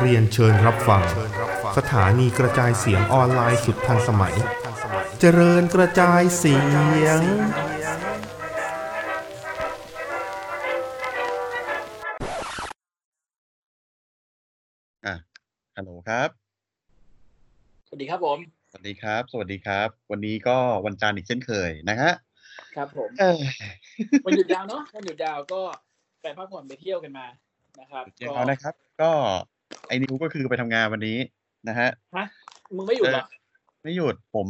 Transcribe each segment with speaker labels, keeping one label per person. Speaker 1: เรียนเชิญรับฟัง สถานีกระจายเสียงออนไลน์สุดทันสมัย เจริญกระจายเสียง
Speaker 2: อ่ะฮัลโหลครับ
Speaker 3: สวัสดีครับผม
Speaker 2: สวัสดีครับ สวัสดีครับ วันนี้ก็วันจันทร์อีกเช่นเคยนะฮะ
Speaker 3: ครับผม
Speaker 2: เออ
Speaker 3: วันหยุดยาวเนาะวันหยุดยาวก็ไปพักผ่อนไปเที่ยวกันมานะครับ
Speaker 2: เดี๋ยวเอานะครับ ก็ไอ้นิวก็คือไปทำงานวันนี้นะฮะ
Speaker 3: มึงไม่อยู่เหรอ
Speaker 2: ไม่หยุดผม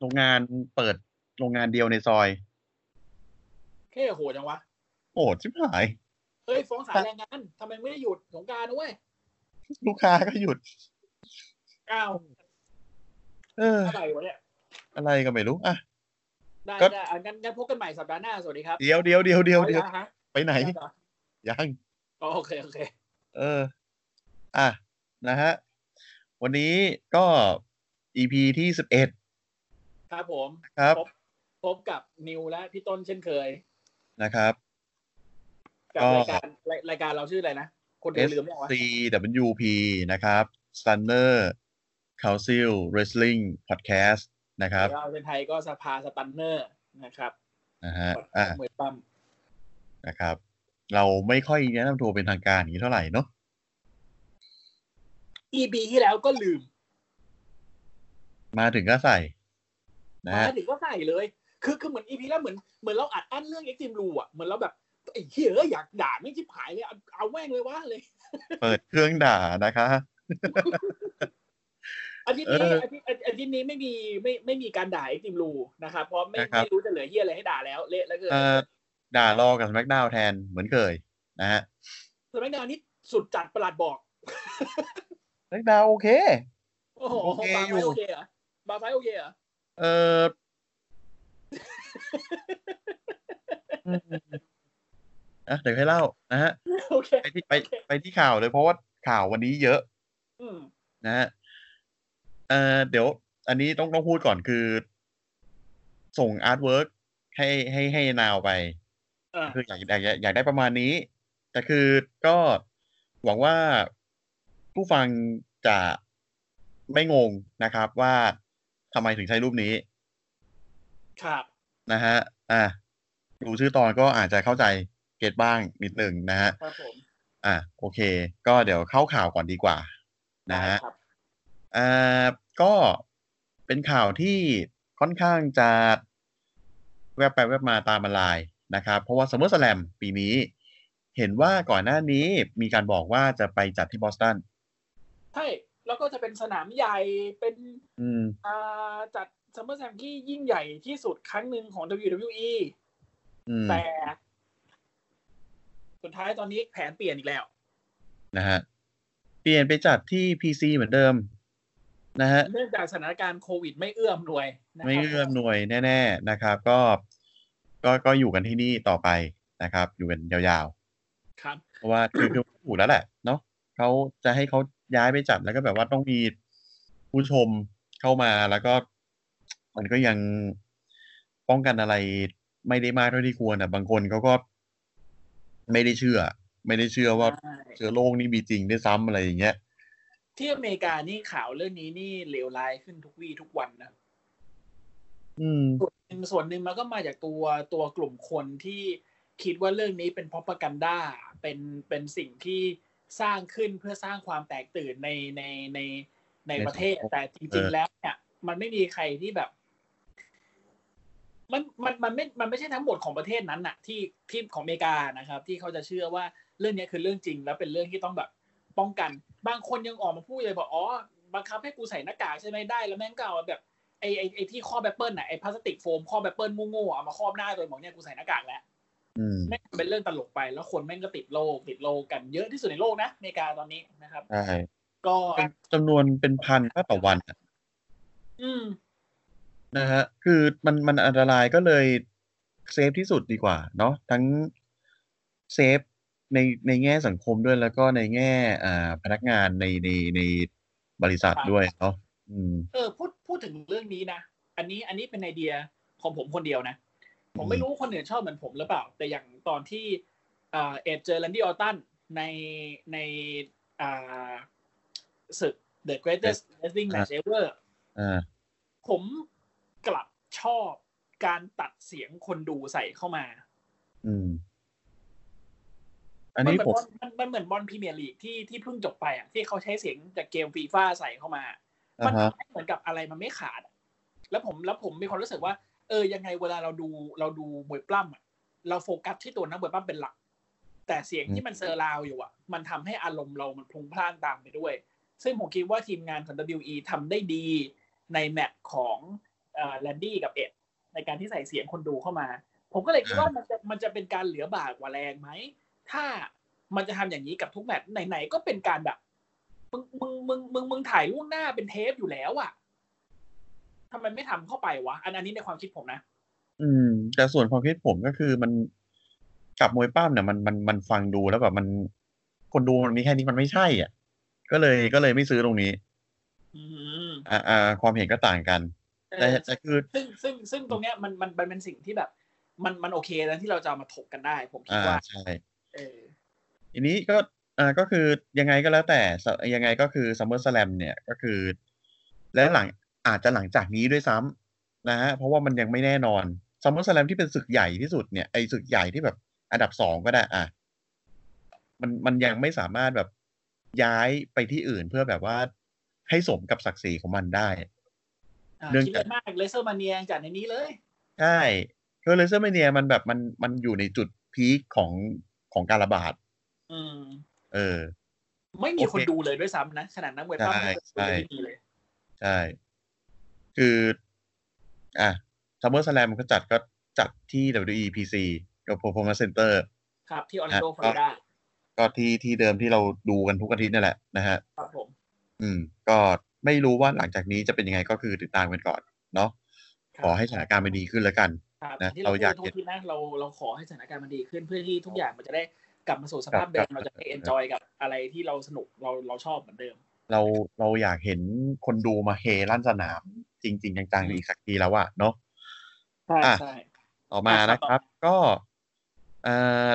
Speaker 2: โรงงานเปิดโรงงานเดียวในซอย
Speaker 3: แค่โหดจังวะ
Speaker 2: โอ้ชิบหาย
Speaker 3: เฮ้ยฟ้องศาลแรงงานทำไมไม่ได้หยุดสงกรารด้วย
Speaker 2: ลูกค้าก็หยุด
Speaker 3: อ้าว
Speaker 2: เออ
Speaker 3: อะไรวะเนี่ย
Speaker 2: อะไรก็ไม่รู้อ่ะ
Speaker 3: ได้
Speaker 2: ก็
Speaker 3: ได้อ่ะงั้นงั้นพบกันใหม่สัปดาห์หน้าสวัสดีครับ
Speaker 2: เดี๋ยวเดี๋ยวเดี๋ยวเดี๋ยวเดี๋ยว
Speaker 3: อาละฮะ
Speaker 2: ไปไหน
Speaker 3: ได้เหรอ
Speaker 2: ยัง
Speaker 3: อ๋อโอเคโอเค
Speaker 2: เออ อ่ะ นะฮะ วันนี้ก็ EP ที่สิบเอ็ด
Speaker 3: ครับผม
Speaker 2: ครับ
Speaker 3: พบกับนิวและพี่ต้นเช่นเคย
Speaker 2: นะครับ
Speaker 3: กับ
Speaker 2: ก็
Speaker 3: รายการรายรายการเราชื่ออะไรนะคนดูลืมยังวะ
Speaker 2: SCWP นะครับ Stunner Council Wrestling Podcast นะครับ
Speaker 3: เราเป็นไทยก็สภาสปันเนอร์นะครับ
Speaker 2: นะฮะอ่ะ
Speaker 3: เหมือนปั๊ม
Speaker 2: นะครับ เราไม่ค่อยแนะนำตัวเป็นทางการอย่างนี้เท่าไหร่เนาะ
Speaker 3: EP ที่แล้วก็ลืม
Speaker 2: มาถึงก็ใส่นะ
Speaker 3: มา
Speaker 2: ฮะ
Speaker 3: ถึงก็ใส่เลย คือคือเหมือนอีพีแล้วเหมือนเหมือนเราอัดอั้นเรื่องเอ็กซ์ต e มรูอ่ะ เหมือนเราแบบไอ้เหี้ยเอ้ยอยากด่าไม่งชิบหายเลยเอาเอาแม่งเลยวะเลย
Speaker 2: เปิดเครื่องด่านะคะ
Speaker 3: อาทิตย์นี้
Speaker 2: เออ
Speaker 3: อาทิตย์อาทิตย์นี้ไม่มีไม่ไม่มีการด่าเอ็กซ์ต e มรูนะครับเพราะไม่
Speaker 2: นะครับ
Speaker 3: ไม่รู้จะเหลือเหี้ยอะไรให้ด่าแล้วเละแล้วเกิน
Speaker 2: เอ่อด่ารอกับ SmackDown แทนเหมือนเคยนะฮะ
Speaker 3: สมัยดาวนี้สุดจัดประหลัดบอก
Speaker 2: SmackDown โอเค
Speaker 3: โอ้โห
Speaker 2: โอเค
Speaker 3: บาร์
Speaker 2: อยู่
Speaker 3: ไฟโอเคเหรอบาร์ไฟโอเคเหรอ
Speaker 2: เอ ออืมอ่ะเดี๋ยวให้เล่านะฮะ
Speaker 3: โอเค
Speaker 2: ไปที่ไปไปที่ข่าวเลยเพราะว่าข่าววันนี้เยอะ
Speaker 3: อืม
Speaker 2: นะฮะเอ่อเดี๋ยว อันนี้ต้องต้องพูดก่อนคือ ส่งอาร์ตเวิร์กให้ให้ให้นาวไป
Speaker 3: อ่า
Speaker 2: คืออยากอยากอยากอยากได้ประมาณนี้ แต่คือก็หวังว่าผู้ฟังจะไม่งงนะครับว่าทำไมถึงใช้รูปนี้
Speaker 3: ครับ
Speaker 2: นะฮะ อ่ะดูชื่อตอนก็อาจจะเข้าใจเก็ตบ้างนิดหนึ่งนะฮะ
Speaker 3: ครับผม
Speaker 2: อ่ะโอเค ก็เดี๋ยวเข้าข่าวก่อนดีกว่านะฮะ
Speaker 3: ได้ครับ
Speaker 2: อ่าก็เป็นข่าวที่ค่อนข้างจะแวบไปแวบมาตามมาลายนะครับ เพราะว่าซัมเมอร์สแลมปีนี้ เห็นว่าก่อนหน้านี้มีการบอกว่าจะไปจัดที่บอสตัน
Speaker 3: ใช่แล้วก็จะเป็นสนามใหญ่เป็น
Speaker 2: อืม
Speaker 3: อ่าจัดซัมเมอร์แซมที่ยิ่งใหญ่ที่สุดครั้งหนึ่งของ WWE
Speaker 2: อืม
Speaker 3: แต่ สุดท้ายตอนนี้แผนเปลี่ยนอีกแล้ว
Speaker 2: นะฮะเปลี่ยนไปจัดที่ PC เหมือนเดิม นะฮะ
Speaker 3: เนื่องจากสถานการณ์โควิดไม่เอื้อมหน่วยนะครับ
Speaker 2: ไม่เอื้อมหน่วยแน่ ๆนะครับ ก็ ก็ก็อยู่กันที่นี่ต่อไปนะครับ อยู่กันยาวๆ
Speaker 3: ครับ
Speaker 2: เพราะว่าคือคือถูกแล้วแหละเนาะเขาจะให้เขาย้ายไปจัดแล้วก็แบบว่าต้องมีผู้ชมเข้ามาแล้วก็ มันก็ยังป้องกันอะไรไม่ได้มากเท่าที่ควรอ่ะ บางคนเขาก็ไม่ได้เชื่อ ไม่ได้เชื่อว่าเชื้อโรคนี่มีจริงด้วยซ้ำอะไรอย่างเงี้ย
Speaker 3: ที่อเมริกานี่ข่าวเรื่องนี้นี่เลวร้ายขึ้นทุกวี่ทุกวันนะ
Speaker 2: อืม
Speaker 3: ส่วนหนึ่งมันก็มาจากตัวตัวกลุ่มคนที่คิดว่าเรื่องนี้เป็นพ r o ประกันด้าเป็นเป็นสิ่งที่สร้างขึ้นเพื่อสร้างความแตกตื่นในในในใน
Speaker 2: ใน
Speaker 3: ประเทศ
Speaker 2: สังคม
Speaker 3: แต่จ
Speaker 2: เอ
Speaker 3: ริง
Speaker 2: อ
Speaker 3: ๆแล้วเนี่ยมันไม่มีใครที่แบบ มันมันมันไม่มันไม่ใช่ทั้งหมดของประเทศนั้นน่ะ ที่ที่ของอเมริกานะครับ ที่เขาจะเชื่อว่าเรื่องเนี้ยคือเรื่องจริง แล้วเป็นเรื่องที่ต้องแบบ ป้องกัน บางคนยังออกมาพูดเลยบอกอ๋อบังคับให้กูใส่หน้ากากใช่ไหมได้ แล้วแม่งก็เอาแบบไอไอไอที่ครอบแอปเปิลน่ะไอพลาสติกโฟมครอบแอปเปิลโง่ๆเอามาครอบหน้าตัวเองบอกเนี่ยกูใส่หน้ากากแล้ว
Speaker 2: อืม
Speaker 3: แม่งเป็นเรื่องตลกไป แล้วคนแม่งก็ติดโรคติดโรคกันเยอะที่สุดในโลกนะอเมริกาตอนนี้นะครับ
Speaker 2: ใช่
Speaker 3: ก็
Speaker 2: จำนวนเป็นพันต่อวันอะ
Speaker 3: อืม
Speaker 2: นะฮะ คือมันมันอันตรายก็เลยเซฟที่สุดดีกว่า เนาะทั้งเซฟในในแง่สังคมด้วยแล้วก็ในแง่อ่าพนักงานในในในบริษัทด้วยเนาะอืม
Speaker 3: เออพูดพูดถึงเรื่องนี้นะอันนี้อันนี้เป็นไอเดียของผมคนเดียวนะ ผมไม่รู้ว่าคนอื่นชอบเหมือนผมหรือเปล่า แต่อย่างตอนที่เอ่อเอ็ดเจอแลนดี้ออตตันในในอ่าศึก The Greatest Wrestling Match Ever
Speaker 2: อ่า
Speaker 3: ผมกลับชอบการตัดเสียงคนดูใส่เข้ามา
Speaker 2: อืม อันนี้
Speaker 3: มัเห
Speaker 2: ผม
Speaker 3: มือนบอลมันมันเหมือนบอลพรีเมียร์ลีกที่ที่เพิ่งจบไปอ่ะที่เขาใช้เสียงจากเกมฟีฟ่าใส่เข้ามา
Speaker 2: อ่า
Speaker 3: มั
Speaker 2: น ฮะ
Speaker 3: ทำให้เหมือนกับอะไรมันไม่ขาดอะแล้วผมแล้วผมมีความรู้สึกว่า เออยังไงเวลาเราดูเราดูมวยปล้ำอะเราโฟกัสที่ตัวนักมวยปล้ำเป็นหลัก แต่เสียง
Speaker 2: อืม
Speaker 3: ที่มันเซอร์ราวอยู่อ่ะ มันทำให้อารมณ์เรามันพลุงพล่านตามไปด้วย ซึ่งผมคิดว่าทีมงานของ WE ทำได้ดีในแมตช์ของแลนดี้กับเอ็ดในการที่ใส่เสียงคนดูเข้ามา ผมก็เลยคิดว่ามันจะมันจะเป็นการเหลือบาดกว่าแรงไหม ถ้ามันจะทำอย่างนี้กับทุกแมตช์ไหนๆก็เป็นการแบบมึงมึงมึงมึงมึงถ่ายล่วงหน้าเป็นเทปอยู่แล้วอะทำไมไม่ทำเข้าไปวะ อันอันนี้ในความคิดผมนะ
Speaker 2: อืม แต่ส่วนความคิดผมก็คือมันกับมวยปล้ามเนี่ยมันมันมันฟังดูแล้วแบบมันคนดูมันมีแค่นี้มันไม่ใช่อ่ะ ก็เลยก็เลยไม่ซื้อตรงนี้
Speaker 3: อืม
Speaker 2: อ่าอ่าความเห็นก็ต่างกัน แต่แต่คือ
Speaker 3: ซึ่งซึ่งซึ่งตรงเนี้ยมันมันมันเป็นสิ่งที่แบบ มันมันโอเคนะที่เราจะเอามาถกกันได้ ผมคิด
Speaker 2: อ่า
Speaker 3: ว่า
Speaker 2: ใช่
Speaker 3: เออ
Speaker 2: ทีนี้ก็อ่าก็คือยังไงก็แล้วแต่สยังไงก็คือซัมเมอร์สแลมเนี่ยก็คือ และหลังอาจจะหลังจากนี้ด้วยซ้ำนะฮะเพราะว่ามันยังไม่แน่นอนซัมเมอร์สแลมที่เป็นศึกใหญ่ที่สุดเนี่ยไอศึกใหญ่ที่แบบอันดับสองก็ได้อ่ะมันมันยังไม่สามารถแบบย้ายไปที่อื่นเพื่อแบบว่าให้สมกับศักดิ์ศรีของมันได้
Speaker 3: อ่า
Speaker 2: เรื่อง
Speaker 3: คิดเยอะมากเลเซอร์มาเนียงจัดในนี้เลย
Speaker 2: ใช่คือเลเซอร์เมเนียมันแบบมันมันอยู่ในจุดพีคของของการระบาด
Speaker 3: อืม
Speaker 2: เออ
Speaker 3: ไม่มี
Speaker 2: โอเค
Speaker 3: คนดูเลยด้วยซ้ำนะขนาดนักมวยปล้ำ
Speaker 2: ใช่
Speaker 3: ไม่มีคนดู
Speaker 2: ใช่
Speaker 3: ไม่มีเลย
Speaker 2: ใช่ คือ อ่ะซัมเมอร์สแลมมันก็จัดก็จัดที่ WWE PC กับ Performance Center
Speaker 3: ครับ ที่ออร์แลนโด
Speaker 2: อ่ะ
Speaker 3: ฟลอริดา
Speaker 2: ก็ที่ที่เดิมที่เราดูกันทุกอาทิตย์นั่นแหละนะฮะ
Speaker 3: ครับผม
Speaker 2: อืม ก็ไม่รู้ว่าหลังจากนี้จะเป็นยังไงก็คือติดตามกันก่อน เนาะ
Speaker 3: ครับ
Speaker 2: ขอให้สถานการณ์มันดีขึ้นแล้วกัน
Speaker 3: ครับ
Speaker 2: นะ
Speaker 3: ที่เรา
Speaker 2: เราอ
Speaker 3: อาย
Speaker 2: ยาก ก
Speaker 3: ทุกทีนะเราเราขอให้สถานการณ์มันดีขึ้นเพื่อที่ทุกอย่างมันจะได้กลับมาสู่สภาพ
Speaker 2: ก
Speaker 3: เดิ
Speaker 2: ลับ
Speaker 3: มเราจะ
Speaker 2: กลั
Speaker 3: ได้
Speaker 2: บ
Speaker 3: เอนจอยกับอะไรที่เราสนุกเราเราชอบเหมือนเดิม
Speaker 2: เราเราอยากเห็นคนดูมาเฮลั่นสนาม จริง ๆ จังๆอีกสักทีแล้วอะเนาะ
Speaker 3: ใช่
Speaker 2: อ่ะ
Speaker 3: ใช่
Speaker 2: ต่อมา
Speaker 3: อ่ะ
Speaker 2: นะ
Speaker 3: ค
Speaker 2: ค
Speaker 3: รั
Speaker 2: รับ บ ก็เอ่อ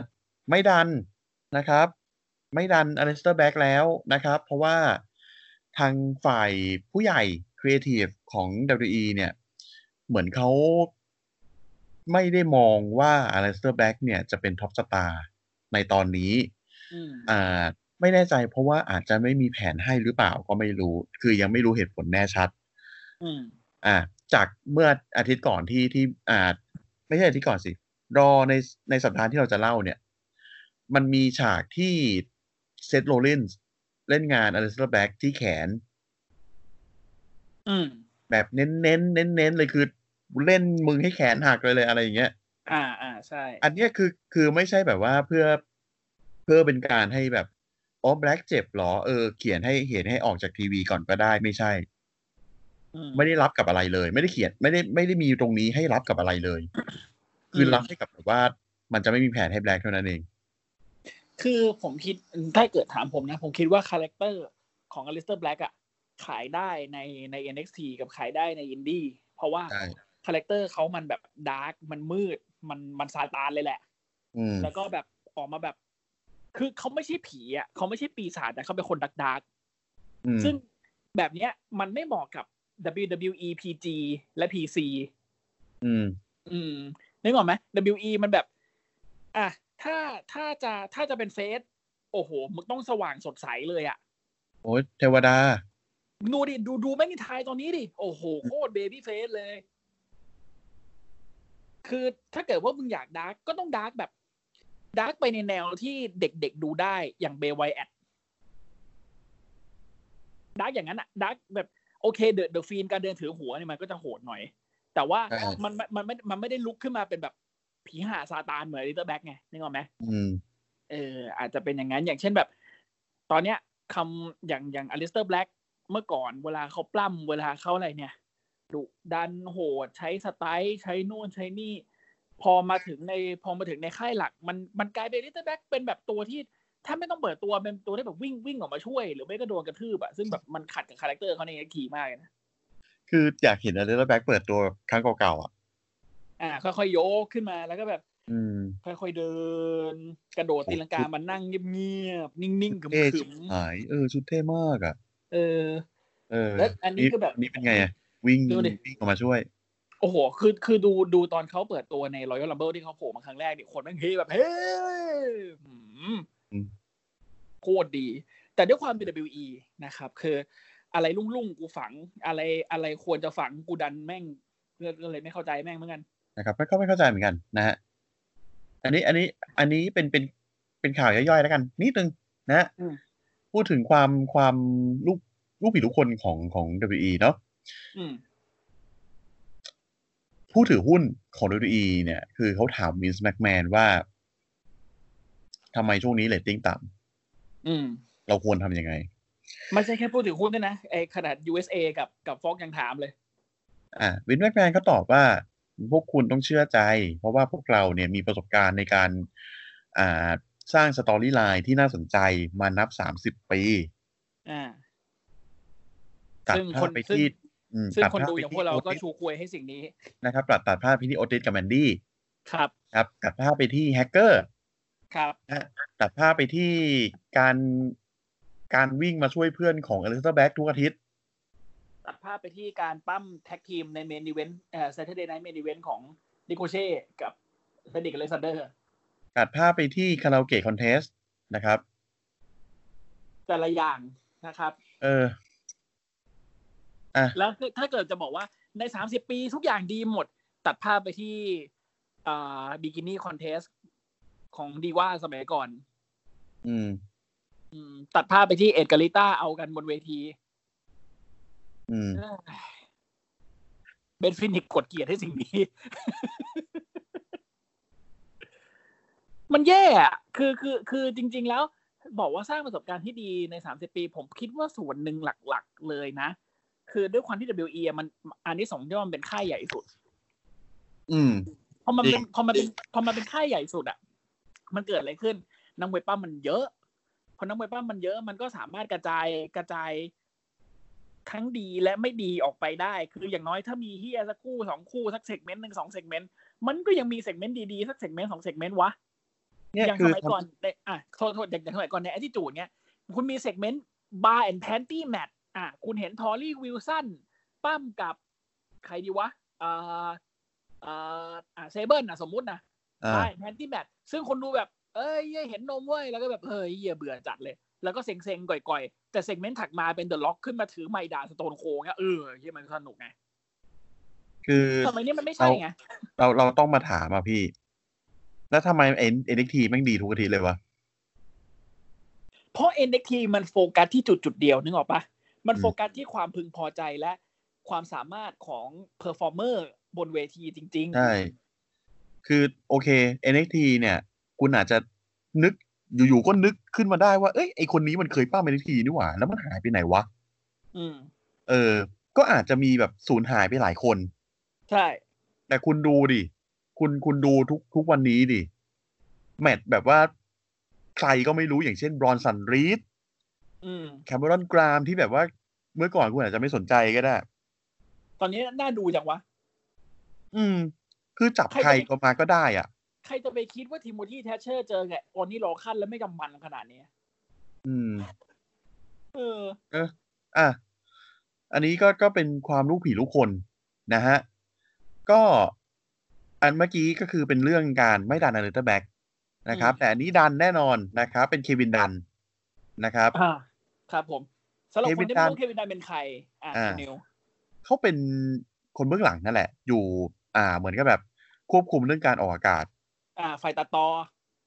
Speaker 2: ไม่ดันนะครับ ไม่ดันอ l ลสเตอร์แบ็กแล้วนะครับ เพราะว่าทางฝ่ายผู้ใหญ่ครีเอทีฟของ WE เนี่ย เหมือนเขาไม่ได้มองว่าอ l ลสเตอร์แบ็กเนี่ยจะเป็นท็อปสตาร์ในตอนนี้
Speaker 3: อืม
Speaker 2: อ่า ไม่แน่ใจเพราะว่าอาจจะไม่มีแผนให้หรือเปล่าก็ไม่รู้ คือยังไม่รู้เหตุผลแน่ชัด
Speaker 3: อืม
Speaker 2: อ่าจากเมื่ออาทิตย์ก่อนที่ที่อ่าไม่ใช่อาทิตย์ก่อนสิ รอในในสัปดาห์ที่เราจะเล่าเนี่ย มันมีฉากที่เซธโรลินส์เล่นงานอ l ลสเตอร์แบ็กที่แขน
Speaker 3: อืม
Speaker 2: แบบเน้นเน้นเน้นเน้นๆเลยคือเล่นมึงให้แขนหักเลยเลยอะไรอย่างเงี้ย
Speaker 3: อ่าอ่าใช่
Speaker 2: อันเนี้ยคือคือไม่ใช่แบบว่าเพื่อเพื่อเป็นการให้แบบอ๋อแบล็กเจ็บเหรอเออเขียนให้เห็นให้ออกจากทีวีก่อนก็ได้ไม่ใช่
Speaker 3: อืม
Speaker 2: ไม่ได้รับกับอะไรเลย ไม่ได้เขียนไม่ได้ไม่ได้มีตรงนี้ให้รับกับอะไรเลย คือรับให้กับแบบว่ามันจะไม่มีแผนให้แบล็กเท่านั้นเอง
Speaker 3: คือผมคิดถ้าเกิดถามผมนะ ผมคิดว่าคาแรคเตอร์ของอลิสเตอร์แบล็กอะขายได้ในใน NXT กับขายได้ในอินดี้เพราะว่า
Speaker 2: ใช่
Speaker 3: คาแรคเตอร์เขามันแบบดาร์กมันมืด มันมันซาตานเลยแหละ
Speaker 2: อืม
Speaker 3: แล้วก็แบบออกมาแบบ คือเขาไม่ใช่ผีอ่ะเขาไม่ใช่ปีศาจแต่เขาเป็นคนดักดาร์ก
Speaker 2: อืม
Speaker 3: ๆซึ่งแบบเนี้ยมันไม่เหมาะกับ WWE PG และ PC
Speaker 2: อืม
Speaker 3: อืมนึกออกไหม WE มันแบบ อ่ะถ้าถ้าจะถ้าจะเป็นเฟสโอ้โห มึงต้องสว่างสดใสเลยอะ
Speaker 2: โอ้ยเทวดา
Speaker 3: ดูดิดูดูไม่มีทายตอนนี้ดิ โอ้โห โคตรเบบี้เฟสเลย คือถ้าเกิดว่ามึงอยากดาร์กก็ต้องดาร์กแบบดาร์กไปในแนวที่เด็กๆดูได้อย่างเบวายแอดดาร์กอย่างนั้นอะดาร์กแบบโอเคเดอะเดอะฟีนการเดินถือหัวเนี่ยมันก็จะโหดหน่อย แต่ว่า
Speaker 2: ใช่
Speaker 3: มันมันมันไม่มันไม่ได้ลุกขึ้นมาเป็นแบบผีหาซาตานเหมือนลิตเติ้ลแบ็กไงนึกออกไหม
Speaker 2: อืม
Speaker 3: เอออาจจะเป็นอย่างนั้นอย่างเช่นแบบ ตอนเนี้ยคำอย่างอย่างอลิสเตอร์แบล็กเมื่อก่อนเวลาเขาปล้ำเวลาเขาอะไรเนี่ยดุดันโหดใช้สไตล์ใช้นู่นใช้นี่ พอมาถึงในพอมาถึงในค่ายหลัก มันมันกลายเป็นอลิสเตอร์แบล็กเป็นแบบตัวที่ ถ้าไม่ต้องเปิดตัวเป็นตัวที่แบบวิ่งวิ่งออกมาช่วย หรือไม่ก็โดนกระทืบอะซึ่งแบบมันขัดกับคาแรคเตอร์เขาในเอ็กซ์คีมากเลยนะ
Speaker 2: คืออยากเห็นอะไรแล้วแบล็กเปิดตัวครั้งเก่าๆอ่ะ
Speaker 3: อ่า ค่อยๆยกขึ้นมาแล้วก็แบบ
Speaker 2: อืม
Speaker 3: ค่อยๆเดิน กระโดดตีลังกามานั่งเงียบๆนิ่งๆข
Speaker 2: เท่
Speaker 3: ึ
Speaker 2: ชิบ
Speaker 3: ม
Speaker 2: หายเออชุดเท่มากอ่ะ
Speaker 3: ๆเออ
Speaker 2: เออ
Speaker 3: แล้วอันนี้คือแบบ
Speaker 2: นี่เป็นไงอ่ะวิ่ง
Speaker 3: ดูดิ
Speaker 2: วิ่งออกมาช่วย
Speaker 3: โอ้โห คือคือดูดูตอนเขาเปิดตัวใน Royal Rumble ที่เขาโผล่มาครั้งแรกเนี่ยคนแม่งเฮ้แบบเฮ้อืม
Speaker 2: อืม
Speaker 3: โคตรดี แต่ด้วยความ WWE นะครับ คืออะไรลุ่งๆ กูฝังอะไรอะไรควรจะฝังกูดันแม่งก็เลยไม่เข้าใจแม่งเหมือนกัน
Speaker 2: นะครับไม่เข้าไม่เข้าใจเหมือนกันนะฮะอันนี้อันนี้อันนี้เป็นเป็นเป็นข่าวย่อยๆแล้วกันนิดนึงนะฮะ
Speaker 3: อืม
Speaker 2: พูดถึงความความลูกลูกผีทุกคนของของ WE เนาะ
Speaker 3: อืม
Speaker 2: ผู้ถือหุ้นของ WE เนี่ย คือเขาถามวินส์แม m แมนว่าทำไมช่วงนี้เรตติ้งต่
Speaker 3: อืม
Speaker 2: ำเราควรทำยังไง
Speaker 3: ไม่ใช่แค่พูดถึงหุ้นด้วยนะไอขนาด USA กับกับฟอกยังถามเลย
Speaker 2: อ่าวินแมกแมนก็ตอบว่า พวกคุณต้องเชื่อใจ เพราะว่าพวกเราเนี่ยมีประสบการณ์ในการอ่าสร้างสตอรี่ไลน์ที่น่าสนใจมานับสามสิบปี
Speaker 3: อ่า
Speaker 2: ตัด
Speaker 3: ซึ่ง
Speaker 2: ภาพ
Speaker 3: คน
Speaker 2: ไป
Speaker 3: ซึ่ง
Speaker 2: ที่อืม
Speaker 3: ซึ่ง
Speaker 2: ตัด
Speaker 3: คน
Speaker 2: ภพ
Speaker 3: ดู
Speaker 2: ไป
Speaker 3: อย่าง
Speaker 2: ที่
Speaker 3: พวกเราก็
Speaker 2: โอติส
Speaker 3: ชูควยให้สิ่งนี้
Speaker 2: นะครับตัดตัดภาพไปที่โอติสกับแมนดี้
Speaker 3: ครับ
Speaker 2: ครับ ตัดภาพไปที่แฮกเกอร์
Speaker 3: ครับ
Speaker 2: ตัดภาพไปที่การการวิ่งมาช่วยเพื่อนของอลิซาแบ็กทุกอาทิตย์
Speaker 3: ตัดภาพไปที่การปั้มแท็กทีมในเมนดิเวนต์เอ่อ Saturday Night Main Event ของนิโคเช่กับเฟดิกเลซันเดอร์
Speaker 2: ตัดภาพไปที่คาราโอเกะคอนเทสนะครับ
Speaker 3: แต่ละอย่างนะครับ
Speaker 2: เออ
Speaker 3: แล้วถ้าเกิดจะบอกว่าใน 30 ปีทุกอย่างดีหมด ตัดภาพไปที่อ่าบิกินี่คอนเทสของดีว่าสมัยก่อน
Speaker 2: อืม
Speaker 3: อืมตัดภาพไปที่เอ็ดกาลิต้าเอากันบนเวที
Speaker 2: อืม
Speaker 3: เบนฟินิกกดเกลียดให้สิ่งนี้ มันแย่อะคือคือคือจริง ๆ แล้ว บอกว่าสร้างประสบการณ์ที่ดีใน 30 ปี ผมคิดว่าส่วนหนึ่งหลัก ๆ เลยนะ คือด้วยความที่ WE อะมันอันนี้สงส์ที่ว่ามันเป็นค่ายใหญ่สุด
Speaker 2: อืม
Speaker 3: พอมันเป็น
Speaker 2: จริง
Speaker 3: พอมันเป็นพอมันเป็นค่ายใหญ่สุดอ่ะ มันเกิดอะไรขึ้น นักมวยปั้มมันเยอะ พอนักมวยปั้มมันเยอะ มันก็สามารถกระจายกระจายทั้งดีและไม่ดีออกไปได้ คืออย่างน้อยถ้ามีเฮียสักคู่สองคู่สักเซกเมนต์หนึ่งสองเซกเมนต์ มันก็ยังมีเซกเมนต์ดีๆสักเซกเมนต์สองเซกเมนต์วะ
Speaker 2: เนี่ย
Speaker 3: อย่าง
Speaker 2: คื
Speaker 3: ส
Speaker 2: อ
Speaker 3: มัยก่อนในอ่ะโทษโทษอย่างอย่างสมัยก่อนในแอ t ิจูดเนี้ย คุณมีเซกเมนต์บาร์แอนด์แพนตี้แมทอ่ะคุณเห็นทอรี่วิลสันปั้มกับ ใครดีวะอ่าอ่าอ่าเซเบิลอ่ะสมมุตินะ
Speaker 2: อ่า
Speaker 3: บาร์แอนด์แพนตี้แมทซึ่งคนดูแบบ เอ้ยเหี้ยเห็นนมเว้ย แล้วก็แบบเฮ้ยเหี้ยเบื่อจัดเลย แล้วก็เซ็งๆก่อยๆ แต่เซกเมนต์ถัดมาเป็นเดอะล็อกขึ้นมาถือไมค์ด่าสโตนโคงเงี้ยเออเหี้ยมันสนุกไง
Speaker 2: คือ
Speaker 3: สมัยนี้มันไม่ใช่ไง
Speaker 2: เราเราต้องมาถามอ่ะพี่ แล้วทำไมเอ็นเอ็นทีแม่งดีทุกอาทิตย์เลยวะ
Speaker 3: เพราะ NXT มันโฟกัสที่จุดจุดๆเดียวนึกออกปะมันโฟกัสที่ความพึงพอใจและความสามารถของเพอร์ฟอร์เมอร์บนเวทีจริง ๆ
Speaker 2: ใช่ คือโอเค NXT เนี่ย คุณอาจจะนึกอยู่ๆก็นึกขึ้นมาได้ว่า เอ้ยไอคนนี้มันเคยป้าม NXT นี่หว่า แล้วมันหายไปไหนวะ
Speaker 3: อืม
Speaker 2: เออ ก็อาจจะมีแบบสูญหายไปหลายคน
Speaker 3: ใช่
Speaker 2: แต่คุณดูดิ คุณคุณดูทุกทุกวันนี้ดิ แมตช์แบบว่า ใครก็ไม่รู้อย่างเช่นบรอนสันรีด
Speaker 3: อืม
Speaker 2: แคมเบรอนกรามที่แบบว่าเมื่อก่อนคุณอาจจะไม่สนใจก็ได้
Speaker 3: ตอนนี้น่าดูจังวะ
Speaker 2: อืม คือจับใครก็มาก็ได้อ่ะ
Speaker 3: ใครจะไปคิดว่าทิโมธีแทชเชอร์เจอไงออนนี่รอขั้นแล้วไม่กำมันขนาดเนี้ย
Speaker 2: อืม
Speaker 3: เออ
Speaker 2: อ่ะ อันนี้ก็ก็เป็นความลูกผีลูกคนนะฮะ ก็อันเมื่อกี้ก็คือเป็นเรื่องการไม่ดันอลิเตอร์แบ็กนะครับ
Speaker 3: อืม
Speaker 2: แต่อันนี้ดันแน่นอนนะครับ เป็นเควินดันนะครับ
Speaker 3: อ่า ครับผมสำหรับคนที่ไม่รู้
Speaker 2: เค
Speaker 3: เค
Speaker 2: วิ
Speaker 3: วิ
Speaker 2: น
Speaker 3: น
Speaker 2: ดัน
Speaker 3: ดันเป็นใคร อ่า
Speaker 2: อ่า
Speaker 3: นิว
Speaker 2: เขาเป็นคนเบื้องหลังนั่นแหละ อยู่ อ่า เหมือนกับแบบควบคุมเรื่องการออกอากาศ
Speaker 3: อ่าฝ่ายตัดต่อ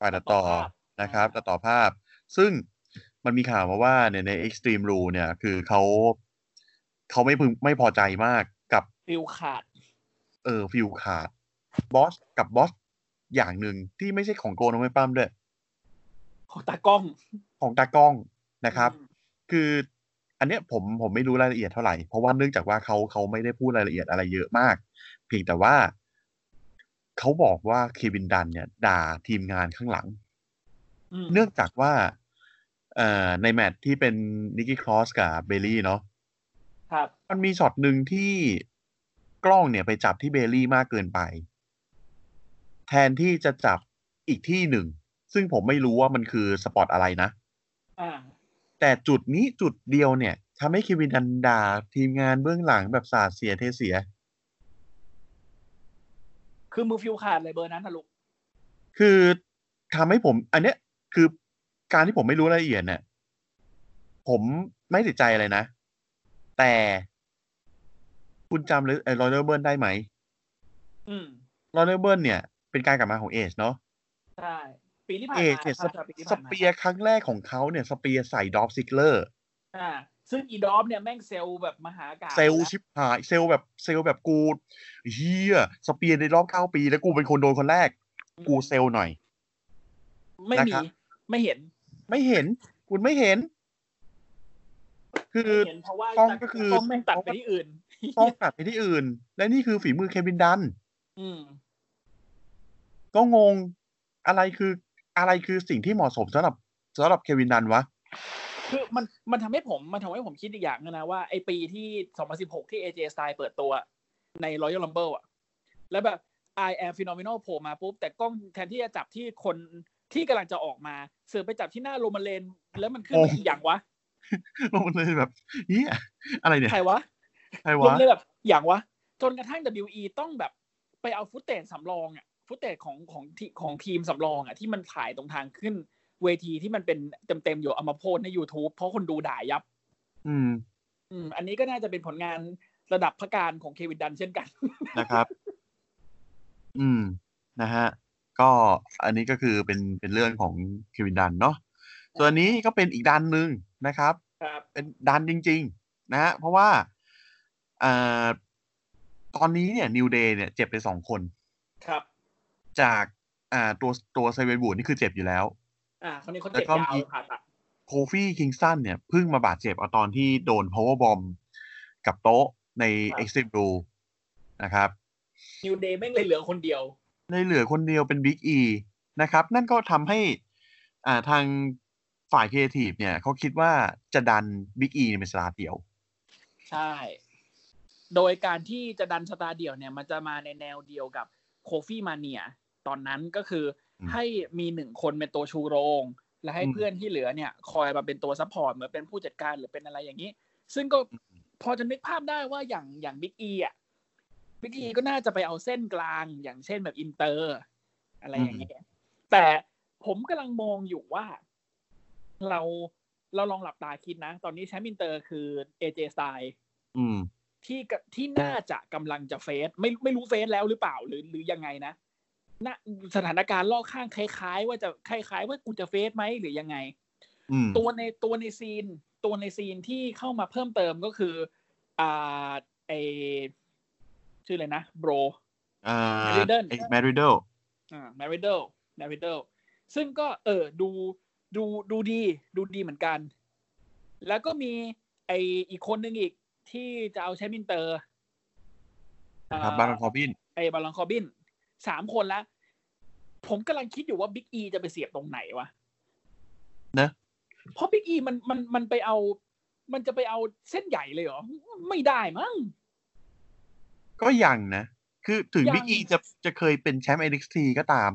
Speaker 2: ฝ่ายตัดต่อ
Speaker 3: ตัดต่อภาพ
Speaker 2: นะครับ
Speaker 3: อ่า
Speaker 2: ตัดต่อภาพ ซึ่งมันมีข่าวมาว่าเนี่ยใน Extreme Rule เนี่ย คือเขาเขาไม่พึงไม่พอใจมากกับ
Speaker 3: ฟิลขาด
Speaker 2: เออฟิวขาดบอสกับบอสอย่างหนึ่งที่ไม่ใช่ของโกนไม่ปั้มด้วย
Speaker 3: ของตากล้อง
Speaker 2: ของตากล้องนะครับ คืออันเนี้ยผมผมไม่รู้รายละเอียดเท่าไหร่ เพราะว่าเนื่องจากว่าเขาเขาไม่ได้พูดรายละเอียดอะไรเยอะมาก เพียงแต่ว่าเขาบอกว่าเควินดันเนี่ย ด่าทีมงานข้างหลัง
Speaker 3: อืม
Speaker 2: เนื่องจากว่าเอ่อในแมตช์ที่เป็นนิกกี้ครอสกับเบลลี่เนาะ
Speaker 3: ครับ
Speaker 2: มันมีช็อตหนึ่งที่กล้องเนี่ยไปจับที่เบลลี่มากเกินไป แทนที่จะจับอีกที่หนึ่ง ซึ่งผมไม่รู้ว่ามันคือสปอตอะไรนะ
Speaker 3: อ่า
Speaker 2: แต่จุดนี้จุดเดียวเนี่ยทำให้เควินดันดาทีมงานเบื้องหลังแบบสาดเสียเทเสีย
Speaker 3: คือมือฟิวขาดเลยเบอร์นั้นนะลูก
Speaker 2: คือทำให้ผม อันเนี้ยคือการที่ผมไม่รู้รายละเอียดเนี่ยผมไม่ติดใจอะไรนะ แต่คุณจำเลยรอยเลอร์เบิร์นได้ไหม
Speaker 3: อืม
Speaker 2: รอยเลอร์เบิร์นเนี่ย เป็นการกลับมาของเอชเนาะ
Speaker 3: ใช่ปีที่ผ่าน
Speaker 2: เอช
Speaker 3: มา
Speaker 2: เนี่ยส
Speaker 3: ภาพจากปีที่
Speaker 2: ส
Speaker 3: ผ่านมา
Speaker 2: เปียร์ครั้งแรกของเขาเนี่ยสเปียร์ใส่ดอฟซิกเลอร์
Speaker 3: อ่า ซึ่งอีดอฟเนี่ยแม่งเซลล์แบบมหากาพย์
Speaker 2: เซลล์
Speaker 3: นะ
Speaker 2: ชิบหายเซลล์แบบเซลล์แบบกูเฮียสเปียร์ในรอบเก้าปี แล้วกูเป็นคนโดนคนแรก กูเซลล์หน่อย
Speaker 3: ไม่
Speaker 2: นะ
Speaker 3: มี
Speaker 2: ครับ
Speaker 3: ไม่เห็น
Speaker 2: ไม่เห็น คุณไม่เห็น คือ
Speaker 3: ไม่เห็นเพราะว่า
Speaker 2: ต้องก็คือ
Speaker 3: ต้องแม่งตัดไปที่อื่น
Speaker 2: ต้องกลับไปที่อื่น และนี่คือฝีมือเควินดัน
Speaker 3: อืม
Speaker 2: ก็งงอะไรคืออะไรคือสิ่งที่เหมาะสมสำหรับสำหรับเควินดันวะ
Speaker 3: คือมันมันทำให้ผมมันทำให้ผมคิดอีกอย่างนึงนะว่าไอปีที่ 2016 ที่ AJ Style เปิดตัวใน Royal Rumble อะแล้วแบบ I am phenomenal โผล่มาปุ๊บ แต่กล้องแทนที่จะจับที่คนที่กำลังจะออกมาเสือไปจับที่หน้าโรมาเลน แล้วมันขึ้น
Speaker 2: โอ้
Speaker 3: ไปอีกอย่างวะ
Speaker 2: มันเลยแบบเฮียอะไรเนี่ย
Speaker 3: ใครวะ
Speaker 2: ใคร
Speaker 3: รว
Speaker 2: วะ
Speaker 3: มเลยแบบอย่างวะ จนกระทั่ง WE ต้องแบบไปเอาฟุตเตจสำรองอะฟุตเตจของของทีของทีมสำรองอะที่มันถ่ายตรงทางขึ้นเวทีที่มันเป็นเต็มๆอยู่เอามาโพสต์ใน YouTube เพราะคนดูด่ายับ
Speaker 2: อืม
Speaker 3: อืมอันนี้ก็น่าจะเป็นผลงานระดับพระการของเควินดันเช่นกัน
Speaker 2: นะครับ อืมนะฮะ ก็อันนี้ก็คือเป็นเป็นเรื่องของเควินดันเนาะส่วนอันนี้ก็เป็นอีกด้านหนึ่งนะครับ
Speaker 3: ครับ
Speaker 2: เป็นดันจริง ๆ นะฮะ เพราะว่าอ่าตอนนี้เนี่ยนิวเดย์เนี่ย เจ็บไปสองคน
Speaker 3: ครับ
Speaker 2: จากอ่าตัวตัวไซเวนบูดนี่คือเจ็บอยู่แล้ว
Speaker 3: อ่าคนนี้เขา
Speaker 2: แล้
Speaker 3: เจ็
Speaker 2: ว
Speaker 3: บ
Speaker 2: ก็
Speaker 3: ยาว
Speaker 2: มี
Speaker 3: ผ่าตัด
Speaker 2: โคฟี่คิงสันเนี่ยเพิ่งมาบาดเจ็บเอาตอนที่โดน power bomb กับโต๊ะใน extreme rule นะครับ
Speaker 3: นิวเดย์แม่งเลยเหลือคนเดียว
Speaker 2: ในเหลือคนเดียวเป็น big e นะครับ นั่นก็ทำให้อ่าทางฝ่ายครีเอทีฟเนี่ยเขาคิดว่าจะดัน big e เนี่ยเป็นสลาเดียว
Speaker 3: ใช่ โดยการที่จะดันสตาร์เดี่ยวเนี่ย มันจะมาในแนวเดียวกับโคฟี่มาเนีย ตอนนั้นก็คืออ
Speaker 2: ม
Speaker 3: ให้มีหนึ่งคนเป็นตัวชูโรง และให้
Speaker 2: อืม
Speaker 3: เพื่อนที่เหลือเนี่ย คอยมาเป็นตัวซัพพอร์ตเหมือนเป็นผู้จัดการหรือเป็นอะไรอย่างนี้ ซึ่งก็พอจะนึกภาพได้ว่าอย่างอย่างบิ๊กอีอ่ะบิ๊กอีก็น่าจะไปเอาเส้นกลางอย่างเช่นแบบอินเตอร์ อะไรอย่างเงี้ยแต่ผมกำลังมองอยู่ว่า เราเราลองหลับตาคิดนะ ตอนนี้แชมป์อินเตอร์คือ AJ Style
Speaker 2: อืม
Speaker 3: ที่กะที่น่าจะกำลังจะเฟสไม่ไม่รู้เฟสแล้วหรือเปล่าหรือหรือยังไงนะณสถานการณ์รอบข้างคล้าย ๆ ว่าจะคล้ายๆ ว่ากูจะเฟสไหมหรือยังไง
Speaker 2: อืม
Speaker 3: ตัวในตัวในซีน ตัวในซีนที่เข้ามาเพิ่มเติมก็คืออ่าไอชื่ออะไรนะโบร
Speaker 2: อ่า
Speaker 3: Maridal
Speaker 2: แมริเดล
Speaker 3: อ่าแมริเดลแมริเดลซึ่งก็เออดูดูดูดี ดูดีเหมือนกัน แล้วก็มีไออีกคนหนึ่งอีกที่จะเอาแชมป์อินเตอร์
Speaker 2: นะครับบารอนคอบิน
Speaker 3: ไอบาลอนคอบินสามคนละ ผมกำลังคิดอยู่ว่าบิ๊กอีจะไปเสียบตรงไหนวะ
Speaker 2: นะ
Speaker 3: เพราะบิ๊กอีมันมันมันไปเอา มันจะไปเอาเส้นใหญ่เลยเหรอ ไม่ได้มั้ง
Speaker 2: ก็ยังนะ คือถึง
Speaker 3: ยัง
Speaker 2: บิ๊กอีจะจะเคยเป็นแชมป์ NXT ก็ตาม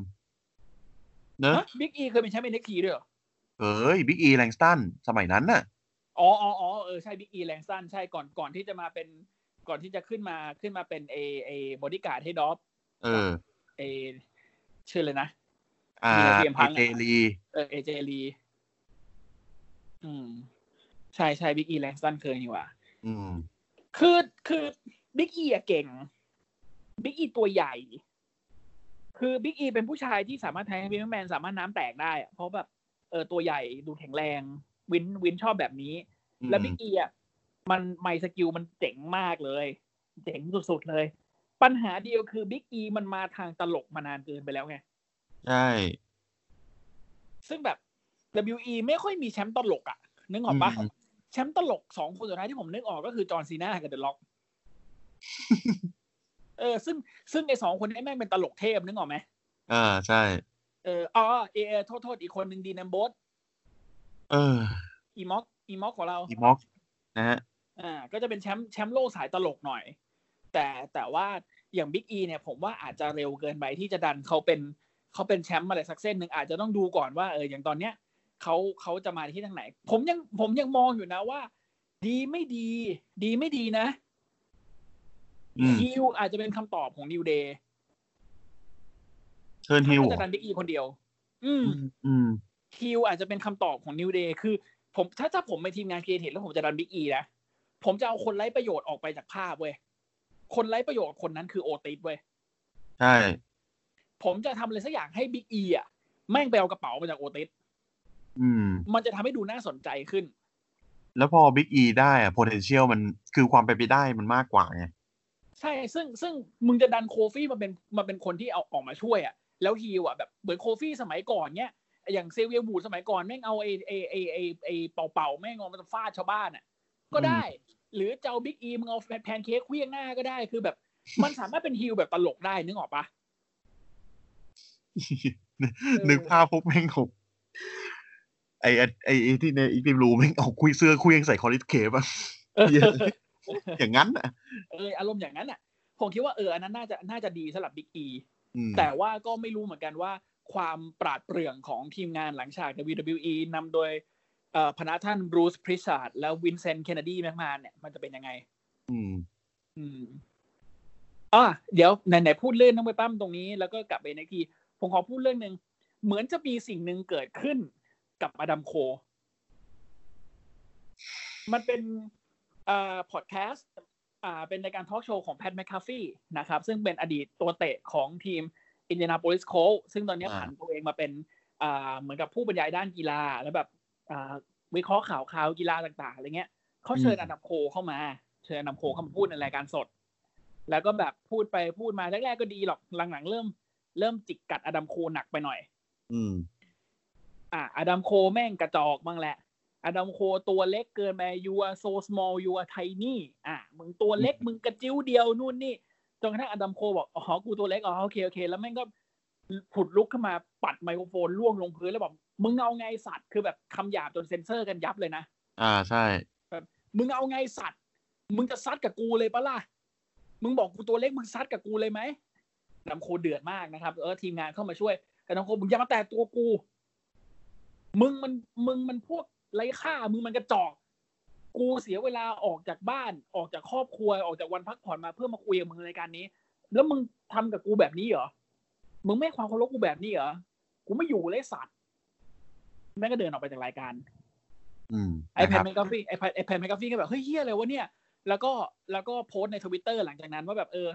Speaker 2: เนอะ
Speaker 3: ฮะบิ๊กอีเคยเป็นแชมป์เอ็นเอ็กทีด้วยเหรอ
Speaker 2: เอ้ยบิ๊กอีแลงสตันสมัยนั้นน่ะ
Speaker 3: อ๋ออ๋ออ๋อเออ ใช่บิ๊กอีแรงสั้นใช่ก่อนก่อนที่จะมาเป็นก่อนที่จะขึ้นมาขึ้นมาเป็นเอเอบอดี้การ์ดให้ดอฟ
Speaker 2: เออ
Speaker 3: เอชื่อเลยนะ
Speaker 2: อ่า
Speaker 3: มีอะไรเตรียมพั
Speaker 2: เอง เจ
Speaker 3: อ่ะ
Speaker 2: ลี
Speaker 3: เออเอเจลีอืม ใช่ใช่บิ๊กอีแรงสั้นเคยนี่หว่า
Speaker 2: อืม
Speaker 3: คือคือบิ๊กอีอะเก่งบิ๊กอีตัวใหญ่ คือบิ๊กอีเป็นผู้ชายที่สามารถแทงพิมแมนสามารถน้ำแตกได้อะเพราะแบบเออตัวใหญ่ดูแข็งแรง วินวินชอบแบบนี้ แล้วบิ๊กอีอ่ะมันไมสกิลมันเจ๋งมากเลย เจ๋งสุดๆเลย ปัญหาเดียวคือบิ๊กอีมันมาทางตลกมานานเกินไปแล้วไง
Speaker 2: ใช่
Speaker 3: ซึ่งแบบ WE ไม่ค่อยมีแชมป์ตลกอ่ะ นึกออกปะ
Speaker 2: อืม
Speaker 3: แชมป์ตลกสองคนสุดท้ายที่ผมนึกออกก็คือจอห์นซีนากับเดอะล็อก เออ ซึ่งซึ่งไอสองคนนี้แม่งเป็นตลกเทพนึกออกไหม
Speaker 2: อ่าใช่
Speaker 3: เอออ๋อเอเอโทษโทษอีกคนหนึ่งดีนัมโบส
Speaker 2: เออ
Speaker 3: อีม็อกอีม็อกของเรา
Speaker 2: อีม็อกนะฮะ
Speaker 3: อ่าก็จะเป็นแชมป์แชมป์โลกสายตลกหน่อย แต่แต่ว่า อย่างบิ๊กอีเนี่ยผมว่าอาจจะเร็วเกินไปที่จะดันเขาเป็นเขาเป็นแชมป์อะไรสักเส้นหนึ่งอาจจะต้องดูก่อนว่าเอออย่างตอนเนี้ยเขาเขาจะมาที่ทางไหน ผมยังผมยังมองอยู่นะว่า ดีไม่ดี ดีไม่ดีนะ
Speaker 2: อืม
Speaker 3: ฮิวอาจจะเป็นคำตอบของนิวเดย์
Speaker 2: เชิญฮิว
Speaker 3: จะดันบิ๊กอีคนเดียว อืม
Speaker 2: อืม
Speaker 3: ฮิวอาจจะเป็นคำตอบของนิวเดย์คือ ผมถ้าถ้าผมเป็นทีมงานครีเอทีฟแล้วผมจะดันบิ๊กอีนะ ผมจะเอาคนไร้ประโยชน์ออกไปจากภาพเว้ย คนไร้ประโยชน์กับคนนั้นคือโอติสเว้ย
Speaker 2: ใช่
Speaker 3: ผมจะทำอะไรสักอย่างให้บิ๊กอีอ่ะแม่งไปเอากระเป๋ามาจากโอติส
Speaker 2: อืม
Speaker 3: มันจะทำให้ดูน่าสนใจขึ้น
Speaker 2: แล้วพอบิ๊กอีได้อะ potential มันคือความไปนไปได้มันมากกว่า ไง
Speaker 3: ใช่ ซึ่งซึ่งมึงจะดันโคฟี่มาเป็นมาเป็นคนที่เอาออกมาช่วยอ่ะ แล้วฮิวอ่ะแบบเหมือนโคฟี่สมัยก่อนเนี้ย อย่างเซเวียร์บูดสมัยก่อนแม่งเอาไอไอไอไอไอเป่าเป่าๆแม่งเอามาฟาดชาวบ้านอ่ะ ก็ได้ หรือจะเอาบิ๊กอีมึงเอาแพนเค้กเคลี้ยงหน้าก็ได้ คือแบบ มันสามารถเป็นฮิวแบบตลกได้นึกออกปะ อ
Speaker 2: นึกภาพพวกแม่งขบไอ้ไอ้ไอ้ไอ้ที่ในอีกทีมรูแม่งเอาคุยเสื้อคุยยังใส่คอริสเคปอะ เหี้ยอย่างนั้นอะ
Speaker 3: เอออารมณ์อย่างนั้นอ่ะ ผมคิดว่าเอออันนั้นน่าจะน่าจะดีสำหรับบิ๊กอี
Speaker 2: อืม
Speaker 3: แต่ว่าก็ไม่รู้เหมือนกันว่าความปราดเปรื่องของทีมงานหลังฉาก WWE นำโดยเอ่อพนักท่านบรูซพริชาร์ดและวินเซนต์เคนเนดีแมกมานเนี่ยมันจะเป็นยังไง
Speaker 2: อืม
Speaker 3: อืมอ่ะเดี๋ยวไหนๆพูดเรื่องน้องไปปั้มตรงนี้ แล้วก็กลับไปในทีผมขอพูดเรื่องหนึ่งเหมือนจะมีสิ่งหนึ่งเกิดขึ้นกับอดัมโค มันเป็นอ่าพอดแคสต์อ่าเป็นรายการทอล์กโชว์ของแพทแมคคาฟี่นะครับ ซึ่งเป็นอดีตตัวเตะของทีมอินเดียนาโพลิสโคซึ่งตอนนี้
Speaker 2: อ่า
Speaker 3: ผันตัวเองมาเป็นอ่าเหมือนกับผู้บรรยายด้านกีฬา แล้วแบบอ่าวิเคราะห์ข่าวข่าวกีฬาต่าง ๆอะไรเงี้ย เขาเชิญอันดับโคเข้ามา เชิญอันดับโคเข้ามาพูดในรายการสด แล้วก็แบบพูดไปพูดมาแรกๆก็ดีหรอกหลังๆเริ่มเริ่มจิกกัดอดัมโคหนักไปหน่อย
Speaker 2: อืม
Speaker 3: อ่ะอดัมโคแม่งกระจอกบ้างแหละ อดัมโคตัวเล็กเกินไป you are so small you are tiny อ่ะมึงตัวเล็กมึงกระจิ้วเดียวนู่นนี่จนกระทั่งอดัมโคบอกอ๋อกูตัวเล็กอ๋อโอเคโอเค แล้วแม่งก็ผุดลุกขึ้นมาปัดไมโครโฟนล่วงลงพื้นแล้วบอกมึงเอาไงสัตว์คือแบบคำหยาบจนเซ็นเซอร์กันยับเลยนะ
Speaker 2: อ่าใช่
Speaker 3: มึงเอาไงสัตว์ มึงจะซัดกับกูเลยปะล่ะ มึงบอกกูตัวเล็กมึงซัดกับกูเลยไหมน้ำโคเดือดมากนะครับ เออทีมงานเข้ามาช่วย แต่น้ำโคมึงอย่ามาแตะตัวกู มึงมันมึงมันพวกไร้ค่า มึงมันกระจอก กูเสียเวลาออกจากบ้าน ออกจากครอบครัว ออกจากวันพักผ่อนมาเพื่อมาคุยกับมึงในรายการนี้ แล้วมึงทำกับกูแบบนี้เหรอ มึงไม่ให้ความเคารพกูแบบนี้เหรอ กูไม่อยู่เลยสัตว์ แม่งก็เดินออกไปจากรายการ
Speaker 2: อืม
Speaker 3: ไอแพ
Speaker 2: นะค
Speaker 3: น
Speaker 2: รับ
Speaker 3: แมกกาฟี่ไอแพนไอแพนแมกกาฟี่ก็แบบเฮ้ยเฮียอะไรวะเนี่ย แล้วก็แล้วก็โพสต์ในทวิตเตอร์หลังจากนั้นว่าแบบเออ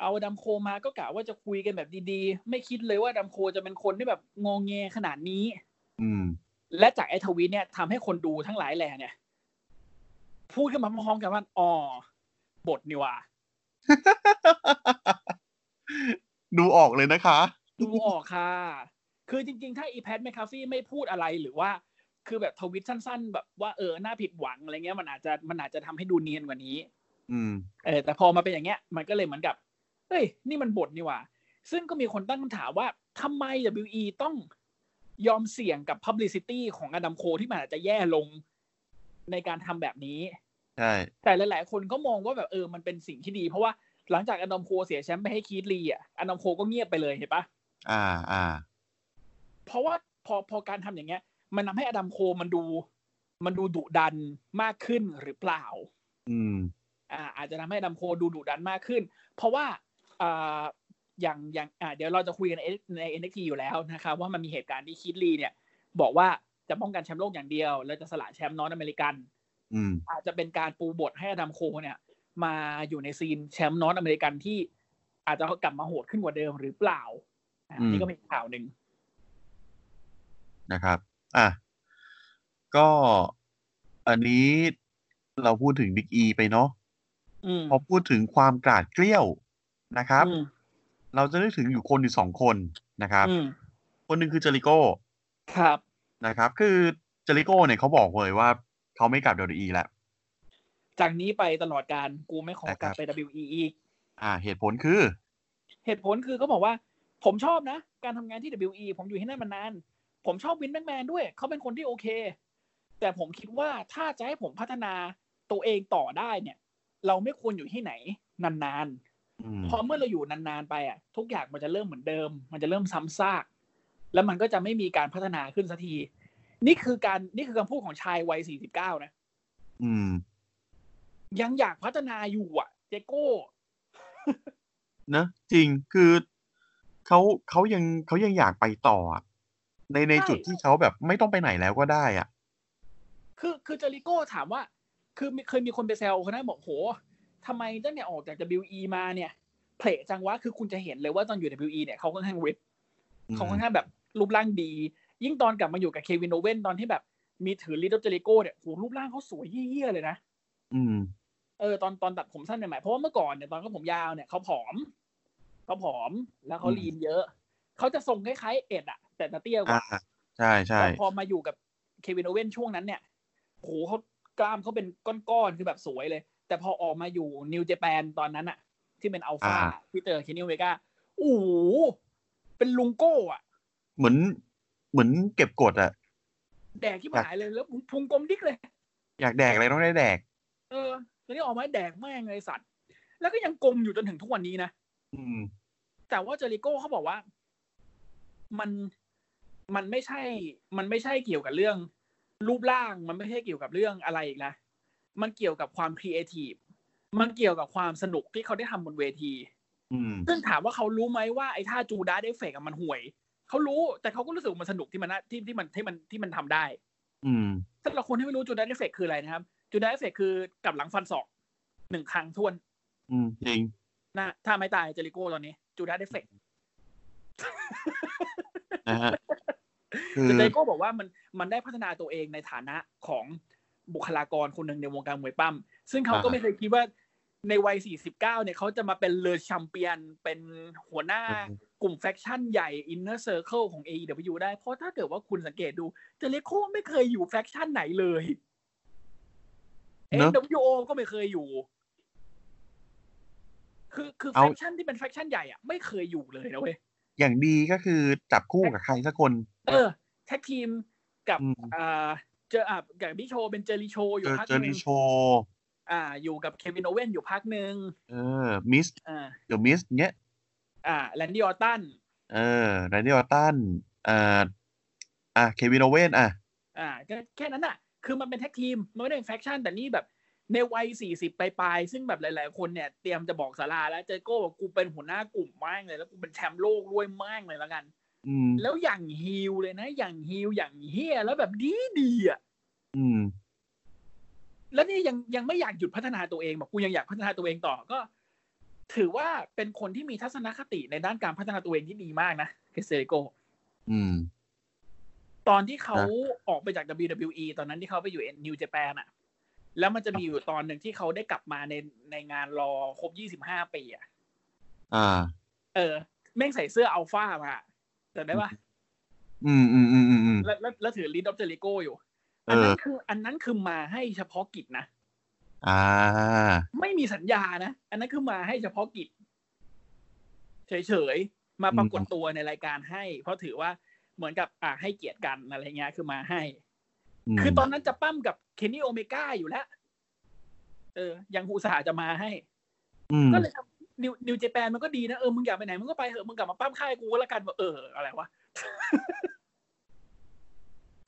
Speaker 3: เอาอดัมโคมาก็กะว่าจะคุยกันแบบดีๆ ไม่คิดเลยว่าอดัมโคจะเป็นคนที่แบบงงเงขนาดนี้
Speaker 2: อืม
Speaker 3: และจากไอทวีตเนี่ยทำให้คนดูทั้งหลายแหล่เนี่ย พูดขึ้นมาพร้อมๆกันว่าอ๋อบทนี่ว่ะ
Speaker 2: ดูออกเลยนะคะ
Speaker 3: ดูออกค่ะ คือจริงๆ ถ้าอีแพทแมคคาฟี่ไม่พูดอะไรหรือว่า คือแบบทวิตสั้น ๆ แบบว่าเออหน้าผิดหวังอะไรเงี้ยมันอาจจะมันอาจจะทำให้ดูเนียนกว่านี้
Speaker 2: อืม
Speaker 3: เออแต่พอมาเป็นอย่างเงี้ยมันก็เลยเหมือนกับเฮ้ยนี่มันบทนี่หว่า ซึ่งก็มีคนตั้งคำถามว่าทำไม WE ต้องยอมเสี่ยงกับ Publicity ของอดัมโคที่มันอาจจะแย่ลงในการทำแบบนี้
Speaker 2: ใช่
Speaker 3: แต่หลาย ๆ คนก็มองว่าแบบเออมันเป็นสิ่งที่ดี เพราะว่าหลังจากอดัมโคเสียแชมป์ไปให้คีดลีอ่ะอดัมโคก็เงียบไปเลยเห็นปะ
Speaker 2: อ่า อ่า
Speaker 3: เพราะว่าพอพอการทำอย่างเงี้ย มันทำให้อดัมโคมันดู มันดูดุดันมากขึ้นหรือเปล่า
Speaker 2: อืม
Speaker 3: อ่าอาจจะทำให้ดัมโคดูดุดันมากขึ้น เพราะว่าอ่าอย่างอย่างอ่าเดี๋ยวเราจะคุยกันในใน NXT อยู่แล้วนะครับว่ามันมีเหตุการณ์ที่คิดลีเนี่ย บอกว่าจะป้องกันแชมป์โลกอย่างเดียว แล้วจะสละแชมป์นอตอเมริกัน
Speaker 2: อืม
Speaker 3: อาจจะเป็นการปูบทให้อดัมโคเนี่ย มาอยู่ในซีนแชมป์นอตอเมริกันที่อาจจะกลับมาโหดขึ้นกว่าเดิมหรือเปล่าอ่ะ
Speaker 2: อืม
Speaker 3: นี่ก็เป็นข่าวหนึ่ง
Speaker 2: นะครับ อ่ะ ก็อันนี้เราพูดถึงบิ๊กอีไปเนาะ
Speaker 3: อืม
Speaker 2: พอพูดถึงความกราดเกลี้ยวนะครับ
Speaker 3: อืม
Speaker 2: เราจะนึกถึงอยู่คนอยู่สองคนนะครับ
Speaker 3: อืม
Speaker 2: คนหนึ่งคือเจริโก้
Speaker 3: ครับ
Speaker 2: นะครับ คือเจริโก้เนี่ยเขาบอกเลยว่าเขาไม่กลับ WWE แล้ว
Speaker 3: จากนี้ไปตลอดการกูไม่ขอ
Speaker 2: นะ
Speaker 3: ก
Speaker 2: ครั
Speaker 3: ลับบ ไป WE อีก
Speaker 2: อ่า เหตุผลคือ
Speaker 3: เหตุผลคือเขาบอกว่าผมชอบนะ การทำงานที่ WE ผมอยู่ที่นั่นมานาน ผมชอบวินแมกแมนด้วย เขาเป็นคนที่โอเค แต่ผมคิดว่าถ้าจะให้ผมพัฒนาตัวเองต่อได้เนี่ย เราไม่ควรอยู่ที่ไหนนาน
Speaker 2: อืม
Speaker 3: พอเมื่อเราอยู่นานๆไปอ่ะทุกอย่างมันจะเริ่มเหมือนเดิม มันจะเริ่มซ้ำซาก แล้วมันก็จะไม่มีการพัฒนาขึ้นสักที นี่คือการนี่คือคำพูดของชายวัยสี่สิบเก้านะ
Speaker 2: อืม
Speaker 3: ยังอยากพัฒนาอยู่อ่ะ เจโก้
Speaker 2: นะจริงคือเขาเขายังเขายังอยากไปต่ออะในใน
Speaker 3: ใช่
Speaker 2: จุดที่เขาแบบไม่ต้องไปไหนแล้วก็ได้อ่ะ
Speaker 3: คือคือเจอริโก้ถามว่า คือมีเคยมีคนไปแซวคนนั้นบอกโหทำไมตั้งแต่ออกจาก WE มาเนี่ยเพลจังวะคือคุณจะเห็นเลยว่าตอนอยู่ WE เนี่ยเขาค่อนข้างริบ
Speaker 2: อืม
Speaker 3: เขาค่อนข้างแบบรูปร่างดี ยิ่งตอนกลับมาอยู่กับเควินโอเว่นตอนที่แบบมีถือลิตเติ้ลเจอริโก้เนี่ยโหรูปร่างเขาสวยเยี่ยๆเลยนะ
Speaker 2: อืม
Speaker 3: เออตอนตอนตัดผมสั้นใหม่ๆเพราะว่าเมื่อก่อนเนี่ยตอนเขาผมยาวเนี่ยเขาผอมเขาผอมแล้วเขา
Speaker 2: อืม
Speaker 3: ลีนเยอะเขาจะทรงคล้ายๆเอ็ดอะแต่จะเตี้ยก
Speaker 2: อ่า
Speaker 3: ว่า
Speaker 2: ใช่ใช่
Speaker 3: แต่พอมาอยู่กับเควินโอเว่นช่วงนั้นเนี่ยโหเขากล้ามเขาเป็นก้อนๆ คือแบบสวยเลย แต่พอออกมาอยู่นิวเจแปนตอนนั้นอะที่เป็นอัลฟาที่เจอเคนนี่เวกาโอ้โหเป็นลุงโก้อะ
Speaker 2: เหมือนเหมือนเก็บกดอ่ะ
Speaker 3: แดกที่หายเลยแล้วพุงกลมดิกเลย
Speaker 2: อยากแดกอะไรต้องได้แดก
Speaker 3: เออตอนนี้ออกมาแดกแม่งเลยสัตว์ แล้วก็ยังกลมอยู่จนถึงทุกวันนี้นะ
Speaker 2: อืม
Speaker 3: แต่ว่าเจอริโก้เขาบอกว่า มันมันไม่ใช่ มันไม่ใช่เกี่ยวกับเรื่องรูปร่าง มันไม่ใช่เกี่ยวกับเรื่องอะไรอีกนะมันเกี่ยวกับความครีเอทีฟมันเกี่ยวกับความสนุกที่เขาได้ทำบนเวที
Speaker 2: อืม
Speaker 3: ซึ่งถามว่าเขารู้ไหมว่าไอ้ท่าจูดาเดฟเฟกต์อะมันห่วย เขารู้แต่เขาก็รู้สึกว่ามันสนุกที่มันน่าที่ที่มันที่มันที่มันทำได้
Speaker 2: อืม
Speaker 3: สำหรับคนที่ไม่รู้จูดาเดฟเฟกต์คืออะไรนะครับจูดาเดฟเฟกต์คือกลับหลังฟันศอกหนึ่งครั้งทวน
Speaker 2: อืมจริง
Speaker 3: นะถ้าไม่ตายเจอริโก้ตอนนี้จูดาเดฟเฟกต์
Speaker 2: นะฮะ คือ
Speaker 3: แต่เจโก้บอกว่ามันมันได้พัฒนาตัวเองในฐานะของบุคลากรคนหนึ่งในวงการมวยปั้ม ซึ่งเขาก็
Speaker 2: อ่า
Speaker 3: ไม่เคยคิดว่าในวัย 49 เนี่ยเขาจะมาเป็นเลอแชมเปียน เป็นหัวหน้ากลุ่มแฟคชั่นใหญ่อินเนอร์เซอร์เคิลของ AEW ได้ เพราะถ้าเกิดว่าคุณสังเกตดูเจเลโก้ไม่เคยอยู่แฟคชั่นไหนเลย
Speaker 2: เนอะ
Speaker 3: NWO ก็ไม่เคยอยู่ คือคือแฟ
Speaker 2: เอา
Speaker 3: คชั่นที่เป็นแฟคชั่นใหญ่อะไม่เคยอยู่เลยนะเว้ย
Speaker 2: อย่างดีก็คือจับคู่กับใครสักคน
Speaker 3: เออแท็กทีมกับ
Speaker 2: อืม
Speaker 3: อ่าเจออ่ากับบิกโชเป็นเจอริโชอ
Speaker 2: เจ
Speaker 3: ยู่
Speaker 2: อ
Speaker 3: พัก
Speaker 2: เจอ
Speaker 3: ห
Speaker 2: รี
Speaker 3: นึ่ง
Speaker 2: โชว์
Speaker 3: อ่า อยู่กับเควินโอเว่นอยู่พักหนึ่ง
Speaker 2: เออ มิส
Speaker 3: อ่า
Speaker 2: เดอะมิสเนี้ย
Speaker 3: อ่าแลนดี้ออตตัน
Speaker 2: เออแรนดี้ออตตันอ่าอ่ะเควินโอเว่นอ่ะ
Speaker 3: อ่าก็แค่นั้นอ่ะ คือมันเป็นแท็กทีม มันไม่ได้เป็นแฟคชั่น แต่นี่แบบในวัยสี่สิบปลายๆ ซึ่งแบบหลาย ๆ คนเนี่ย เตรียมจะบอกสาราแล้วเจโก้บอกกูเป็นหัวหน้ากลุ่มมากเลย แล้วกูเป็นแชมป์โลกด้วยมากเลยละกัน
Speaker 2: อืม
Speaker 3: แล้วอย่างฮิวเลยนะ อย่างฮิวอย่างเฮียแล้วแบบดีดีๆอ่ะ
Speaker 2: อืม
Speaker 3: แล้วนี่ยังยังไม่อยากหยุดพัฒนาตัวเองบอกกูยังอยากพัฒนาตัวเองต่อก็ ถือว่าเป็นคนที่มีทัศนคติในด้านการพัฒนาตัวเองที่ดีมากนะเคเซริโก
Speaker 2: อืม
Speaker 3: ตอนที่เขา
Speaker 2: อ่
Speaker 3: ออกไปจาก WWE ตอนนั้นที่เขาไปอยู่นิวเจแปนอะแล้วมันจะมีอยู่ตอนหนึ่งที่เขาได้กลับมาในในงานรอครบ 25 ปีอะ
Speaker 2: อ่า
Speaker 3: เออ แม่งใส่เสื้ออัลฟามาจำได้ปะ
Speaker 2: อืมอืมอืมอืมอืม
Speaker 3: แล้วแล้วแล้วถือลิดดอบเจริโกอยู่
Speaker 2: เอ
Speaker 3: อันนั้
Speaker 2: อ
Speaker 3: นคืออันนั้นคือมาให้เฉพาะกิจนะ
Speaker 2: อ่า
Speaker 3: ไม่มีสัญญานะ อันนั้นคือมาให้เฉพาะกิจ เฉยๆ มาปรากฏตัวในรายการให้ เพราะถือว่าเหมือนกับอ่าให้เกียรติกันอะไรเงี้ยคือมาให้
Speaker 2: ม
Speaker 3: คือตอนนั้นจะปั้มกับเคนนี่โอเมก้าอยู่แล้ว เออ ยังอุตส่าห์จะมาให้
Speaker 2: อืม
Speaker 3: ก็เลยทำนิวนิวเจแปนมันก็ดีนะ เออ มึงอยากไปไหน มึงก็ไปเถอะมึงกลับมาปั้มค่ายกูก็แล้วกันว่าเออ อะไรวะ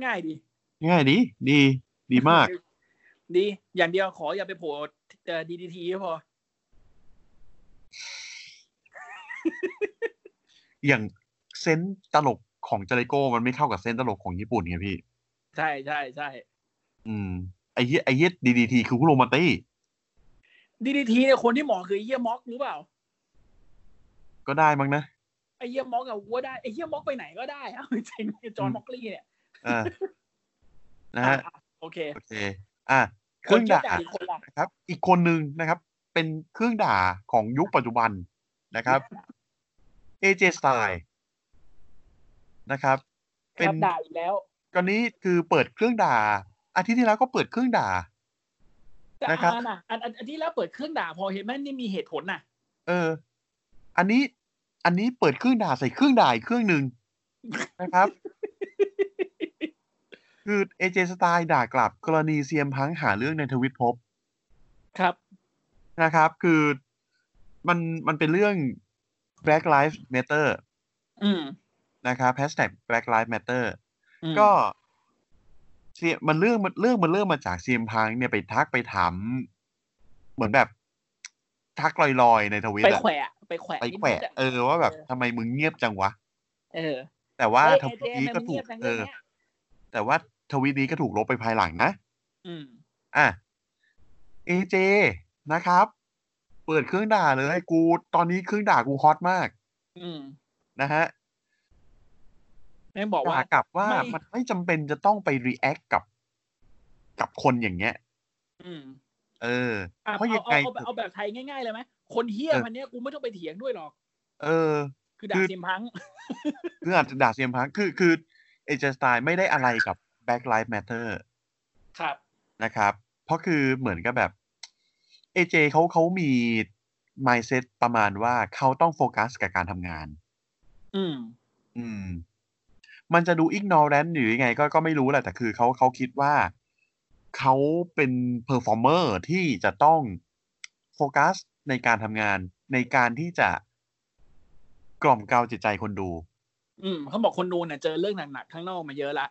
Speaker 3: ง่ายดี
Speaker 2: ง่ายดี ดี ดีมาก
Speaker 3: ดี อย่างเดียวขออย่าไปโผล่ดีดีทีพอ
Speaker 2: อย่างเซนส์ตลกของเจาริโก้มันไม่เข้ากับเซนส์ตลกของญี่ปุ่นไงพี่
Speaker 3: ใช่ใช่ใช่
Speaker 2: อืม ไอ้เหี้ยไอ้เหี้ยดีดีทีคือคุโรมาตี้
Speaker 3: ดีดีทีเนี่ยคนที่เหมอคือไอ้เยี่ยม็อกรู้เปล่า
Speaker 2: ก็ได้มั้งนะ
Speaker 3: ไอ้เยี่ยม็อกอะกูว่าได้ไอ้เยี่ยม็อกไปไหนก็ได้ เอาจริงๆไอ้จอห์นม็อกลี่เนี่ย
Speaker 2: อ่า นะฮะ
Speaker 3: อ่โอเค
Speaker 2: โอเค อ่ะ เครื่องด่า
Speaker 3: นที่อีกคนละ
Speaker 2: นะครับ อีกคนหนึ่งนะครับ เป็นเครื่องด่าของยุคปัจจุบันนะครับ AJ Style นะครับ
Speaker 3: ค
Speaker 2: เป็น
Speaker 3: รับด่าอีกแล้ว
Speaker 2: ตอนนี้คือเปิดเครื่องด่า อาทิตย์ที่แล้วก็เปิดเครื่องด่า
Speaker 3: แต่
Speaker 2: นะครับ
Speaker 3: อันน่ะอันอันอันที่แล้วเปิดเครื่องด่าพอเห็นแม่นนี่มีเหตุผลน่ะ
Speaker 2: เออ อันนี้ อันนี้เปิดเครื่องด่าใส่เครื่องด่าอีกเครื่องหนึ่งนะครับ คือเอเจสไตล์ด่ากลับกรณีเซียมพังหาเรื่องในทวิตภพบ
Speaker 3: ครับ
Speaker 2: นะครับ คือ มันมันเป็นเรื่อง Black Lives Matter
Speaker 3: อืม
Speaker 2: นะครับ hashtag Black Lives Matter
Speaker 3: อืม
Speaker 2: ก็เสียมันเรื่องมันเรื่องมันเรื่องมาจากเซียมพังเนี่ยไปทักไปถาม เหมือนแบบ ทักลอยๆในทวิต
Speaker 3: ไป
Speaker 2: อะ
Speaker 3: แขวะไปแขวะ
Speaker 2: ไปแขวะ
Speaker 3: นิดๆอะ
Speaker 2: เออว่าแบบทำไมมึงเงียบจังวะ
Speaker 3: เออ
Speaker 2: แต่ว่า
Speaker 3: เอ้ย
Speaker 2: ท
Speaker 3: ไอ
Speaker 2: วิตนี้
Speaker 3: เจมัน
Speaker 2: ก็ถู
Speaker 3: เงีย
Speaker 2: ก
Speaker 3: บจัง
Speaker 2: เอ
Speaker 3: เรื่อง
Speaker 2: อ
Speaker 3: เนี้ย
Speaker 2: แต่ว่าทวีตนี้ก็ถูกลบไปภายหลังนะ
Speaker 3: อืม
Speaker 2: อ่ะเอเจนะครับ เปิดเครื่องด่าเลยกู ตอนนี้เครื่องด่ากูฮอตมาก
Speaker 3: อืม
Speaker 2: นะฮะ
Speaker 3: แม่งบอกว่า
Speaker 2: ด่ากลับว่า
Speaker 3: ไม่
Speaker 2: มันไม่จำเป็นจะต้องไปรีแอคกับ กับคนอย่างเงี้ย
Speaker 3: อืม
Speaker 2: เออ
Speaker 3: อ่ะ
Speaker 2: เพ
Speaker 3: เอา
Speaker 2: ราะยัง
Speaker 3: เอา
Speaker 2: ไง
Speaker 3: เอาแบบเอาแบบไทยง่ายๆเลยไหมคนเฮี้ย
Speaker 2: เออ
Speaker 3: พันเนี้ยกูไม่ต้องไปเถียงด้วยหรอก
Speaker 2: เออ
Speaker 3: คือด่า
Speaker 2: คือ
Speaker 3: เซียมพัง
Speaker 2: คืออาจจะด่าเซียมพังคือคือเอเจสไตล์ไม่ได้อะไรกับ Black Lives Matter
Speaker 3: ครับ
Speaker 2: นะครับ เพราะคือเหมือนกับแบบเอเจเขาเขามี mindset ประมาณว่าเขาต้องโฟกัสกับการทำงาน
Speaker 3: อืม
Speaker 2: อืม มันจะดูอิกนอแรนหรือยังไงก็ก็ไม่รู้แหละ แต่คือเขาเขาคิดว่าเขาเป็นเพอร์ฟอร์เมอร์ที่จะต้องโฟกัสในการทำงาน ในการที่จะกล่อมเกลาจิตใจคนดู
Speaker 3: อืมเขาบอกคนดูเนี่ยเจอเรื่องหนักๆข้างนอกมาเยอะละ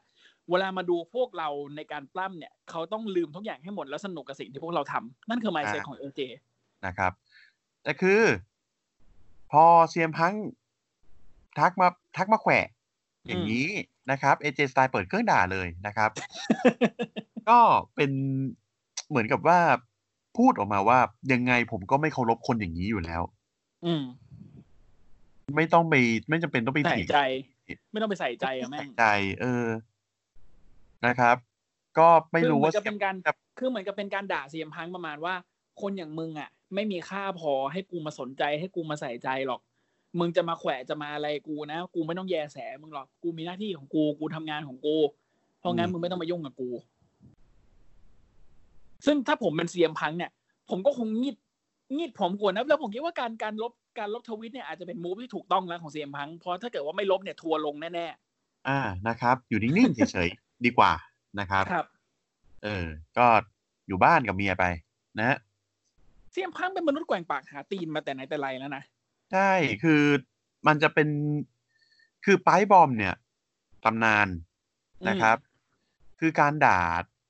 Speaker 3: เวลามาดูพวกเราในการปล้ำเนี่ย เขาต้องลืมทุกอย่างให้หมดแล้วสนุกกับสิ่งที่พวกเราทำนั่นคือไมเซ็ต
Speaker 2: อ่า
Speaker 3: ของเอเจ
Speaker 2: นะครับ แต่คือ พอเซียมพังก์ทักมาทักมาแขวะอย่างนี้นะครับเอเจสไตล์เปิดเครื่องด่าเลยนะครับ ก็เป็นเหมือนกับว่าพูดออกมาว่ายังไงผมก็ไม่เคารพคนอย่างนี้อยู่แล้ว
Speaker 3: อืม
Speaker 2: ไม่ต้องไปไม่จำเป็นต้องไป
Speaker 3: ใส่
Speaker 2: ถีบ
Speaker 3: ใจ ไม่ต้องไปใส่ใจอะแม่ง
Speaker 2: ใจ เออนะครับ ก็ไม่รู้ว่า
Speaker 3: คือเหอนกับเป็นการ
Speaker 2: จะ
Speaker 3: คือเหมือนกับเป็นการด่าเซียมพังประมาณว่า คนอย่างมึงอ่ะ ไม่มีค่าพอให้กูมาสนใจให้กูมาใส่ใจหรอก มึงจะมาแขวะจะมาอะไรกูนะ กูไม่ต้องแยแสมึงหรอกกูมีหน้าที่ของกูกูทำงานของกูเพราะงั้นมึงไม่ต้องมายุ่งกับกู ซึ่งถ้าผมเป็นเซียมพังเนี่ย ผมก็คงงีดงีดผมกวนนะแล้วผมคิดว่าการการลบการลบทวิตเนี่ยอาจจะเป็นมูฟที่ถูกต้องแล้วของเซียมพังเพราะถ้าเกิดว่าไม่ลบเนี่ยทัวร์ลงแน่
Speaker 2: อ่านะครับ อยู่นิ่งๆเฉยๆดีกว่านะครับ
Speaker 3: ๆครับ
Speaker 2: เออ ก็อยู่บ้านกับเมียไป นะฮะ
Speaker 3: เซียมพังเป็นมนุษย์แกว่งปากหาตีนมาแต่ไหนแต่ไรแล้วนะ
Speaker 2: ใช่ คือมันจะเป็น คือไปบอมเนี่ยตำนานนะครับ คือการด่า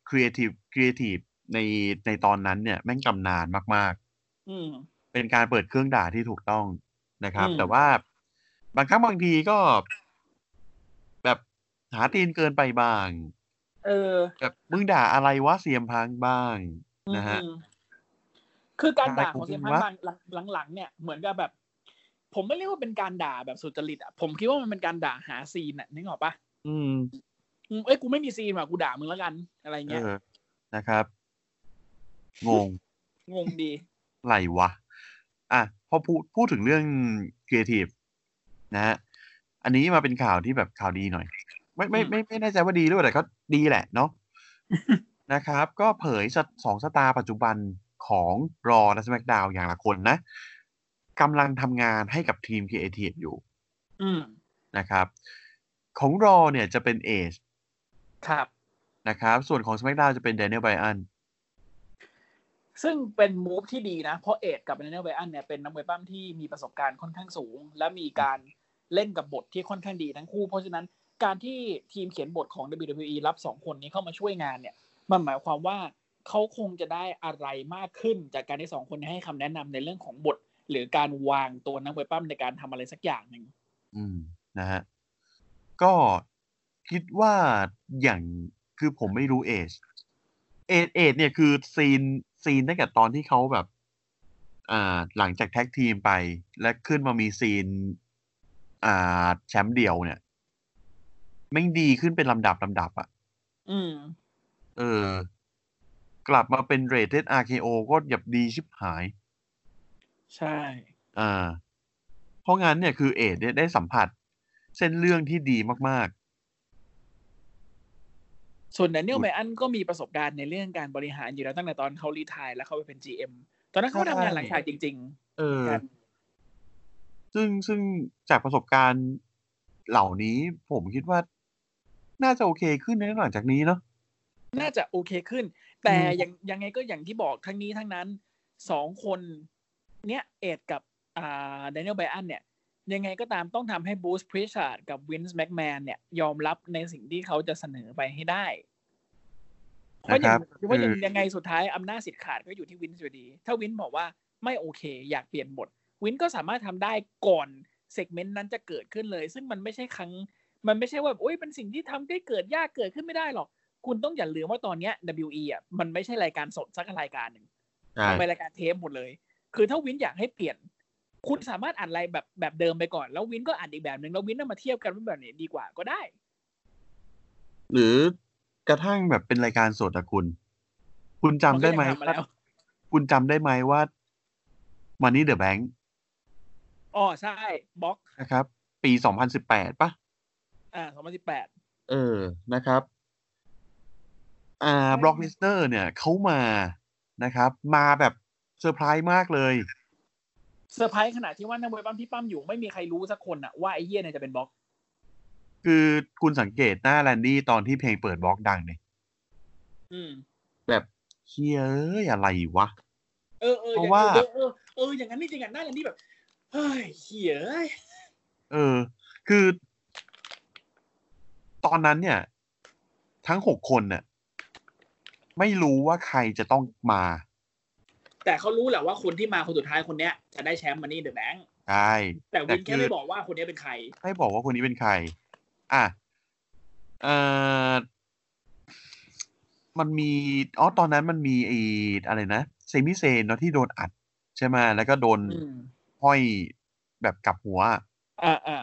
Speaker 2: ครีเอทีฟครีเอทีฟในในตอนนั้นเนี่ย แม่งตำนานมาก
Speaker 3: อืม
Speaker 2: ๆ เป็นการเปิดเครื่องด่าที่ถูกต้องนะครับ
Speaker 3: อืม
Speaker 2: แต่ว่าบางครั้งบางทีก็ แบบหาตีนเกินไปบ้าง
Speaker 3: เออ
Speaker 2: แบบมึงด่าอะไรวะเสียมพังบ้างนะฮะ
Speaker 3: อืมคือการด่าของ
Speaker 2: ได้
Speaker 3: เซียม
Speaker 2: กู
Speaker 3: พัน
Speaker 2: ว่า
Speaker 3: บางหลังหลังๆเนี่ยเหมือนกับแบบ ผมไม่เรียกว่าเป็นการด่าแบบสุจริตอ่ะผมคิดว่ามันเป็นการด่าหาซีนอ่ะนึกออกปะ
Speaker 2: อืม
Speaker 3: อืมเอ้ยกูไม่มีซีนว่ะกูด่ามึงแล้วกัน อะไร
Speaker 2: เอ
Speaker 3: เงี้ย
Speaker 2: อ นะครับ งง
Speaker 3: งงดี
Speaker 2: อะไรวะ อ่ะ พอพูดพูดถึงเรื่องครีเอทีฟนะฮะ อันนี้มาเป็นข่าวที่แบบข่าวดีหน่อย ไม่ไม่ไม่ไม่แน่ใจว่าดีหรือเปล่าแต่ก็ดีแหละเนาะ นะครับ ก็เผยสตสองสตาร์ปัจจุบันของรอและส c k กดาวอย่างละคนนะกำลังทำงานให้กับทีมครีเอทีฟอยู่
Speaker 3: อืม
Speaker 2: นะครับ ของรอเนี่ยจะเป็นเอช
Speaker 3: ครับ
Speaker 2: นะครับ ส่วนของ SmackDown จะเป็นแดเนียลไบอัน
Speaker 3: ซึ่งเป็นมูฟที่ดีนะ เพราะเอ็ดกับแดเนียลไบอันเนี่ยเป็นนักมวยปั้มที่มีประสบการณ์ค่อนข้างสูง และมีการเล่นกับบทที่ค่อนข้างดีทั้งคู่ เพราะฉะนั้นการที่ทีมเขียนบทของ WWE รับสองคนนี้เข้ามาช่วยงานเนี่ย มันหมายความว่าเขาคงจะได้อะไรมากขึ้น จากการที่สองคนนี้ให้คำแนะนำในเรื่องของบท หรือการวางตัวนักมวยปั้มในการทำอะไรสักอย่างหนึ่ง
Speaker 2: อืมนะฮะ ก็คิดว่าอย่างคือผมไม่รู้เอชเอชเอชเนี่ยคือซีนซีนตั้งแต่ตอนที่เขาแบบ อ่า หลังจากแท็กทีมไป และขึ้นมามีซีน อ่า แชมป์เดี่ยวเนี่ยไม่งดีขึ้นเป็นลำดับลำดับอะ่ะ
Speaker 3: อืม
Speaker 2: เออ กลับมาเป็นเรทเทส RKO ก็หยับดีชิบหาย
Speaker 3: ใช่
Speaker 2: อ่า เพราะงั้นเนี่ยคือเอดเนี่ยได้สัมผัส เส้นเรื่องที่ดีมาก
Speaker 3: ส่วนแดเนียลไบอันก็มีประสบการณ์ในเรื่องการบริหารอยู่แล้วตั้งแต่ตอนเขารีไทายแล้วเขาไปเป็น GM ตอนนั้นเขาก็ทำงานหลังฉากจริง
Speaker 2: ๆ เออ
Speaker 3: ๆ กัน
Speaker 2: ซึ่งซึ่งจากประสบการณ์เหล่านี้ผมคิดว่า น่าจะโอเคขึ้นในหลังจากนี้เนาะ
Speaker 3: น่าจะโอเคขึ้น แต่
Speaker 2: อืม
Speaker 3: ยังยังไงก็อย่างที่บอกทั้งนี้ทั้งนั้นสองคน เนี้ยเอ็ดกับ อ่าดเนียลไบอันเนี่ย ยังไงก็ตามต้องทำให้บูสพริชาร์ดกับวินส์แม็กแมนเนี่ย ยอมรับในสิ่งที่เขาจะเสนอไปให้ได้เพราะอ
Speaker 2: นะค
Speaker 3: ย่า
Speaker 2: รั
Speaker 3: ง
Speaker 2: บ
Speaker 3: เพราะว่ายัง
Speaker 2: อืม
Speaker 3: ยังไงสุดท้ายอำนาจสิทธิ์ขาดก็อยู่ที่วินส์อยู่ดี ถ้าวินบอกว่าไม่โอเค อยากเปลี่ยนบท วินก็สามารถทำได้ก่อนเซกเมนต์นั้นจะเกิดขึ้นเลย ซึ่งมันไม่ใช่ครั้ง มันไม่ใช่ว่าโอ้ยเป็นสิ่งที่ทำได้เกิดยากเกิดขึ้นไม่ได้หรอก คุณต้องอย่าลืมว่าตอนเนี้ย WE อ่ะมันไม่ใช่รายการสดสักรายการหนึ่ง
Speaker 2: ใช่
Speaker 3: มันเป็นรายการเทปหมดเลย คือถ้าวินอยากให้เปลี่ยน คุณสามารถอ่านอะไรแบบแบบเดิมไปก่อน แล้ววินก็อ่านอีกแบบหนึ่งแล้ววินน่ะมาเทียบกันว่าแบบไหนดีกว่าก็ได้
Speaker 2: หรือกระทั่งแบบเป็นรายการสดอะคุณ คุณจำได้ไหม
Speaker 3: เขาก็ยังทำมาแล้ว
Speaker 2: คุณจำได้ไหมว่ามันนี่เดอะแบงค์
Speaker 3: อ๋อใช่บล็อก
Speaker 2: นะครับ ปีสองพันสิบแปดปะ
Speaker 3: อ่าสองพันสิบแปด
Speaker 2: เออ นะครับ อ่า บล็อกมิสเตอร์ เนี่ย เขามานะครับ มาแบบเซอร์ไพรส์มากเลย
Speaker 3: เซอร์ไพรส์ขนาดที่ว่านักมวยปั้มที่ปั้มอยู่ไม่มีใครรู้สักคนอะว่าไอ้เหี้ยเนี่ยจะเป็นบล็อก
Speaker 2: คือคุณสังเกตหน้าแลนดี้ตอนที่เพลงเปิดบล็อกดังเนี่ย
Speaker 3: อืม
Speaker 2: แบบเฮียเอ้ยอะไรวะ
Speaker 3: เออเออ
Speaker 2: เพราะว่า
Speaker 3: เออเออเอออย่างนั้นจริงๆอ่ะน่าจะนี่แบบเฮ้ยเหี้ยเอ้ย
Speaker 2: เออ คือ ตอนนั้นเนี่ย ทั้งหกคนเนี่ยไม่รู้ว่าใครจะต้องมา
Speaker 3: แต่เขารู้แหละว่าคนที่มาคนสุดท้ายคนเนี้ยจะได้แชมป์มันนี่เดอะแบงค์
Speaker 2: ใช่
Speaker 3: แต่วิน
Speaker 2: แต่คือ
Speaker 3: แค่ไม่บอกว่าคนเนี้ยเป็นใคร
Speaker 2: ให้บอกว่าคนนี้เป็นใคร อ่ะ เอ่อ มันมี อ๋อ ตอนนั้นมันมีไอ้อะไรนะ เซมิเซนเนาะที่โดนอัด ใช่ไหมยแล้วก็โดน
Speaker 3: อืม
Speaker 2: ห้อยแบบกลับหัว
Speaker 3: อ่าอ่า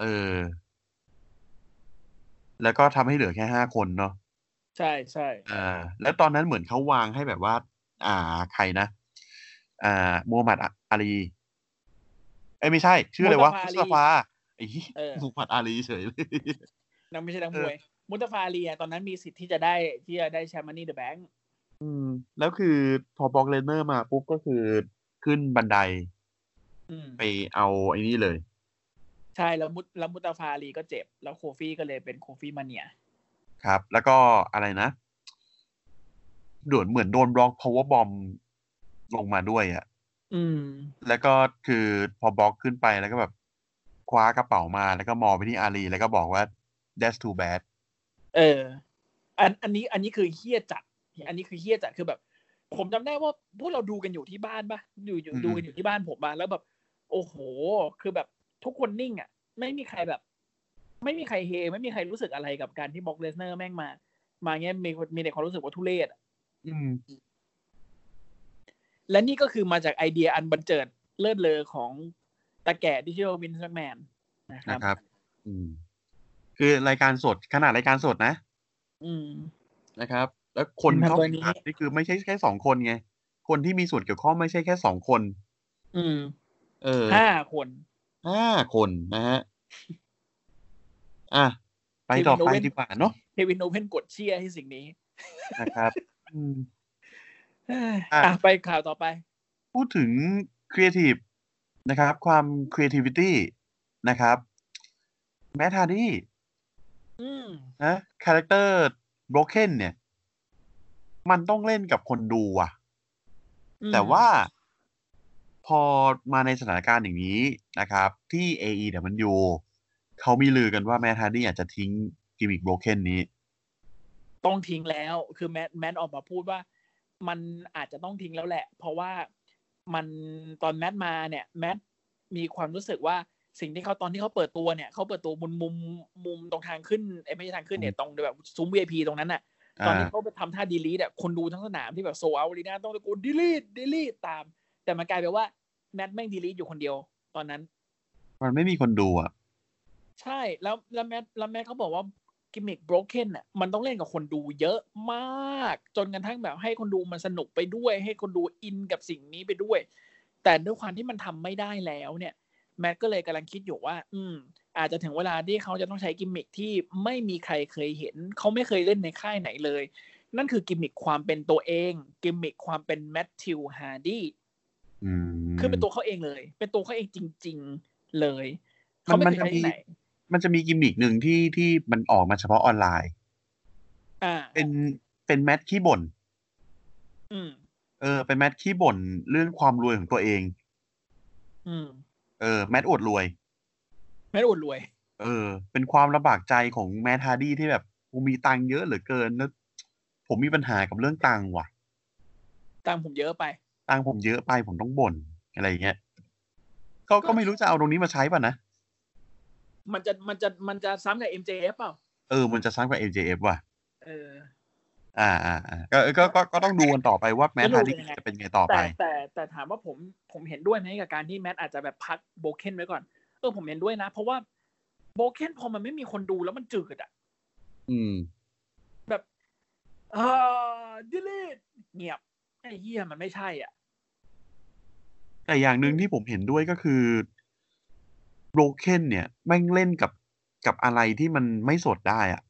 Speaker 2: เออ แล้วก็ทำให้เหลือแค่ห้าคนเนาะ
Speaker 3: ใช่ใช่
Speaker 2: เออ แล้วตอนนั้นเหมือนเขาวางให้แบบว่า อ่า ใครนะ อ่ามูฮัมหมัดอะอาลี เอ้ยไม่ใช่ ชื่ออะไรวะ
Speaker 3: มุ
Speaker 2: มุส
Speaker 3: ส
Speaker 2: ตา
Speaker 3: ตาฟา
Speaker 2: ฟา
Speaker 3: อาลี
Speaker 2: ไอ้เหี้ย
Speaker 3: เออ
Speaker 2: มูฮัมหมัดอาลีเฉยเลย
Speaker 3: นักไม่ใช่นักมวย มุตาฟาอาลีอะตอนนั้นมีสิทธิ์ที่จะได้ที่จะได้แชมป์มันนี่เดอะแบงค์
Speaker 2: อืมแล้วคือพอบล็อกเลนเนอร์มาปุ๊บก็คือขึ้นบันได
Speaker 3: อืม
Speaker 2: ไปเอาไอ้นี่เลย
Speaker 3: ใช่แล้วมุตแล้วมุตาฟาอาลีก็เจ็บ แล้วโคฟี่ก็เลยเป็นโคฟี่มาเนีย
Speaker 2: ครับ แล้วก็อะไรนะโดนเหมือนโดนบล็อก power bomb ลงมาด้วยอะ
Speaker 3: อืม
Speaker 2: แล้วก็คือพอบล็อกขึ้นไปแล้วก็แบบ คว้ากระเป๋ามาแล้วก็มองไปที่อารีแล้วก็บอกว่า that's too bad
Speaker 3: เออ อันอันนี้อันนี้คือเฮี้ยจัด อันนี้คือเฮี้ยจัดคือแบบ ผมจำได้ว่าพวกเราดูกันอยู่ที่บ้านปะอยู่อยู่
Speaker 2: อืม
Speaker 3: ดูกันอยู่ที่บ้านผมมาแล้วแบบ โอ้โห คือแบบทุกคนนิ่งอ่ะ ไม่มีใครแบบ ไม่มีใครเฮ ไม่มีใครรู้สึกอะไรกับการที่บ็อกเลสเนอร์แม่งมา มาเงี้ยมีคนมีแต่ความรู้สึกว่าทุเรศอะ
Speaker 2: อืม
Speaker 3: และนี่ก็คือมาจากไอเดียอันบันเจิดเลิศเลอของตาแก่ที่ชื่อว่าวินส์แมกแมนนะครับ
Speaker 2: นะครับ อืม คือรายการสดขนาดรายการสดนะ
Speaker 3: อืม
Speaker 2: นะครับ แล้วคนเข้า
Speaker 3: เป็นแบบ
Speaker 2: แข่งขัน
Speaker 3: ตัวนี้
Speaker 2: นี่คือไม่ใช่แค่สองคนไงคนที่มีส่วนเกี่ยวข้องไม่ใช่แค่สองคน
Speaker 3: อืม
Speaker 2: เออ
Speaker 3: ห้าคน
Speaker 2: ห้าคนนะฮะ อ่ะ ไปต่อไป
Speaker 3: เดวิดโอเว่น
Speaker 2: ดีกว่าเนาะ
Speaker 3: เฮวินโนเพนกดเชียร์ให้สิ่งนี้
Speaker 2: นะครับ อืม
Speaker 3: เอ้ย
Speaker 2: อ่ะ
Speaker 3: อ่ะไปข่าวต่อไป
Speaker 2: พูดถึงครีเอทีฟนะครับ ความครีเอทีฟิตี้นะครับ แมทฮาร์ดี้
Speaker 3: อืม
Speaker 2: นะคาแรคเตอร์บล็อกเคนเนี่ย มันต้องเล่นกับคนดูอ่ะ แต่ว่าพอมาในสถานการณ์อย่างนี้นะครับ ที่ AEW เขามีลือกันว่าแมทฮาร์ดี้อาจจะทิ้งกิมมิกบล็อกเคนนี้
Speaker 3: ต้องทิ้งแล้ว คือแมทแมทออกมาพูดว่า มันอาจจะต้องทิ้งแล้วแหละ เพราะว่ามันตอนแมทมาเนี่ยแมทมีความรู้สึกว่าสิ่งที่เขาตอนที่เขาเปิดตัวเนี่ยเขาเปิดตัวมุมมุมมุมตรงทางขึ้นเอ้ยไม่ใช่ทางขึ้นเนี่ยตรงแบบซุ้ม VIP ตรงนั้นน่ะ ตอนที่เขาไปทำท่าดีลีทอ่ะคนดูทั้งสนามที่แบบโซเอาลีนาต้องตะโกนดีลีทดีลีทตาม แต่มันกลายเป็นว่าแมทแม่งดีลีทอยู่คนเดียว ตอนนั้น
Speaker 2: มันไม่มีคนดูอ่ะ
Speaker 3: ใช่แล้วแล้วแมทแล้วแมทเขาบอกว่ากิมมิค broken อ่ะมันต้องเล่นกับคนดูเยอะมาก จนกระทั่งแบบให้คนดูมันสนุกไปด้วย ให้คนดูอินกับสิ่งนี้ไปด้วย แต่ด้วยความที่มันทำไม่ได้แล้วเนี่ย แมทก็เลยกำลังคิดอยู่ว่า อืม อาจจะถึงเวลาที่เขาจะต้องใช้กิมมิคที่ไม่มีใครเคยเห็น เขาไม่เคยเล่นในค่ายไหนเลย นั่นคือกิมมิคความเป็นตัวเอง กิมมิคความเป็นแมทธิวฮาร์ดี้
Speaker 2: อืม
Speaker 3: คือเป็นตัวเขาเองเลย เป็นตัวเขาเองจริง ๆเลย
Speaker 2: มันมันจะ
Speaker 3: เขาไม่เคยใช้
Speaker 2: มี
Speaker 3: ที่ไหน
Speaker 2: มันจะมีกิมมิกหนึ่งที่ที่มันออกมาเฉพาะออนไลน์
Speaker 3: อ่า
Speaker 2: เป็นเป็นแมทขี้บ่น
Speaker 3: อืม
Speaker 2: เออเป็นแมทขี้บ่นเรื่องความรวยของตัวเอง
Speaker 3: อืม
Speaker 2: เออแมดอวดรวย
Speaker 3: ไม่ได้อวดรวย
Speaker 2: เออ เป็นความลำบากใจของแมทฮาร์ดี้ที่แบบผมมีตังค์เยอะเหลือเกินแล้วผมมีปัญหากับเรื่องตังค์ว่ะ
Speaker 3: ตามผมเยอะไป
Speaker 2: ตังค์ผมเยอะไปผมต้องบ่นอะไรอย่างเงี้ยก็ก็ไม่รู้จะเอาตรงนี้มาใช้ป่ะนะ
Speaker 3: มันจะมันจะมันจะซ้ำกับ MJF เปล่า
Speaker 2: เออ มันจะซ้ำกับ MJF ว่ะ
Speaker 3: เออ
Speaker 2: อ่าอ่าอ่าก็ก็ก็ก็ต้องดูกันต่อไปว่าแมทฮาร์ดี้
Speaker 3: จะดูเป็นยัง
Speaker 2: จะเป็น
Speaker 3: ไง
Speaker 2: ไงต่อไป
Speaker 3: แต่แต่แต่ถามว่าผมผมเห็นด้วยไหมกับการที่แมทอาจจะแบบพักโบเคนไว้ก่อน เออผมเห็นด้วยนะ เพราะว่าโบเคนพอมันไม่มีคนดูแล้วมันจืดอ่ะ
Speaker 2: อืม
Speaker 3: แบบเออดิลิทเงียบไอ้เหี้ยมันไม่ใช่อ่ะ
Speaker 2: แต่อย่างหนึ่งที่ผมเห็นด้วยก็คือโบรเคนเนี่ยแม่งเล่นกับกับอะไรที่มันไม่สดได้อะ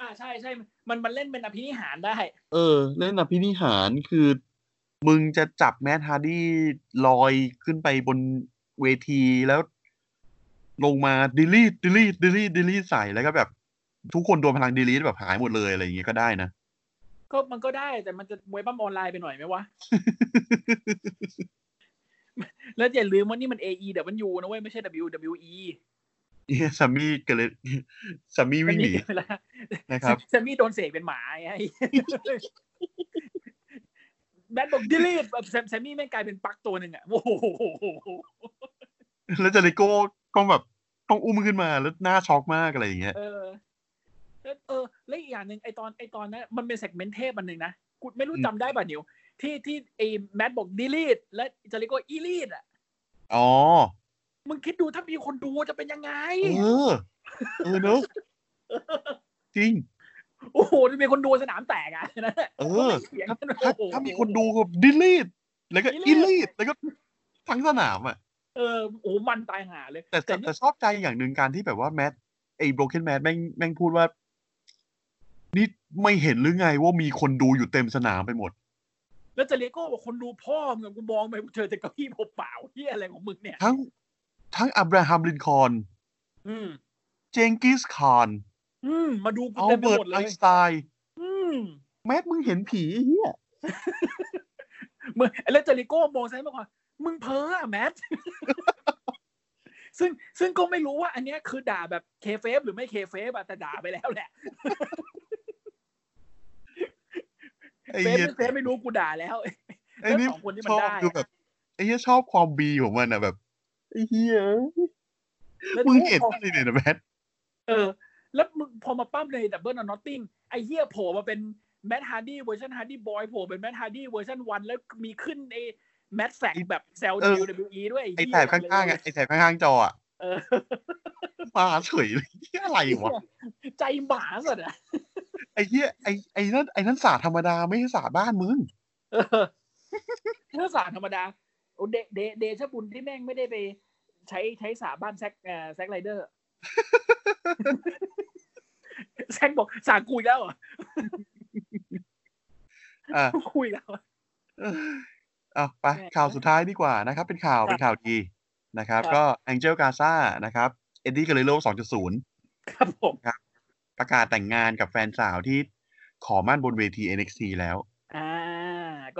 Speaker 3: อ่าใช่ใช่มันมันเล่นเป็นอภินิหารได้
Speaker 2: เออ เล่นอภินิหารคือมึงจะจับแมทฮาร์ดี้ลอยขึ้นไปบนเวทีแล้ว ลงมาดิลีดดิลีดดิลีดดิลีดใส่แล้วก็แบบ ทุกคนโดนพลังดิลีดแบบหายหมดเลยอะไรอย่างเงี้ยก็ได้นะ
Speaker 3: ก็มันก็ได้แต่มันจะมวยปั้มออนไลน์ไปหน่อยไหมวะ แล้วอย่าลืมว่านี่มัน AEW นะเว้ยไม่ใช่ WWE
Speaker 2: เนี่ยซัมมี่เกเรซัมมี่วิ่งหนี
Speaker 3: เวลา
Speaker 2: นะครับ
Speaker 3: แซมมี่โดนเสกเป็นหมาไง แบทบอกดิลีทแซมแซมมี่แม่งกลายเป็นปลั๊กตัวหนึ่งอ่ะโอ้โห
Speaker 2: แล้วเจริโก้ก็แบบต้องอุ้มขึ้นมาแล้วหน้าช็อกมากอะไรอย่างเงี้ย
Speaker 3: เออแล้วเออแล้วอีกอย่างหนึ่งไอตอนไอตอนนั้นมันเป็นเซกเมนต์เทพอันหนึ่งนะกูไม่รู้จำได้ป่ะนิว ที่ที่ไอแมทบอกดิลีทและจาริโกอีลีทอ่ะ
Speaker 2: อ๋อ
Speaker 3: มึงคิดดูถ้ามีคนดูจะเป็นยังไง
Speaker 2: เออ เออเนอะจริง
Speaker 3: โอ้โหจะมีคนดูสนามแตกอ่ะนั่นแหละ
Speaker 2: เอ
Speaker 3: พ
Speaker 2: อ
Speaker 3: ราะมันเถียง
Speaker 2: ถ้า
Speaker 3: กัน
Speaker 2: ถ้า
Speaker 3: โอ้โห
Speaker 2: ถ้ามีคนดูก็ดิลีดแล้วก็
Speaker 3: delete
Speaker 2: อิลีดแล้วก็ทั้งสนามอ่ะ
Speaker 3: เออโอ้โหมันตายห่าเลย
Speaker 2: แต่แต่แต่ชอบใจอย่างหนึ่งการที่แบบว่าแมทไอ้โบรกเกนแมทแม่งแม่งพูดว่า นี่ไม่เห็นหรือไงว่ามีคนดูอยู่เต็มสนามไปหมด
Speaker 3: แล้วเจเลโก้บอกคนดูพ่อมึงอะกูมองไปกูเจอแต่เก้าอี้เปล่าๆเฮียอะไรของมึงเนี่ย
Speaker 2: ทั้ง ทั้งอับราฮัมลินคอล์น
Speaker 3: อืม
Speaker 2: เจงกิสคาน
Speaker 3: อืม มาดูกู
Speaker 2: อัล
Speaker 3: เต็มไป
Speaker 2: เบิ
Speaker 3: ห
Speaker 2: ร์
Speaker 3: ม
Speaker 2: ต
Speaker 3: ดเล
Speaker 2: ไอย น์สไตน์
Speaker 3: อืม
Speaker 2: แมทมึงเห็นผีไอ้เฮีย
Speaker 3: มึงแล้วเจเลโก้มองซ้ายมากกว่า มึงเพ้ออะแมท ซึ่งซึ่งก็ไม่รู้ว่าอันเนี้ยคือด่าแบบเคเฟฟหรือไม่เคเฟฟอะแต่ด่าไปแล้วแหละ
Speaker 2: ไอ้
Speaker 3: เฟฟ
Speaker 2: เหี้ย
Speaker 3: ไม่เฟฟไม่รู้กูด่าแล้ว
Speaker 2: ไอ้นี่
Speaker 3: เรื่องสองคนที่มัน
Speaker 2: ชอบ
Speaker 3: ได้
Speaker 2: คือแบบไอ้เหี้ยชอบความบีของมันอ่ะแบบไอ้เหี้ย
Speaker 3: แล้ว
Speaker 2: มึงเห็น
Speaker 3: พอ
Speaker 2: อะไรเนี่ยนะแมท
Speaker 3: เออ แล้วมึงพอมาปั้มในดับเบิลนอตติงไอ้เหี้ยโผล่มาเป็นแมทฮาร์ดี้เวอร์ชันฮาร์ดี้บอยโผล่เป็นแมทฮาร์ดี้เวอร์ชันวันแล้วมีขึ้นไอ้แมทแฟกแบบแซล WWE ด้วย
Speaker 2: ไอ้
Speaker 3: เหี้ย
Speaker 2: แถบข้างๆอ่ะไอ้แถบข้างๆจออ่ะ
Speaker 3: เออ
Speaker 2: มาเฉยเลยเหี้ยอะไรวะ
Speaker 3: ใจหมาสุดอ่ะ
Speaker 2: ไอ้เหี้ยไอ้ไอ้นั่นไอ้นั่นศาสตร์ธรรมดาไม่ใช่ศาสตร์บ้านมึง
Speaker 3: เออเนื้อสารธรรมดาโอ้เดเดเดชะบุญที่แม่งไม่ได้ไป ใช้ใช้สาบ้านแซกเอ่อแซกไรเดอ ร์ แซกบอกสากูอีกแล้วเหรอ
Speaker 2: อ่ะ
Speaker 3: คุยแล้ว
Speaker 2: เอออ่ะไปข่าวสุดท้ายดีกว่านะครับ เป็นข่าว
Speaker 3: ครับ
Speaker 2: เป็นข่าวดีนะครับ
Speaker 3: ครับ
Speaker 2: ก็แองเจลกาซ่านะครับเอ็ดดี้กาเลโล2.0
Speaker 3: ครับผม
Speaker 2: ประกาศแต่งงานกับแฟนสาวที่ขอมั่นบนเวที NXT แล้ว
Speaker 3: อ่า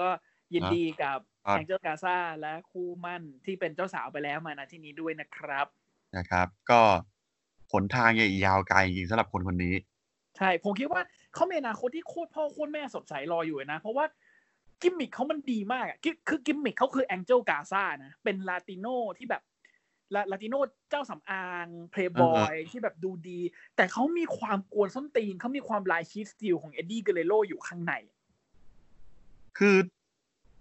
Speaker 3: ก็ยินดีกับ
Speaker 2: ครับ
Speaker 3: แองเจลกาซาและคู่มั่นที่เป็นเจ้าสาวไปแล้วมานะที่นี้ด้วยนะครับ
Speaker 2: นะครับ ก็หนทางเนี่ยอีกยาวไกลจริงๆสำหรับคนคนนี้
Speaker 3: ใช่ ผมคิดว่าเขามีอนาคตที่โคตรพ่อโคตรแม่สดใสรออยู่เลยนะ เพราะว่ากิมมิคเขามันดีมากอะกิคือกิมมิคเขาคือแองเจลกาซานะ เป็นลาติโนที่แบบลาลาติโนเจ้าสำอางเพลย์บอยที่แบบดูดี แต่เขามีความกวนส้นตีนเขามีความลายชีสติลของเอ็ดดี้เกเรโลอยู่ข้างใน
Speaker 2: คือ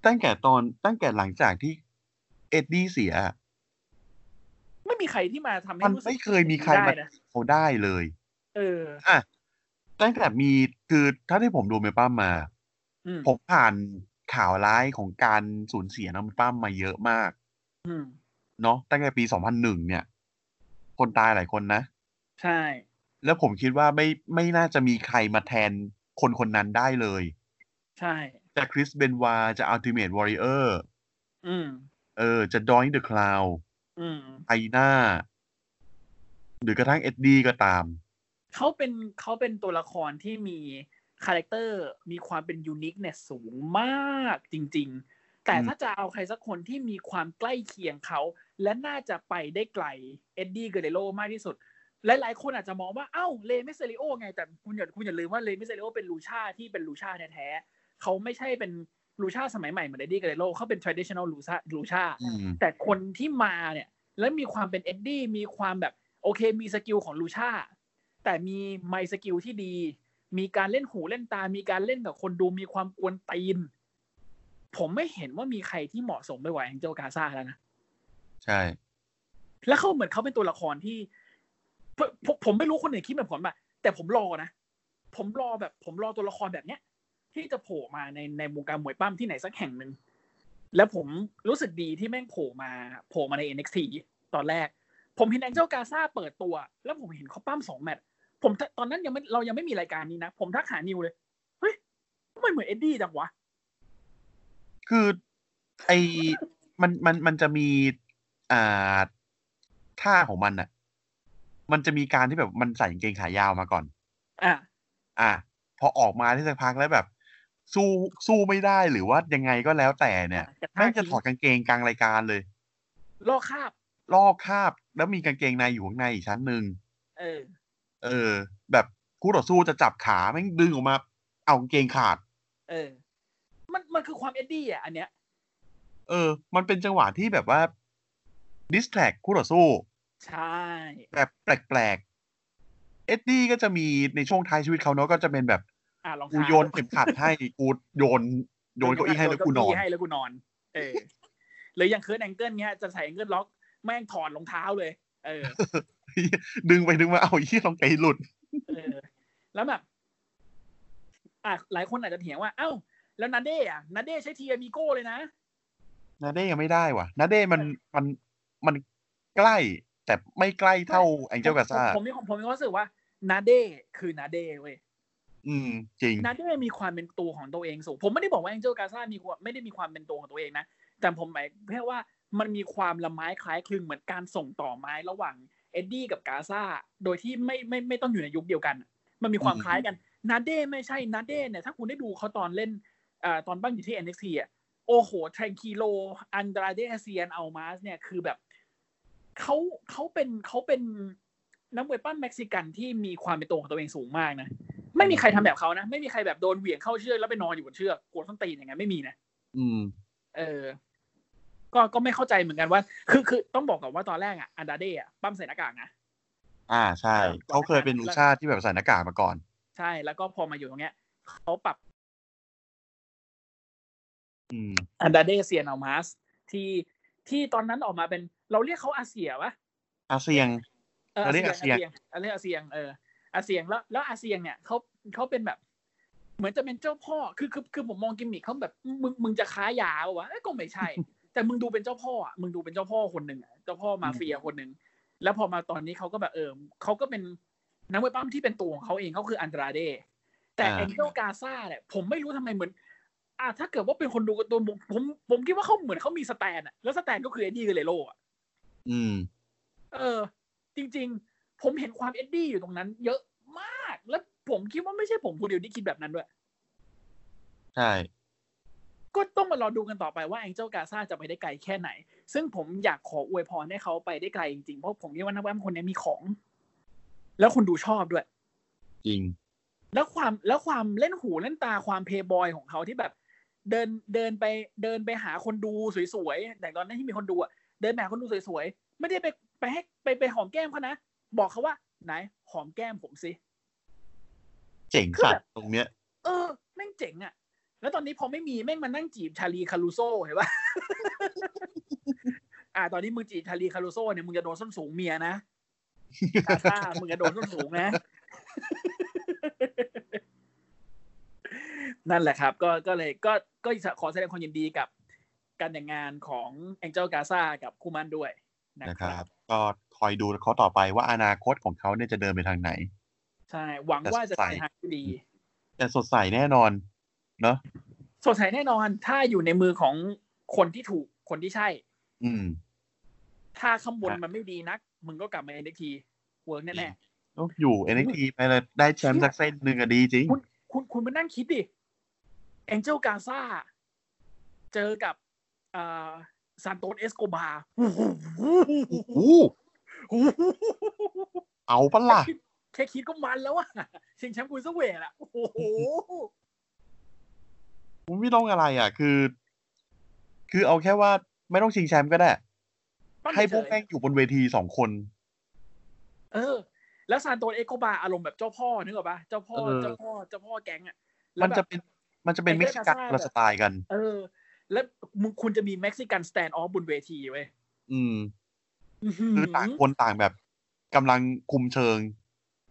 Speaker 2: ตั้งแต่ตอนตั้งแต่หลังจากที่เอ็ดดี้เสีย
Speaker 3: ไม่มีใครที่มาทำให้
Speaker 2: มัน
Speaker 3: รู้สึก
Speaker 2: ไม่เคยมีใครมา
Speaker 3: ได้นะ
Speaker 2: เขาได้เลย
Speaker 3: เออ
Speaker 2: อ่ะตั้งแต่มีคือถ้าที่ผมดูเมป้ามมา
Speaker 3: อืม
Speaker 2: ผมผ่านข่าวร้ายของการสูญเสียน้องเมป้ามมาเยอะมาก
Speaker 3: อืม
Speaker 2: เนาะตั้งแต่ปีสองพันหนึ่งเนี่ย คนตายหลายคนนะ
Speaker 3: ใช่
Speaker 2: แล้วผมคิดว่าไม่ไม่น่าจะมีใครมาแทนคนคนนั้นได้เลย
Speaker 3: ใช่
Speaker 2: จะคริสเบนวาจะอัลติเม e วอริเออร์
Speaker 3: อืม
Speaker 2: เออ จะดอยเดอะคลาว
Speaker 3: อืม
Speaker 2: ไอน่า หรือกระทั่งเอ็ดดี้ก็ตาม
Speaker 3: เขาเป็นเขาเป็นตัวละครที่มีคาแรคเตอร์มีความเป็นยูนิคเนี่ยสูงมากจริง แต่ถ้าจะเอาใครสักคนที่มีความใกล้เคียงเขา และน่าจะไปได้ไกลเอ็ดดี้เกเรโรมากที่สุด หลายๆคนอาจจะมองว่าเอ้าเลเมเซริโอไงแต่คุณอย่าคุณอย่าลืมว่าเลเมเซริโอเป็นลูชาที่เป็นลูชาแท้ๆเขาไม่ใช่เป็นลูชาสมัยใหม่เหมือนเอ็ดดี้เกเรโรเขาเป็น traditional ลูชาลูชา
Speaker 2: อืม
Speaker 3: แต่คนที่มาเนี่ยแล้วมีความเป็นเอ็ดดี้มีความแบบโอเคมีสกิลของลูชาแต่มีไมสกิลที่ดี มีการเล่นหูเล่นตา มีการเล่นกับคนดูมีความกวนตีน ผมไม่เห็นว่ามีใครที่เหมาะสมไปกว่าแองเจลกาซาแล้วนะ
Speaker 2: ใช่
Speaker 3: แล้วเขาเหมือนเขาเป็นตัวละครที่ผมผมผมไม่รู้คนอื่นคิดแบบผมป่ะแต่ผมรอนะ ผมรอแบบ ผมรอตัวละครแบบเนี้ย ที่จะโผล่มาในในวงการมวยปั้มที่ไหนสักแห่งหนึ่งแล้วผมรู้สึกดีที่แม่งโผล่มาโผล่มาใน NXT ตอนแรก ผมเห็นแองเจลกาซาเปิดตัว แล้วผมเห็นเขาปั้มสองแมตช์ผมถ้าตอนนั้นยังไม่เรายังไม่มีรายการนี้นะ ผมทักหานิวเลยเฮ้ยมันเหมือนเอ็ดดี้จังวะ
Speaker 2: คือไอมันมันมันจะมีอ่าท่าของมันอะมันจะมีการที่แบบมันใส่กางเกงขายาวมาก่อน
Speaker 3: อ่ะ
Speaker 2: อ่ะพอออกมาได้สักพักแล้วแบบ สู้สู้ไม่ได้หรือว่ายังไงก็แล้วแต่เนี่ย
Speaker 3: กระทะ
Speaker 2: แม่งจะถอดกางเกงกลางรายการเลย
Speaker 3: ลอกคราบ
Speaker 2: ลอกคราบแล้วมีกางเกงในอยู่ข้างในอีกชั้นหนึ่ง
Speaker 3: เออ
Speaker 2: เออ แบบคู่ต่อสู้จะจับขาแม่งดึงออกมา เอากางเกงขาด
Speaker 3: เออ มันมันคือความเอ็ดดี้อ่ะอันเนี้ย
Speaker 2: เออ มันเป็นจังหวะที่แบบว่าดิสแทรกคู่ต่อสู้
Speaker 3: ใช่
Speaker 2: แบบแปลกๆ เอ็ดดี้ก็จะมีในช่วงท้ายชีวิตเขาเนาะก็จะเป็นแบบ
Speaker 3: อ่ะลอง
Speaker 2: กู
Speaker 3: ทา
Speaker 2: โยนเข็มขัด ให้ กูโยนโยนเก้าอี้ให้แล้วกูนอน
Speaker 3: โยเาให้แล้วกูนอน เออหรืออย่างเคิร์ดแองเกิลเนี้ยจะใส่แองเกิลล็อกแม่งถอดรองเท้าเลย เออ
Speaker 2: ดึงไปดึงมาเอาไอ้เหี้ยรองไก่หลุด
Speaker 3: เออ แล้วแบบอ่ะหลายคนอาจจะเถียงว่า เอ้า แล้วนาเด้อะนาเด้ใช้ทีอามิโก้เลยนะ
Speaker 2: นาเด้ยังไม่ได้ว่ะ นาเด้มันมันมันใกล้ แต่ไม่ใกล้เท่าแองเจลกาซา
Speaker 3: ผมผมมีผมผมมีความรู้สึกว่านาเด้คือนาเด้เว้ย
Speaker 2: อืม จริง
Speaker 3: นาเด้มีความเป็นตัวของตัวเองสูง ผมไม่ได้บอกว่าแองเจลกาซามีความไม่ได้มีความเป็นตัวของตัวเองนะ แต่ผมหมายแค่ว่ามันมีความละไม้คล้ายคลึงเหมือนการส่งต่อไม้ระหว่างเอ็ดดี้กับกาซาโดยที่ไม่ไม่ไม่ต้องอยู่ในยุคเดียวกัน มันมีความ
Speaker 2: อืม
Speaker 3: คล้ายกัน นาเด้ไม่ใช่ นาเด้เนี่ยถ้าคุณได้ดูเขาตอนเล่นเอ่อตอนบ้างอยู่ที่ NXT อ่ะ โอ้โหทรังคิโล อันดราเดเซียน อัลมาสเนี่ยคือแบบเขาเขาเป็นเขาเป็นนักมวยปั้มเม็กซิกันที่มีความเป็นตัวของตัวเองสูงมากนะ ไม่มีใครทำแบบเขานะ ไม่มีใครแบบโดนเหวี่ยงเข้าเชือกแล้วไปนอนอยู่บนเชือกกวนส้นตีนอย่างนั้นไม่มีนะ
Speaker 2: อืม
Speaker 3: เออ ก็ก็ไม่เข้าใจเหมือนกันว่า คือคือต้องบอกก่อนว่าตอนแรกอ่ะอันดราเด้อะปั้มใส่หน้ากากนะ
Speaker 2: อ่าใช่
Speaker 3: เออ
Speaker 2: เขาเคยเป็นลูชาที่แบบใส่หน้ากากมาก่อน
Speaker 3: ใช่แล้วก็พอมาอยู่ตรงเนี้ยเขาปรับ
Speaker 2: อืม
Speaker 3: อันดาเดเซียนเอามาสที่ที่ตอนนั้นออกมาเป็นเราเรียกเขาอาเซียวะ
Speaker 2: อาเซียง
Speaker 3: ออ
Speaker 2: เราเรียกอาเซียง
Speaker 3: อาเรียกอาเซียงเอออาเซียงแล้วแล้วอาเซียงเนี่ยเขาเขาเป็นแบบ เหมือนจะเป็นเจ้าพ่อคือคือคือผมมองกิมมิคเขาแบบมึงมึงจะค้ายาปะวะเอ้ยก็ไม่ใช่ แต่มึงดูเป็นเจ้าพ่ออะมึงดูเป็นเจ้าพ่อคนหนึ่งอะเจ้าพ่อมาเฟียคนหนึ่งแล้วพอมาตอนนี้เขาก็แบบเออเขาก็เป็นนักมวยปั้มที่เป็นตัวของเขาเองเขาคืออันดราเด แต่
Speaker 2: อ่า
Speaker 3: แองเกิลกาซาเนี่ยผมไม่รู้ทำไมเหมือน อ่าถ้าเกิดว่าเป็นคนดูการ์ตูนผมผมผมคิดว่าเขาเหมือนเขามีสแตนอะแล้วสแตนก็คือเอ็ดดี้เกเรโร่อะ
Speaker 2: อืม
Speaker 3: เออ จริง ๆ ผมเห็นความเอ็ดดี้อยู่ตรงนั้น เยอะมาก แล้วผมคิดว่าไม่ใช่ผมคนเดียวที่คิดแบบนั้นด้วย
Speaker 2: ใช่
Speaker 3: ก็ต้องมารอดูกันต่อไปว่าแองเจลกาซาจะไปได้ไกลแค่ไหน ซึ่งผมอยากขออวยพรให้เขาไปได้ไกลจริงๆ เพราะผมคิดว่านักแวมคนนี้มีของ แล้วคนดูชอบด้วย
Speaker 2: จริง
Speaker 3: แล้วความแล้วความเล่นหูเล่นตาความเพย์บอยของเขาที่แบบ เดินเดินไปเดินไปหาคนดูสวยๆแต่ตอนนั้นที่มีคนดูอะเดินไปหาคนดูสวยๆไม่ได้ไปไปให้ไปไปหอมแก้มเขานะ บอกเขาว่าไหนหอมแก้มผมสิ
Speaker 2: เจ๋งสัตว์ตรงเนี้ย
Speaker 3: เออแม่งเจ๋งอะแล้วตอนนี้พอไม่มีแม่งมานั่งจีบชาลีคารูโซ่เห็นปะ อ่า ตอนนี้มึงจีบชาลีคารูโซ่เนี่ยมึงจะโดนส้นสูงเมียนะกาซ่ามึงจะโดนส้นสูงนะ นั่นแหละครับ ก็ก็เลยก็ก็ขอแสดงความยินดีกับการแต่งงานของแองเจลกาซ่ากับคูมันด้วยนะ
Speaker 2: นะ
Speaker 3: ค
Speaker 2: ค
Speaker 3: รั
Speaker 2: รับ บ ก็คอยดูเขาต่อไปว่าอนาคตของเขาเนี่ยจะเดินไปทางไหน
Speaker 3: ใช่ หวังว่าจะไปทางที่ดี
Speaker 2: แต่สดใสแน่นอน เนาะ
Speaker 3: สดใสแน่นอน ถ้าอยู่ในมือของคนที่ถูกคนที่ใช่
Speaker 2: อืม
Speaker 3: ถ้าข้างบน
Speaker 2: ฮะ
Speaker 3: มันไม่ดีนัก มึงก็กลับมาเอ็นเอ็กทีเวิร์กแน่
Speaker 2: โอ้อยู่ NXT ไปเลยได้แชมป์สักเส้นหนึ่งอะดีจริง
Speaker 3: ๆคุณคุณคุณมานั่งคิดดิแองเจลกาซาเจอกับ อ่าซานโตสเอสโกบาร์
Speaker 2: อู้เอาปะล่ะ
Speaker 3: แค่คิดก็มันแล้วอะชิงแชมป์คุยเซเวทอะโอ้โห
Speaker 2: ผมไม่ต้องอะไรอ่ะ คือ คือเอาแค่ว่าไม่ต้องชิงแชมป์ก็ได้
Speaker 3: ปั้นเฉยๆ
Speaker 2: ให้พวกแม่งอยู่บนเวทีสองคน
Speaker 3: เออ แล้วซานโตสเอสโกบาร์อารมณ์แบบเจ้าพ่อนึกออกปะเจ้าพ่อ
Speaker 2: เออ
Speaker 3: เจ้าพ่อเจ้าพ่อแก๊งอะ
Speaker 2: มันจะ
Speaker 3: แล้วแบบ
Speaker 2: เป็นมันจะเป็น
Speaker 3: ไอ้
Speaker 2: มิก
Speaker 3: เรื่อง
Speaker 2: ซิกัน
Speaker 3: การสร้าง
Speaker 2: คนละสไตล์กัน
Speaker 3: เออ แล้วมึงคุณจะมีเม็กซิกันสแตนด์ออฟบนเวทีเว้ย
Speaker 2: อืม
Speaker 3: อื้อหื
Speaker 2: คือต่างคนต่างแบบกำลังคุมเชิง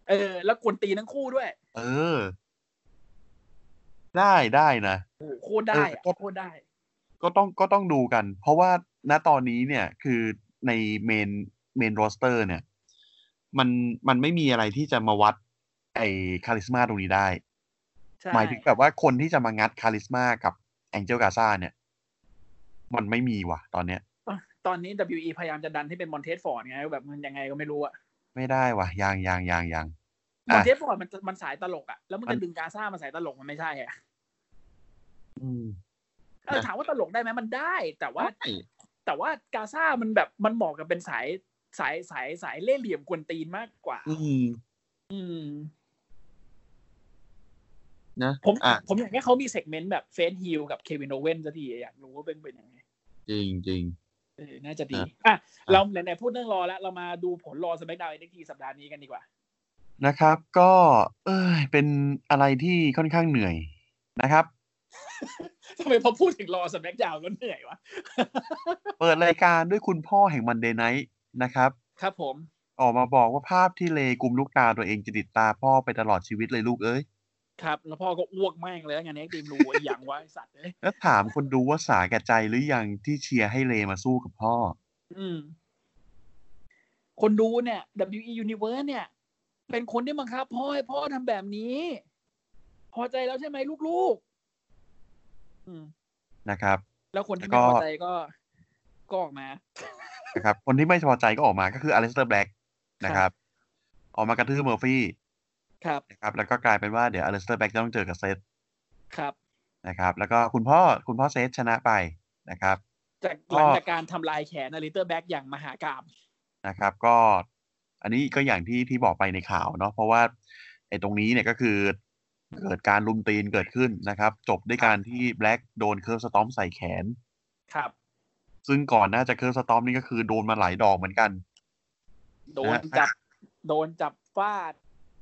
Speaker 3: เออ แล้วกวนตีนทั้งคู่ด้วย
Speaker 2: เออ ได้ได้นะ
Speaker 3: โอ้โหโคตรได้อะ
Speaker 2: เออ
Speaker 3: โคตรได้
Speaker 2: ก็ต้องก็ต้องดูกัน เพราะว่าณตอนนี้เนี่ย คือในเมนเมนโรสเตอร์เนี่ย มันมันไม่มีอะไรที่จะมาวัด ไอคาลิสมาตรงนี้ได้
Speaker 3: ใช่
Speaker 2: หมายถึงแบบว่าคนที่จะมางัดคาลิสมากับแองเจลกาซาเนี่ย มันไม่มีว่ะ ตอนเนี้ย
Speaker 3: ตอนนี้ WE พยายามจะดันให้เป็นมอนเทสฟอร์ดไงแบบมันยังไงก็ไม่รู้อะ
Speaker 2: ไม่ได้ว่ะยางยางยางยาง
Speaker 3: ม
Speaker 2: อ่ะ
Speaker 3: อนเทสฟอร์ดมันมันสายตลกอะแล้วมัน
Speaker 2: มั
Speaker 3: จะ
Speaker 2: น
Speaker 3: ดึงกาซ่ามาสายตลกมันไม่ใช่อะ
Speaker 2: อืม
Speaker 3: เออ
Speaker 2: นะ
Speaker 3: ถามว่าตลกได้ไหมมันได้ แต่ว่า
Speaker 2: ว่า
Speaker 3: แต่ว่ากาซ่ามันแบบมันเหมาะกับเป็นสายสายสายสายเล่ห์เหลี่ยมกวนตีนมากกว่า
Speaker 2: อืม
Speaker 3: อืม
Speaker 2: นะ
Speaker 3: ผม
Speaker 2: อ่ะ
Speaker 3: ผมอยากให้เขามีเซกเมนต์แบบเฟสฮิลกับเควินโอเว่นสักทีอยากรู้ว่าเป็นเป็นยังไง
Speaker 2: จริงจริง
Speaker 3: เออ น่าจะดี
Speaker 2: อ่ะ
Speaker 3: อ่ะ เราไหนๆพูดเรื่องรอแล้ว เรามาดูผลรอสมัยดาวเอ็นทีสัปดาห์นี้กันดีกว่า
Speaker 2: นะครับ ก็ เอ้ยเป็นอะไรที่ค่อนข้างเหนื่อยนะครับ
Speaker 3: ทำไมพอพูดถึงรอสมัยดาวก็เหนื่อยวะ
Speaker 2: เปิดรายการด้วยคุณพ่อแห่งมันเดย์ไนท์นะครับ
Speaker 3: ครับผม
Speaker 2: ออกมาบอกว่าภาพที่เลกุมลูกตาตัวเองจะติดตาพ่อไปตลอดชีวิตเลยลูกเอ้ย
Speaker 3: ครับ แล้วพ่อก็อ้วกแม่งเลยงานนี้ดีมรู้ไอ้หยังวะไอสัตว์เลย
Speaker 2: แล้วถามคนดูว่าสาแก่ใจหรือยังที่เชียร์ให้เลมาสู้กับพ่อ
Speaker 3: อืม คนดูเนี่ย WE Universe เนี่ย เป็นคนที่บังคับพ่อให้พ่อทำแบบนี้ พอใจแล้วใช่ไหมลูกๆ อืม
Speaker 2: นะครับ
Speaker 3: แล้วคนที่
Speaker 2: แล้ว
Speaker 3: ไม่
Speaker 2: ก็
Speaker 3: พอใจก็ก็ออกมา
Speaker 2: นะครับ คนที่ไม่พอใจก็ออกมาก็คืออ l ล s เตอร์แบล็กนะครับ ออกมากระทืบเมอร์ฟี่
Speaker 3: ครับ
Speaker 2: นะครับ แล้วก็กลายเป็นว่าเดี๋ยวอ l ล s เตอร์แบล็กจะต้องเจอกับเซธ
Speaker 3: ครับ
Speaker 2: นะครับ แล้วก็คุณพ่อคุณพ่อเซธชนะไปนะครับ
Speaker 3: จากหลังจากการทำลายแขนอลิเตอร์แบ็กอย่างมหากาบ
Speaker 2: นะครับ ก็อันนี้ก็อย่างที่ที่บอกไปในข่าวเนาะเพราะว่าไอ้ตรงนี้เนี่ยก็คือเกิดการลุมตีนเกิดขึ้นนะครับ จบด้วยการที่แบล็กโดนเคิร์ฟสตอมใส่แขน
Speaker 3: ครับ
Speaker 2: ซึ่งก่อนหน้าจะเคิร์ฟสตอมนี่ก็คือโดนมาหลายดอกเหมือนกัน
Speaker 3: โดน
Speaker 2: นะฮะ
Speaker 3: จับ โดนจับฟาด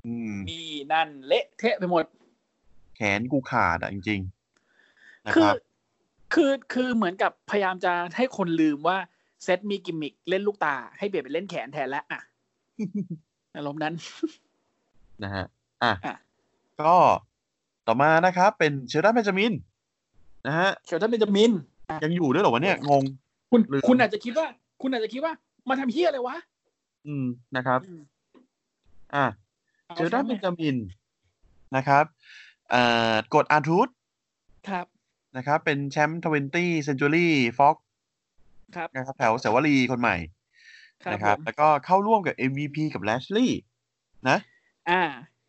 Speaker 2: อืม
Speaker 3: มีนั่นเละเทะไปหมด
Speaker 2: แขนกูขาดอ่ะจริงๆนะ
Speaker 3: คื
Speaker 2: ค
Speaker 3: อ
Speaker 2: รับ
Speaker 3: คือ คือเหมือนกับพยายามจะให้คนลืมว่า เซตมีกิมมิคเล่นลูกตา ให้เปลี่ยนเป็นเล่นแขนแทนแล้วอ่ะ อารมณ์นั้น
Speaker 2: นะฮะ อ่ะ
Speaker 3: อ่ะ
Speaker 2: ก็ต่อมานะครับ เป็นเชลดอนเบนจามิน นะฮะ
Speaker 3: เขียวท่านเบนจามิน
Speaker 2: ยังอยู่ด้วยเหรอวะเนี่ย งง
Speaker 3: คุณ
Speaker 2: ลืม
Speaker 3: คุณอาจจะคิดว่า คุณอาจจะคิดว่า มาทำเฮียอะไรวะ
Speaker 2: อืม นะครับ
Speaker 3: อืม
Speaker 2: อ่ะ
Speaker 3: อา
Speaker 2: เชลดอน
Speaker 3: ใช่ไหม
Speaker 2: เบนจามิน นะครับเอ่อกดอาร์ทูธ
Speaker 3: ครับ
Speaker 2: นะครับ เป็นแชมป์ทเวนตี้เซนจูรี่ฟ็อก
Speaker 3: ครับ
Speaker 2: นะครับ แถวเสาวรีคนใหม่
Speaker 3: ครับ
Speaker 2: นะ
Speaker 3: ผ
Speaker 2: ครับ
Speaker 3: ม
Speaker 2: แล้วก็เข้าร่วมกับ MVP กับแลชลี่นะ
Speaker 3: อ่า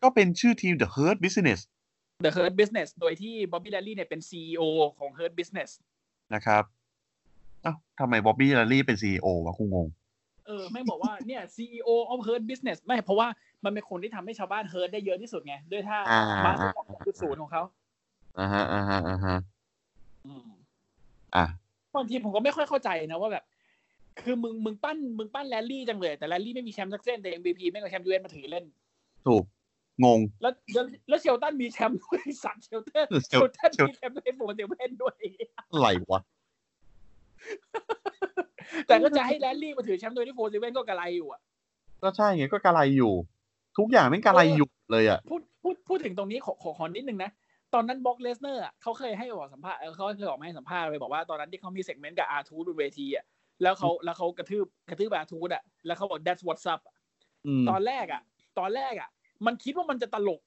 Speaker 2: ก็เป็นชื่อทีม The Hurt Business
Speaker 3: The Hurt Business โดยที่บ๊อบบี้แดลลี่เนี่ยเป็น CEO ของ Hurt Business
Speaker 2: นะครับเอ้าทำไมบ๊อบบี้ลารี่เป็น CEO วะกูงง
Speaker 3: เออแม่งบอกว่าเนี่ย CEO of Hurt Business ไม่เพราะว่ามันเป็นคนที่ทำให้ชาวบ้าน Hurt ได้เยอะที่สุดไง ด้วยท่า
Speaker 2: อ่า
Speaker 3: มาสเตอร์จุดศูนย์ของเขา
Speaker 2: อ่าฮะอ่าฮะอ่าฮะ
Speaker 3: อืม
Speaker 2: อ่ะ
Speaker 3: บางทีผมก็ไม่ค่อยเข้าใจนะว่าแบบ คือมึงมึงปั้นมึงปั้นแรลลี่จังเลย แต่แรลลี่ไม่มีแชมป์สักเส้น แต่ MVP ไม่งเอาแชมป์ยูเอมาถือเล่น
Speaker 2: ถูก งง
Speaker 3: แล้วแล้วแล้วเชลตันมีแชมป์ด้วย สัตว์เชลตันเชลตันมีแชมป์เล่นโบนเดลเล่นด้วย
Speaker 2: อะไรวะ
Speaker 3: แต่ก็จะให้แรลลี่มาถือแชมป์โดยที่โฟร์เซเว่นก็กระไรอยู่อะ
Speaker 2: ก็ใช่ไงก็กะไรอยู่ ทุกอย่างไม่งกะไรอยู่เลยอ่ะ
Speaker 3: พูดพูดพูดถึงตรงนี้ขอขอขอนิดนึงนะ ตอนนั้นบ็อกเลสเนอร์เขาเคยให้ออกสัมภาษณ์เออเขาเคยออกมาให้สัมภาษณ์ไปบอกว่าตอนนั้นที่เขามีเซกเมนต์กับอาทูบนเวทีอ่ะแล้วเขาแล้วเขากระทืบกระทืบอาทูดอ่ะแล้วเขาบอก that's what's up อะ
Speaker 2: อืม
Speaker 3: ตอนแรกอ่ะ ตอนแรกอ่ะ มันคิดว่ามันจะตลก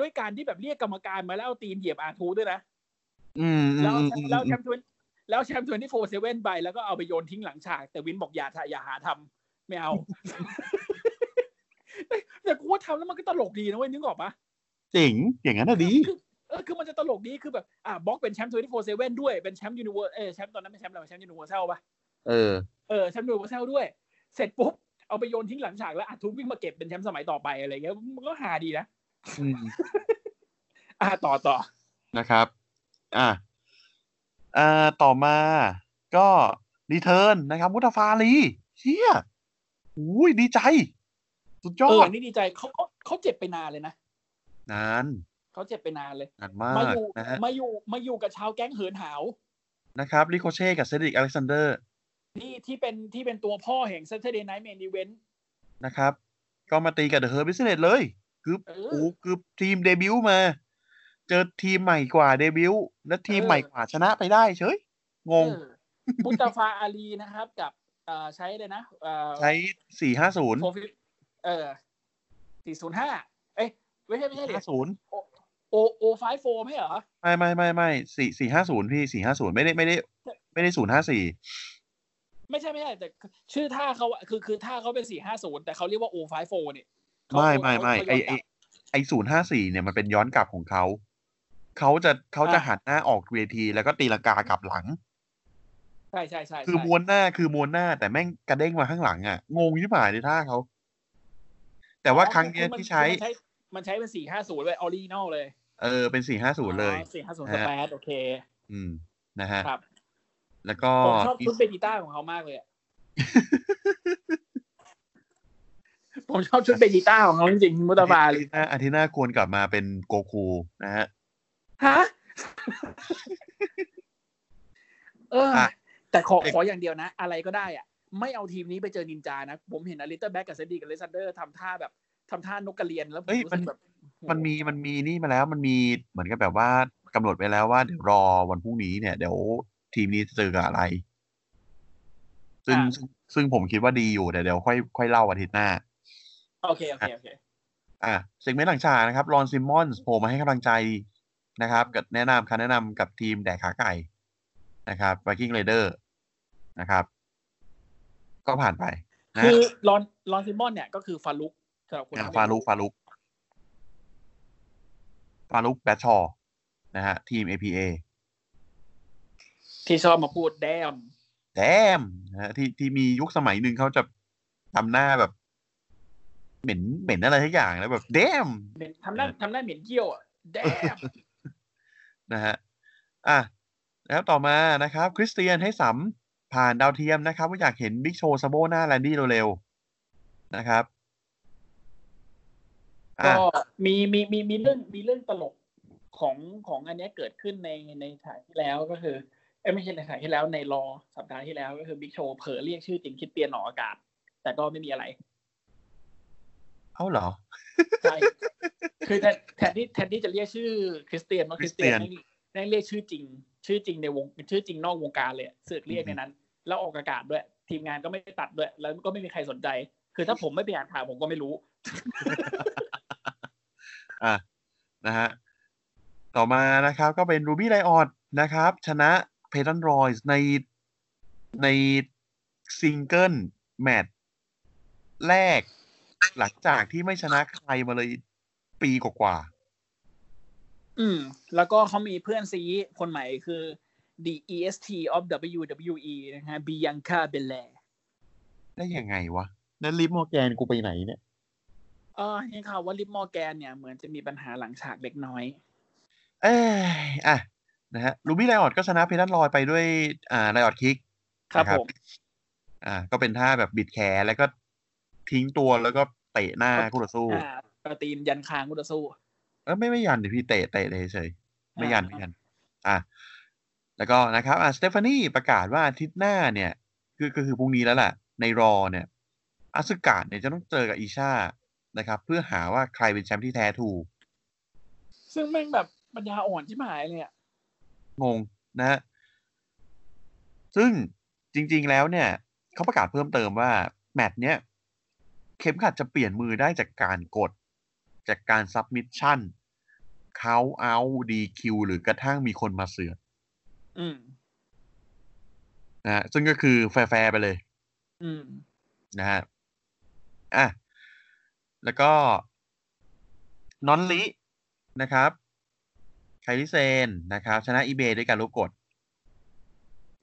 Speaker 3: ด้วยการที่แบบเรียกกรรมการมาแล้วเอาตีนเหยียบอาทูด้วยนะ
Speaker 2: อืมอืม
Speaker 3: แล้ว
Speaker 2: อืม
Speaker 3: แช
Speaker 2: อืม
Speaker 3: มป์แล้วแชมป์ทวนแล้วแชมป์ทวนที่โฟร์เซเว่นไปแล้วก็เอาไปโยนทิ้งหลังฉาก แต่วินบอกอย่าทะอย่าหาทำไม่เอา แต่แต่กูว่าทำแล้วมันก็ตลกดีนะเว้ยนึกออกปะ
Speaker 2: เจ๋งอย่างนั้นอะดี
Speaker 3: คือ เออคือมันจะตลกดีคือแบบอ่ะบล็อกเป็นแชมป์ทเวนตี้โฟร์เซเว่นด้วยเป็นแชมป์ยูนิเวอร์เออแชมป์ตอนนั้นเป็นแชมป์อะไรวะแชมป์ยูนิเวอร์แซลปะ
Speaker 2: เออ
Speaker 3: เออแชมป์ยูนิเวอร์แซลด้วย เสร็จปุ๊บ เอาไปโยนทิ้งหลังฉากแล้วอัดทุบวิ่งมาเก็บเป็นแชมป์สมัยต่อไปอะไรเงี้ยมันก็หาดีนะ
Speaker 2: อืม
Speaker 3: อ่าต่อต่อ
Speaker 2: นะครับ อ่ะอ่า ต่อมาก็รีเทิร์นนะครับมุตาฟาลีเชี่ยอุ้ยดีใจ สุดยอ
Speaker 3: เออ
Speaker 2: ด
Speaker 3: นี่ดีใจเขาเขาเขาเจ็บไปนานเลยนะ
Speaker 2: นาน
Speaker 3: เขาเจ็บไปนานเลย
Speaker 2: นานมา
Speaker 3: มาอก ยู่
Speaker 2: นะฮะ
Speaker 3: มาอยู่มาอยู่กับชาวแก๊งเหินหาว
Speaker 2: นะครับริโคเช่กับเซดริกอเล็กซานเดอร์
Speaker 3: นี่ที่เป็นที่เป็นตัวพ่อแห่ง Saturday Night Main Event
Speaker 2: นะครับ ก็มาตีกับเดอะเฮอร์บิสเนสเลยกึบ
Speaker 3: เออ
Speaker 2: อูกึบทีมเดบิวต์มา เจอทีมใหม่กว่าเดบิวต์และทีม
Speaker 3: เออ
Speaker 2: ใหม่กว่าชนะไปได้เฉย งง
Speaker 3: เออมุตาฟาอาลีนะครับกับเอ่อใช้เลยนะเอ่อ
Speaker 2: ใช้สี่ห้าศูนย์
Speaker 3: โฟฟิเออสี่ศูนย์ห้าเอ้ยไม่ใช่ไม่ใช่ดิ
Speaker 2: ห้าศูนย์
Speaker 3: โอโอไฟโฟไม่เหรอ
Speaker 2: ไม่ไม่ไม่ไม่สี่สี่ห้าศูนย์พี่สี่ห้าศูนย์ไม่ได้ไม่ได้ ไม่ได้ศูนย์ห้าสี่
Speaker 3: ไม่ใช่ไม่ใช่แต่ชื่อท่าเขาอะคือคือท่าเขาเป็นสี่ห้าศูนย์แต่เขาเรียกว่าโอไฟโฟเนี่ยเขา
Speaker 2: ไม่ไม่ไม่
Speaker 3: เขา
Speaker 2: ไอ
Speaker 3: ย้
Speaker 2: ไอ
Speaker 3: น
Speaker 2: ก
Speaker 3: ลับ
Speaker 2: ไอศูนย์ห้าสี่เนี่ยมันเป็นย้อนกลับของเขาเขาจะเขาจะ
Speaker 3: อ่า
Speaker 2: หันหน้าออกเวที แล้วก็ตีลังกากลับหลัง
Speaker 3: ใช่ใช่ใช่
Speaker 2: คือ
Speaker 3: ใช่
Speaker 2: ม้วนหน้าคือม้วนหน้า แต่แม่งกระเด้งมาข้างหลังอ่ะงงที่หมายในท่าเขาแต่ว่าครั้งเนี้ย
Speaker 3: อมั
Speaker 2: ที่ใช้
Speaker 3: มันมันใช้เป็นสี่ห้าศูนย์เลยออริจินอลเลย
Speaker 2: เออเป็นสี่ห้าศูนย์เลย
Speaker 3: สี่ห้าศูนย์
Speaker 2: นะ
Speaker 3: ส
Speaker 2: ฮะ
Speaker 3: แปดโอเค
Speaker 2: อืมนะฮะ
Speaker 3: ครับ
Speaker 2: แล้วก็
Speaker 3: ผมชอบชุดเบนิต้าของเขามากเลย อะผมชอบชุดเบนิต้าของเขาจริงๆมุตาบา
Speaker 2: อา
Speaker 3: เล
Speaker 2: ทิ
Speaker 3: ย
Speaker 2: ตย์หน้าอาทิตย์หน้าควรกลับมาเป็นโกคูนะฮะ
Speaker 3: ฮะเออ
Speaker 2: อ่ะ
Speaker 3: แต่ขอขออย่างเดียวนะ อะไรก็ได้อ่ะ ไม่เอาทีมนี้ไปเจอนินจานะ ผมเห็นอลิเตอร์แบ็กกับเซนดี้กับเลซันเดอร์ทำท่าแบบทำท่านกกระเรียนแล้วผม
Speaker 2: เอ้ย
Speaker 3: รู้
Speaker 2: มั
Speaker 3: สึ
Speaker 2: น
Speaker 3: กแบบ
Speaker 2: มันมีมันมีนี่มาแล้วมันมีเหมือนกับแบบว่ากำหนดไว้แล้วว่าเดี๋ยวรอวันพรุ่งนี้เนี่ยเดี๋ยวทีมนี้จะเจอกับอะไร ซึ่งซึ่งซึ่งผมคิดว่าดีอยู่แต่เดี๋ยวค่อยค่อยเล่าอาทิตย์หน้า
Speaker 3: โอเคโอเคโอเค
Speaker 2: อ่ะเซกเมนต์หลังฉากนะครับรอนซิมมอนส์โผล่มาให้กำลังใจนะครับกับแนะนำคำแนะนำกับทีมแดกขาไก่นะครับ Viking Raider นะครับ ก็ผ่านไปนะ
Speaker 3: คือลอนลอนซิมอนเนี่ยก็คือฟาลุกสำหรับคน
Speaker 2: อ่ะ
Speaker 3: ที่
Speaker 2: ฟาลุกฟาลุกฟาลุกแบทชอร์นะฮะทีม APA
Speaker 3: ที่ชอบมาพูดแดม
Speaker 2: แดมนะฮะที่ที่มียุคสมัยหนึ่งเขาจะทำหน้าแบบ เหม็นเหม็นอะไรทุกอย่างแล้วแบบแดม
Speaker 3: เหม็นทำหน้าทำหน้าเหม็นเกี้ยวอะแดม
Speaker 2: นะฮะอ่ะแล้วต่อมานะครับ คริสเตียนให้สัมผ่านดาวเทียมนะครับ ว่าอยากเห็นบิ๊กโชว์ซาโบหน้าแลนดี้เร็วๆนะครับ
Speaker 3: ก็
Speaker 2: อ่ะ
Speaker 3: มีมีมีมีเรื่องมีเรื่องตลกของของอันเนี้ยเกิดขึ้นในในฉากที่แล้วก็คือเอ้ยไม่ใช่ในฉากที่แล้วในรอสัปดาห์ที่แล้วก็คือบิ๊กโชว์เผลอเรียกชื่อจริงคิดเตียนหนออากาศ แต่ก็ไม่มีอะไร
Speaker 2: เอ้าเหรอ
Speaker 3: ใช่คือแทนแทนที่แทนที่จะเรียกชื่อคริสเตียนว่าคริสเตียน
Speaker 2: Christian
Speaker 3: แม่งแม่งเรียกชื่อจริง ชื่อจริงในวงชื่อจริงนอกวงการเลยเสือกเรียกในนั้น แล้วออกอากาศด้วย ทีมงานก็ไม่ได้ตัดด้วย แล้วก็ไม่มีใครสนใจ คือถ้าผมไม่ไปอ่านข่าวผมก็ไม่รู้
Speaker 2: อ่ะนะฮะต่อมานะครับก็เป็นรูบี้ไลออดนะครับ ชนะเพตันรอยส์ในในซิงเกิลแมตช์แรก หลังจากที่ไม่ชนะใครมาเลยปีกว่าๆ
Speaker 3: อืม แล้วก็เขามีเพื่อนซีคนใหม่คือ the est of wwe นะฮะ bianca belair
Speaker 2: ได้ยังไงวะนั่นลิฟมอร์แกนกูไปไหนเนี่ย
Speaker 3: เออเห็นข่าวว่าลิปมอร์แกนเนี่ยเหมือนจะมีปัญหาหลังฉากเล็กน้อย
Speaker 2: เอ้ยอ่ะ นะฮะ ลูบี้ไลออดก็ชนะเพดันลอยไปด้วย อ่าไลออดคิก
Speaker 3: ครับ
Speaker 2: ครับ
Speaker 3: ผม
Speaker 2: อ่า ก็เป็นท่าแบบบิดแขนแล้วก็ทิ้งตัวแล้วก็เตะหน้าคู่ต่อสู้
Speaker 3: อ่าประตีนยันคางกุตสู้
Speaker 2: เออไม่ไม่ยันดิพี่เตะเตะเลยเฉยไม่ยัน
Speaker 3: อ่า
Speaker 2: ไม่ยัน อ่ะ แล้วก็นะครับ อ่ะสเตฟานีประกาศว่าอาทิตย์หน้าเนี่ย คือก็คือพรุ่งนี้แล้วล่ะ ในรอเนี่ยอาสึกะเนี่ยจะต้องเจอกับอีชานะครับ เพื่อหาว่าใครเป็นแชมป์ที่แท้ถูก
Speaker 3: ซึ่งแม่งแบบปัญญาอ่อนชิบหายเลยอ่ะ
Speaker 2: งงนะฮะซึ่งจริง ๆ แล้วเนี่ย เขาประกาศเพิ่มเติมว่า แมตช์เนี้ย เข็มขัดจะเปลี่ยนมือได้จากการกด จากการซับมิชชั่นเขาเอาดีคิวหรือกระทั่งมีคนมาเสือก
Speaker 3: อืม
Speaker 2: นะฮะซึ่งก็คือแฟร์ๆไปเลย
Speaker 3: อืม
Speaker 2: นะฮะ อ่ะ แล้วก็นอนลินะครับ ไคลิเซนนะครับ ชนะ eBay ด้วยการลูกกด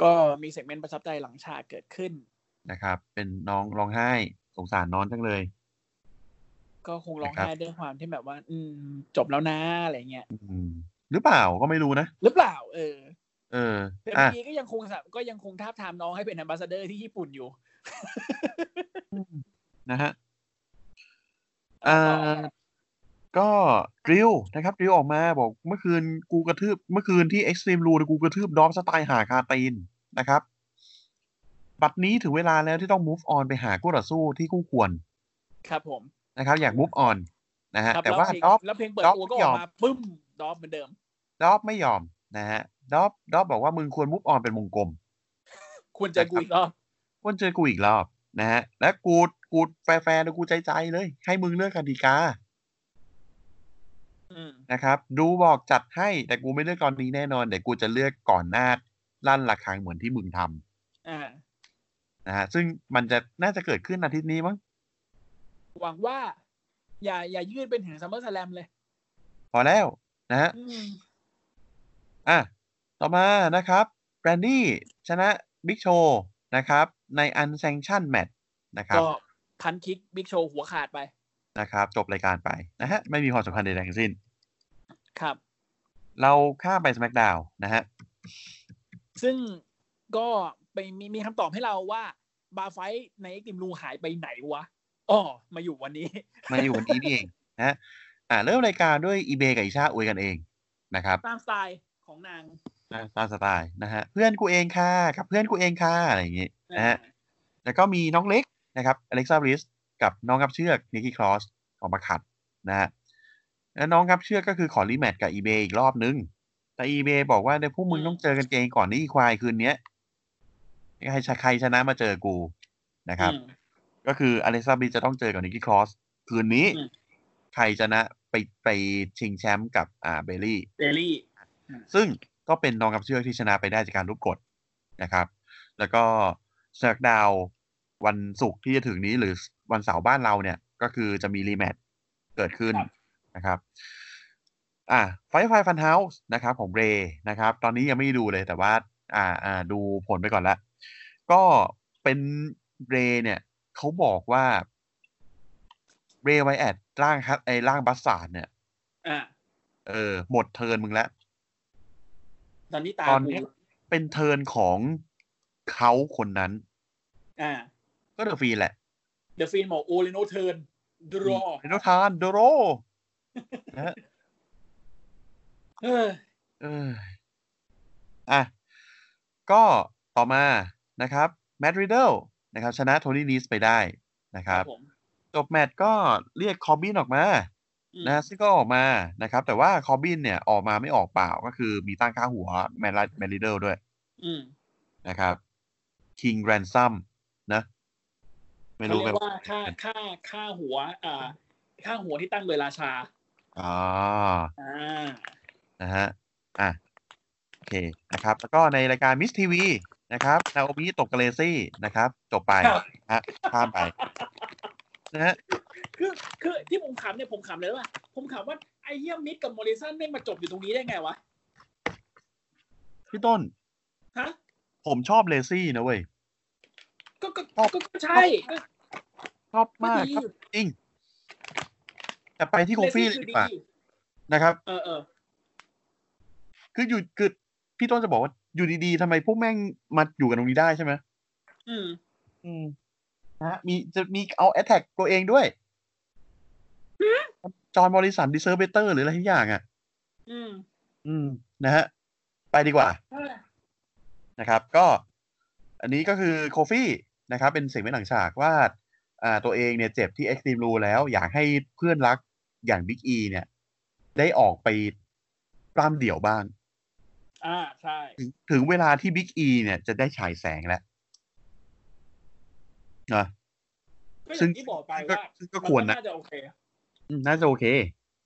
Speaker 3: ก็มีเซกเมนต์ประทับใจหลังฉากเกิดขึ้น
Speaker 2: นะครับ เป็นน้องร้องไห้สงสารน้องจังเลย
Speaker 3: ก็คงร้องไห้ด้วยความที่แบบว่า อืม จบแล้วนะอะไรเงี้ย
Speaker 2: อืม หรือเปล่าก็ไม่รู้นะ
Speaker 3: หรือเปล่า เออ
Speaker 2: เออ
Speaker 3: แต่
Speaker 2: อ่ะ
Speaker 3: เมื่อกี้ก็ยังคงสะก็ยังคงทาบทามน้องให้เป็นแอมบาสเดอร์ที่ญี่ปุ่นอยู่
Speaker 2: นะฮะเอ่อก็ดริวนะครับดริวออกมาบอกเมื่อคืนกูกระทืบ เมื่อคืนที่ Extreme Rule กูกระทืบดอมสไตล์หาคาตีนนะครับ บัดนี้ถึงเวลาแล้วที่ต้อง move on ไปหาคู่ต่อสู้ที่คู่ควร
Speaker 3: ครับผม
Speaker 2: นะครับ อยาก move on นะฮะ
Speaker 3: ครับ
Speaker 2: แต่ว่าด
Speaker 3: ล้เพลง
Speaker 2: อม
Speaker 3: แล้วเพลงเปิด
Speaker 2: ดอฟ
Speaker 3: ตัวก็
Speaker 2: ไม่
Speaker 3: อย อ
Speaker 2: อม
Speaker 3: กมาปึ้มดอฟเหมือนเดิม
Speaker 2: ดอมไม่ยอมนะฮะดอมดอมบอกว่ามึงควร move on เป็นวงกลม
Speaker 3: ควรจะกูอีกรอบ
Speaker 2: ควรเจอกูอีกรอบนะฮะ และกูกูแฟร์ๆแล้วกูใจใจๆเลย ให้มึงเลือกกติกา
Speaker 3: อืม
Speaker 2: นะครับดูบอกจัดให้แต่กูไม่เลือกตอนนี้แน่นอน แต่กูจะเลือกก่อนหน้าลั่นระฆังเหมือนที่มึงทำ
Speaker 3: อ่า
Speaker 2: นะฮะซึ่งมันจะน่าจะเกิดขึ้นอาทิตย์นี้มั้ง
Speaker 3: หวังว่า อย่าอย่ายืดเป็นถึงซัมเมอร์สแลมเลย
Speaker 2: พอแล้วนะฮะ
Speaker 3: อืม
Speaker 2: อ่ะต่อมานะครับแบรนดี้ชนะบิ๊กโชนะครับ ในอันแซงชั่นแมตช์นะครับ
Speaker 3: ก็พันคิกบิ๊กโชว์หัวขาดไป
Speaker 2: นะครับ จบรายการไปนะฮะ ไม่มีความสำคัญใดๆทั้งสิ้น
Speaker 3: ครับ
Speaker 2: เราข้ามไปส c k กดาวนะฮะ
Speaker 3: ซึ่งก็ไปมีมีคำตอบให้เราว่า บาร์ไฟท์ในเอ็กติมรูหายไปไหนวะอ๋อมาอยู่วันนี้
Speaker 2: มาอยู่วันนี้นี่เองนะฮะอ่ะเริ่มรายการด้วยอีเบกับอิชาอวยกันเองนะครับ
Speaker 3: ตามสไตล์ของนาง
Speaker 2: นะตามสไตล์นะฮะเพื่อนกูเองค่ะกับเพื่อนกูเองค่ะอะไรอย่างงี้นะฮะแล้วก็มีน้องเล็กนะครับอเล็กซาบริสกับน้องกับเชือกนิกกี้ครอสของมาขัดนะฮะแล้วน้องกับเชือกก็คือขอรีแมตช์กับอีเบอีกรอบนึง แต่อีเบบอกว่าเดี๋ยวพวกมึงต้องเจอกันเองก่อนนี่อีควายคืนเนี้ยใครชะใครชนะมาเจอกูนะครับ
Speaker 3: อืม
Speaker 2: ก็คืออเล็กซาบริสจะต้องเจอกับนิกกี้ครอสคืนนี้
Speaker 3: อืม
Speaker 2: ใครชนะไปไปชิงแชมป์กับอ่าเบลลี่
Speaker 3: เดลี่
Speaker 2: ซึ่งก็เป็นน้องกับเชือกที่ชนะไปได้จากการรูปกดนะครับ แล้วก็สแลกดาววันศุกร์ที่จะถึงนี้หรือวันเสาร์บ้านเราเนี่ย ก็คือจะมีรีแมตช์เกิดขึ้น
Speaker 3: ครับ
Speaker 2: นะครับ อ่าไฟไฟฟันเฮาส์นะครับของเรนะครับ ตอนนี้ยังไม่ดูเลยแต่ว่า อ่าอ่าดูผลไปก่อนละ ก็เป็นเรเนี่ยเขาบอกว่าเรไวแอดร่างครับไอ้ร่างบัสสาดเนี่ย
Speaker 3: อ่า
Speaker 2: เออหมดเทิร์นมึงแล้ว
Speaker 3: ตอนนี้ตา
Speaker 2: ตอน
Speaker 3: กู
Speaker 2: เนี้ยเป็นเทิร์นของเขาคนนั้น
Speaker 3: อ่า
Speaker 2: ก็เดอะฟีแหละ
Speaker 3: เดอะฟินบอกโอเลโนเทิร์นดรอ
Speaker 2: เป็นโนทานโดโรนะฮะ
Speaker 3: เออ
Speaker 2: เอออ่ะก็ต่อมานะครับแมดริดเดิลนะครับ ชนะโทนี่นีสไปได้นะครับ
Speaker 3: ผม
Speaker 2: จบแมตช์ก็เรียกคอบบินออกมา
Speaker 3: อืม
Speaker 2: นะซึ่งก็ออกมานะครับ แต่ว่าคอบบินเนี่ยออกมาไม่ออกเปล่าก็คือมีตั้งค่าหัวแมดแมดริดเดิลด้วย
Speaker 3: อืม
Speaker 2: นะครับคิงแรนซัมนะไม่รู้
Speaker 3: เขา
Speaker 2: แบ
Speaker 3: เรี
Speaker 2: บ
Speaker 3: ยกว่าค่าค่าค่าหัว อ่า ค่าหัวที่ตั้งโดยราชา
Speaker 2: อ๋อ
Speaker 3: อ่า
Speaker 2: นะฮะ อ่ะ โอเค นะครับ แล้วก็ในรายการมิสทีวีนะครับนาโอมิตกกบเลซี่นะครับ จบไป
Speaker 3: ครับ
Speaker 2: นะฮะข้ามไป นะฮะ
Speaker 3: คือคือที่ผมขำเนี่ยผมขำเลยว่า ผมขำว่าไอเฮียมิดกับโมริสันไม่งมาจบอยู่ตรงนี้ได้ไงวะ
Speaker 2: พี่ต้น
Speaker 3: ฮะ
Speaker 2: ผมชอบเลซี่นะเว้ย
Speaker 3: ก็ก็
Speaker 2: ครับ
Speaker 3: ก็ก็ใช่ก็
Speaker 2: ชอบ
Speaker 3: ก็
Speaker 2: มาก
Speaker 3: ดี
Speaker 2: ครับจริง จะไปที่โคฟี่เล
Speaker 3: เล
Speaker 2: ย
Speaker 3: ซี่
Speaker 2: ดี
Speaker 3: ดี
Speaker 2: กว่านะครับ
Speaker 3: เออเออ
Speaker 2: คืออยู่คือพี่ต้นจะบอกว่า อยู่ดีๆทำไมพวกแม่งมาอยู่กันตรงนี้ได้ใช่ไหม
Speaker 3: อืม
Speaker 2: อืม นะฮะ มี จะมีเอาแอตแทกตัวเองด้วย จอห์นมอริสันดิเซอร์เบเตอร์หรืออะไรทุกอย่างอ่ะ
Speaker 3: อืม
Speaker 2: อืม นะฮะ ไปดีกว่า นะครับก็อันนี้ก็คือโคฟี่นะครับ เป็นเสียงไม่หลังฉากว่าอ่าตัวเองเนี่ยเจ็บที่ Extreme Rule แล้วอยากให้เพื่อนรักอย่าง Big E เนี่ย ได้ออกไปปล้ำเดี่ยวบ้าง
Speaker 3: อ่าใช่
Speaker 2: ถึงถึงเวลาที่ Big E เนี่ยจะได้ฉายแสงแล้วนะ
Speaker 3: ก็อ
Speaker 2: ซึ่ง
Speaker 3: ย่างที่บอกไป
Speaker 2: ก็
Speaker 3: ว่า
Speaker 2: ซึ่งก็ควร
Speaker 3: มั
Speaker 2: นะ
Speaker 3: น่าจะโอเค
Speaker 2: อืมน่าจะโอเค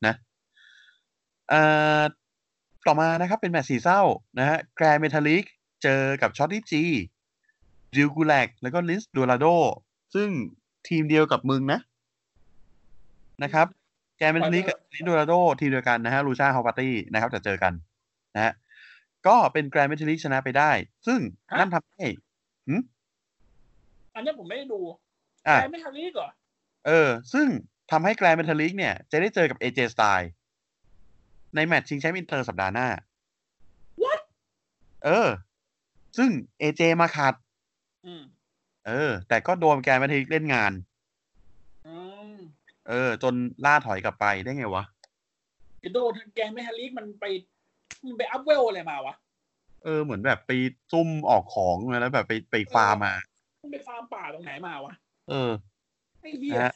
Speaker 2: นะเอ่อต่อมานะครับเป็นแมตช์สีเศร้านะฮะแกรเมทัลิกเจอกับช็อตที่จีดิวกูแลกแล้วก็ลิสดูราโด ซึ่งทีมเดียวกับมึงนะ นะครับ แกเป็นลิกกับลิโดราโดทีมเดียวกันนะฮะลูชาฮาวปาตี้นะครับจะเจอกันนะฮะก็เป็นแกรนด์เมทลิกชนะไปได้ ซึ่ง
Speaker 3: ฮะ
Speaker 2: นั่นทำให้
Speaker 3: อันนี้ผมไม่ได้ดู
Speaker 2: อ่ะ
Speaker 3: แต่ไม่ทำลีกเหรอ
Speaker 2: เออ ซึ่งทำให้แกรนด์เมทัลลิกเนี่ย จะได้เจอกับ AJ Style ในแมตช์ชิงแชมป์อินเตอร์สัปดาห์หน้า เออ ซึ่ง AJ มาขาด
Speaker 3: อืม
Speaker 2: เออ แต่ก็โดนแกรนด์เมทัลลิกเล่นงาน
Speaker 3: อืม
Speaker 2: เออ จนล่าถอยกลับไปได้ไงวะ
Speaker 3: เดี๋ยวโดนแกไม่ทำลีกมันไปมันไปอัพเวลอะไรมาวะ
Speaker 2: เออ เหมือนแบบไปซุ่มออกของมาแล้วแบบไปไปฟาร์มมา
Speaker 3: มันไปฟาร์มป่าตรงไหนมาวะ
Speaker 2: เออ
Speaker 3: ไอ้เหี้ย
Speaker 2: ฮะ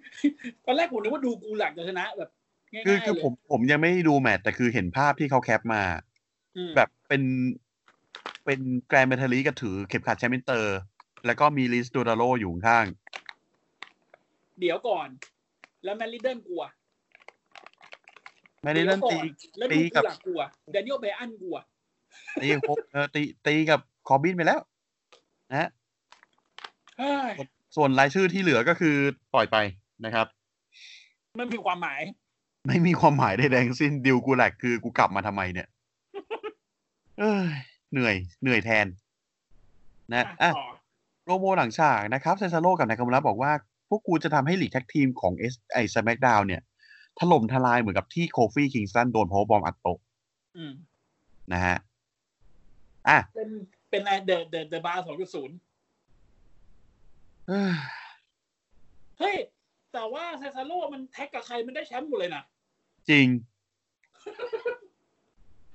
Speaker 3: ตอนแรกผมนึกว่าดูกูหลักจะชนะแบบง่ายๆ
Speaker 2: คือ
Speaker 3: เลย
Speaker 2: คือผมผมยังไม่ได้ดูแมตช์แต่คือเห็นภาพที่เขาแคปมา
Speaker 3: อืม
Speaker 2: แบบเป็นเป็นแกรนด์เมทัลลิกกับถือเข็มขัดแชมป์อินเตอร์ แล้วก็มีลิสโดดาโลอยู่ข้างๆ
Speaker 3: เดี๋ยวก่อน แล้วแมนลิเดิลกลัว
Speaker 2: ไม่ได้เล่นตี
Speaker 3: แล้ว
Speaker 2: ตี
Speaker 3: ดู
Speaker 2: กับ
Speaker 3: กูหลักกลัวแดเนียลเบอันกลัว
Speaker 2: ตีกับโคเออตีตีกับคอร์บินไปแล้ว นะฮะ
Speaker 3: เฮ้ย
Speaker 2: ส่วนรายชื่อที่เหลือก็คือปล่อยไปนะครับ
Speaker 3: มันมีความหมาย
Speaker 2: ไม่มีความหมายใดๆทั้งสิ้นดิวกูแหลกคือกูกลับมาทำไมเนี่ย เอ้ยเหนื่อย เหนื่อยแทน นะ
Speaker 3: อ่ะ
Speaker 2: อ่ะ
Speaker 3: ต่อ
Speaker 2: โรโมหลังฉากนะครับเซซาโร่กับนายกำลังบอกว่า พวกกูจะทำให้หลีกแท็กทีมของเอสไอสแมกดาวเนี่ย ถล่มทลายเหมือนกับที่โคฟี่คิงสันโดนโพบอมอัดโตะ
Speaker 3: อืม
Speaker 2: นะฮะอ่ะ
Speaker 3: เป็นเป็นอะไรเดอะเดอะเดอะบาร์สองจุดศูนย์
Speaker 2: เอ้ย
Speaker 3: เฮ้ย แต่ว่าเซซาโร่มันแท็กกับใครมันได้แชมป์หมดเลยนะ
Speaker 2: จริง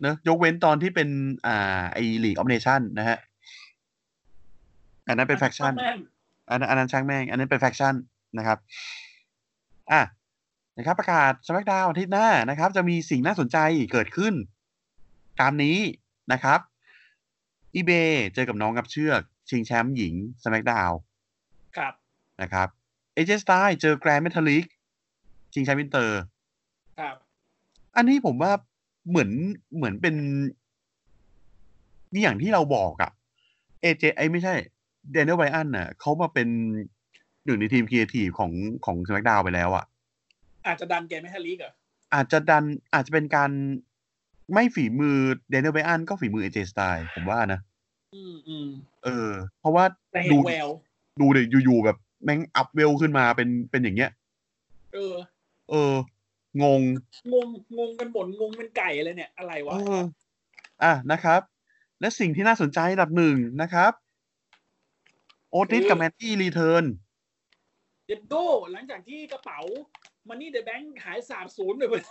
Speaker 2: เนอะยกเว้นตอนที่เป็น อ่า ไอลีกออฟเนชั่นนะฮะ อันนั้นเป็นแฟคชั่น
Speaker 3: แม่ง
Speaker 2: อันนั้นอันนั้นช่างแม่ง อันนั้นเป็นแฟคชั่นนะครับ อ่ะนะครับ ประกาศสมักดาวอาทิตย์หน้านะครับ จะมีสิ่งน่าสนใจเกิดขึ้น ตามนี้นะครับอีเบเจอกับน้องกับเชือก ชิงแชมป์หญิงสมักดาว
Speaker 3: ครับ
Speaker 2: นะครับเอเจสไตเจอแกรนด์เมทัลลิกชิงแชมป์อินเตอร์
Speaker 3: ครับ
Speaker 2: อันนี้ผมว่าเหมือนเหมือนเป็นนี่อย่างที่เราบอกอะเอเจไอไม่ใช่เดนเนลไบอันน่ะเขามาเป็นหนึ่งในทีมครีเอทีฟของของสมักดาวไปแล้วอะ
Speaker 3: อาจจะดันแกไม่ทะลีกเหรอ
Speaker 2: อาจจะดันอาจจะเป็นการไม่ฝีมือเดนเนลไบอันก็ฝีมือเอเจสไตล์ผมว่านะ
Speaker 3: อืมอืม
Speaker 2: เออ เพราะว่า
Speaker 3: แต่เห็
Speaker 2: ดู
Speaker 3: นแวว
Speaker 2: ดูเดี๋ยวอยู่ๆแบบแม่งอัพเวลขึ้นมาเป็นเป็นอย่างเงี้ย
Speaker 3: เออ
Speaker 2: เออ งง
Speaker 3: งงงงกันหมดงงเป็นไก่เลยเนี่ย อะไรวะ
Speaker 2: เอออ่ะนะครับ และสิ่งที่น่าสนใจอันดับหนึ่งนะครับ โอติสกับแมตตี้รีเทิร์น
Speaker 3: เดดโดหลังจากที่กระเป๋ามันนี่เดอะแบงค์หายสาบศูนย์ ไปหมด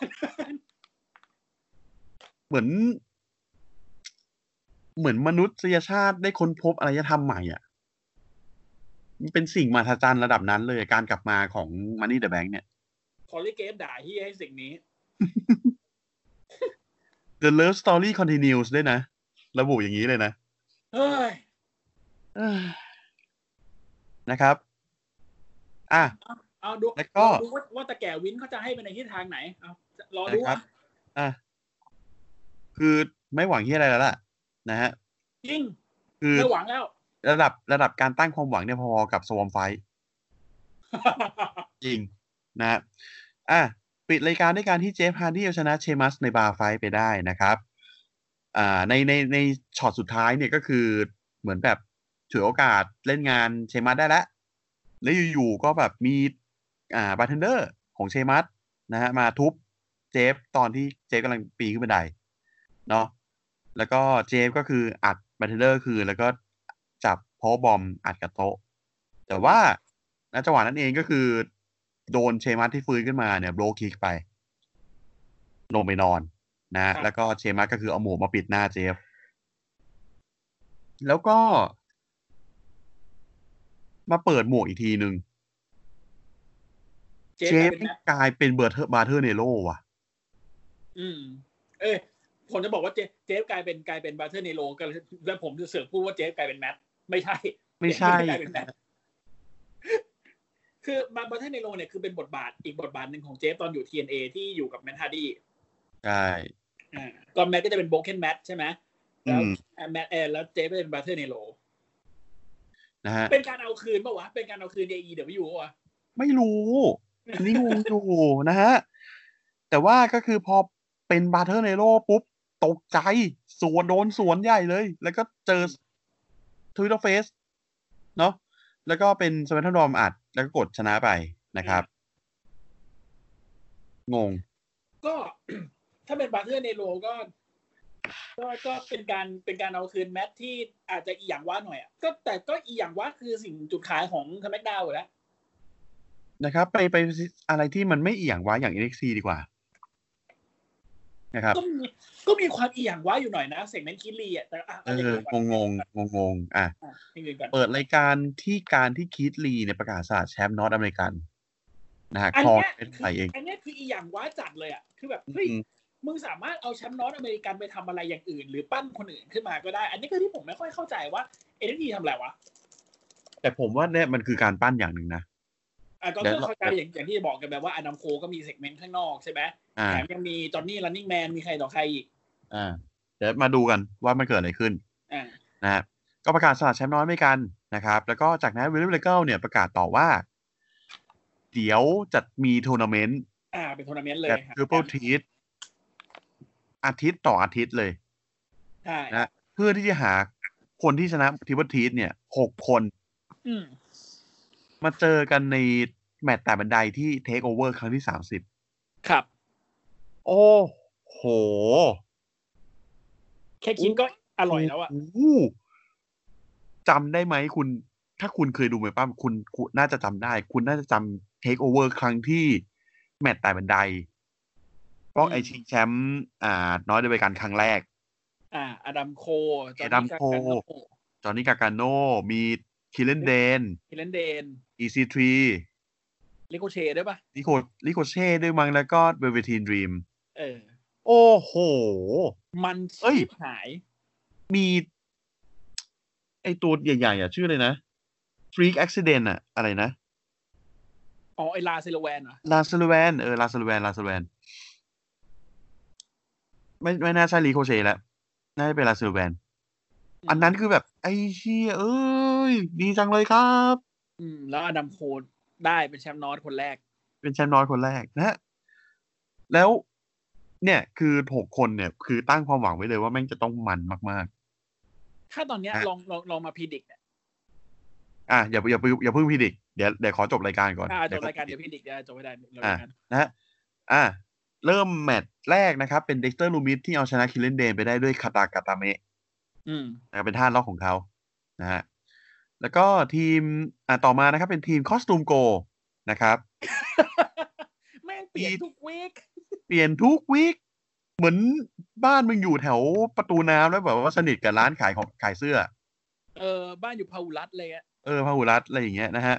Speaker 2: เหมือน เหมือนมนุษยชาติได้ค้นพบอารยธรรมใหม่อ่ะมันเป็นสิ่งมหัศจรรย์ระดับนั้นเลยการกลับมาของมันนี่เดอะแบงค์เนี่ย
Speaker 3: คอลลีเกฟด่าเฮียให้สิ่งนี้
Speaker 2: The Love Story Continues ด้วยนะ ระบุอย่างนี้เลยนะ
Speaker 3: เฮ้ย
Speaker 2: เอ้ยนะครับ อ่ะ
Speaker 3: เอาดู
Speaker 2: แล้วก็
Speaker 3: ดูว่าว่าแต่แก่วินเขาจะให้ไปในทิศทางไหนเอารอดู
Speaker 2: นะครับ
Speaker 3: อ่ะ
Speaker 2: อ่ะ คือไม่หวังที่อะไรแล้วล่ะ นะฮะ
Speaker 3: จริง
Speaker 2: คือ
Speaker 3: ไม่หวังแล้ว
Speaker 2: ระดับระดับการตั้งความหวังเนี่ยพอๆกับสวอมไฟจริง นะฮะอ่ะ ปิดรายการด้วยการที่เจฟฮาร์ดี้เอาชนะเชมัสในบาร์ไฟท์ไปได้นะครับ อ่าในในในช็อตสุดท้ายเนี่ยก็คือเหมือนแบบถือโอกาสเล่นงานเชมัสได้แล้ว แล้วอยู่ๆก็แบบมีอ่าบาร์เทนเดอร์ของเชมัสนะฮะมาทุบเจฟตอนที่เจฟกำลังปีนขึ้นบันไดเนาะแล้วก็เจฟก็คืออัดบาร์เทนเดอร์คือแล้วก็จับโพบอมอัดกับโต๊ะ แต่ว่าณจังหวะนั้นเองก็คือ โดนเชมัสที่ฟื้นขึ้นมาเนี่ยโบลคิกไป ลงไปนอนนะฮะ
Speaker 3: ครับ
Speaker 2: แล้วก็เชมัสก็คือเอาหมูมาปิดหน้าเจฟ แล้วก็มาเปิดหมวกอีกทีหนึ่ง
Speaker 3: เจ๊
Speaker 2: เจ
Speaker 3: กลาย
Speaker 2: ฟกลาย
Speaker 3: เป็นนะ
Speaker 2: เป็นเบอร์เทอร์บาร์เทอร์เนโร่ว่ะ
Speaker 3: อืม เอ้ยผมจะบอกว่าเจเจฟกลายเป็นกลายเป็นบาร์เทอร์เนโรกันแล้วผมจะเสือกพูดว่าเจฟกลายเป็นแมทไม่ใช่
Speaker 2: ไม่ใช่
Speaker 3: เจฟกลายเป็นแมท คือบาร์เทอร์เนโรเนี่ยคือเป็นบทบาทอีกบทบาทหนึ่งของเจฟตอนอยู่ TNA ที่อยู่กับแมทฮาร์ดี้
Speaker 2: ใช่
Speaker 3: อ่าตอนแมทก็จะเป็นโบเคนแมทใช่ไหม
Speaker 2: อื
Speaker 3: แล้ว
Speaker 2: ม
Speaker 3: อ่าแมทเออแล้วเจฟก็เป็นบาร์เทอร์เนโร
Speaker 2: นะฮะ
Speaker 3: เป็นการเอาคืนปะวะเป็นการเอาคืนเอไอเดี๋ยวไม่อยู่ปะวะ
Speaker 2: ไม่รู้ อันนี่งงอยู่นะฮะ แต่ว่าก็คือพอเป็นบาเทอร์เนโรปุ๊บ ตกใจ สวนโดนสวนใหญ่เลย แล้วก็เจอทวิตเตอร์เฟสเนาะแล้วก็เป็นสมัทดอมอัด แล้วก็กดชนะไปนะครับ งง
Speaker 3: ก็ ถ้าเป็นบาเทอร์เนโรก็ ก็ก็เป็นการเป็นการเอาคืนแมตช์ที่อาจจะอีหยังว่าหน่อยอะก็แต่ก็อีหยังว่าคือสิ่งจุดขายของสแมกดาวอยู่แล้ว
Speaker 2: นะครับ ไปไปอะไรที่มันไม่เอียงวะอย่าง NXT ดีกว่า นะครับ
Speaker 3: ก็มีก็มีความอีหยังว่าอยู่หน่อยนะเซกเมนต์คิรีอ่ะแต่อ่ะ
Speaker 2: เอ
Speaker 3: เอาอย่าง
Speaker 2: อ
Speaker 3: อื่นก่
Speaker 2: ง
Speaker 3: อน
Speaker 2: งงงงงๆอ่ะ
Speaker 3: อ่ะอย่างอื่นก่อน
Speaker 2: เปิดรายการที่การที่คีตลีเนี่ยประกาศสละแชมป์นอตอเมริกันนะฮะ
Speaker 3: อัน
Speaker 2: ครอง
Speaker 3: เนี้ย
Speaker 2: เป็น
Speaker 3: คื
Speaker 2: ไทยเอง
Speaker 3: อันเนี้ยคืออีหยังว่าจัดเลยอ่ะคือแบบ
Speaker 2: อื
Speaker 3: เฮ้ย
Speaker 2: ม
Speaker 3: มึงสามารถเอาแชมป์นอตอเมริกันไปทำอะไรอย่างอื่น หรือปั้นคนอื่นขึ้นมาก็ได้ อันนี้คือที่ผมไม่ค่อยเข้าใจว่าเอ็นดีทำอะไรวะ
Speaker 2: แต่ผมว่าเนี่ยมันคือการปั้นอย่างหนึ่งนะ
Speaker 3: อ่ะก็
Speaker 2: เดี๋ยว
Speaker 3: คือเข้าใจอย่างอย่างที่บอกกันแบบว่าอดัมโคก็มีเซกเมนต์ข้างนอกใช่ไหม
Speaker 2: อ่า
Speaker 3: แถมยังมีจอห์นนี่ running man มีใครต่อใครอีก
Speaker 2: อ่า เดี๋ยวมาดูกันว่ามันเกิดอะไรขึ้น
Speaker 3: อ่า
Speaker 2: นะฮะก็ประกาศสละแชมป์นอตอเมริกันนะครับ แล้วก็จากนั้นวิลเลียมเลเกลเนี่ยประกาศต่อว่า เดี๋ยวจะมีทัวร์นาเมนต์
Speaker 3: อ่าเป็นทัวร์นาเมนต์เลย
Speaker 2: แบบ
Speaker 3: ค
Speaker 2: ท
Speaker 3: รับ
Speaker 2: ริปเปิลทีสอาทิตย์ต่ออาทิตย์เลย
Speaker 3: ใช่
Speaker 2: นะ เพื่อที่จะหาคนที่ชนะทริปเปิลทีสเนี่ยหกคน
Speaker 3: อืม
Speaker 2: มาเจอกันในแมตช์แต่บันไดที่เทคโอเวอร์ครั้งที่สามสิบ
Speaker 3: ครับ
Speaker 2: โอ้โห
Speaker 3: แค่คิดก็อร่อยแล้วอ่ะ
Speaker 2: โโหจำได้ไหมคุณ ถ้าคุณเคยดูไหมป้าคุณคุณน่าจะจำได้ คุณน่าจะจำเทคโอเวอร์ครั้งที่แมตช์แต่บันไดป้อง
Speaker 3: อืม
Speaker 2: ไอชิงแชมป์อ่า น้อยเดวยกันครั้งแรก
Speaker 3: อ่าอดัมโคจอห์
Speaker 2: อ
Speaker 3: น
Speaker 2: ดัม
Speaker 3: นี่
Speaker 2: โค
Speaker 3: กากันโน
Speaker 2: จอห์นนี่กาการโนมีคิลเลนเดน
Speaker 3: ฮิเลนเดน
Speaker 2: อีซีทรี
Speaker 3: ลิโกเชด้วยป่ะ
Speaker 2: ลิโคลิโคเช่ด้วยมั้งแล้วก็เบเวทีนดรีม
Speaker 3: เออ
Speaker 2: โอ้โห
Speaker 3: มัน
Speaker 2: เอ้ย
Speaker 3: ชีบหาย
Speaker 2: มี ไอตัวใหญ่ ๆ อ่ะ ชื่อเลยนะ Freak Accident อ่ะ อะไรนะ
Speaker 3: อ๋อไอลาเซโลแวนเหรอ
Speaker 2: ลาซ l ลแวนเออลาซ l ลแวนลาซ l ลแวนไม่ไม่น่าใช่รีโคเชแล้วน่าจะเป็นลาซ l ลแวนอันนั้นคือแบบ ไอ้เชี่ยเอ้ย ดีจังเลยครับ
Speaker 3: อืม แล้วอดัมโคได้เป็นแชมป์นอตคนแรก
Speaker 2: เป็นแชมป์น้อยคนแรกนะฮะแล้วเนี่ยคือหกคนเนี่ย คือตั้งความหวังไว้เลยว่าแม่งจะต้องมันมาก
Speaker 3: ถ้าตอนเนี้ย
Speaker 2: อ่ะ
Speaker 3: ลองลองลองมาพิดิกเนี่ย
Speaker 2: ๆ อ่ะอย่าอย่าอย่าเพิ่งพิดิกเดี๋ยวเดี๋ยวขอจบรายการก่อน
Speaker 3: อ่าจบรายการเดี๋ยวพิดิกจะจบไม่ได้เรา
Speaker 2: อ่ะ
Speaker 3: เรียนกัน
Speaker 2: นะฮะอ่ะเริ่มแมตช์แรกนะครับ เป็นเด็กเตอร์ลูมิสที่เอาชนะคิลเลนเดนไปได้ด้วยคาตากาตาเมะ
Speaker 3: อืม
Speaker 2: นะครับเป็นท่าล็อกของเขานะฮะแล้วก็ทีมอ่ะต่อมานะครับ เป็นทีมคอสตูมโกนะครับ
Speaker 3: แม่งเปลี่ยน
Speaker 2: อี
Speaker 3: ทุกวีค
Speaker 2: เปลี่ยนทุกวีคเหมือนบ้านมึงอยู่แถวประตูน้ำแล้วแบบว่าสนิทกับร้านขายของขายเสื้อ
Speaker 3: เออบ้านอยู่พาหุรัตเลยอะ
Speaker 2: เออพาหุรัตน์อะไรอย่างเงี้ยนะฮะ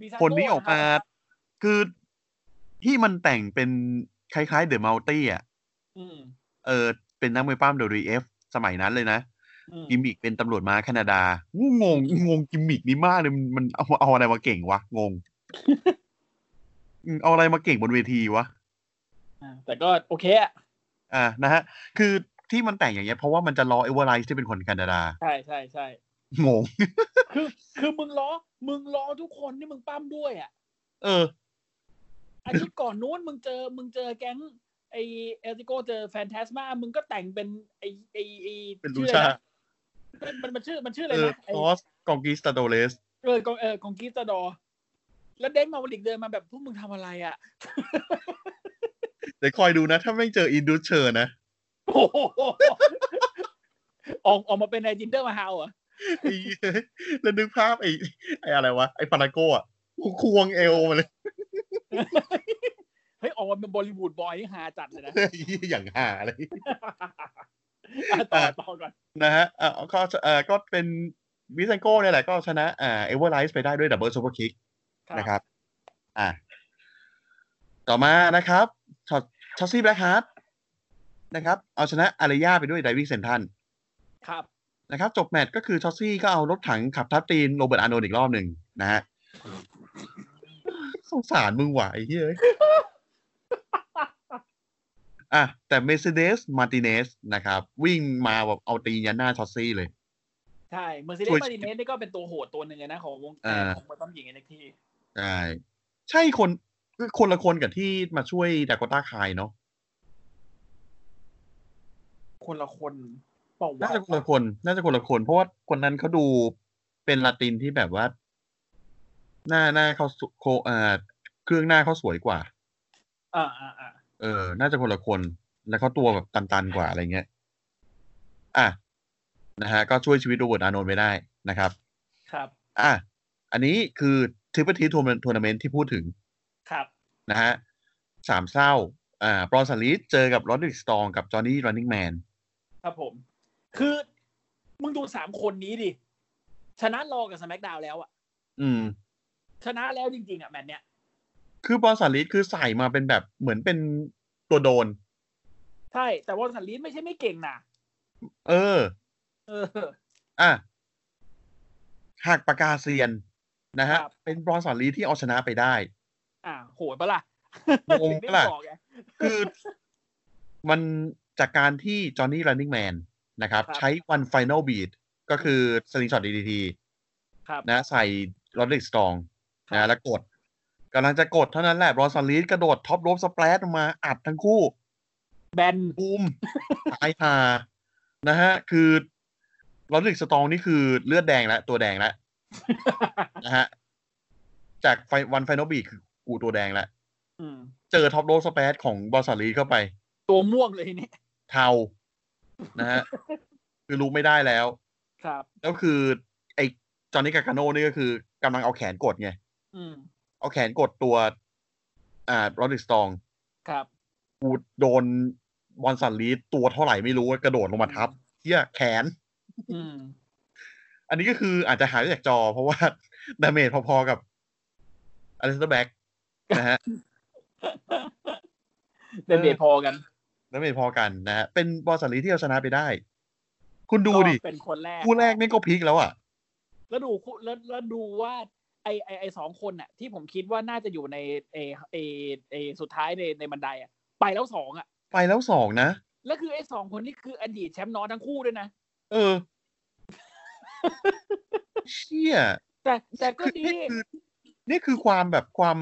Speaker 3: มีซาโต้
Speaker 2: คนนี้ออกมา
Speaker 3: นะครับ
Speaker 2: คือที่มันแต่งเป็นคล้ายๆเดอะมัลตี้อ่ะ
Speaker 3: อืม
Speaker 2: เออเป็นนักมวยปล้ามเดอะรีเอฟสมัยนั้นเลยนะ
Speaker 3: อืม
Speaker 2: กิมมิกเป็นตำรวจม้าแคนาดางงงงงกิมมิกนี้มากเลยมันมันเอาเอาอะไรมาเก่งวะ งง อืมเอาอะไรมาเก่งบนเวทีวะ
Speaker 3: อ่าแต่ก็โอเคอะ
Speaker 2: อ่านะฮะ คือที่มันแต่งอย่างเงี้ยเพราะว่ามันจะล้อเอเวอร์ไลท์ที่เป็นคนแคนาดา
Speaker 3: ใช่ใช่ใช่
Speaker 2: งง
Speaker 3: คือคือมึงล้อมึงล้อทุกคนที่มึงปั้มด้วยอะ
Speaker 2: เออ
Speaker 3: อาทิตย์ก่อนนู้นมึงเจอมึงเจอแก๊งไอเอลติโกเจอแฟน t a สมามึงก็แต่งเป็นไอไอไอ
Speaker 2: เป็นลู
Speaker 3: ชื่ออะไร
Speaker 2: ชา
Speaker 3: นะมันมันมันชื่อมันชื่ออะไร
Speaker 2: เออ
Speaker 3: นะไอ้
Speaker 2: คอสกองกีสตาโดเลส
Speaker 3: เออกองเออกองกีตาดอร์แล้วเด้งมาวันอีกเดินมาแบบพวกมึงทำอะไรอ่ะ
Speaker 2: เดี๋ยวคอยดูนะ ถ้าไม่เจออินดูเชอร์นะ
Speaker 3: โอ้โหออกออกมาเป็นไอจินเดอร์มาฮาวเหรอ่ะ
Speaker 2: ไอ้เหี้ยแล้วนึกภาพไอ้ไอ้อะไรวะ ไอ้ปานาโกะกูควงเอวมาเลย
Speaker 3: เฮ้ยออกมาเป็นบอลิวูดบอยนี่ฮาจัดเลยนะ
Speaker 2: ไอ้เหี้ยอย่างห่าเลย
Speaker 3: อ่ะต่อต่อก่อน
Speaker 2: นะฮะเอ่อก็เอ่อก็เป็นวิซังโก้เนี่ยแหละก็ชนะอ่าเอเวอร์ไลท์ไปได้ด้วยดับเบิลซูเปอร์คิกนะครับ อ่า ต่อมานะครับช็อตชอตซี่แบล็กฮาร์ดนะครับ เอาชนะอารยาไปด้วยไดวิ่งเซนทัน
Speaker 3: ครับ
Speaker 2: นะครับ จบแมตช์ก็คือชอตซี่ก็เอารถถังขับทับตีนโรเบิร์ตอาร์โนนท์อีกรอบหนึ่งนะฮ ะสงสารมึงว่ะไอ้เหี้ย อ่ะแต่เม r c เดสมาติเนสนะครับ วิ่งมาแบบเอาตีนยันหน้าชอตซี่เลย
Speaker 3: ใช่เมอร์เซเด
Speaker 2: ช่
Speaker 3: ส
Speaker 2: วย
Speaker 3: มาดิเนสนี่ก็เป็นตัวโหดตัวหนึ่งเลยนะของวง
Speaker 2: อ่า
Speaker 3: ของมวยปั้มหญิงเอ็นเอ็กที
Speaker 2: ใช่ใช่คน คือคนละคนกับที่มาช่วยดากต้าคายเนาะ
Speaker 3: คนละคนเปล่า
Speaker 2: น่าว
Speaker 3: ะ
Speaker 2: จะคนละคน น่าจะคนละคน เพราะว่าคนนั้นเขาดูเป็นลาตินที่แบบว่า หน้าหน้าเขาสุโคเอ่อเครื่องหน้าเขาสวยกว่า
Speaker 3: อ่าอ่าอ่า
Speaker 2: เออ น่าจะคนละคน แล้วเขาตัวแบบตันๆกว่าอะไรเงี้ย อ่ะ นะฮะ ก็ช่วยชีวิตโรเบิร์ตอาร์โนนไว้ได้นะครับ
Speaker 3: ครับ
Speaker 2: อ่ะ อันนี้คือทริปเปิลทีทัวร์นาเมนต์ที่พูดถึง
Speaker 3: ครับ
Speaker 2: นะฮะ สามเศร้า อ่า ปรอนซาลีสเจอกับรอดริกสตองกับจอห์นนี่รันนิงแมน
Speaker 3: ครับผม คือมึงดูสามคนนี้ดิ ชนะรอกับสแมกดาวแล้วอะ
Speaker 2: อืม
Speaker 3: ชนะแล้วจริงๆอะแมตช์เนี้ย
Speaker 2: คือบรอนซาลีสคือใส่มาเป็นแบบเหมือนเป็นตัวโดน
Speaker 3: ใช่แต่วอลสันลีดไม่ใช่ไม่เก่งนะ
Speaker 2: เออ
Speaker 3: เออ
Speaker 2: อ่ะหักปากกาเซียนนะฮะ
Speaker 3: ครับ
Speaker 2: เป็นบรอนซาลีสที่เอาชนะไปได้
Speaker 3: อ่าโหดปะล่ะ
Speaker 2: งงปะล่ะ
Speaker 3: ถึงได้บอกไง
Speaker 2: คือมันจากการที่จอห์นนี่ running man นะครับ
Speaker 3: ครับ
Speaker 2: ใช้วัน final beat ก็คือสลิงช็อต DDT
Speaker 3: ครับ
Speaker 2: นะ ใส่ลอด i ิกสตอง
Speaker 3: ครั
Speaker 2: นะ
Speaker 3: บ
Speaker 2: แล้วกดกำลังจะกดเท่านั้นแหละ บรอนซาลีสกระโดดท็อปโร e สเปรดมาอัดทั้งคู่
Speaker 3: แบน
Speaker 2: บูม ตายหานะฮะ คือลอด i ิกสตองนี่คือเลือดแดงแล้ว ตัวแดงแล้ว นะฮะ จากไฟวัน i ฟน l ลบี t คือกูตัวแดงแล้ว
Speaker 3: อืม
Speaker 2: เจอท็อปโร e สเปรดของบรอนซาลีสเข้าไป
Speaker 3: ตัวม่วงเลยเนี่ย
Speaker 2: เทา นะฮะ คือรู้ไม่ได้แล้ว
Speaker 3: ครับ
Speaker 2: แล้วคือไอ้จอห์นนี่กาคาโน่นี่ก็คือกำลังเอาแขนกดไง
Speaker 3: อืม
Speaker 2: เอาแขนกดตัว อ่าโรดริกสตอง
Speaker 3: ครับ
Speaker 2: กูโดนบอลสันลีดตัวเท่าไหร่ไม่รู้กระโดดลงมาทับเที่ยแขน
Speaker 3: อืม
Speaker 2: อันนี้ก็คืออาจจะหายไปจากจอ เพราะว่า ดาเมจพอๆกับอเลสเตอร์แบ็กนะฮะ
Speaker 3: เดนเบทพอกัน
Speaker 2: ดาเมจพอกันนะฮะ เป็นบอลสันลีดที่เอาชนะไปได้ คุณดูดิ
Speaker 3: ก็เป็นคนแรก
Speaker 2: คู่แรกนี่ก็พลิกแล้วอ่ะ
Speaker 3: แล้วดูคู่แล้วแล้วดูว่า ไอไอไอสองคนน่ะ ที่ผมคิดว่าน่าจะอยู่ในเอเอเอสุดท้ายในในบันไดอ่ะ ไปแล้วสองอ่ะ
Speaker 2: ไปแล้วสองนะ
Speaker 3: แล้วคือไอ้สองคนนี่คืออดีตแชมป์น้อยทั้งคู่ด้วยนะ
Speaker 2: เออ เชี่ย
Speaker 3: แต่แต่ก็ดี
Speaker 2: นี่คือนี่คือความแบบความ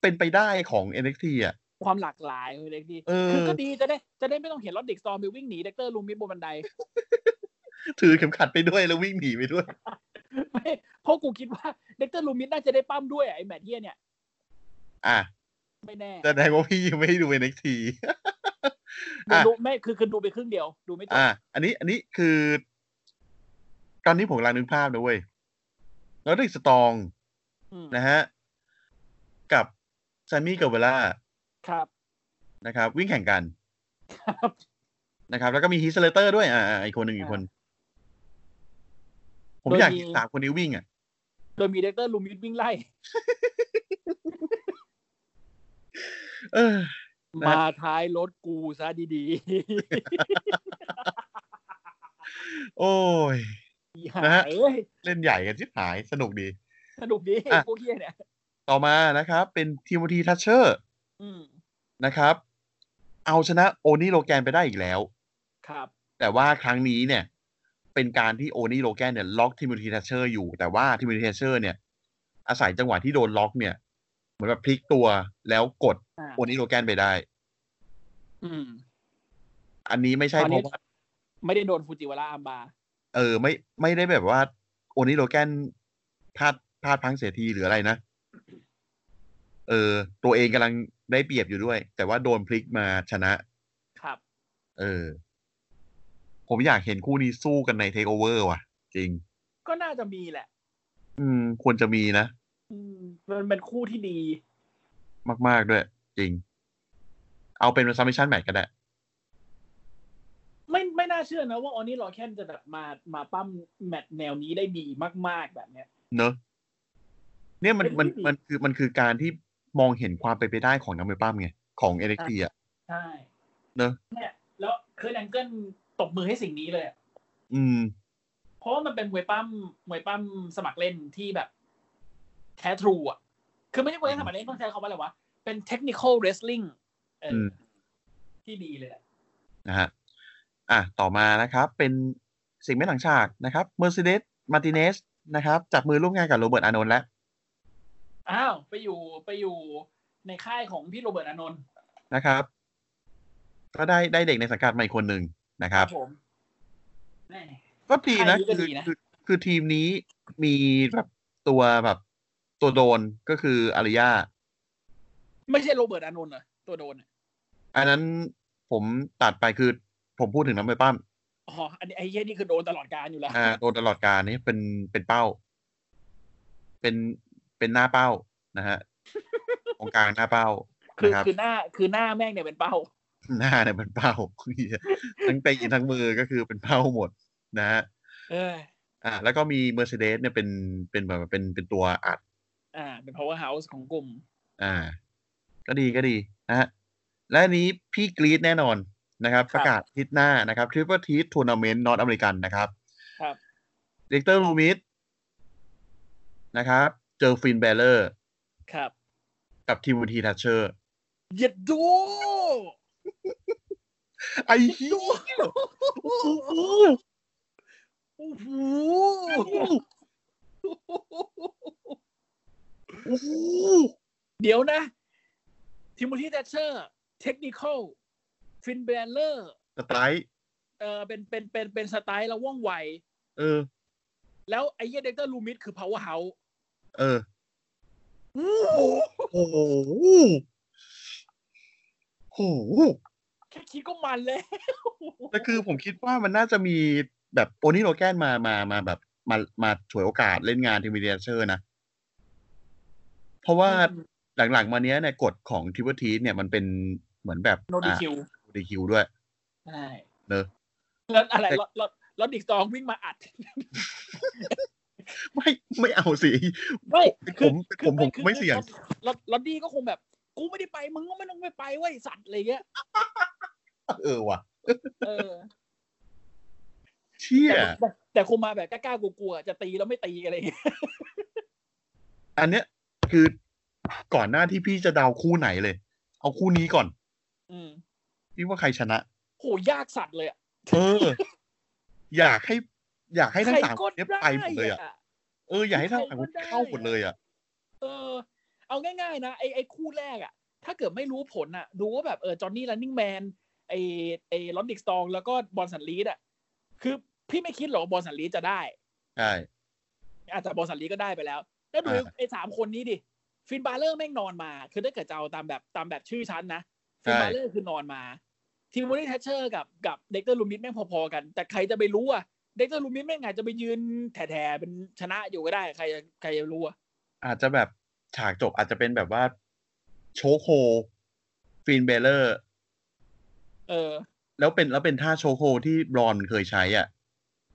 Speaker 2: เป็นไปได้ของ NXT อ่ะ
Speaker 3: ความหลากหลายของเด็กดี
Speaker 2: เออ
Speaker 3: คือก็ดีจะได้จะได้ไม่ต้องเห็นรถเด็กซอมไปวิ่งหนีเด็กเตอร์ลูมิสบนบันได
Speaker 2: ถือเข็มขัดไปด้วยแล้ววิ่งหนีไปด้วย
Speaker 3: ไม่เพราะกูคิดว่าเด็กเตอร์ลูมิสน่าจะได้ปั้มด้วยอะไอ้แมทเทียเนี่ย
Speaker 2: อ่ะ
Speaker 3: ไม่แน่
Speaker 2: แสดงว่าพี่ยังไม่ได้ดู NXT
Speaker 3: ดูดูไม่คือคือดูไปครึ่งเดียว ดูไม่จบ
Speaker 2: อ่ะอันนี้ อันนี้คือ ตอนนี้ผมกำลังนึกภาพนะเว้ย แล้วได้สตอง
Speaker 3: อืม
Speaker 2: นะฮะ กับแซมมี่เกอร์เวล่า
Speaker 3: ครับ
Speaker 2: นะครับ วิ่งแข่งกัน
Speaker 3: ครับ
Speaker 2: นะครับ แล้วก็มีฮิสเลเตอร์ด้วย อ่าอ่าอีกคนหนึ่งอีกคน ผม
Speaker 3: โดย
Speaker 2: อยาก
Speaker 3: มี
Speaker 2: เห็นสามคนนี้วิ่งอ่ะ
Speaker 3: โดยมีเด็กเตอร์ลูมิสวิ่งไล่
Speaker 2: เออ นะ
Speaker 3: มาท้ายรถกูซะดี
Speaker 2: โอ้ย
Speaker 3: ๆอีหา
Speaker 2: นะฮะ
Speaker 3: เอ้ย
Speaker 2: เล่นใหญ่กันชิบหายสนุกดี
Speaker 3: สนุกดี
Speaker 2: อ่ะ
Speaker 3: พวกเฮียเนี่ย
Speaker 2: ต่อมานะครับ เป็นทีม o ทีทัชเชอร์
Speaker 3: อืม
Speaker 2: นะครับ เอาชนะโอนี่โลแกนไปได้อีกแล้ว
Speaker 3: ครับ
Speaker 2: แต่ว่าครั้งนี้เนี่ย เป็นการที่โอนี่โลแกนเนี่ยล็อกทีม o ทีทัชเชอร์อยู่ แต่ว่าทีม o ทีทัชเชอร์เนี่ย อาศัยจังหวะที่โดนล็อกเนี่ย เหมือนแบบพลิกตัวแล้วกด
Speaker 3: อ่า
Speaker 2: โอนี่โลแกนไปได้
Speaker 3: อืม
Speaker 2: อันนี้ไม่ใช่
Speaker 3: ตอน
Speaker 2: เพ
Speaker 3: นี้
Speaker 2: ราะว่า
Speaker 3: ไม่ได้โดนฟูจิวาระอัมบาร์
Speaker 2: เออไม่ไม่ได้แบบว่าโอนี่โลแกนพลาดพลาดพลังเสียทีหรืออะไรนะ เออ ตัวเองกำลังได้เปรียบอยู่ด้วย แต่ว่าโดนพลิกมาชนะ
Speaker 3: ครับ
Speaker 2: เออ ผมอยากเห็นคู่นี้สู้กันในเทคโอเวอร์ว่ะ จริง
Speaker 3: ก็น่าจะมีแหละ
Speaker 2: อืม ควรจะมีนะ
Speaker 3: อืมมันเป็นคู่ที่ดี
Speaker 2: มาก ๆ ด้วย จริง เอาเป็นซัมมิชันแมตช์ก็ได้
Speaker 3: ไม่ไม่น่าเชื่อนะว่าออนนี่ลอแคนจะแบบมามาปั้มแมตช์แนวนี้ได้ดีมาก ๆ แบบเนี้ย
Speaker 2: เนอะเนี่ยมันมัน
Speaker 3: เป็นวิ
Speaker 2: มัน
Speaker 3: ธี
Speaker 2: คือมันคือการที่มองเห็นความไปนไปได้ของน้ำเมปั้มไง ของ NXT อ่ะ
Speaker 3: ใช่
Speaker 2: เนอะ
Speaker 3: เนี่ยแล้วเคือแองเกิลตบมือให้สิ่งนี้เลยอะ
Speaker 2: อืม
Speaker 3: เพราะว่ามันเป็นมวยปั้มมวยปั้มสมัครเล่นที่แบบแท้ทรูอ่ะ คือไม่ใช่มวยเล่นสมัครเล่นต้องใช้คำว่าอะไรวะ เป็นเทคนิคอลเรสลิงเอออ
Speaker 2: ม
Speaker 3: ที่ดีเลยแหละ
Speaker 2: นะฮะ อ่ะ ต่อมานะครับ เป็นสิ่งไม่หลังฉากนะครับ Mercedes Martinez นะครับ จับมือร่วมงานกับโรเบิร์ตอานนท์แล้ว
Speaker 3: อ้าว ไปอยู่ไปอยู่ ในค่ายของพี่โรเบิร์ตอานนท์
Speaker 2: นะครับ ก็ได้ได้เด็กในสังกัดใหม่คนหนึ่งนะครับ
Speaker 3: ผมแน่
Speaker 2: ก็ดีนะ
Speaker 3: ค่ายนี้ก็
Speaker 2: คือ
Speaker 3: ดีนะ
Speaker 2: คือคือทีมนี้มีแบบตัวแบบตัวโดนก็คืออาริยา
Speaker 3: ไม่ใช่โรเบิร์ตอานนท์เหรอตัวโดนอะ
Speaker 2: อันนั้นผมตัดไปคือผมพูดถึงน้ำไปปั้ม
Speaker 3: อ๋ออันนี้ไอ้เหี้ยนี่คือโดนตลอดการอยู่แล้ว
Speaker 2: อ่าโดนตลอดการนี่เป็นเป็นเป้า เป็นเป็นหน้าเป้านะฮะตรงกลางหน้าเป้า
Speaker 3: คือ
Speaker 2: นะครับ
Speaker 3: คือหน้าคือหน้าแม่งเนี่ยเป็นเป้า
Speaker 2: หน้าเนี่ยเป็นเป้าเหี้ยทั้งตีนทั้งมือก็คือเป็นเป้าหมดนะฮะ
Speaker 3: เออ
Speaker 2: อ่า แล้วก็มี Mercedes เนี่ยเป็นเป็นแบบเป็นเป็นตัวอัด
Speaker 3: อ่า เป็น power house ของกลุ่ม
Speaker 2: อ่า ก็ดีก็ดีนะฮะ และอันนี้พี่กรีดแน่นอนนะครับ
Speaker 3: ครับ
Speaker 2: ประกาศอาทิศหน้านะครับทริปเปอร์ทีทัวร์นาเมนต์นอตอเมริกันนะครับ
Speaker 3: ครับ
Speaker 2: เด็กเตอร์ลูมิสนะครับ เจอฟินแบลเลอร์
Speaker 3: ครับ
Speaker 2: กับทีมูทีทัชเชอร์
Speaker 3: อย่าดู
Speaker 2: ไอ้เหี้ยโอ้โห
Speaker 3: โอ้โห
Speaker 2: โอ้โห
Speaker 3: เดี๋ยวนะ ทิมูธีแดชเชอร์ เทคนิคอลฟินแบนเลอร์
Speaker 2: สไตล์
Speaker 3: เออเป็นเป็นเป็นเป็นสไตล์แล้วว่องไว
Speaker 2: เออ
Speaker 3: แล้วไอ้เหี้ยเดกเตอร์ลูมิดคือ power house
Speaker 2: เออ
Speaker 3: โอ้โห
Speaker 2: โอ้โหโอ้โห
Speaker 3: แค่คิดก็มันเลย
Speaker 2: แต่คือผมคิดว่ามันน่าจะมีแบบโอนี่โรแกนมามามาแบบ มามาฉวยโอกาสเล่นงานทีมเดียเชอร์นะ เพราะว่าหลังๆ มาเนี้ยเนี่ยกฎของทิวทีเนี่ยมันเป็นเหมือนแบบ
Speaker 3: โนดีคิว
Speaker 2: ดีคิวด้วย
Speaker 3: ใช่
Speaker 2: เนอะ
Speaker 3: แล้วอะไรรถรถรถดิกตองวิ่งมาอัด
Speaker 2: ไม่ไม่เอาสิ
Speaker 3: ไม่คือ
Speaker 2: ผม
Speaker 3: คือ
Speaker 2: ผมผม
Speaker 3: คือ
Speaker 2: ไม่เสี่ยง
Speaker 3: ลอตลอตดี้ก็คงแบบ กูไม่ได้ไป มึงก็ไม่ต้องไปไปเว้ยสัตว์อะไรเงี้ย
Speaker 2: เออว่ะ
Speaker 3: เออ
Speaker 2: เชี่ย
Speaker 3: แต่แต่แต่คงมาแบบกล้าๆกลัวๆจะตีแล้วไม่ตีอะไรเงี้ย
Speaker 2: อันเนี้ยคือก่อนหน้าที่พี่จะเดาคู่ไหนเลย เอาคู่นี้ก่อน
Speaker 3: อืม
Speaker 2: พี่ว่าใครชนะ
Speaker 3: โหยากสัตว์เลยอะ
Speaker 2: เออ อยากให้ อยากให้ทั้ง
Speaker 3: ใคร
Speaker 2: สามค
Speaker 3: ก็
Speaker 2: นเนี้ย
Speaker 3: ได้
Speaker 2: ไปหมดเลยอ่ะ
Speaker 3: อะ
Speaker 2: เอออยากให้ทั้งสามคนเข้าหมดเลยอ่ะ
Speaker 3: เออ เอาง่ายๆนะไอไอคู่แรกอะถ้าเกิดไม่รู้ผลอะดูว่าแบบเออจอห์นนี่ลันนิงแมนไอไอลอนดิกสตองแล้วก็บอลสันลีดอะคือพี่ไม่คิดหรอกว่าบอลสันลีดจะได้
Speaker 2: ใช่
Speaker 3: อาจจะบอลสันลีก็ได้ไปแล้ว แล้วดู
Speaker 2: อ่า
Speaker 3: ไอ้สามคนนี้ดิ ฟินบาเลอร์แม่งนอนมา คือถ้าเกิดจะเอาตามแบบตามแบบชื่อชั้นนะ
Speaker 2: ใช่
Speaker 3: ฟินบาเลอร์คือนอนมา ทีมวอลเลย์แทชเชอร์กับกับเด็กเตอร์ลูมิสแม่งพอๆกัน แต่ใครจะไปรู้อ่ะ เด็กเตอร์ลูมิสแม่งอาจจะไปยืนแถ่ๆเป็นชนะอยู่ก็ได้ ใครจะใครจะรู้อ่ะ
Speaker 2: อาจจะแบบฉากจบอาจจะเป็นแบบว่า โชคโฮฟินเบลเลอร์
Speaker 3: เออ
Speaker 2: แล้วเป็นแล้วเป็นท่าโชคโฮที่บรอนมันเคยใช้อ่ะ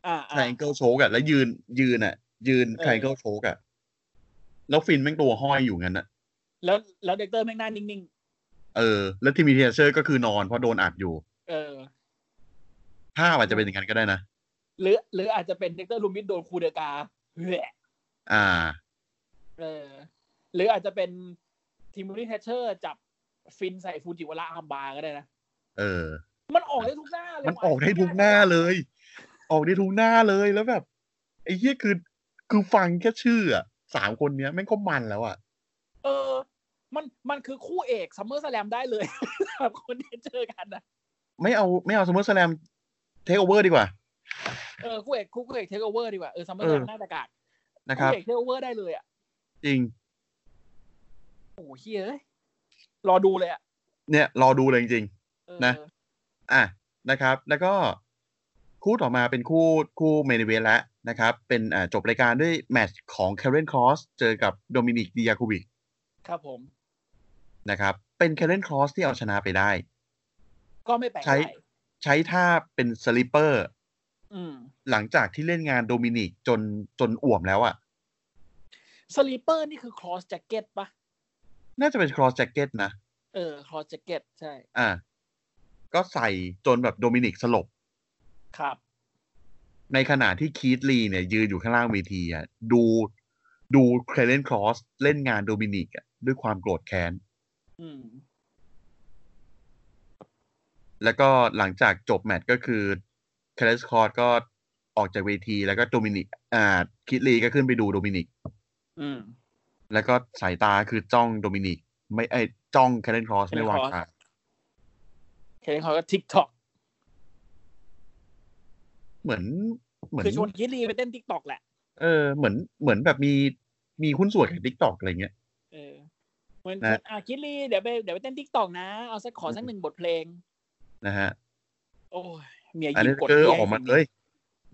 Speaker 3: อ่า
Speaker 2: ไท
Speaker 3: อ่า
Speaker 2: งเกิลโชกอ่ะ แล้วยืนยืนอ่ะ ยืน
Speaker 3: เออ
Speaker 2: ไทงเกิลโชกอ่ะ แล้วฟินแม่งตัวห้อยอยู่งั้นอ่ะ
Speaker 3: แล้วแล้วเด็กเตอร์แม่งหน้านิ่ง
Speaker 2: เออ แล้วทีมเทเชอร์ก็คือนอนเพราะโดนอัดอยู่
Speaker 3: ๆ เออ
Speaker 2: ภาพอาจจะเป็นอย่างนั้นก็ได้นะ
Speaker 3: หรือหรืออาจจะเป็นเด็กเตอร์ลูมิสโดนคูเดอร์กาเฮ้ย
Speaker 2: อ่า
Speaker 3: เออหรืออาจจะเป็นทีมูรี่แทชเชอร์จับฟินใส่ฟูจิวาระอัมบาร์ก็ได้นะ
Speaker 2: เออ
Speaker 3: มันออกได้ทุกหน้าเลย
Speaker 2: มันออกได้ทุกหน้าเลย ออกได้ทุกหน้าเลยแล้วแบบไอ้เหี้ยคือ คือฟังแค่ชื่ออะสามคนเนี้ยแม่งก็มันแล้วอะ
Speaker 3: เออ มันมันคือคู่เอกซัมเมอร์สแลมได้เลย สามคนที่เจอกันนะ
Speaker 2: ไม่เอาไม่เอาสมมติแสลมเทคโอเวอร์ดีกว่า
Speaker 3: เออคู่เอกคู่คู่เอกเทคโอเวอร์ดีกว่าเออซัมเมอร์
Speaker 2: เอ
Speaker 3: สแล
Speaker 2: อ
Speaker 3: มหน้าตากาศ
Speaker 2: นะครับ
Speaker 3: คู่เอกเทคโอเวอร์ได้เลยอ่ะ
Speaker 2: จริง
Speaker 3: โอ้โหเฮียเอ้ยรอดูเลยอ่ะ
Speaker 2: เนี่ยรอดูเลยจริง
Speaker 3: เออ
Speaker 2: นะ ๆอ่ะนะครับ แล้วก็คู่ต่อมาเป็นคู่คู่เมนิเวลแล้วนะครับ เป็นอ่าจบรายการด้วยแมตช์ของแค r รนครอสเจอกับโดมินิกดิยาคูบิก
Speaker 3: ครับผม
Speaker 2: นะครับ เป็นแค r รนครอสที่เอาชนะไปได้
Speaker 3: ก็ไม่แปลก
Speaker 2: ใช้
Speaker 3: ใจ
Speaker 2: ใช้ท่าเป็นสลิปเปอร์
Speaker 3: อืม
Speaker 2: หลังจากที่เล่นงานโดมินิกจนจนอ่วมแล้วอะ่ะ
Speaker 3: สลีปเปอร์นี่คือคลอสแจ็ c เก็ตปะ
Speaker 2: น่าจะเป็น cross jacket นะ
Speaker 3: เออคลอสแจ็ c เก็ตใช่
Speaker 2: อ่า ก็ใส่จนแบบโดมินิกสลบ
Speaker 3: ครับ
Speaker 2: ในขณะที่คีตลีเนี่ย ยืนอยู่ข้างล่างเวทีอะ่ะ ดูดูเคลเลนครอสเล่นงานโดมินิกอะด้วยความโกรธแค้น
Speaker 3: อืม
Speaker 2: แล้วก็หลังจากจบแมตช์ก็คือเคลเลนครอสก็ออกจากเวที แล้วก็โดมินิกอ่าคีตลีก็ขึ้นไปดูโดมินิก
Speaker 3: อืม
Speaker 2: แล้วก็สายตาคือจ้องโดมินิก ไม่ไอจ้องแคเรนครอส
Speaker 3: Karen
Speaker 2: ไม่วาง
Speaker 3: Cross
Speaker 2: ขา
Speaker 3: แค่นี้เขาก็ทิกตอก
Speaker 2: เหมือนเหมือน
Speaker 3: คือชวนยิตลีไปเต้นทิกตอกแหละ
Speaker 2: เออเหมือนเหมือนแบบมีมีหุ้นส่วนกับทิกตอกอะไรเงี้ย
Speaker 3: เออเหมือน
Speaker 2: นะ
Speaker 3: อ่ะยิตลีเดี๋ยวไปเดี๋ยวไปเต้นทิกตอกนะเอาสักขอสักหนึ่งบทเพลง
Speaker 2: นะฮะ
Speaker 3: โอ้ยเมีย
Speaker 2: อันเดอ
Speaker 3: ยิง
Speaker 2: ร์
Speaker 3: กด
Speaker 2: เกอร์
Speaker 3: หี้
Speaker 2: อย อกมาเล
Speaker 3: ให้
Speaker 2: ย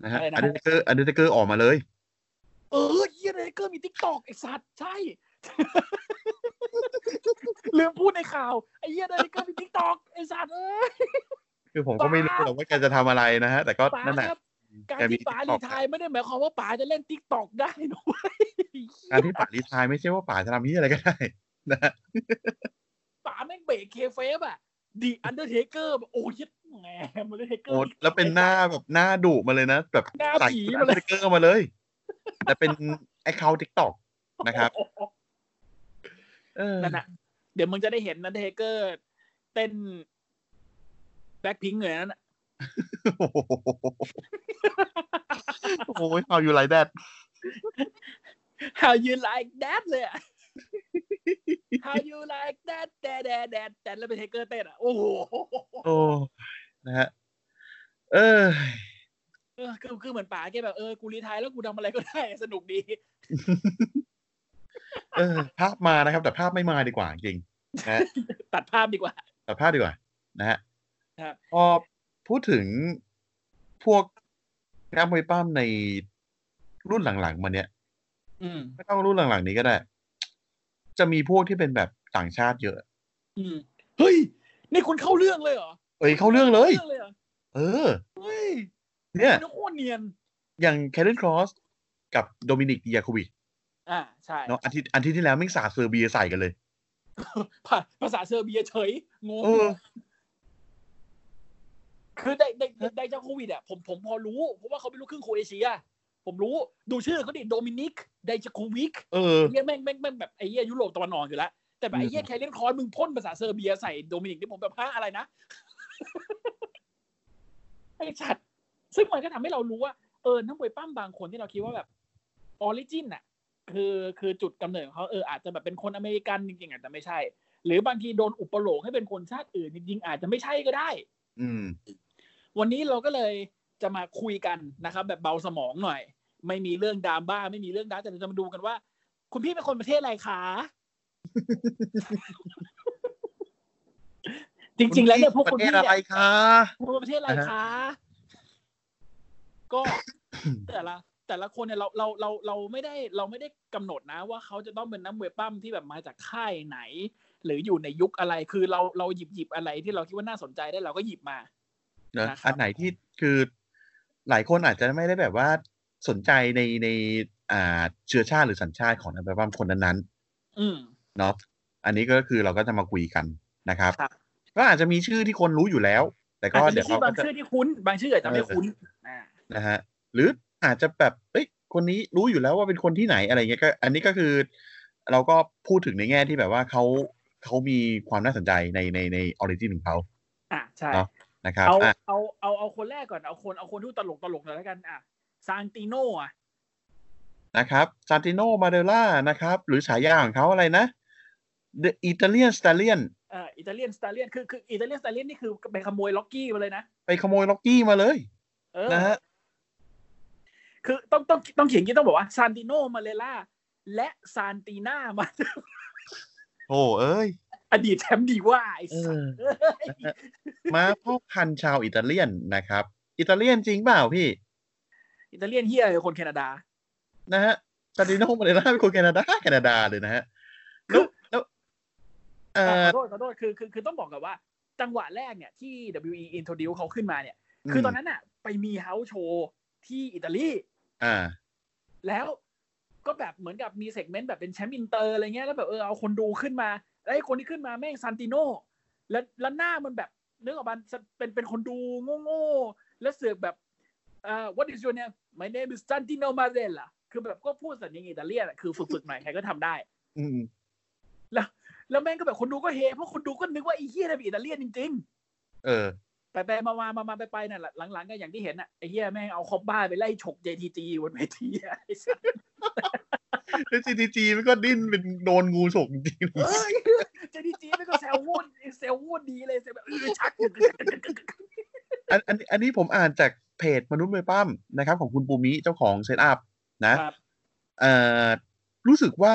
Speaker 3: คนนี้
Speaker 2: นะฮะ
Speaker 3: อะไรนะ
Speaker 2: อันเดอร์เกอร์อันเดอร์เกอร์ออกมาเลย
Speaker 3: เออเยี่ยเลยเกอร์มีทิกตอกไอ้สัตว์ใช่ ลืมพูดในข่าวไอ้เยี่ยเลยเกอร์มีทิกตอกไอ้สัตว์เอ้ย
Speaker 2: คือผมก็ไม่รู้
Speaker 3: ป๊า
Speaker 2: หรอกว่าแกจะทำอะไรนะฮะ แต่ก็
Speaker 3: ป๋า
Speaker 2: นั่นแหละ
Speaker 3: ครับ การ
Speaker 2: แกมี
Speaker 3: ที่ป๋า
Speaker 2: TikTok
Speaker 3: รีไทายไม่ได้หมายความว่าป๋าจะเล่นทิกตอกได้นะเว้ย
Speaker 2: การที่ป่ารีไทายไม่ใช่ว่าป่าจะทำที่อะไรก็ได้นะฮะ
Speaker 3: ป๋าแม่งเบรกเคเฟฟอะดีอันเดอร์เทเกอร์โอ้ยแหมมันเดอร์เทเกอ
Speaker 2: โอ้
Speaker 3: ร์
Speaker 2: แล้วเป็นหน้าแบบหน้าดุมาเลยนะ แบบ
Speaker 3: หน้า
Speaker 2: ใส่
Speaker 3: ผี
Speaker 2: อั
Speaker 3: มาน เล
Speaker 2: เดอร์
Speaker 3: ย
Speaker 2: เกอร์มาเลยแต่เป็นไอคาทิกตอกนะครับ เออ
Speaker 3: นั่นน่ะเดี๋ยวมึงจะได้เห็นอันเดอร์เทเกอร์เต้นแบ็คพิงค์เลยนั่นน่ะ
Speaker 2: โอ้โหโอ้ยเอาอยู่ไรแดด
Speaker 3: How you like that เลยอะ How you like that แต่แต่แต่แต่แล้วเป็นเทเกอร์เต้นอะโอ้โห
Speaker 2: โอ้นะฮะเออ
Speaker 3: เออคือคือเหมือนป๋าแกแบบเออกูรีไทายแล้วกูทำอะไรก็ได้ สนุกดี
Speaker 2: เออภาพมานะครับ แต่ภาพไม่มาดีกว่าจริงๆนะฮะ
Speaker 3: ตัดภาพดีกว่า
Speaker 2: แต่ภาพดีกว่า นะฮะ
Speaker 3: ครับ
Speaker 2: พอพูดถึงพวกนักมวยปล้ำในรุ่นหลังๆมาเนี่ย
Speaker 3: อืม
Speaker 2: ไม่ต้องรุ่นหลังๆนี้ก็ได้ จะมีพวกที่เป็นแบบต่างชาติเยอะ
Speaker 3: อืม เฮ้ย นี่คุณเข้าเรื่องเลยเหรอ
Speaker 2: เอ้ยเข้าเรื่องเลย
Speaker 3: ข้าหรอ
Speaker 2: เออ
Speaker 3: เฮ้ย
Speaker 2: เนี่ย
Speaker 3: คุณโคตรเนียน
Speaker 2: อย่างแคเรนครอสกับโดมินิกดิยาโควิช
Speaker 3: อ่า ใช่
Speaker 2: เนาะอาทิตย์อาทิตย์ที่แล้วไม่งสาดเซอร์เบียใส่กันเลย
Speaker 3: ภาภาษาเซอร์เบียเฉย งง
Speaker 2: เออ
Speaker 3: คือได้ได้ได้ได้เจ้าโควิดอ่ะผมผมพอรู้ เพราะว่าเขาเป็นลูกครึ่งโครเอเชีย ผมรู้ ดูชื่อเขาดิโดมินิก ไดจาโควิก
Speaker 2: เออ
Speaker 3: เหี้ยแม่งแม่งแม่งแบบไอ้เหี้ยยุโรปตะวันออกอยู่แล้ว แต่แบบไอ้เหี้ยแคเรนคอนมึงพ่นภาษาเซอร์เบียใส่โดมินิกนี่ผมแบบฮะอะไรนะ ไอ้ชัด ซึ่งมันก็ทำให้เรารู้ว่า เออนักมวยปั้มบางคนที่เราคิดว่าแบบออริจินอ่ะ คือคือจุดกำเนิดของเขาเอออาจจะแบบเป็นคนอเมริกันจริงๆอาจจะไม่ใช่ หรือบางทีโดนอุปโลกให้เป็นคนชาติอื่นจริงๆอาจจะไม่ใช่ก็ได้
Speaker 2: อืม
Speaker 3: วันนี้เราก็เลยจะมาคุยกันนะครับ แบบเบาสมองหน่อย ไม่มีเรื่องดราม่าไม่มีเรื่องดราร์กแต่เราจะมาดูกันว่า คุณพี่เป็นคนประเทศอะไรคะ จริง ๆ แล้วเนี่ยพวก
Speaker 2: ป
Speaker 3: คุณ
Speaker 2: ระเทศ
Speaker 3: พี่
Speaker 2: อะไร
Speaker 3: เนี่ย
Speaker 2: คะ
Speaker 3: คุณประเทศอะไรคะ ก็ แต่ละ แต่ละคนเนี่ยเราเราเราเราไม่ได้เราไม่ได้กำหนดนะ ว่าเขาจะต้องเป็นน้ำมวยปั้มที่แบบมาจากค่ายไหน หรืออยู่ในยุคอะไรคือเราเราหยิบหยิบอะไรที่เราคิดว่าน่าสนใจได้เราก็หยิบมา
Speaker 2: เนอะ
Speaker 3: นะครับ
Speaker 2: อันไหนที่คือหลายคนอาจจะไม่ได้แบบว่าสนใจในในอ่าเชื้อชาติหรือสัญชาติของนักแบบว่าคนนั้น
Speaker 3: อืม
Speaker 2: ๆเนาะอันนี้ก็คือเราก็จะมาคุยกันนะครับ
Speaker 3: ครับ
Speaker 2: ก็อาจจะมีชื่อที่คนรู้อยู่แล้ว แต่ก็
Speaker 3: อาจจะ
Speaker 2: เดี๋ยว
Speaker 3: มีชื่
Speaker 2: เรา
Speaker 3: อบา
Speaker 2: ก็
Speaker 3: ง
Speaker 2: จะ
Speaker 3: ชื่อที่คุ้น บางชื่ออาจจะไม่คุ้นอ่า
Speaker 2: นะฮะหรืออาจจะแบบเอ้ยคนนี้รู้อยู่แล้วว่าเป็นคนที่ไหนอะไรเงี้ยก็ อันนี้ก็คือ เราก็พูดถึงในแง่ที่แบบว่าเขาเขามีความน่าสนใจในในในออริจินของเขา
Speaker 3: อ่าใช่
Speaker 2: นะครับ
Speaker 3: เอา
Speaker 2: อ่ะ
Speaker 3: เอาเอาเอาคนแรกก่อนเอาคนเอาคนที่ตลกตลกหน่อยแล้วกันอ่ะซานติโนอ่ะ
Speaker 2: นะครับซานติโนมาเดล่านะครับ หรือฉายาของเขาอะไรนะ The Italian Stallion
Speaker 3: เอ่ออิตาเลียนสตาเลียนคือคืออิตาเลียนสตาเลียนนี่คือไปขโมยล็อกกี้มาเลยนะ
Speaker 2: ไปขโมยล็อกกี้มาเลย
Speaker 3: เออ
Speaker 2: นะฮะ
Speaker 3: คือต้องต้องต้องเขียนอย่างงี้ต้องบอกว่าซานติโนมาเลล่าและซานติน่ามา
Speaker 2: โอ้เอ้ย
Speaker 3: อดีตแชมป์ดีว่าไอ้
Speaker 2: เอ
Speaker 3: สัส
Speaker 2: อ
Speaker 3: เอ้ย
Speaker 2: มาพ่อพันธุ์ชาวอิตาเลียนนะครับ อิตาเลียนจริงเปล่าพี่
Speaker 3: อิตาเลียนเฮียเลยคนแคนาดา
Speaker 2: นะฮะซาติโนมาเลล่าเป็นคนแคนาดาแคนาดาเลยนะฮะ แล้วแล้วเออ
Speaker 3: ขอโทษขอโทษคือคือคือต้องบอกกันว่า จังหวะแรกเนี่ยที่ WE introduce เขาขึ้นมาเนี่ย คือตอนนั้นอ่ะ ไปมีเฮาส์โชว์ที่อิตาลี
Speaker 2: อ่า
Speaker 3: แล้วก็แบบเหมือนกับมีเซกเมนต์แบบเป็นแชมป์อินเตอร์อะไรเงี้ยแล้วแบบเออเอาคนดูขึ้นมาแล้วไอ้คนที่ขึ้นมาแม่งซันติโนแล้วแล้วหน้ามันแบบนึกออกมันเป็นเป็นคนดูโง่ๆแล้วเสือกแบบอ่า what is your name my name is Santino Marella คือแบบก็พูดสัญญาอิตาเลียนอะคือฝึกๆหน่อยใครก็ทำได้
Speaker 2: อืม
Speaker 3: แล้วแม่งก็แบบคนดูก็เฮเพราะคนดูก็นึกว่าไอ้เฮียเนี่ยเป็นอิตาเลียนจริง
Speaker 2: เออ
Speaker 3: ไปไปๆมาๆมาๆไปไปๆน่ะหลังๆก็อย่างที่เห็นน่ะไอ้เหี้ยแม่งเอาคอบบ้าไปไล่ฉก JTG บนเวทีอะไอ้สัส
Speaker 2: แล้ว GTG มันก็ดิ้นเป็นโดนงูฉกจริง
Speaker 3: เอ้ย JTG แม่งก็แซววุ่นแซววุ่นดีเลยแซวแบบเออชัก
Speaker 2: ๆอันอันอันนี้ผมอ่านจากเพจมนุษย์เมวยปั้มนะครับ ของคุณปูมิเจ้าของเซตอัพนะครับ เอ่อรู้สึกว่า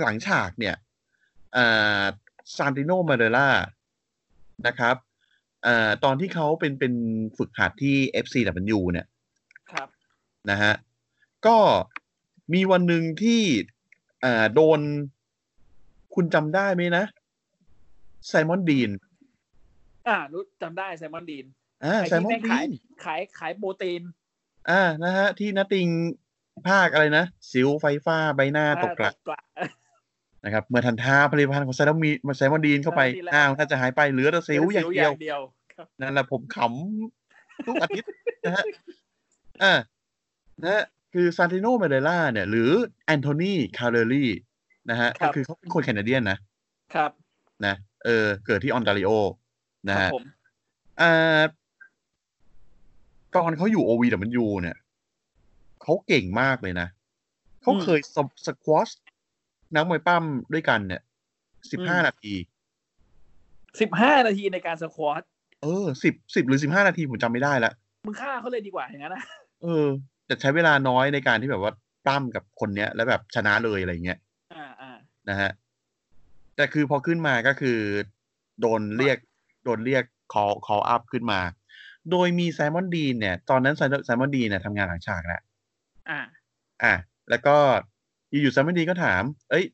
Speaker 2: หลังฉากเนี่ยเอ่อซานติโนมาเดล่านะครับเอ่อตอนที่เขาเป็นเป็นฝึกหัดที่ FCW เนี่ย
Speaker 3: ครับ
Speaker 2: นะฮะ ก็มีวันหนึ่งที่อ่าโดนคุณจำได้ไหมนะ ไซมอนดีน
Speaker 3: อ่ารู้จำได้ไซมอนดีน
Speaker 2: อ่า
Speaker 3: ไอ้
Speaker 2: ไซ
Speaker 3: ที่
Speaker 2: มอน
Speaker 3: แม่ง
Speaker 2: ดี
Speaker 3: ขาย
Speaker 2: น
Speaker 3: ขายขายโปรตีน
Speaker 2: อ่านะฮะ ที่นาติงภาคอะไรนะ สิวไฟฟ้าใบหน้าตกกระ
Speaker 3: กระ
Speaker 2: นะครับ เมื่อทันท่าผลิตภัณฑ์ของไซมอนดีนไซมอนดีนเข้าไปอ้าวถ้าจะหายไปเหลือแต่สิวอย่างเดียว
Speaker 3: เดียวครับ
Speaker 2: นั่นแหละผมขำทุกอาทิตย์ นะฮะ อ่า นะฮะ คือซานติโนเมเดล่าเนี่ย หรือแอนโทนีคาร์เรลลี่นะฮะก็คือเขาเป็นคนแคนาเดียนนะ
Speaker 3: ครับ
Speaker 2: นะ เออ เกิดที่ออนตาริโอ นะครับ ฮะ
Speaker 3: ผม
Speaker 2: อ่าตอนเขาอยู่ OVW เนี่ยเขาเก่งมากเลยนะ เขาเคยสสควอชนักมวยปั้มด้วยกันเนี่ย สิบห้านาที
Speaker 3: สิบห้านาทีในการสควอต
Speaker 2: เออ สิบสิบหรือสิบห้านาทีผมจำไม่ได้ละ
Speaker 3: มึงฆ่าเขาเลยดีกว่าอย่างนั้นนะ
Speaker 2: เออแต่ใช้เวลาน้อยในการที่แบบว่าปั้มกับคนเนี้ย แล้วแบบชนะเลยอะไรเงี้ย
Speaker 3: อ่าอ่า
Speaker 2: นะฮะ แต่คือพอขึ้นมาก็คือ โดนเรียก โดนเรียก call call up ขึ้นมา โดยมีไซมอนดีนเนี่ย ตอนนั้นไซมอนไซมอนดีนเนี่ยทำงานหลังฉากแล้ว
Speaker 3: อ่า
Speaker 2: อ่ะ แล้วก็อยู่ๆไซมอนดีนก็ถาม เอ้ย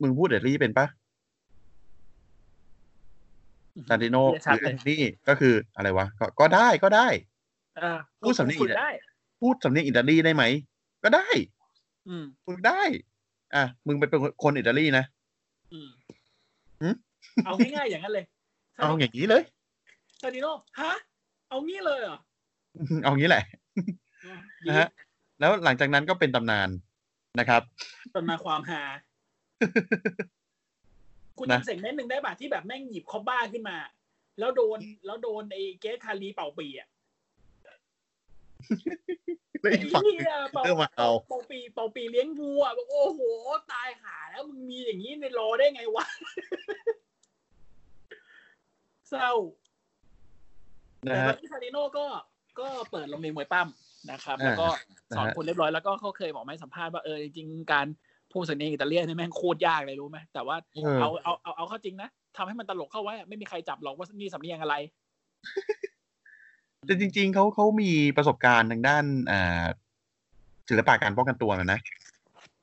Speaker 2: มึงพูดเดดลี่เป็นปะซานติโน
Speaker 3: เรียกชัดเลย
Speaker 2: นี่ก็คืออะไรวะก็ก็ได้ก็ได้
Speaker 3: อ่า
Speaker 2: พูดสำเนียง
Speaker 3: ฝึก
Speaker 2: อีกอะ
Speaker 3: ได้
Speaker 2: พูดสำเนียงอิตาลีได้ไหม ก็ได้
Speaker 3: อืม
Speaker 2: มึงได้ อ่ะ มึงไปเป็นคนอิตาลีนะ
Speaker 3: อืม
Speaker 2: หืม
Speaker 3: เอาง่ายๆอย่างนั้นเลย
Speaker 2: เอาอย่างนี้เลย
Speaker 3: ซาดิโนฮะเอางี้เลยเหรอ
Speaker 2: เอางี้แหละ นะฮะ แล้วหลังจากนั้นก็เป็นตำนานนะครับ
Speaker 3: ตำนานความฮาคุณ
Speaker 2: นะ
Speaker 3: จำเสียงเม็ดหนึ่งได้ป่ะที่แบบแม่งหยิบคอบบ้าขึ้นมา แล้วโดนแล้วโดนไอ้เกสคารีเป่าปีอะ
Speaker 2: แล้วอีกฝั่งหนึ่ง
Speaker 3: ไเหี้ยเป่า
Speaker 2: เริ่มมาเอา
Speaker 3: เป่าปีเป่าปีเลี้ยงวัวแบบโอ้โห ตายหาแล้วมึงมีอย่างนี้ในโลได้ไงวะ เศร้า
Speaker 2: นะ
Speaker 3: แต่ตอ
Speaker 2: ฮะ
Speaker 3: นนี้คาริโน่ก็ก็เปิดโรงเรียนมวยปั้มนะครับ แล้วก็สอน
Speaker 2: นะฮะ
Speaker 3: คนเรียบร้อยแล้วก็เขาเคยบอกไหมสัมภาษณ์ว่าเออจริงๆการพูดสำเนียงอิตาเลียนเนี่ยแม่งโคตรยากเลยรู้ไหมแต่ว่า
Speaker 2: เออ
Speaker 3: เอาเอาเอาเอาเข้าจริงนะทำให้มันตลกเข้าไว้อะไม่มีใครจับหรอกว่านี่สำเนียงอะไร
Speaker 2: แต่จริง ๆเขาเขามีประสบการณ์ทางด้านอ่าศิลปะการป้องกันตัวนะนะ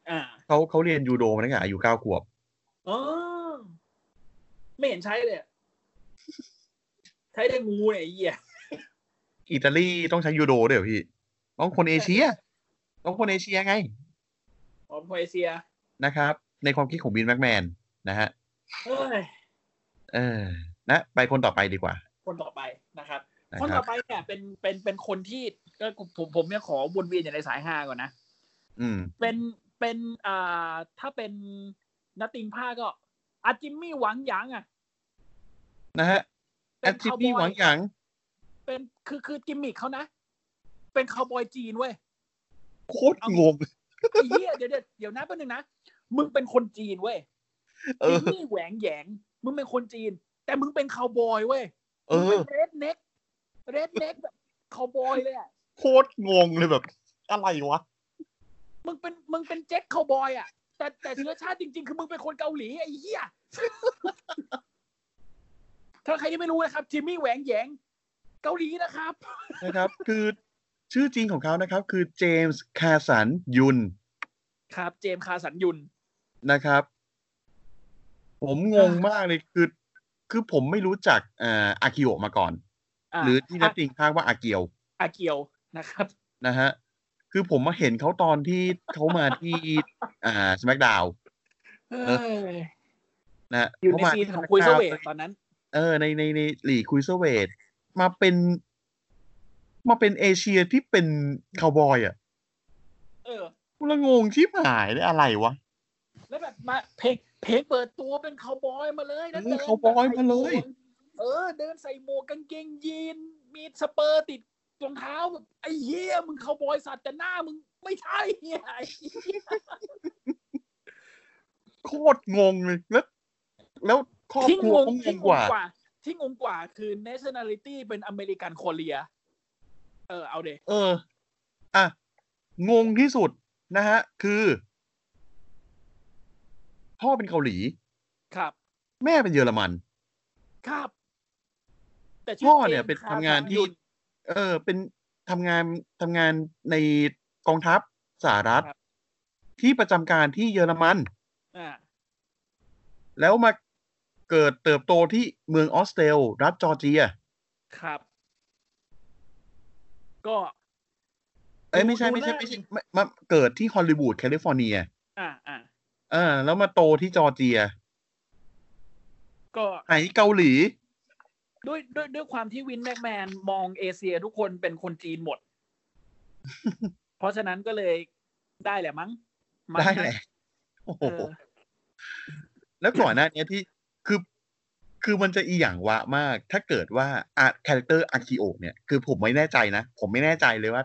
Speaker 3: อ่า
Speaker 2: เขาเขาเรียนยูโดมาตั้งแต่อายุเก้าขวบ
Speaker 3: อ๋อไม่เห็นใช้เลยอะใช้ได้งูเนี่ยไอ้เหี้ย
Speaker 2: อิตาลีต้องใช้ยูโดด้วยเหรอพี่ ต้องคนเอเชีย ต้องคนเอเชียไง
Speaker 3: อ๋อโครเอเซีย
Speaker 2: นะครับ ในความคิดของบินแมกแมนนะฮะ
Speaker 3: เอ้ย
Speaker 2: เออ นะไปคนต่อไปดีกว่า
Speaker 3: คนต่อไปนะครับ
Speaker 2: นะ
Speaker 3: คน
Speaker 2: ครั
Speaker 3: ต่
Speaker 2: บ
Speaker 3: อไปเนี่ยเป็นเป็นเป็นคนที่ก็ผมผมเนี่ยขอวนเวียนอย่างในสายฮาก่อนนะ
Speaker 2: อืม
Speaker 3: เป็นเป็นอ่าถ้าเป็นนัตติงผ้าก็อาจิมมี่หวังหยางอ่ะ
Speaker 2: นะฮะแอ
Speaker 3: เป็น
Speaker 2: ดจิ
Speaker 3: คาวบ
Speaker 2: มี่ห
Speaker 3: อ
Speaker 2: วั
Speaker 3: ย
Speaker 2: งหยัง
Speaker 3: เป็นคือคือกิมมิคเขานะ เป็นคาวบอยจีนเว้ย
Speaker 2: โคตรงง
Speaker 3: ไอ้เหี้ยเดี๋ยวเดี๋ยวเดี๋ยวนะแป๊บนึงนะ มึงเป็นคนจีนเว้ย
Speaker 2: เอ
Speaker 3: จิ
Speaker 2: อ
Speaker 3: มมี่แหวงแหยง มึงเป็นคนจีน แต่มึงเป็นคาวบอยเว้ย
Speaker 2: เอ
Speaker 3: มึงเป็
Speaker 2: อ
Speaker 3: นเรดเน็กเรดเน็กแบบคาวบอยเลยอะ
Speaker 2: โคตรงงเลยแบบ อะไรวะ
Speaker 3: มึงเป็นมึงเป็นเจ็คคาวบอยอ่ะ แต่แต่เชื้อชาติจริง ๆ คือมึงเป็นคนเกาหลีไอ้เหี้ย ถ้าใครยังไม่รู้นะครับจิมมี่แหวงแหยง เกาหลีนะครับ
Speaker 2: นะครับ คือชื่อจริงของเขานะครับ คือเจมส์คาสันยุน
Speaker 3: ครับ เจมส์คาสันยุน
Speaker 2: นะครับ ผมงงมากเลยคือ คือผมไม่รู้จักอ่าอากิโอะมาก่อน
Speaker 3: อ่า
Speaker 2: หรือที่นักติงภาคว่าอาเกียว
Speaker 3: อาเกียวนะครับ
Speaker 2: นะฮะ คือผมมาเห็นเขาตอน ที่เขามาที่ อ่าสมักดาว
Speaker 3: เอ้ย
Speaker 2: นะฮะ
Speaker 3: อยู่ใน
Speaker 2: เขามา
Speaker 3: ซีน
Speaker 2: ที่
Speaker 3: ของ
Speaker 2: SmackDown
Speaker 3: คุยเซเวตตอนนั้น
Speaker 2: เออในในในหลีกคุยเซเวตมาเป็น มาเป็นเอเชียที่เป็นคาวบอยอ่ะ
Speaker 3: เออ
Speaker 2: กูละงงชิบหายเลยอะไรวะ
Speaker 3: แล้วแบบมาเพลงเพลงเปิดตัวเป็นคาวบอยมาเลยนะ
Speaker 2: เออ cowboy มาเลย
Speaker 3: เออ เดินใส่หมวกกางเกงยีน มีสเปอร์ติดรองเท้าแบบไอ้เหี้ยมึงเขาบอยสัตว์แต่หน้ามึงไม่ใช่เหี้ยไอ้เหี้ย
Speaker 2: โคตรงงเลยแล้วแล้วครอบ
Speaker 3: ที่
Speaker 2: ค
Speaker 3: ง
Speaker 2: รัว
Speaker 3: ง
Speaker 2: ก็งง
Speaker 3: ที่งง
Speaker 2: ก
Speaker 3: ก
Speaker 2: ว่า
Speaker 3: ว่าที่งงกว่าคือ nationality เป็นอเมริกันโคเรีย เออเอาเด
Speaker 2: เออ อ่ะ งงที่สุดนะฮะ คือ พ่อเป็นเกาหลี
Speaker 3: ครับ
Speaker 2: แม่เป็นเยอรมัน
Speaker 3: ครับ แต่
Speaker 2: พ่อเนี่ยเป็นทำงานที่
Speaker 3: ยุน
Speaker 2: เออ เป็นทำงานทำงานในกองทัพสหรัฐ
Speaker 3: ครับ
Speaker 2: ที่ประจำการที่เยอรมัน
Speaker 3: อ่า
Speaker 2: แล้วมาเกิดเติบโตที่เมืองออสเตล รัฐจอร์เจีย
Speaker 3: ครับ ก็
Speaker 2: เอ้ยไม่ใช่
Speaker 3: ดู
Speaker 2: ไม่ใช่
Speaker 3: แล
Speaker 2: ไม่ใช่ไม่มาเกิดที่ฮอลลีวูดแคลิฟอร์เนีย
Speaker 3: อ่าอ่า
Speaker 2: เออแล้วมาโตที่จอร์เจีย
Speaker 3: ก็
Speaker 2: ไหนเกาหลี
Speaker 3: ด้วยด้วยด้วยความที่วินแมกแมนมองเอเชียทุกคนเป็นคนจีนหมด เพราะฉะนั้นก็เลยได้แหละมั้งมั้ง
Speaker 2: ได้
Speaker 3: นะ
Speaker 2: แหละโอ้โห
Speaker 3: เออ
Speaker 2: แล้วก่อนหน้าเนี้ยที่คือคือมันจะอีหยังวะมาก ถ้าเกิดว่าอาคาแรคเตอร์อาคิโอเนี่ย คือผมไม่แน่ใจนะ ผมไม่แน่ใจเลยว่า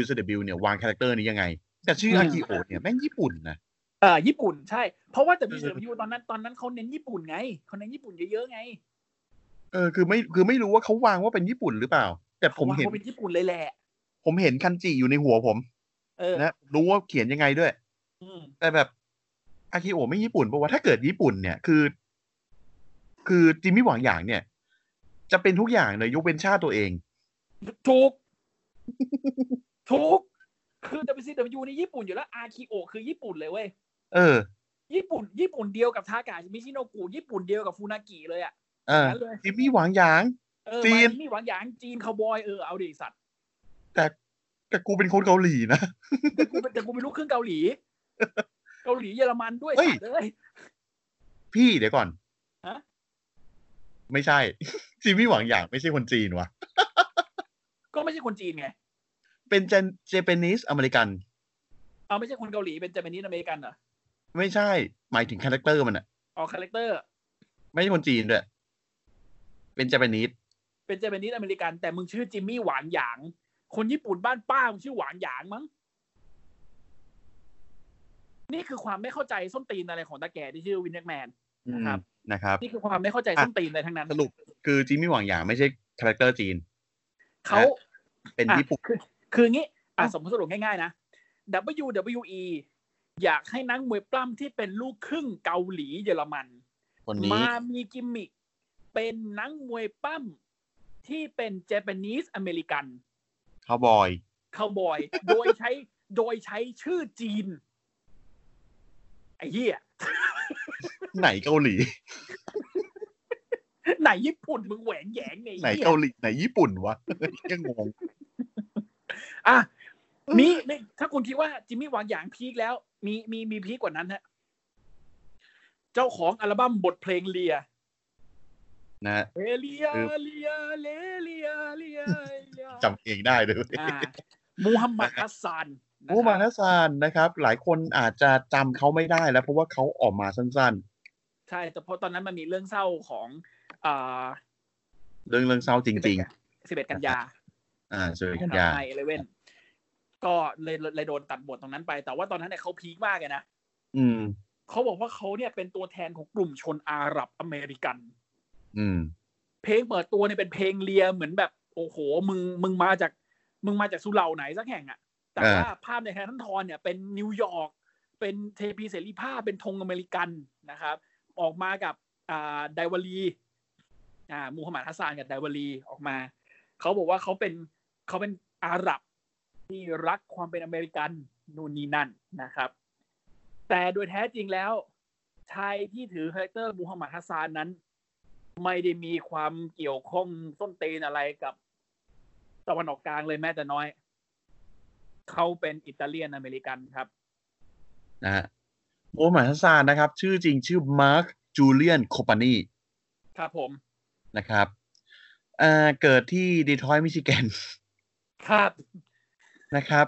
Speaker 2: WCW เนี่ยวางคาแรคเตอร์นี้ยังไง แต่ชื่ออากิโอเนี่ยแม่งญี่ปุ่นนะ
Speaker 3: เอ่อญี่ปุ่นใช่ เพราะว่าแต่พิเศษยูตอนนั้นตอนนั้นเขาเน้นญี่ปุ่นไงเขาเน้นญี่ปุ่นเยอะๆไง
Speaker 2: เออคือไม่คือไม่รู้ว่าเขาวางว่าเป็นญี่ปุ่นหรือเปล่า แต่ผมเห็น
Speaker 3: ว่าเป็นญี่ปุ่นเลยแหละ
Speaker 2: ผมเห็นคันจิอยู่ในหัวผม
Speaker 3: เออ
Speaker 2: นะรู้ว่าเขียนยังไงด้วย
Speaker 3: อืม
Speaker 2: แต่แบบอากิโอไม่ญี่ปุ่นเพราะว่าถ้าเกิดญี่ปุ่นเนี่ยคือ คือจิมมี่หวังอย่างเนี่ย จะเป็นทุกอย่างเลยยกเว้นชาติตัวเอง
Speaker 3: ถูก ถูก คือ WCW นี่ญี่ปุ่นอยู่แล้ว อาคิโอคือญี่ปุ่นเลยเว้ย
Speaker 2: เออ
Speaker 3: ญี่ปุ่น ญี่ปุ่นเดียวกับทากามิชิโนกุญี่ปุ่นเดียวกับฟูนากิเลยอ่ะ
Speaker 2: เออ
Speaker 3: นั้นเลย
Speaker 2: จิมมี่หวังหยาง
Speaker 3: เออ
Speaker 2: จีน
Speaker 3: มานี่หวังหยางจีนคาวบอย เออ เอาดิสัตว์
Speaker 2: แต่แต่กูเป็นคนเกาหลีนะ
Speaker 3: แต่กูเป็นแต่กูไม่รู้เครื่องเกาหลี เกาหลีเยอรมันด้วย
Speaker 2: เฮ้ย
Speaker 3: สัตว์เลย
Speaker 2: พี่เดี๋ยวก่อน
Speaker 3: ฮะ
Speaker 2: ไม่ใช่ จิมมี่หวังหยางไม่ใช่คนจีนวะ
Speaker 3: ก็ไม่ใช่คนจีนไง
Speaker 2: เป็นเจนเจแปนิสอเมริกัน
Speaker 3: เอาไม่ใช่คนเกาหลีเป็นเจแปนิสอเมริกันเหรอ
Speaker 2: ไม่ใช่ หมายถึงคาแรคเตอร์มันอะ
Speaker 3: ออกคาแรคเตอร์
Speaker 2: ไม่ใช่คนจีนด้วย เป็นเจแปนิส
Speaker 3: เป็นเจแปนิสอเมริกันแต่มึงชื่อจิมมี่หวานหยาง คนญี่ปุ่นบ้านป้ามึงชื่อหวานหยางมั้ง นี่คือความไม่เข้าใจส้นตีนอะไรของตาแก่ที่ชื่อวินแมกแมน ครับ
Speaker 2: นะครับ
Speaker 3: นี่คือความไม่เข้าใจส้นตีนอะไรทั้งนั้น
Speaker 2: สรุปคือจิมมี่หวังหยางไม่ใช่คาแรคเตอร์จีน
Speaker 3: เขา
Speaker 2: เป็น
Speaker 3: อ่ะ
Speaker 2: ญี่ปุ่น
Speaker 3: คือคืองี้อ่ะสมมติสรุปง่ายๆนะ WWE อยากให้นักมวยปล้ำที่เป็นลูกครึ่งเกาหลีเยอรมัน
Speaker 2: คนนี้
Speaker 3: มามีกิมมิคเป็นนักมวยปล้ำที่เป็นเจแปนิสอเมริกัน
Speaker 2: เขาบอย
Speaker 3: คาวบอย โดยใช้โดยใช้ชื่อจีน ไอ้เหี้ย
Speaker 2: ไหนเกาหลี
Speaker 3: ไหนญี่ปุ่นมึงแหวงแหยงเนี่ย
Speaker 2: ไหน
Speaker 3: อ้ย
Speaker 2: เกาหลี ไหนญี่ปุ่นวะ ยังงง
Speaker 3: อ่ะนี่นี่ถ้าคุณคิดว่าจิมมี่หวางหยางพีคแล้ว มีมีมีพีคกว่านั้นฮะ เจ้าของอัลบั้มบทเพลงเลีย
Speaker 2: นะฮะ
Speaker 3: เอเลีย
Speaker 2: คือ
Speaker 3: เลียเลเลียเลียเลีย
Speaker 2: จำเองได้เลย
Speaker 3: อ่ามูฮัมหมัดฮัสซันนะครับ
Speaker 2: มูฮัมหมาทัสซานนะครับ หลายคนอาจจะจำเขาไม่ได้แล้ว เพราะว่าเขาออกมาสั้น
Speaker 3: ใช่ แต่เพราะตอนนั้นมันมีเรื่องเศร้าของอ่า
Speaker 2: ๆ เรื่องเรื่องเศร้าจริง
Speaker 3: สิบเอ็ดกันยา
Speaker 2: ๆ อ่าสวย
Speaker 3: กั
Speaker 2: กัน นยา
Speaker 3: ไอเลเว่นก็เลยเลยโดนตัดบทตรงนั้นไป แต่ว่าตอนนั้นเนี่ยเขาพีคมากเลยนะ
Speaker 2: อืม
Speaker 3: เขาบอกว่าเขาเนี่ยเป็นตัวแทนของกลุ่มชนอาหรับอเมริกัน
Speaker 2: อืม
Speaker 3: เพลงเปิดตัวเนี่ยเป็นเพลงเลียเหมือนแบบ โอ้โห มึงมึงมาจาก มึงมาจากสุเหร่าไหนสักแห่งอะแต่ว่าภาพในแฮร์ทันทอนเนี่ยเป็นนิวยอร์กเป็นเทพีเสรีภาพเป็นธงอเมริกันนะครับ ออกมากับอ่าไดวาลีอ่ามูฮัมหมัดฮัสซานกับไดวาลีออกมา เขาบอกว่าเขาเป็นเขาเป็นอาหรับที่รักความเป็นอเมริกันนู่นนี่นั่นนะครับ แต่โดยแท้จริงแล้วชายที่ถือคาแรคเตอร์มูฮัมหมัดฮัสซานนั้น ไม่ได้มีความเกี่ยวข้องส้นตีนอะไรกับตะวันออกกลางเลยแม้แต่น้อย เขาเป็นอิตาเลียนอเมริกันครับ
Speaker 2: นะฮะมูฮัมหมาทัสซานนะครับ ชื่อจริงชื่อมาร์คจูเลียนโคปานี
Speaker 3: ครับผม
Speaker 2: นะครับ อ่า เกิดที่ดีทรอยต์มิชิแกน
Speaker 3: ครับ
Speaker 2: นะครับ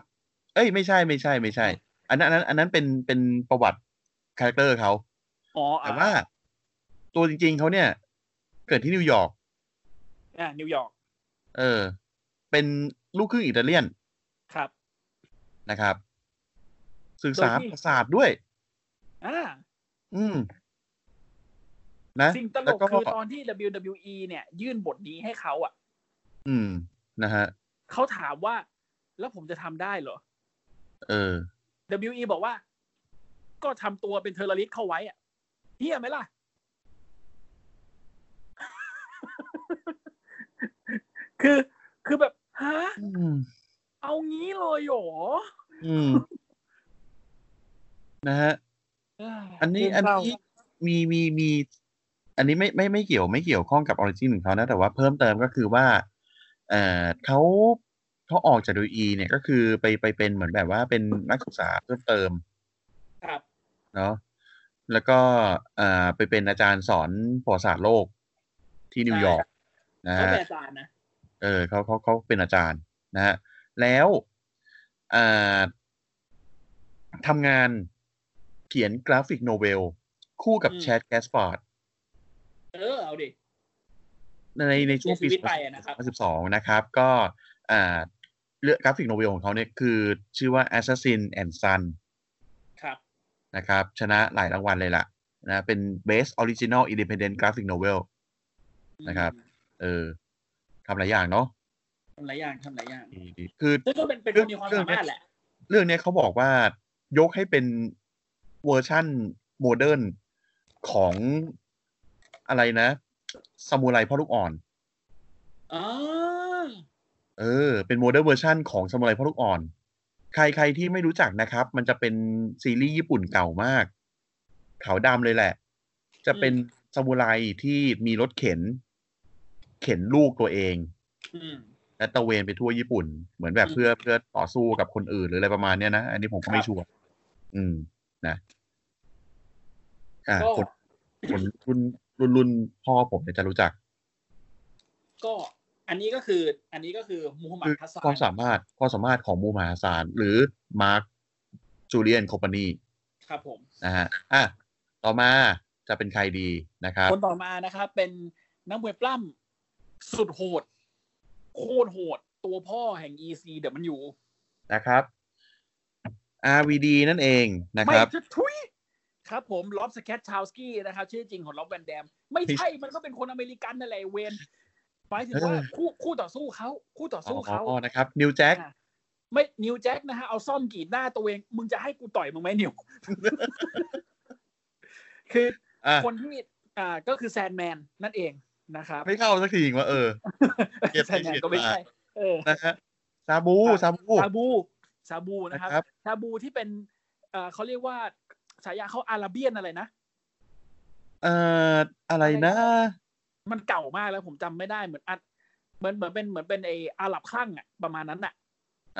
Speaker 2: เอ้ย ไม่ใช่ไม่ใช่ไม่ใช่ อันนั้นอันนั้นอันนั้นเป็นเป็นประวัติคาแรคเตอร์เขา
Speaker 3: อ๋อ
Speaker 2: แต่ว่าตัวจริงๆเขาเนี่ย เกิดที่นิวยอร์ก
Speaker 3: อ่านิวยอร์ก
Speaker 2: เออ เป็นลูกครึ่งอิตาเลียน
Speaker 3: ครับ
Speaker 2: นะครับ ศึกษา
Speaker 3: โดยที่
Speaker 2: ประสาทด้วย
Speaker 3: อ่า
Speaker 2: อืม นะ
Speaker 3: สิ่งตล
Speaker 2: แล้ว
Speaker 3: ก
Speaker 2: ก็
Speaker 3: คือตอนที่ WWE เนี่ย ยื่นบทนี้ให้เขาอ่ะ
Speaker 2: อืม นะฮะ
Speaker 3: เขาถามว่า แล้วผมจะทำได้เหรอ
Speaker 2: เออ
Speaker 3: WE บอกว่า ก็ทำตัวเป็นเทอร์ริสเข้าไว้อะเฮียไหมล่ะ คือคือแบบฮะ
Speaker 2: อืม
Speaker 3: เอางี้เลยเหรอ
Speaker 2: อืม นะฮะ
Speaker 3: เอ้ย
Speaker 2: อันนี้
Speaker 3: เรื่
Speaker 2: อั
Speaker 3: ง
Speaker 2: น
Speaker 3: เศร้า
Speaker 2: นี้มีมีมี อันนี้ไม่ไม่ไม่เกี่ยวไม่เกี่ยวข้องกับออริจินของเขานะ แต่ว่าเพิ่มเติมก็คือว่าเอ่อเขาเขาออกจากดูอีเนี่ยก็คือไปไปเป็นเหมือนแบบว่าเป็นนักศึกษาเพิ่มเติม
Speaker 3: ครับ
Speaker 2: เนาะแล้วก็เอ่อไปเป็นอาจารย์สอนประวัติศาสตร์โลกที่นิวยอร์กนะ
Speaker 3: เขา
Speaker 2: ฮะ
Speaker 3: เป็นอาจารย์นะ
Speaker 2: เออเขาเขาเขาเป็นอาจารย์นะฮะแล้วอ่าทำงานเขียนกราฟิกโนเวล คู่กับแชดแกสปาร์ด
Speaker 3: เออเอาดิ
Speaker 2: ในในช่วงปี
Speaker 3: เสียชีวิตไปอะนะครับ
Speaker 2: 2012 นะครับ ก็อ่าเลือกกราฟิกโนเวลของเขาเนี่ยคือชื่อว่า Assassin and Son
Speaker 3: ครับ
Speaker 2: นะครับ ชนะหลายรางวัลเลยล่ะนะเป็น Best Original Independent Graphic Novel นะครับ เออทำหลายอย่างเนาะ
Speaker 3: ทำหลายอย่างทำหลายอย่าง
Speaker 2: คือ
Speaker 3: ซึ่งก็เป็นเป็นคนมีความสามารถแหละ
Speaker 2: เรื่องเนี้ยเขาบอกว่ายกให้เป็นเวอร์ชั่นโมเดิร์นของอะไรนะซามูไรพ่อลูกอ่อน
Speaker 3: อ๋อ
Speaker 2: เออ เป็นโมเดิร์นเวอร์ชั่นของซามูไรพ่อลูกอ่อน ใครใครที่ไม่รู้จักนะครับ มันจะเป็นซีรีส์ญี่ปุ่นเก่ามากขาวดำเลยแหละ จะเป็นซามูไรที่มีรถเข็น เข็นลูกตัวเอง
Speaker 3: อืม
Speaker 2: และตระเวนไปทั่วญี่ปุ่น เหมือนแบบ
Speaker 3: อืม
Speaker 2: เพื่อเพื่อต่อสู้กับคนอื่นหรืออะไรประมาณเนี้ยนะ อันนี้ผมก็ไม่
Speaker 3: ครับ
Speaker 2: ชัวร์อืม นะอ่า
Speaker 3: ก็
Speaker 2: คนคนรุ่นรุ่นรุ่นพ่อผมเนี่ยจะรู้จัก
Speaker 3: ก็ อันนี้ก็คือ อันนี้ก็คือมูฮัมหมัด
Speaker 2: คือ
Speaker 3: ทัสซา
Speaker 2: ความ
Speaker 3: น
Speaker 2: สามารถความสามารถของมูมหาสาร หรือมาร์คจูเลียนคอมพานี
Speaker 3: ครับผม
Speaker 2: นะฮะ อ่ะ ต่อมาจะเป็นใครดีนะครับ
Speaker 3: คนต่อมานะครับ เป็นนักมวยปล้ำสุดโหด โคตรโหด ตัวพ่อแห่ง EC เดี๋ยวมันอยู่
Speaker 2: นะครับ RVD นั่นเองนะ
Speaker 3: ไม่
Speaker 2: ครับ
Speaker 3: จะทุยครับผมล็อบสแคทชาวสกี้นะครับ ชื่อจริงของล็อบแวนแดม ไม่ใช่ มันก็เป็นคนอเมริกันนั่นแหละไอ้เวนหมายถึงว่า
Speaker 2: เออ
Speaker 3: คู่คู่ต่อสู้เขาคู่ต่อสู้เขา
Speaker 2: อ๋อนะครับ นิวแจ็ค
Speaker 3: อ่ะไม่นิวแจ็คนะฮะ เอาซ่อมกรีดหน้าตัวเองมึงจะให้กูต่อยมึงไหมนิว คือ
Speaker 2: อ่ะ
Speaker 3: คนที่อ่าก็คือแซนแมนนั่นเองนะครับ
Speaker 2: ไม่เข้าสักทีว่าเออ เกลียด
Speaker 3: แซ
Speaker 2: ไป
Speaker 3: นแม
Speaker 2: เกลี
Speaker 3: น
Speaker 2: ยด
Speaker 3: ก็ไม่
Speaker 2: มา
Speaker 3: ใช่เออ
Speaker 2: นะฮะซาบูซาบู
Speaker 3: ซาบูซาบูนะครับ
Speaker 2: นะครับ
Speaker 3: ซาบูที่เป็นเอ่อเขาเรียกว่าฉายาเขาอาราเบียนอะไรนะ
Speaker 2: เอ่ออะไรนะ
Speaker 3: มันเก่ามากแล้วผมจำไม่ได้เหมือนอัดเหมือนเหมือนเป็นเหมือนเป็นไออาหรับคลั่งอ่ะประมาณนั้นอ่ะ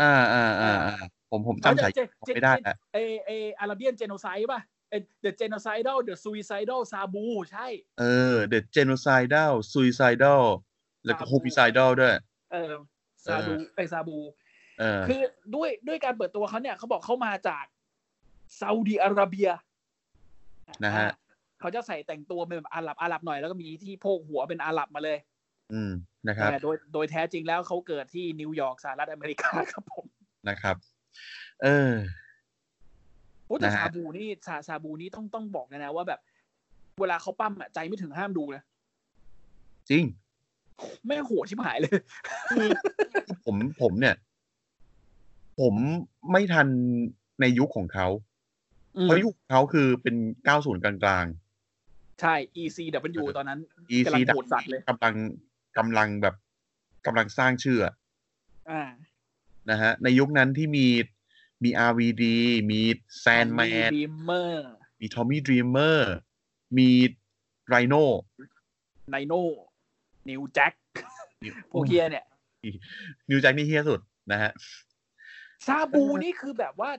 Speaker 2: อ่าอ่าอ่าอ่าผมผมจำฉายาเขาไม่ได้ละ
Speaker 3: เอเออาราเบียนเจโนไซด์ป่ะเอเดอะเจโนไซดอลเดอะซูอิไซดอลซาบูใช่
Speaker 2: เออ The Genocidal Suicidal แล้วก็
Speaker 3: ซาบู
Speaker 2: Homicidal ด้วย
Speaker 3: เออซาบูไอยซาบู
Speaker 2: เออ
Speaker 3: คือด้วยด้วยการเปิดตัวเขาเนี่ยเขาบอกเขามาจากซาอุดีอาระเบีย
Speaker 2: นะฮะ
Speaker 3: อ่าเขาจะใส่แต่งตัวเป็นแบบอาหรับอาหรับหน่อยแล้วก็มีที่โพกหัวเป็นอาหรับมาเลย
Speaker 2: อืม นะครับ
Speaker 3: แต่โดยโดยแท้จริงแล้วเขาเกิดที่นิวยอร์กสหรัฐอเมริกาครับผม
Speaker 2: นะครับ เออ
Speaker 3: โอ้แต่
Speaker 2: นะฮะ
Speaker 3: ซาบูนี่ซาซาบูนี่ต้องต้องบอกเลยนะว่าแบบ เวลาเขาปั้มอะใจไม่ถึงห้ามดูนะ
Speaker 2: จริง
Speaker 3: แม่งโหดชิบหายเลย
Speaker 2: ผมผมเนี่ย ผมไม่ทันในยุคของเขา
Speaker 3: อืม
Speaker 2: เพราะยุคของเขาคือเป็น 90 กลาง
Speaker 3: ใช่ ECW ตอนนั้น
Speaker 2: ๆ EC
Speaker 3: กำลัง
Speaker 2: ดั
Speaker 3: โหดสัตว์เลย
Speaker 2: กำลังกำลังแบบกำลังสร้างชื่ออะ
Speaker 3: อ่า
Speaker 2: นะฮะในยุคนั้นที่มีมี RVD มี Sandman
Speaker 3: ดีเมอร์
Speaker 2: มี Tommy Dreamer มี Rhino
Speaker 3: ไนโน่ นิวแจ็ค พวกเฮียเนี่ย
Speaker 2: นิวแจ็คนี่เฮี้ยสุดนะฮะ
Speaker 3: ซาบูนี่คือแบบว่า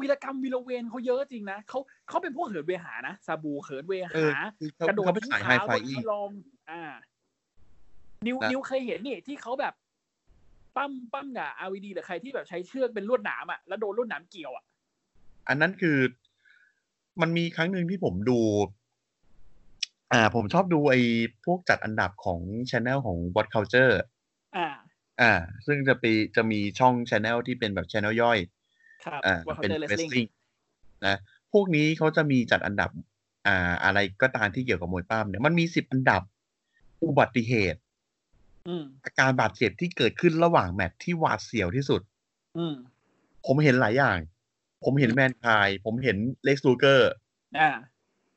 Speaker 3: วีรกรรมวีรเวรเขาเยอะจริงนะเขาเขาเป็นพวกเหินเวหานะ ซาบูเหินเว
Speaker 2: เออ
Speaker 3: หา
Speaker 2: คือเขา
Speaker 3: กระโดด
Speaker 2: เขาเป็น
Speaker 3: ทิ้ง
Speaker 2: สายไฮ
Speaker 3: ขา
Speaker 2: ไฟ
Speaker 3: บน
Speaker 2: อี
Speaker 3: พ
Speaker 2: ก
Speaker 3: ระลมอ่า นิว
Speaker 2: นะ
Speaker 3: นิวเคยเห็นนี่ที่เขาแบบ ปั้มปั้มกับอาวีดีหรือใครที่แบบใช้เชือกเป็นลวดหนามอ่ะแล้วโดนลวดหนามเกี่ยวอ่ะ
Speaker 2: อันนั้นคือ มันมีครั้งหนึ่งที่ผมดู อ่า ผมชอบดูไอ้พวกจัดอันดับของช anel ของ What Culture
Speaker 3: อ่า
Speaker 2: อ่า ซึ่งจะไปจะมีช่องช anel ที่เป็นแบบช anel ย่อย
Speaker 3: ครับ
Speaker 2: อ่า
Speaker 3: ว่าเขา
Speaker 2: เป็น
Speaker 3: เจอเล
Speaker 2: เว
Speaker 3: ส
Speaker 2: ส
Speaker 3: ลิง
Speaker 2: ซิ่งนะพวกนี้เขาจะมีจัดอันดับ อ่า อะไรก็ตามที่เกี่ยวกับมวยปล้ำเนี่ยมันมีสิบอันดับ อุบัติเหตุ
Speaker 3: อืม
Speaker 2: อาการบาดเจ็บที่เกิดขึ้นระหว่างแมตช์ที่หวาดเสียวที่สุด
Speaker 3: อืม
Speaker 2: ผมเห็นหลายอย่าง ผมเห็นแมนคาย ผมเห็นเล็กซ์ลูเกอร์
Speaker 3: อ่า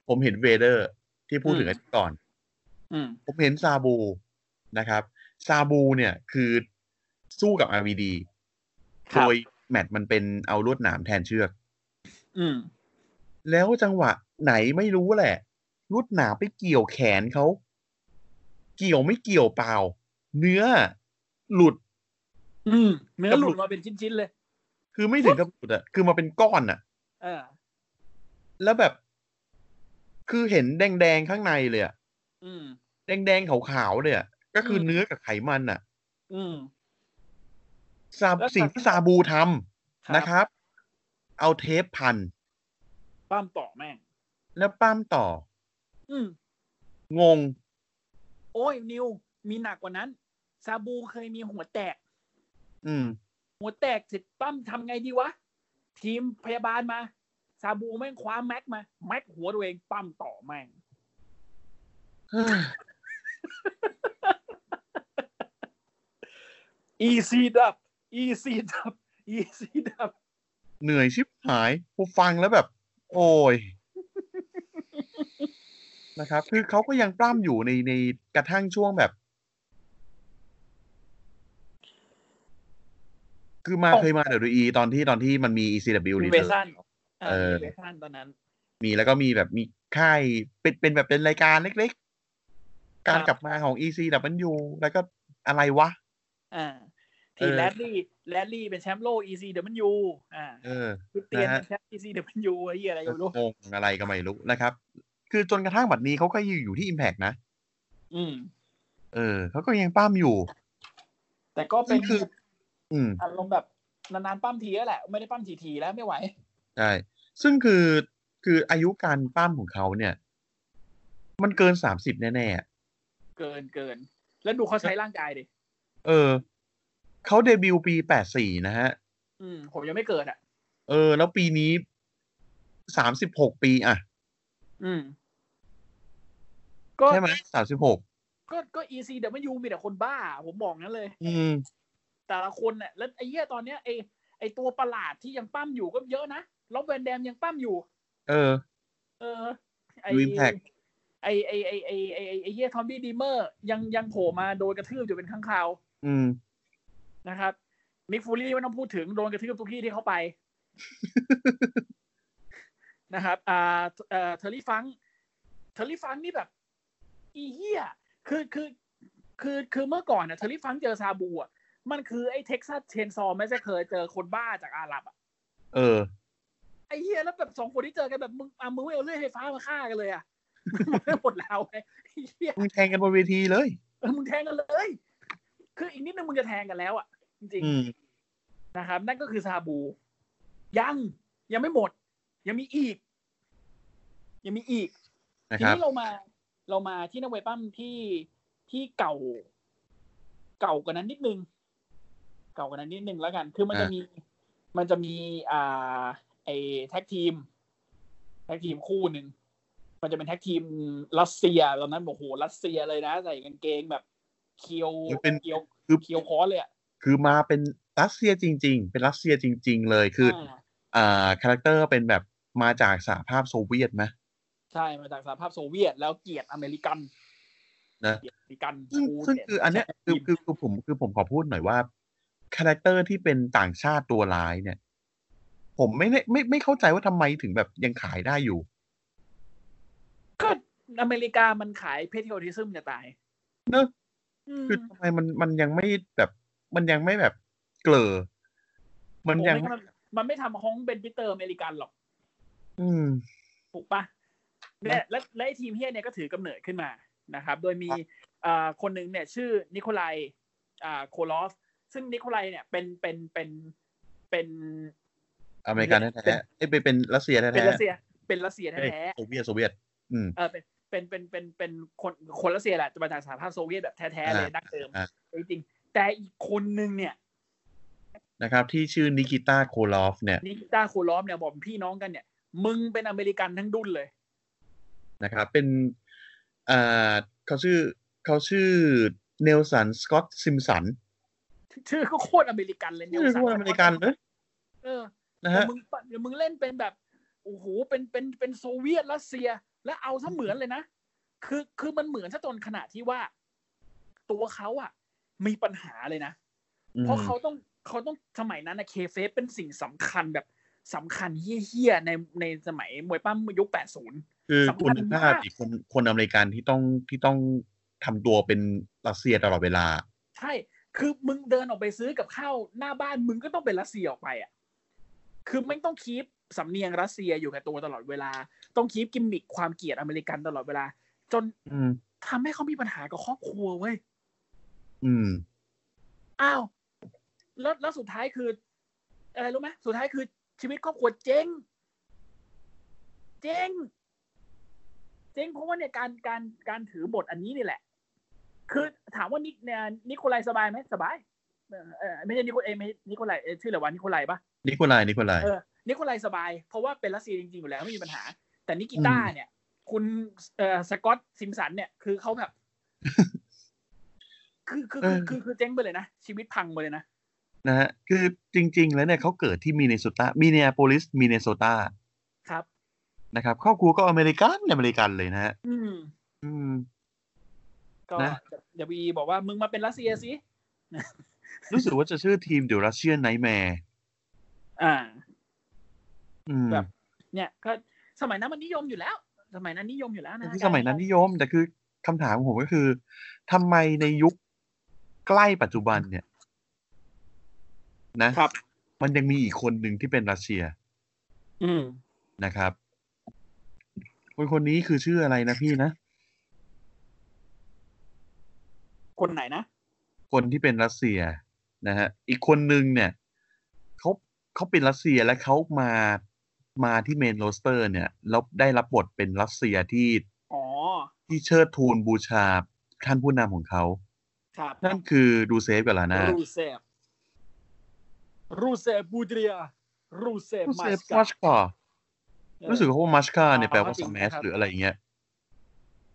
Speaker 2: ผมเห็นเวเดอร์ ที่พูดถึง
Speaker 3: อืม
Speaker 2: อาทิตย์ก่อน
Speaker 3: อืม
Speaker 2: ผมเห็นซาบูนะครับ ซาบูเนี่ยคือสู้กับ RVD
Speaker 3: ค
Speaker 2: โด
Speaker 3: รับ
Speaker 2: ยแมตช์มันเป็นเอาลวดหนามแทนเชือก
Speaker 3: อืม
Speaker 2: แล้วจังหวะไหนไม่รู้แหละลวดหนามไปเกี่ยวแขนเขา เกี่ยวไม่เกี่ยวเปล่า เนื้อหลุด
Speaker 3: อืมเนื้อหลุดมาเป็นชิ้นๆเลย
Speaker 2: คือไม่ถึงกับหลุดอะคือมาเป็นก้อนอะ
Speaker 3: เออ
Speaker 2: แล้วแบบ คือเห็นแดงๆข้างในเลยอะ
Speaker 3: อืม
Speaker 2: แดงๆขาวๆเลยอะก็คืออ
Speaker 3: ม
Speaker 2: เนื้อกับไขมันอะ
Speaker 3: อืม
Speaker 2: ซาบ
Speaker 3: แล้วซา
Speaker 2: สิ่งที่ซาบูทำนะครับ เอาเทปพัน
Speaker 3: ปั้มต่อแม่ง
Speaker 2: แล้วปั้มต่อ
Speaker 3: อืม
Speaker 2: งง
Speaker 3: โอ้ยนิว มีหนักกว่านั้น ซาบูเคยมีหัวแตก
Speaker 2: อืม
Speaker 3: หัวแตกเสร็จปั้มทำไงดีวะ ทีมพยาบาลมา ซาบูแม่งคว้าแม็กมา แม็กหัวตัวเองปั้มต่อแม่ง อีซีดับ อีซีดับ อีซีดับ
Speaker 2: เหนื่อยชิบหายผู้ฟังแล้วแบบ โอ้ย นะครับ คือเขาก็ยังปล้ำอยู่ในในกระทั่งช่วงแบบ คือมา
Speaker 3: อ๋อ
Speaker 2: เคยมาเดี๋ยวดูอีตอนที่ตอนที่มันมี ECW
Speaker 3: มีเว
Speaker 2: Return
Speaker 3: สันอ่า
Speaker 2: เออ
Speaker 3: มีเวสันตอนนั้น
Speaker 2: มีแล้วก็มีแบบมีค่ายเป็นเป็นแบบเป็นรายการเล็กๆ การ
Speaker 3: ครับ
Speaker 2: กลับมาของ ECW แล้วก็อะไรวะ
Speaker 3: อ่า ที่
Speaker 2: เออ
Speaker 3: แรดลี่แรดลี่เป็นแชมป์โลกอีซีเดมันยูอ่า
Speaker 2: เออ
Speaker 3: คือเตียน
Speaker 2: นะฮะ
Speaker 3: เป็นแชมป์อีซีเดมันยูไอ้เหี้ยอะไรก็ไม่รู้
Speaker 2: งงอะไรก็ไม่รู้นะครับ คือจนกระทั่งบัดนี้เขาก็ยังอยู่ที่ Impact นะ
Speaker 3: อืม
Speaker 2: เออเขาก็ยังปล้ำอยู่
Speaker 3: แต่ก็เป็
Speaker 2: ซึ่
Speaker 3: น
Speaker 2: งคือ อืม
Speaker 3: อารมณ์แบบนานๆปั้มทีแล้วแหละ ไม่ได้ปั้มทีๆแล้วไม่ไหว
Speaker 2: ใช่ ซึ่งคือคืออายุการปั้มของเขาเนี่ย มันเกินสามสิบแน่ๆอะ
Speaker 3: เกินเกิน แล้วดูเขาใช้ร่างกายดิ
Speaker 2: เออ เขาเดบิวต์ปีแปดสี่นะฮะ
Speaker 3: อืม ผมยังไม่เกิดอ่ะ
Speaker 2: เออ แล้วปีนี้สามสิบหกปีอ่ะ
Speaker 3: อืม ก็
Speaker 2: ใช่ไหมสามสิบหก
Speaker 3: ก็ก็ ECW มีแต่คนบ้า ผมบอกงั้นเลย
Speaker 2: อืม
Speaker 3: แต่ละคนเนี่ยแล้วไอ้เหี้ยตอนเนี้ยไอ้ไอ้ตัวประหลาดที่ยังปั้มอยู่ก็เยอะนะล็อบแวนแดมยังปั้มอยู่
Speaker 2: เออ
Speaker 3: เออ ไอ
Speaker 2: ดู Impact
Speaker 3: ไอไอไอไอไอไอไอ้เฮียทอมบี้ดีเมอร์ ยังยังโผล่มาโดนกระทืบอยู่เป็นข้างคราว
Speaker 2: อืม
Speaker 3: นะครับมิกฟูรี่ไม่ต้องพูดถึงโดนกระทืบทุกที่ที่เข้าไป นะครับอ่าเอ่อเทอร์รี่ฟังเทอร์รี่ฟังนี่แบบ อีเฮียคือคือคือคือเมื่อก่อนนะเทอร์รี่ฟังเจอซาบูอ่ะมันคือไอ้เท็กซัสเชนซอไม่ใช่เคยเจอคนบ้าจากอาหรับอ่ะ
Speaker 2: เออ
Speaker 3: ไอ้เฮียแล้วแบบสองคนที่เจอกันแบบมึงอ่ะมึงไม่เอาเลื่อยไฟฟ้ามาฆ่ากันเลยอ่ะ มันหมดแล้วไอ้เฮีย
Speaker 2: มึงแทงกันบนเวทีเลย
Speaker 3: เออมึงแทงกันเลย คืออีกนิดนึงมึงจะแทงกันแล้วอ่ะ จริง
Speaker 2: อืม
Speaker 3: ๆนะครับ นั่นก็คือซาบู ยังยังไม่หมด ยังมีอีก ยังมีอีก
Speaker 2: นะ
Speaker 3: ที
Speaker 2: ครับ
Speaker 3: นี้เรามาเรามาที่นักเวยปั้มที่ที่เก่า เก่ากว่านั้นนิดนึง เก่ากว่านั้นนิดนึงแล้วกัน คือมันจะ
Speaker 2: อ่ะ
Speaker 3: มีมันจะมีอ่าไอแท็กทีมแท็กทีมคู่หนึ่งมันจะเป็นแท็กทีมรัสเซียตอนนั้นโอ้โหรัสเซียเลยนะใส่กางเกงแบบเคียว
Speaker 2: มันเป็น
Speaker 3: เคียว
Speaker 2: คือ
Speaker 3: เคียวคอเลยอ่ะ
Speaker 2: คือมาเป็นรัสเซียจริง ๆ เป็นรัสเซียจริง ๆ เลยคือ
Speaker 3: า
Speaker 2: อ่าคาแรคเตอร์เป็นแบบมาจากสหภาพโซเวียตไหม
Speaker 3: ใช่มาจากสหภาพโซเวียตแล้วเกลียดอเมริกัน
Speaker 2: นะ
Speaker 3: เกลียดอเมริกัน
Speaker 2: ซึ่ง
Speaker 3: กู
Speaker 2: ซึ่ง
Speaker 3: เก
Speaker 2: คื
Speaker 3: ลียด
Speaker 2: ออันเนี้ยคือคือคือผมคือผมขอพูดหน่อยว่าคาแรคเตอร์ที่เป็นต่างชาติตัวร้ายเนี่ย ผมไม่ได้ไม่ไม่เข้าใจว่าทำไมถึงแบบยังขายได้อยู่
Speaker 3: ก็อเมริกามันขายเพทริโอทิซึมจะตาย
Speaker 2: เนอะ
Speaker 3: อืม
Speaker 2: คือทำไมมันมันยังไม่แบบ มันยังไม่แบบเกลอมันยัง
Speaker 3: โอ้ไม่ทำมันไม่ทำฮองเบนพิเตอร์อเมริกันหรอก
Speaker 2: อืม
Speaker 3: ถูกปะและและและไอ้ทีมเฮียเนี่ยก็ถือกำเนิดขึ้นมานะครับ โดยมี
Speaker 2: ครับ
Speaker 3: อ่าคนหนึ่งเนี่ยชื่อนิโคไลอ่าโคลอฟ ซึ่งนิโคไลเนี่ยเป็นเป็นเป็นเป็น
Speaker 2: อเมริกันแท้ๆเอ้ยเป็นเป็นรัสเซีย
Speaker 3: เป็น
Speaker 2: แท้
Speaker 3: รัสเซียเป็นรัสเซีย
Speaker 2: ๆเอ้ย
Speaker 3: แท้
Speaker 2: โซเวียตโซเวียต อืม
Speaker 3: ๆเออเป็น เป็นเป็นเป็นเป็นคนคนรัสเซียแหละจะมาจากสหภาพโซเวียตแบบแท้ๆเลย
Speaker 2: อ่า
Speaker 3: ดั้งเดิม
Speaker 2: อ่า
Speaker 3: จริงๆแต่อีกคนนึงเนี่ย
Speaker 2: นะครับ ที่ชื่อนิกิตาโคลอฟเนี่ย
Speaker 3: นิกิตาโคลอฟเนี่ยบอกเป็นพี่น้องกันเนี่ย มึงเป็นอเมริกันทั้งดุนเลย
Speaker 2: นะครับ เป็นอ่าเขาชื่อเขาชื่อเนลสันสกอตซิมสัน
Speaker 3: ชื่อก็โคตรอเมริกันเลย
Speaker 2: ชื่อว่าอเมริกันเลย
Speaker 3: เออ
Speaker 2: นะ
Speaker 3: แต่
Speaker 2: ฮะ
Speaker 3: มึงปะมึงเล่นเป็นแบบโอ้โหเป็นเป็นเป็นโซเวียตรัสเซีย แล้วเอาซะเหมือนเลยนะ คือคือมันเหมือนซะจนขนาดที่ว่า ตัวเขาอะมีปัญหาเลยนะ เพราะเขาต้องเขาต้องสมัยนั้นนะเคเฟเป็นสิ่งสำคัญแบบสำคัญเฮี้ยๆในในสมัยมวยปั้มยุค 80
Speaker 2: คือ
Speaker 3: สำคัญ
Speaker 2: คุณภาพ
Speaker 3: มาก
Speaker 2: อีกคนคนอเมริกันที่ต้องที่ต้องทำตัวเป็นรัสเซียตลอดเวลา
Speaker 3: ใช่ คือมึงเดินออกไปซื้อกับข้าวหน้าบ้านมึงก็ต้องเป็นรัสเซียออกไปอ่ะ คือไม่ต้องคีปสำเนียงรัสเซียอยู่กับตัวตลอดเวลา ต้องคีปกิมมิคความเกลียดอเมริกันตลอดเวลา จน
Speaker 2: อืม
Speaker 3: ทำให้เขามีปัญหากับครอบครัวเว้ย
Speaker 2: อืม
Speaker 3: อ้าว แล้วแล้วสุดท้ายคือ อะไรรู้ไหมสุดท้ายคือชีวิตครอบครัวเจ๊ง เจ๊ง เจ๊งเพราะว่าเนี่ยการการการถือบทอันนี้นี่แหละ คือถามว่านิกเนี่ยนิโคไลสบายไหมสบาย เออเออไม่ใช่นิโคเอยไม่นิโคไลเอยชื่ออะไรวะนิโคไลปะ
Speaker 2: นิโคลายนิโคลาย
Speaker 3: เออนิโคไลสบาย เพราะว่าเป็นรัสเซียจริงๆอยู่แล้วไม่มีปัญหา แต่นิกิต้าเนี่ย คุณเอ่อสกอตซิมสันเนี่ยคือเขาแบบ คือคือคือคือคือเจ๊งไปเลยนะ ชีวิตพังไปเลยนะ
Speaker 2: นะฮะ คือจริง ๆ แล้วเนี่ยเขาเกิดที่มินเนโซตามินเนโปลิสมินเนโซตา
Speaker 3: ครับ
Speaker 2: นะครับ ครอบครัวก็อเมริกันอเมริกันเลยนะฮะ
Speaker 3: อืม
Speaker 2: อืม
Speaker 3: ก็
Speaker 2: นะ
Speaker 3: เดวีบอกว่ามึงมาเป็นรัสเซียสิ
Speaker 2: รู้สึกว่าจะชื่อทีมเด e r รัสเซียนไนแมร์
Speaker 3: อ่า
Speaker 2: อืม
Speaker 3: แบบ เนี่ยก็สมัยนั้นมันนิยมอยู่แล้ว สมัยนั้นนิยมอยู่แล้วนะ
Speaker 2: ที่สมัยนั้นนิยม แต่คือคำถามของผมก็คือทำไมในยุคใกล้ปัจจุบันเนี่ย นะ
Speaker 3: ครับ
Speaker 2: มันยังมีอีกคนหนึ่งที่เป็นรัสเซีย
Speaker 3: อืม
Speaker 2: นะครับ คนคนนี้คือชื่ออะไรนะพี่นะ
Speaker 3: คนไหนนะ
Speaker 2: คนที่เป็นรัสเซียนะฮะ อีกคนนึงเนี่ยเขาเขาเป็นรัสเซียและเขามามาที่เมนโรสเตอร์ เนี่ยแล้วได้รับบทเป็นรัสเซียที่
Speaker 3: อ๋อ
Speaker 2: ที่เชิดทูนบูชาท่านผู้นำของเขา
Speaker 3: ครับ
Speaker 2: นั่นคือดูเซฟกับลาน่า
Speaker 3: รูเซฟรูเซฟบูเดรียรูเซฟ
Speaker 2: ดู
Speaker 3: มา
Speaker 2: เซฟ
Speaker 3: สกา
Speaker 2: มัชคารู้สึกว่ามัชคาเนี่ยแปลว่า
Speaker 3: อ๋อจริ
Speaker 2: ส
Speaker 3: ง
Speaker 2: แม
Speaker 3: นะ
Speaker 2: ส
Speaker 3: ครับ
Speaker 2: หรืออะไรอย่างเงี้ย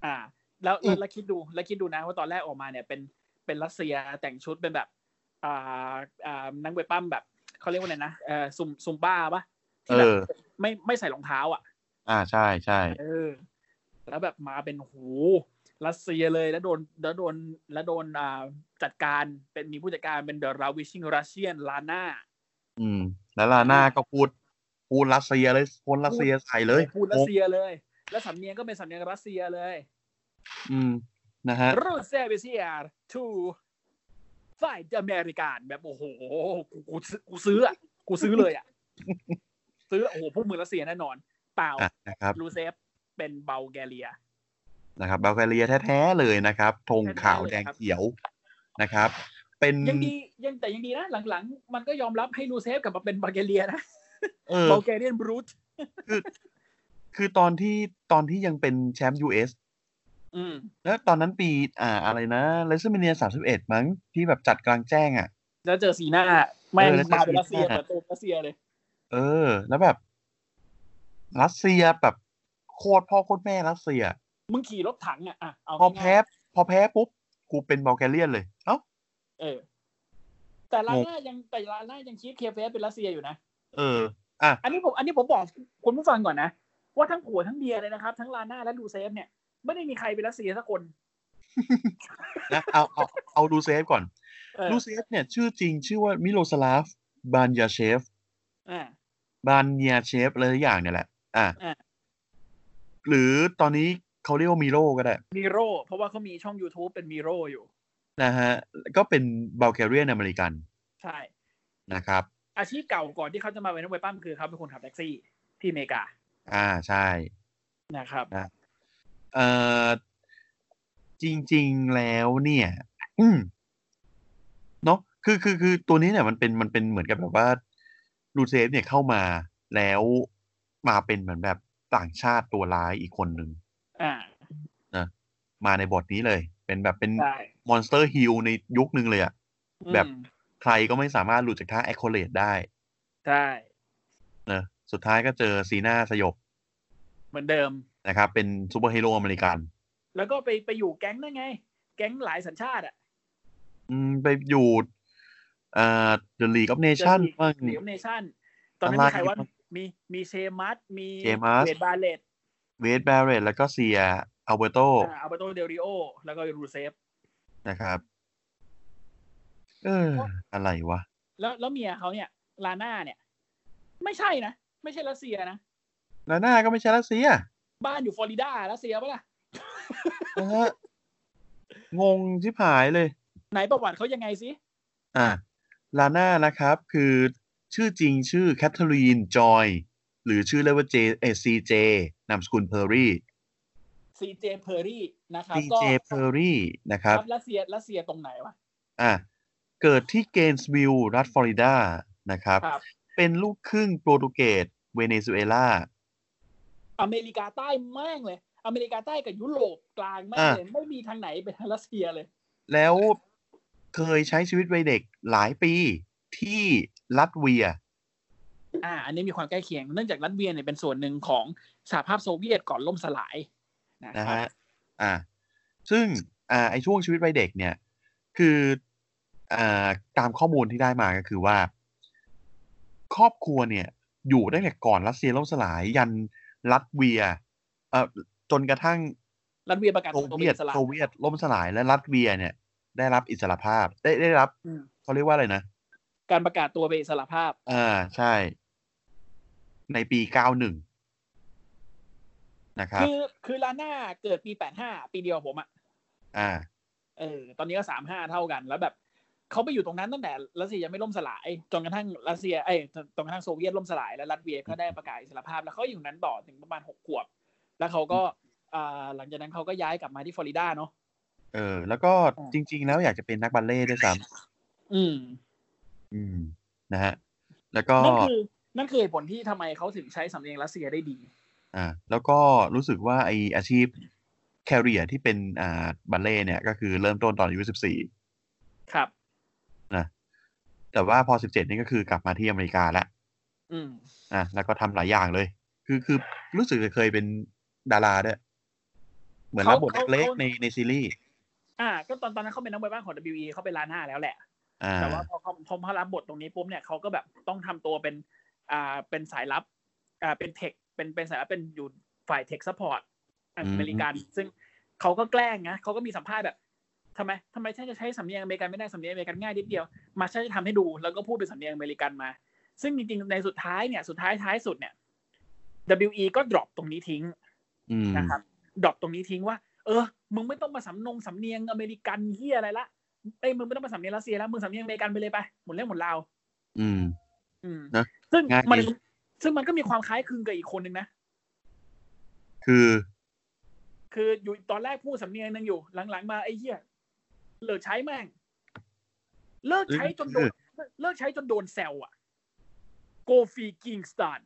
Speaker 3: อ่าแล้ว
Speaker 2: อื
Speaker 3: แล้ว
Speaker 2: ม
Speaker 3: แล้วคิดดูแล้วคิดดูนะว่าตอนแรกออกมาเนี่ยเป็นเป็นรัสเซียแต่งชุดเป็นแบบอ่าอ่านักเวทปั้มแบบเขาเรียกว่าอะไรนะเออซุมซุมบ้าปะ
Speaker 2: เอ
Speaker 3: ที่แบบ
Speaker 2: อ
Speaker 3: ไม่ไม่ใส่รองเท้าอ่ะ
Speaker 2: อ่าใช่ใช่
Speaker 3: เออ แล้วแบบมาเป็นโหรัสเซียเลยแล้วโดนแล้วโดนแล้วโดนอ่าจัดการเป็นมีผู้จัดการเป็นเดอะราวิชิงรัสเซียนลาน่า
Speaker 2: อืม แล้วลาน่าก็พูดพูดรัสเซียเลยพูดรัสเซียใส่เลย
Speaker 3: พูดรัสเซียเลย แล้วสำเนียงก็เป็นสำเนียงรัสเซียเลย
Speaker 2: อืมนะฮะ
Speaker 3: รูเซเบเซียทูฝ่ายอเมริกันแบบโอ้โหกูกูซื้อกูซื้ออะกูซื้อเลยอ่ะ ซื้อโอ้โหพวกมือรัสเซียแน่นอน เปล่า
Speaker 2: อ่ะนะครับ
Speaker 3: รูเซฟเป็นเบลแกเรีย
Speaker 2: นะครับบัลแกเรียแท้ๆเลยนะครับธง
Speaker 3: แท้ๆ
Speaker 2: ขาวแดง
Speaker 3: เลยครับ
Speaker 2: เขียวนะครับ เป็น
Speaker 3: ยังดียังแต่ยังดีนะหลังๆ มันก็ยอมรับให้รูเซฟกลับมาเป็นเบลแกเรียนะ
Speaker 2: เออ
Speaker 3: เบลแกเรียนบรูท
Speaker 2: คือตอนที่ตอนที่ยังเป็นแชมป์ US
Speaker 3: อืม
Speaker 2: แล้วตอนนั้นปีอ่าอะไรนะเลเซอร์เมเนียสามสิบเอ็ดมั้งที่แบบจัดกลางแจ้งอ่ะ
Speaker 3: แล้วเจอสีหน้าแม่ง
Speaker 2: เออแล้วเจอ
Speaker 3: มาเป็นรัสเซีย
Speaker 2: สีหน้า
Speaker 3: เปิดตัวรัสเซียเลย
Speaker 2: เออ แล้วแบบ รัสเซียแบบโคตรพ่อโคตรแม่รัสเซีย
Speaker 3: มึงขี่รถถังอ่ะอ่ะเอา
Speaker 2: พอ
Speaker 3: ง่ายๆ
Speaker 2: แพ้ พอแพ้ปุ๊บกูเป็นบัลแกเรียนเลยเอ้า
Speaker 3: เออ แต่ลาง
Speaker 2: ง
Speaker 3: น่ายังแต่ลาน่ายังคิดเคเฟสเป็นรัสเซียอยู่นะ
Speaker 2: เออ อ่ะ
Speaker 3: อันนี้ผมอันนี้ผมบอกคุณผู้ฟังก่อนนะ ว่าทั้งผัวทั้งเมียเลยนะครับ ทั้งลาน่าและลูเซฟเนี่ย ไม่ได้มีใครเป็นรัสเซียสักคน
Speaker 2: นะเอาเอาเอาดูเซฟก่อน
Speaker 3: เออ
Speaker 2: ดูเซฟเนี่ยชื่อจริงชื่อว่ามิโลสลาฟบานยาเชฟ
Speaker 3: อ่า
Speaker 2: บานเนียเชฟอะไรสักอย่างเนี่ยแหละ อ่ะ
Speaker 3: อ่ะ
Speaker 2: หรือตอนนี้เขาเรียกว่ามิโรก็ได้
Speaker 3: มีโร เพราะว่าเขามีช่อง YouTube เป็นมีโรอยู่
Speaker 2: นะฮะ ก็เป็นบัลแกเรียนอเมริกัน
Speaker 3: ใช่
Speaker 2: นะครับ
Speaker 3: อาชีพเก่าก่อนที่เขาจะมาเป็นนักมวยปั้มคือเขาเป็นคนขับแท็กซี่ที่อเมริกา
Speaker 2: อ่าใช่
Speaker 3: นะครับ
Speaker 2: เอ่อ จริง ๆ แล้วเนี่ย อืมเนาะคือคือคือตัวนี้เนี่ยมันเป็นมันเป็นเหมือนกับแบบว่าลูเซฟเนี่ยเข้ามาแล้วมาเป็นเหมือนแบบต่างชาติตัวร้ายอีกคนหนึ่ง
Speaker 3: อ่า
Speaker 2: มาในบทนี้เลย เป็นแบบเป็น
Speaker 3: ใช่
Speaker 2: มอนสเตอร์ฮิลในยุคนึงเลยอะ แบบ
Speaker 3: อืม
Speaker 2: ใครก็ไม่สามารถหลุดจากท่าแอคโคเลตได้
Speaker 3: ใช่
Speaker 2: นะสุดท้ายก็เจอซีน่าสยบ
Speaker 3: เหมือนเดิม
Speaker 2: นะครับ เป็นซูเปอร์ฮีโร่อเมริกัน
Speaker 3: แล้วก็ไปไปอยู่แก๊งนั่นไง แก๊งหลายสัญชาติอ่ะ
Speaker 2: อืมไปอยู่เอ่อ The League of Nation บ้าง
Speaker 3: หลีมเนชั่น ตอนนั้นมีใครว่ามีมีเชมัสมี
Speaker 2: เชมัส
Speaker 3: เวดบาเลต
Speaker 2: เวดแบรเรตแล้วก็เซียอัลเบโต
Speaker 3: อัลเบโตเดลริโอ แล้วก็รูเซฟ
Speaker 2: นะครับ เออ อะไรวะ
Speaker 3: แล้วแล้วเมียเขาเนี่ย ลาน่าเนี่ย ไม่ใช่นะ ไม่ใช่รัสเซียนะ
Speaker 2: นาน่าก็ไม่ใช่รัสเซีย
Speaker 3: บ้านอยู่ฟลอริดารัสเซียปะล่ะ
Speaker 2: นะฮะงงชิบหายเลย
Speaker 3: ไหนประวัติเขายังไงสิ
Speaker 2: อ่ะลาน่านะครับ คือชื่อจริงชื่อแคทเธอรีนจอย หรือชื่อเรียกว่าเจเอซีเจนามสกุลเพอร์รี่
Speaker 3: ซีเจเพอร์รี่นะครับ
Speaker 2: ซี
Speaker 3: ก็
Speaker 2: เจเพอร์รี่นะค
Speaker 3: ค
Speaker 2: รั
Speaker 3: รับ บรัสเซียรัสเซียตรงไหนวะ
Speaker 2: อ่ะเกิดที่เกนส์วิลล์รัฐฟลอริดานะครับ
Speaker 3: ครับ
Speaker 2: เป็นลูกครึ่งโปรตุเกสเวเนซุเอลา
Speaker 3: อเมริกาใต้แม่งเลย อเมริกาใต้กับยุโรปกลางแม่งเลยไม่มีทางไหนเป็นรัสเซียเลย
Speaker 2: แล้วเคยใช้ชีวิตวัยเด็กหลายปีที่ลัตเวีย
Speaker 3: อ่า อันนี้มีความใกล้เคียง เนื่องจากรัสเวียเนี่ยเป็นส่วนหนึ่งของสหภาพโซเวียตก่อนล่มสลายนะ
Speaker 2: นะ
Speaker 3: ครั
Speaker 2: ฮะ
Speaker 3: บ
Speaker 2: อ่า ซึ่ง อ่า ไอช่วงชีวิตวัยเด็กเนี่ย คือ อ่า ตามข้อมูลที่ได้มาก็คือว่า ครอบครัวเนี่ย อยู่ตั้งแต่ก่อนรัสเซียล่มสลายยันลัตเวีย เอ่อ จนกระทั่ง
Speaker 3: รัสเวียประกาศ
Speaker 2: โซ
Speaker 3: ตัว
Speaker 2: เวีย
Speaker 3: เป็
Speaker 2: ต
Speaker 3: นอิสลาม
Speaker 2: โซเวียตล่มสลายและลัตเวียเนี่ย ได้รับอิสรภาพ ได้ได้รับ
Speaker 3: อืม
Speaker 2: เขาเรียกว่าอะไรนะ
Speaker 3: การประกาศตัวเป็นอิสระภาพ
Speaker 2: อ่า ใช่ ในปี 91 นะครับ
Speaker 3: คือคือลาน่าเกิดปี 85 ปีเดียวกับผมอะ
Speaker 2: อ่า
Speaker 3: เออตอนนี้ก็ 35 เท่ากัน แล้วแบบเขาไปอยู่ตรงนั้นตั้งแต่รัสเซียยังไม่ล่มสลาย จนกระทั่งรัสเซียเอ้ยจนจนกระทั่งโซเวียตล่มสลายแล้วรัสเวียก็ได้ประกาศอิสรภาพ แล้วเขาอยู่นั้นต่อถึงประมาณ 6 ขวบ แล้วเขาก็อ่าหลังจากนั้นเขาก็ย้ายกลับมาที่ฟลอริดาเนาะ
Speaker 2: เออ แล้วก็
Speaker 3: อ่า
Speaker 2: จริง ๆ แล้วอยากจะเป็นนักบัลเล่ต์ด้วยซ้ำ
Speaker 3: อืม
Speaker 2: อืมนะฮะ แล้วก็
Speaker 3: นั่นคือนั่นคือเหตุผลที่ทำไมเขาถึงใช้สำเนียงรัสเซียได้ดี
Speaker 2: อ่าแล้วก็รู้สึกว่าไออาชีพแคเรียที่เป็นอ่าบัลเล่ต์เนี่ย ก็คือเริ่มต้นตอนอายุสิบสี่
Speaker 3: ครับ
Speaker 2: แต่ว่าพอสิบเจ็ดนี่ก็คือกลับมาที่อเมริกาแล้ว
Speaker 3: อืม
Speaker 2: อ่ะแล้วก็ทำหลายอย่างเลย คือคือรู้สึกจะเคยเป็นดาราด้วย เหมือนรับบท
Speaker 3: เขา
Speaker 2: เล็ก
Speaker 3: เขา
Speaker 2: ๆในในซีรีส์
Speaker 3: อ่า ก็ตอนตอนนั้นเขาเป็นนักมวยบ้านของ WE เขาเป็นล้านห้าแล้วแหละ
Speaker 2: อ่า
Speaker 3: แต่ว่าพอเขาพอเขารับบทตรงนี้ปุ๊บเนี่ยเขาก็แบบต้องทำตัวเป็น อ่า เป็นสายลับ อ่า เป็นเทค เป็น เป็นสายลับ เป็นอยู่ฝ่ายเทคซัพพอร์ตอเมริกัน ซึ่งเขาก็แกล้งนะเขาก็มีสัมภาษณ์แบบทำไมทำไมฉันจะใช้สำเนียงอเมริกันไม่ได้สำเนียงอเมริกันง่ายนิดเดียว มาฉันจะทำให้ดู แล้วก็พูดเป็นสำเนียงอเมริกันมา ซึ่งจริงๆ ในสุดท้ายเนี่ย สุดท้ายท้ายสุดเนี่ย WE ก็ drop ตรงนี้ทิ้ง
Speaker 2: อืม
Speaker 3: นะครับดรอปตรงนี้ทิ้งว่า เออ มึงไม่ต้องมาสำนงสำเนียงอเมริกันเฮียอะไรละเอ้ยมึงไม่ต้องมาสำเนียงรัสเซียแล้วมึงสำเนียงอเมริกันไปเลยไปหมดเรื่องหมดราว
Speaker 2: อืม
Speaker 3: อืม
Speaker 2: นะ
Speaker 3: ซึ่ง
Speaker 2: ง่ายดี
Speaker 3: มันซึ่งมันก็มีความคล้ายคลึงกับอีกคนนึงนะ
Speaker 2: คือ
Speaker 3: คืออยู่ตอนแรกพูดสำเนียงนึงอยู่ หลังๆมาไอ้เฮียเลิกใช้แม่ง เลิกใช้จนโดนเลิกใช้จนโดนแซวอะโกฟีกิงสตัน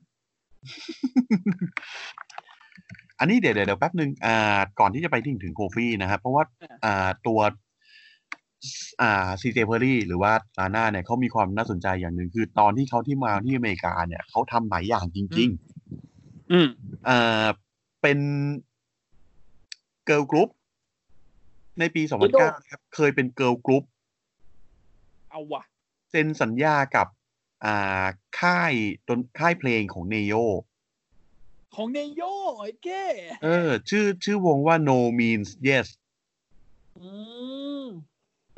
Speaker 2: อันนี้เดี๋ยวเดี๋ยวเดี๋ยวแป๊บหนึ่งอ่า ก่อนที่จะไปถึงถึงโคฟี่นะครับ เพราะว่าอ่าตัวอ่าซีเจเพอรี่หรือว่าลาน่าเนี่ยเขามีความน่าสนใจอย่างหนึ่งคือตอนที่เขาที่มาที่อเมริกาเนี่ยเขาทำหลายอย่างจริง
Speaker 3: อืม
Speaker 2: ๆอ่าเป็นเกิร์ลกรุ๊ปในปี 2009ครับเคยเป็นเกิร์ลกรุ๊ป
Speaker 3: เอาว่ะ
Speaker 2: เซ็นสัญญากับอ่าค่ายดนค่ายเพลงของเนโย
Speaker 3: ของเนโยไอ้เก้
Speaker 2: เออ ชื่อชื่อวงว่า No Means Yes
Speaker 3: อืม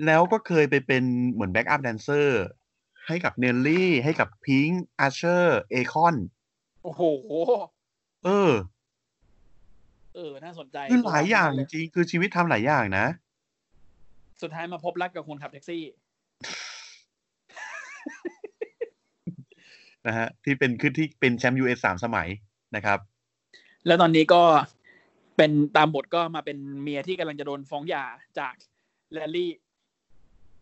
Speaker 2: แล้วก็เคยไปเป็นเหมือนแบ็กอัพแดนเซอร์ให้กับเนลลี่ ให้กับพิงค์อาเชอร์เอคอน
Speaker 3: โอ้โห
Speaker 2: เออ
Speaker 3: เออ น่าสนใจ
Speaker 2: คือหลายอย่าง
Speaker 3: เล
Speaker 2: จริงๆคือชีวิตทำหลายอย่างนะ
Speaker 3: สุดท้ายมาพบรักกับคนขับแท็กซี่
Speaker 2: นะฮะ ที่เป็นคือที่เป็นแชมป์ยูเอสามสมัยนะครับ
Speaker 3: แล้วตอนนี้ก็เป็นตามบทก็มาเป็นเมียที่กำลังจะโดนฟ้องหย่าจากแลลี่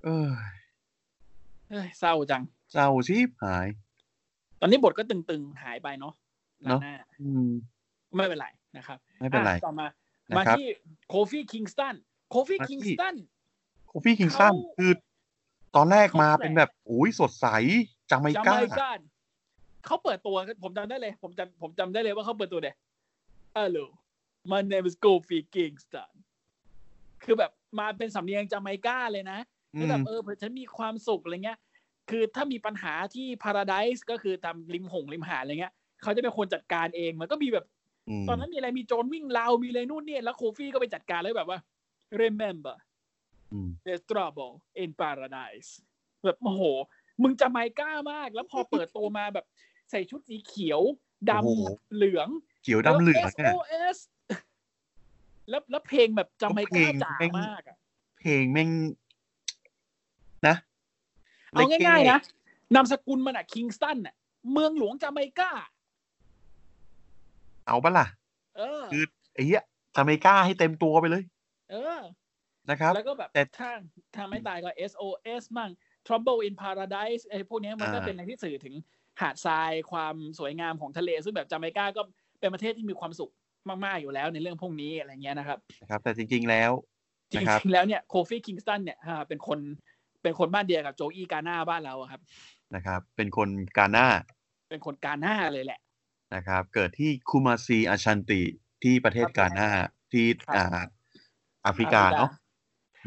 Speaker 2: เออ
Speaker 3: เอ้ยเศร้าจัง
Speaker 2: เศร้าชีพหาย
Speaker 3: ตอนนี้บทก็ตึงๆ หายไปเนาะ
Speaker 2: เนอะ
Speaker 3: หน้า
Speaker 2: อืม
Speaker 3: ไม่เป็นไรนะครับ
Speaker 2: ไม่เป็นไร
Speaker 3: อ่ะต่อมา
Speaker 2: นะ
Speaker 3: มา
Speaker 2: ครับ
Speaker 3: ที่โคฟี่คิงสตันโคฟี่
Speaker 2: มาที่
Speaker 3: คิงสตัน
Speaker 2: โคฟี่คิงสัน
Speaker 3: เขา
Speaker 2: คือตอนแรกมา
Speaker 3: เขาแปลก
Speaker 2: เป็นแบบโอ้ยสดใสจาไม
Speaker 3: จา
Speaker 2: ก้า
Speaker 3: ไมกันเขาเปิดตัวผมจำได้เลย ผมจำผมจำได้เลยว่าเขาเปิดตัวเด็ก Hello my name is Kofi Kingston คือแบบมาเป็นสำเนียงจาไมกาเลยนะ
Speaker 2: อื
Speaker 3: แล้วแบ
Speaker 2: ม
Speaker 3: บเออเผื่อฉันมีความสุขอะไรเงี้ย คือถ้ามีปัญหาที่ Paradise ก็คือตามริมหงริมหาดอะไรเงี้ยเขาจะเป็นคนจัดการเองมันก็มีแบบ
Speaker 2: ม
Speaker 3: ตอนนั้นมีอะไรมีโจรวิ่งราวมีอะไรนู่นนี่แล้วโคฟี่ก็ไปจัดการแล้วแบบว่า remember
Speaker 2: อืม
Speaker 3: The Trouble in Paradise แบบโอ้โห มึงจะไมกล้ามาก แล้วพอเปิดตัวมาแบบใส่ชุดสีเขียวด
Speaker 2: โอ้โห
Speaker 3: ำเหลือง
Speaker 2: เขียวดำเหลือง
Speaker 3: แล้
Speaker 2: เนี่
Speaker 3: ว
Speaker 2: ย
Speaker 3: SOS แล้วแล้วเพลงแบบจะไมกล้าจ๋ามากอะ
Speaker 2: เพลงแม่งนะ
Speaker 3: เอาง่ายๆนะนามสกุลมันอะคิงสตันอะเมืองหลวงจาไมกา
Speaker 2: เอาปะล่ะ
Speaker 3: เออ
Speaker 2: คือ ไอ้เหี้ยจาไมก้าให้เต็มตัวไปเลย
Speaker 3: เออ
Speaker 2: นะครับ
Speaker 3: แล้วก็แบบ
Speaker 2: แต่
Speaker 3: ถ้าถ้าไม่ตายก็ SOS มั่ง Trouble in Paradise ไอ้พวกเนี้ยมันก็
Speaker 2: อ่า
Speaker 3: เป็นอะไรที่สื่อถึงหาดทรายความสวยงามของทะเล ซึ่งแบบจาเมกาก็เป็นประเทศที่มีความสุขมาก ๆ อยู่แล้วในเรื่องพวกนี้อะไรเงี้ยนะครับ
Speaker 2: นะครับ แต่จริง ๆ แล้ว
Speaker 3: จริ
Speaker 2: นะครับ
Speaker 3: ง ๆ แล้วเนี่ยโคฟี่คิงสตันเนี่ยอ่าเป็นคนเป็นคนบ้านเดียวกับโจอีกาหน้าบ้านเราอะครับ
Speaker 2: นะครับ เป็นคนกาหน้า
Speaker 3: เป็นคนกาหน้าเลยแหละ
Speaker 2: นะครับ เกิดที่คูมาซีอาชันติที่ประเทศกาหน้าที่
Speaker 3: ครับ
Speaker 2: อ่าแอฟริกาเนาะ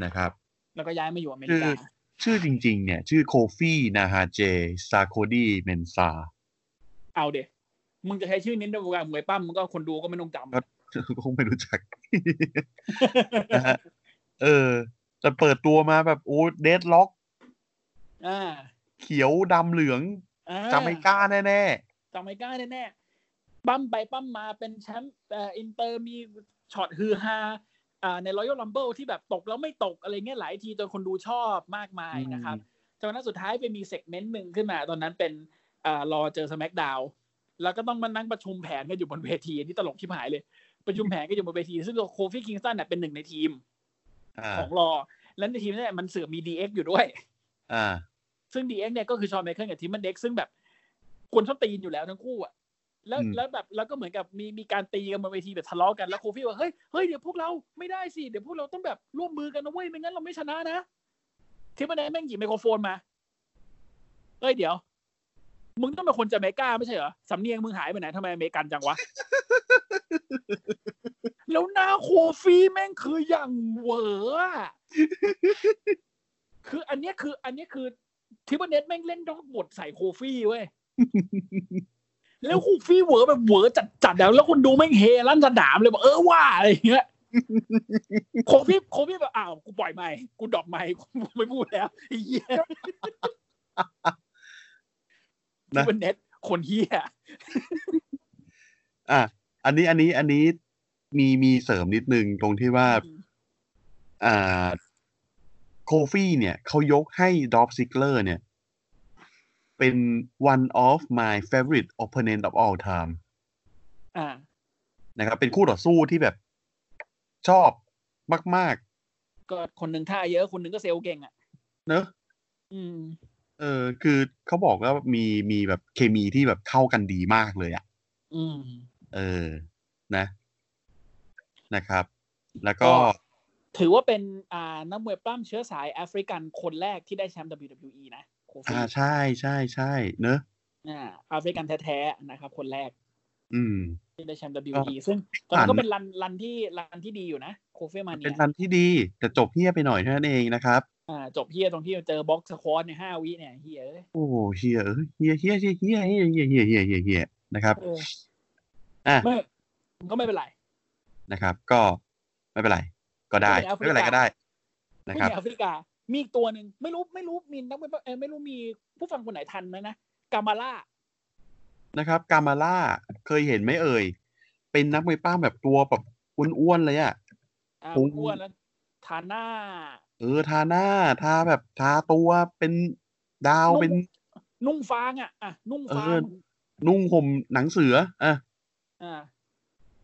Speaker 2: นะครับ
Speaker 3: แล้วก็ย้ายมาอยู่อเมริ
Speaker 2: ชื่อก
Speaker 3: า
Speaker 2: ชื่อจริง ๆ เนี่ย ชื่อโคฟี่นาฮาเจซาโคดีเมนซา
Speaker 3: เอาเด็มึงจะใช้ชื่อนี้ในวงการมวยปั้มมึงก็คนดูก็ไม่ต้องจำอะ
Speaker 2: คงไม่รู้จัก นะฮะเออ แต่เปิดตัวมาแบบโอ้เดดล็อก
Speaker 3: อ่า
Speaker 2: เขียวดำเหลือง
Speaker 3: อ่
Speaker 2: จาไมก้าแน่
Speaker 3: จาไมกาแน่ๆปั้มไปปั้มมาเป็นแชมป์เอ่ออินเตอร์มีช็อตฮือฮาอ่าในรอยัลลัมเบิลที่แบบตกแล้วไม่ตกอะไรเงี้ยหลายทีจนคนดูชอบมากมายนะครับจนกระนั้นสุดท้ายไปมีเซกเมนต์หนึ่งขึ้นมา ตอนนั้นเป็นอ่ารอเจอสแมกดาวแล้วก็ต้องมานั่งประชุมแผนกันอยู่บนเวทีอันนี่ตลกชิบหายเลย ประชุมแผนกันอยู่บนเวที ซึ่งตัวโคฟี่คิงสตันเน่ยเป็นหนึ่งในทีม
Speaker 2: ๆอ่า
Speaker 3: ของรอ และในทีมเนี่ยมันเสือกมี DX อยู่ด้วย
Speaker 2: อ่า
Speaker 3: ซึ่ง DX เนี่ยก็คือชอนเมเคิลกับทิมเบนเด็กซึ่งแบบควรชอบตีนอยู่แล้วทั้งคู่อ่ะแล้ว
Speaker 2: อืม
Speaker 3: แล้วแบบแล้วก็เหมือนกับมีมีการตีกันบนเวทีแบบทะเลาะกันแล้วโคฟี่ว่าเฮ้ยเฮ้ยเดี๋ยวพวกเราไม่ได้สิ เดี๋ยวพวกเราต้องแบบร่วมมือกันนะเว้ยไม่งั้นเราไม่ชนะนะทิมเบนเด็กแม่งหยิบไมโครโฟนมาเฮ้ยเดี๋ยว มึงต้องเป็นคนจาเมกาไม่ใช่เหรอสำเนียงมึงหายไปไหนทำไมอเมริกันจังวะ แล้วหน้าโคฟี่แม่งคืออย่างเหวออะ คืออันเนี้ยคืออันเนี้ยคือทิปเปอร์เน็ตแม่งเล่นดอกบทใส่โคฟี่เว้ย แล้วโคฟี่เหวอแบบเหวอจัดจัดๆแล้วแล้วคนดูแม่งเฮลั่นสนามเลยบอกเออว่าอะไรอย่างเงี้ย โคฟี่โคฟี่แบบอ้าวกูปล่อยไม่กูดรอปไม่ กูไม่พูดแล้วไอ้เหี้ย
Speaker 2: นะ
Speaker 3: ทิปเปอร์เน็ตคนเหี้ย
Speaker 2: อ่าอันนี้อันนี้อันนี้มีมีเสริมนิดนึงตรงที่ว่า อ่าโคฟี่เนี่ย เขายกให้ดอฟซิกเลอร์เนี่ย เป็น one of my favorite opponent of all time
Speaker 3: อ่า
Speaker 2: นะครับ เป็นคู่ต่อสู้ที่แบบชอบมาก
Speaker 3: ก็คนหนึ่งท่าเยอะ คนหนึ่งก็เซลล์เก่งอ่ะ
Speaker 2: ๆ เนอะ
Speaker 3: อืม
Speaker 2: เออคือเขาบอกว่ามีมีแบบเคมีที่แบบเข้ากันดีมากเลยอะ่ะ
Speaker 3: อืม
Speaker 2: เออนะนะครับ แล้วก็
Speaker 3: ถือว่าเป็นอ่านักมวยปล้ำเชื้อสายแอฟริกันคนแรกที่ได้แชมป์ WWE นะโคฟี่
Speaker 2: อ่าใช่ใช่ใช่เนอะ
Speaker 3: อ่าแอฟริกันแท้ๆนะครับ คนแรก
Speaker 2: อืม
Speaker 3: ที่ได้แชมป์ WWE ซึ่งตอนนั้
Speaker 2: ผ่าน
Speaker 3: นก็เป็นรันรันที่รันที่ดีอยู่นะโคฟี่มาเนี
Speaker 2: เป็น
Speaker 3: ย
Speaker 2: รันที่ดี แต่จบเฮี้ยไปหน่อยเท่านั้นเองนะครับ
Speaker 3: อ่าจบเฮียตรงที่เจอบ็อกซ์สควอตในห้าวิเนี่ยเฮียเอ้ย
Speaker 2: โอ้โหเฮียเอ้ยเฮียเฮียเฮียเฮียเฮียเฮียเฮียเฮียเฮียเฮียนะครับ
Speaker 3: เออ
Speaker 2: อ่ะ
Speaker 3: ไม่ก็ไม่เป็นไร
Speaker 2: นะครับ ก็ไม่เป็นไร ก็ได้ไม่เป็นไรก็ได้นะ
Speaker 3: ไม่
Speaker 2: ครับ
Speaker 3: มีแอฟริกา มีอีกตัวหนึ่งไม่รู้ไม่รู้มีนักมวยปล้ำเออไม่รู้มีผู้ฟังคนไหนทันไหมนะกามาล่า
Speaker 2: นะครับกามาล่าเคยเห็นไหมเอ่ย เป็นนักมวยป้ามแบบตัวแบบอ้วนๆเลยอ่ะ
Speaker 3: อ่า
Speaker 2: โอ้
Speaker 3: อ้วนแล้วทาหน้า
Speaker 2: เออทาหน้าทาแบบทาตัวเป็นดาว
Speaker 3: นุ่ง
Speaker 2: เป็น
Speaker 3: นุ่งฟางอ่ะอ่ะนุ่งฟา
Speaker 2: เออ
Speaker 3: ง
Speaker 2: นุ่งห่มหนังเสืออ่ะ
Speaker 3: อ่า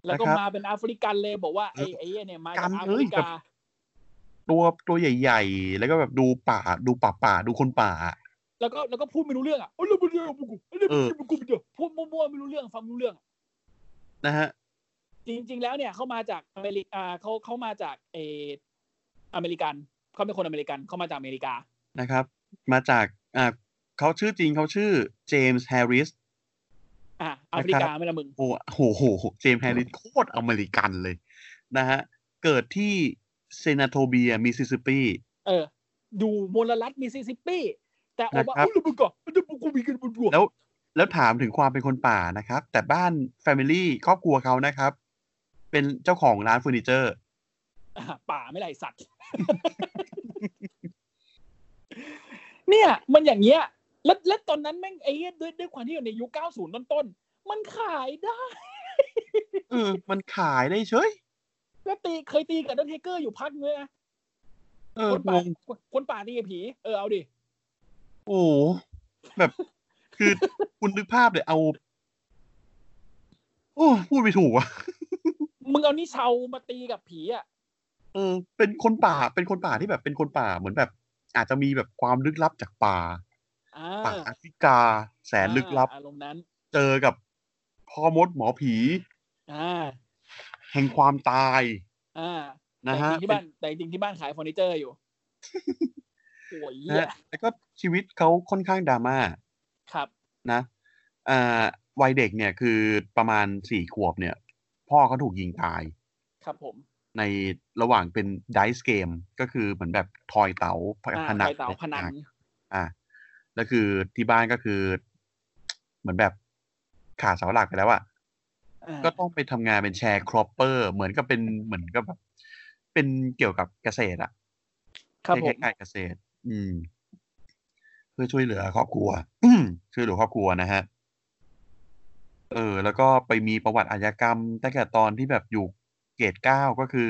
Speaker 3: แล้วก็
Speaker 2: นะครับ
Speaker 3: มาเป็นแอฟริกันเลยบอกว่าไอ้
Speaker 2: เออ
Speaker 3: ไอ้เนี่ยมา
Speaker 2: กั
Speaker 3: จา
Speaker 2: น
Speaker 3: กแอ
Speaker 2: เอ้
Speaker 3: ฟ
Speaker 2: ย
Speaker 3: ริ
Speaker 2: แบบ
Speaker 3: กา
Speaker 2: ตัวตัวใหญ่ ๆ แล้วก็แบบดูป่าดูป่าป่าดูคนป่า
Speaker 3: แล้วก็แล้วก็พูดไม่รู้เรื่องอ่ะโอ้ยเราไม่รู้เรื่องกู
Speaker 2: เออ
Speaker 3: กูเดี๋ยวพูดมั่วๆไม่รู้เรื่องฟังไม่รู้เรื่อง
Speaker 2: นะฮะ
Speaker 3: จริง ๆ แล้วเนี่ยเขามาจากอเมริกาเขาเขามาจากเอออเมริกันเขาเป็นคนอเมริกันเขามาจากอเมริกา
Speaker 2: นะครับ มาจากอ่าเขาชื่อจริงเขาชื่อเจมส์แฮร์ริส
Speaker 3: อ่ะอเมริกาไม่ละมึง
Speaker 2: โอ้โหโหโหเจมส์แฮร์ริสโคตรอเมริกันเลยนะฮะ เกิดที่เซนาโทเบียมิสซิสซิปปี
Speaker 3: เออ ดูมลรัฐมิสซิสซิปปี แต่ออกมา
Speaker 2: นะครับ
Speaker 3: อุ้ยมึงก่อนมันจะมึงกูมีกันบนบวก
Speaker 2: แล้วแล้วถามถึงความเป็นคนป่านะครับ แต่บ้านแฟมิลี่ครอบครัวเขานะครับ เป็นเจ้าของร้านเฟอร์นิเจอร์
Speaker 3: อ่ะป่าไม่ไรสัตว์ เนี่ย มันอย่างเงี้ย แล้วแล้วตอนนั้นแม่งไอ้เหี้ยด้วยด้วยความที่อยู่ในยุค 90 ต้นๆ มันขายได้
Speaker 2: เออ มันขายได้เฉย
Speaker 3: แล้วตีเคยตีกับดันเทเกอร์อยู่พักนึงนะ
Speaker 2: เออ
Speaker 3: คน
Speaker 2: ง
Speaker 3: ป่าง คนป่าตีกับผี เออเอาดิ
Speaker 2: โอ้โหแบบ คือ คุณนึกภาพเลยเอา โอ้พูดไม่ถูกอ่ะ
Speaker 3: มึงเอานิเชามาตีกับผีอ่ะ
Speaker 2: เออเป็นคนป่าเป็นคนป่าที่แบบเป็นคนป่าเหมือนแบบ อาจจะมีแบบความลึกลับจากป่า
Speaker 3: อ่า
Speaker 2: ป่าแอฟริกา แสนลึกลับ
Speaker 3: อารมณ์นั้น
Speaker 2: เจอกับพ่อมดหมอผี
Speaker 3: อ่า
Speaker 2: แห่งความตาย
Speaker 3: อ่า
Speaker 2: นะฮะ
Speaker 3: แต่จริงๆที่บ้านแต่จริงๆที่บ้านขายเฟอร์นิเจอ ร์อยู่ โอ้ย
Speaker 2: นะ
Speaker 3: เหี้ย
Speaker 2: ฮะแล้วก็ชีวิตเขาค่อนข้างดราม่า
Speaker 3: ครับ
Speaker 2: นะอ่าวัยเด็กเนี่ยคือประมาณสี่ขวบเนี่ย พ่อเขาถูกยิงตาย
Speaker 3: ครับผม
Speaker 2: ในระหว่างเป็นดิสเกมก็คือเหมือนแบบทอยเต๋า
Speaker 3: อ่า
Speaker 2: พนัน
Speaker 3: ไฟเต๋าพนัน
Speaker 2: อ่าแล้วคือที่บ้านก็คือ เหมือนแบบขาดเสาหลักไปแล้วอะ
Speaker 3: อ่า
Speaker 2: ก็ต้องไปทำงานเป็นแชร์ครอปเปอร์ เหมือนกับเป็นเหมือนกับแบบเป็นเกี่ยวกับเกษตรอะ
Speaker 3: ครับผ
Speaker 2: ค
Speaker 3: ม
Speaker 2: ล้ายๆเกษตร อืม เพื่อช่วยเหลือครอบครัว อืมช่วยเหลือครอบครัวนะฮะ เออ แล้วก็ไปมีประวัติอาชญากรรมตั้งแต่ตอนที่แบบอยู่เกรดเก้าก็คือ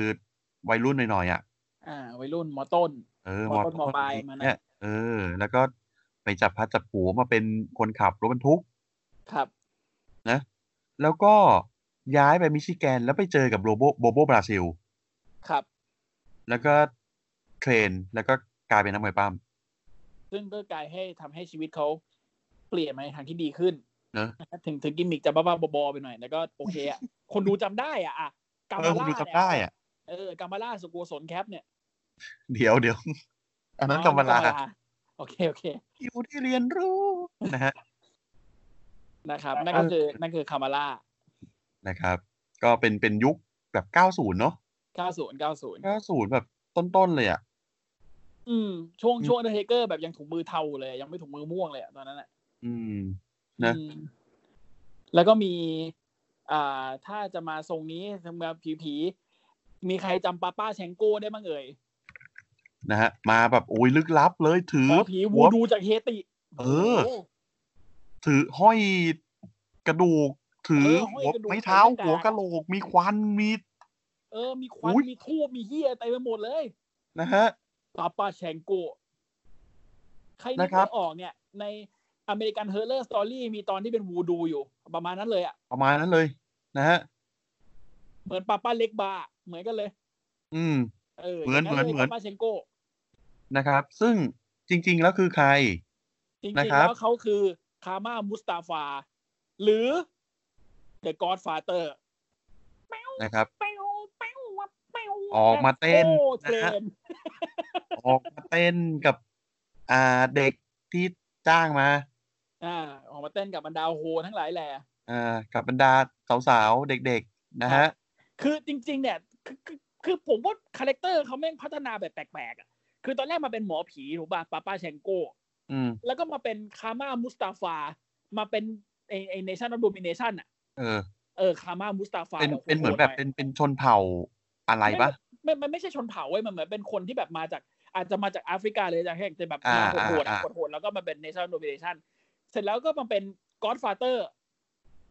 Speaker 2: วัยรุ่นหน่อยๆอ่ะ
Speaker 3: อ่า วัยรุ่นมอต้น
Speaker 2: เออ
Speaker 3: มต้นมปลายมานะ
Speaker 2: เนี่ยเออ แล้วก็ไปจับพัดจับผูมาเป็นคนขับรถบรรทุก
Speaker 3: ครับ
Speaker 2: นะแล้วก็ย้ายไปมิชิแกนแล้วไปเจอกับโรโบโบโบบราซิล
Speaker 3: ครับ
Speaker 2: แล้วก็เทรนแล้วก็กลายเป็นนักมวยปั้ม
Speaker 3: ซึ่งก็กลายให้ทำให้ชีวิตเขาเปลี่ยนมาในทางที่ดีขึ้น
Speaker 2: เนอะ
Speaker 3: นะถึงถึงกิมมิกจะบ้าๆบอๆไปหน่อยแต่ก็โอเคอ่ะ คนดูจำได้อ่ะอ่ะกา
Speaker 2: เอ
Speaker 3: มา
Speaker 2: อ คุณ
Speaker 3: ล่า
Speaker 2: ดู
Speaker 3: เนี่ย
Speaker 2: จำได้อ่ะ
Speaker 3: เออกามาล่าสุโกศลแคปเนี่ย
Speaker 2: เดี๋ยวเดี๋ยว อันนั้
Speaker 3: อ๋อก
Speaker 2: นำมลา
Speaker 3: โอเคโอเค
Speaker 2: อยู่ที่เรียนรู้นะฮะ
Speaker 3: นะครับนั่นก็คือนั่นคือคามาล่า
Speaker 2: นะครับ ก็เป็นเป็นยุคแบบ 90 เนาะ
Speaker 3: 90 90
Speaker 2: 90 แบบต้น ๆ เลยอ่ะ
Speaker 3: อืมช่วง
Speaker 2: อืม
Speaker 3: ช่วงเดอะเทเกอร์แบบยังถุงมือเทาเลย ยังไม่ถุงมือม่วงเลยอะตอนนั้นแหละ
Speaker 2: อืม นะ
Speaker 3: อืมแล้วก็มี อ่า ถ้าจะมาทรงนี้ทำมาผีผีๆมีใครจำป้าป้าแชงโก้ได้บ้างเอ่ย
Speaker 2: นะฮะ มาแบบโอ้ยลึกลับเลยถือ
Speaker 3: หมอผีวู
Speaker 2: หัว
Speaker 3: ดูจากเฮติ
Speaker 2: เออ
Speaker 3: โโห
Speaker 2: ถือห้อยกระดูก ถือ
Speaker 3: เออห้อย
Speaker 2: หัว
Speaker 3: กระดูก
Speaker 2: ไม้เท้า
Speaker 3: ใส่หน้ากาก
Speaker 2: หัวกะโหลก มีควันมี
Speaker 3: เออ มีควัน
Speaker 2: อุ๊ย
Speaker 3: มีทูบมีเฮียเต็มไปหมดเลย
Speaker 2: นะฮะ
Speaker 3: ป้าป้าแชงโก้ใครนึก
Speaker 2: นะครับ
Speaker 3: ไม่ออกเนี่ย ในอเมริกันเฮอร์เลอร์สตอรี่มีตอนที่เป็นวูดูอยู่ ประมาณนั้นเลยอ่ะ
Speaker 2: ประมาณนั้นเลยนะฮะ
Speaker 3: เหมือนป้าป้าเล็กบาร์เหมือนกันเลย
Speaker 2: อืม
Speaker 3: เออ
Speaker 2: เหมือน
Speaker 3: ย่างลย
Speaker 2: เหมือน
Speaker 3: ป้าป้าแชงโก้
Speaker 2: นะครับ ซึ่งจริง ๆ แล้วคือใคร
Speaker 3: จริงๆ
Speaker 2: นะครั
Speaker 3: แล้
Speaker 2: บ
Speaker 3: วเขาคือคามามุสตาฟา หรือ The Godfather
Speaker 2: นะครับ
Speaker 3: เป้วเป้ววับเป้ว
Speaker 2: ออกมาเต้น
Speaker 3: โอ้
Speaker 2: นะ
Speaker 3: เทร
Speaker 2: ฮะ
Speaker 3: น
Speaker 2: ออกมาเต้นกับอ่าเด็กที่จ้างมา
Speaker 3: อ่าออกมาเต้นกับบรรดาโฮทั้งหลายแหละ
Speaker 2: อ่ากับบรรดาสาวๆ เด็กๆ นะฮะ
Speaker 3: คือจริง ๆ เนี่ย คือคือคือผมว่าคาแรคเตอร์เขาแม่งพัฒนาแบบแปลกๆอะคือตอนแรกมาเป็นหมอผีถูกป่ะป้าป้าแชงโก้
Speaker 2: อืม
Speaker 3: แล้วก็มาเป็นคามามุสตาฟา มาเป็นไอไอเนชั่นออฟโดมิเนชั่นอ่ะ
Speaker 2: เออ
Speaker 3: เออคามามุสตาฟา
Speaker 2: เป็น
Speaker 3: ย
Speaker 2: เป็นเหมือนแบบ
Speaker 3: โหดหย
Speaker 2: เป็นเป็นชนเผ่าอะไรปะ
Speaker 3: ไม่มันไม่ใช่ชนเผ่าเว้ยมันเหมือนเป็นคนที่แบบมาจากอาจจะมาจากแอฟริกาเลยจากแค่แต่แบบ
Speaker 2: อ่า
Speaker 3: มาโหดๆ
Speaker 2: อ่า
Speaker 3: อะ
Speaker 2: อ่า
Speaker 3: โหดๆแล้วก็มาเป็น national domination เสร็จแล้วก็มาเป็น godfather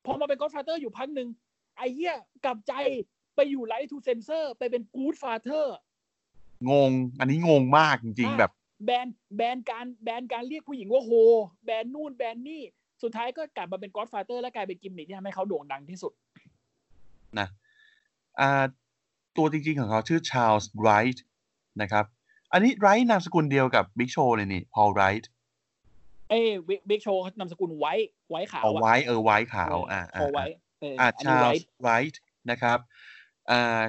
Speaker 3: พอมาเป็น godfather อยู่พักหนึ่งไอ้เหี้ยกลับใจไปอยู่ไลท์ทูเซนเซอร์ไปเป็น good father
Speaker 2: งง อันนี้งงมากจริง ๆ
Speaker 3: อ่ะ
Speaker 2: แบบ
Speaker 3: แบนแบนการแบนการเรียกผู้หญิงว่าโฮ แบนนู่นแบนนี่ สุดท้ายก็กลับมาเป็น godfather และกลายเป็นกิมมิคที่ทำให้เขาโด่งดังที่สุด
Speaker 2: นะอ่าตัวจริง ๆ ของเขาชื่อชาลส์ไรท์นะครับ อันนี้ไรท์นามสกุลเดียวกับบิ๊กโชเลยนี่ พอลไรท์
Speaker 3: เอ้บิ๊กโชว์นามสกุลไว้ไว้ขาว
Speaker 2: เอา
Speaker 3: อะ
Speaker 2: ไว้เออไว้ขาว อ่า
Speaker 3: เอาไว้เออ
Speaker 2: อ่า
Speaker 3: อันนี้
Speaker 2: ชาล
Speaker 3: ไว้
Speaker 2: ส์ไรท์ นะครับอ่า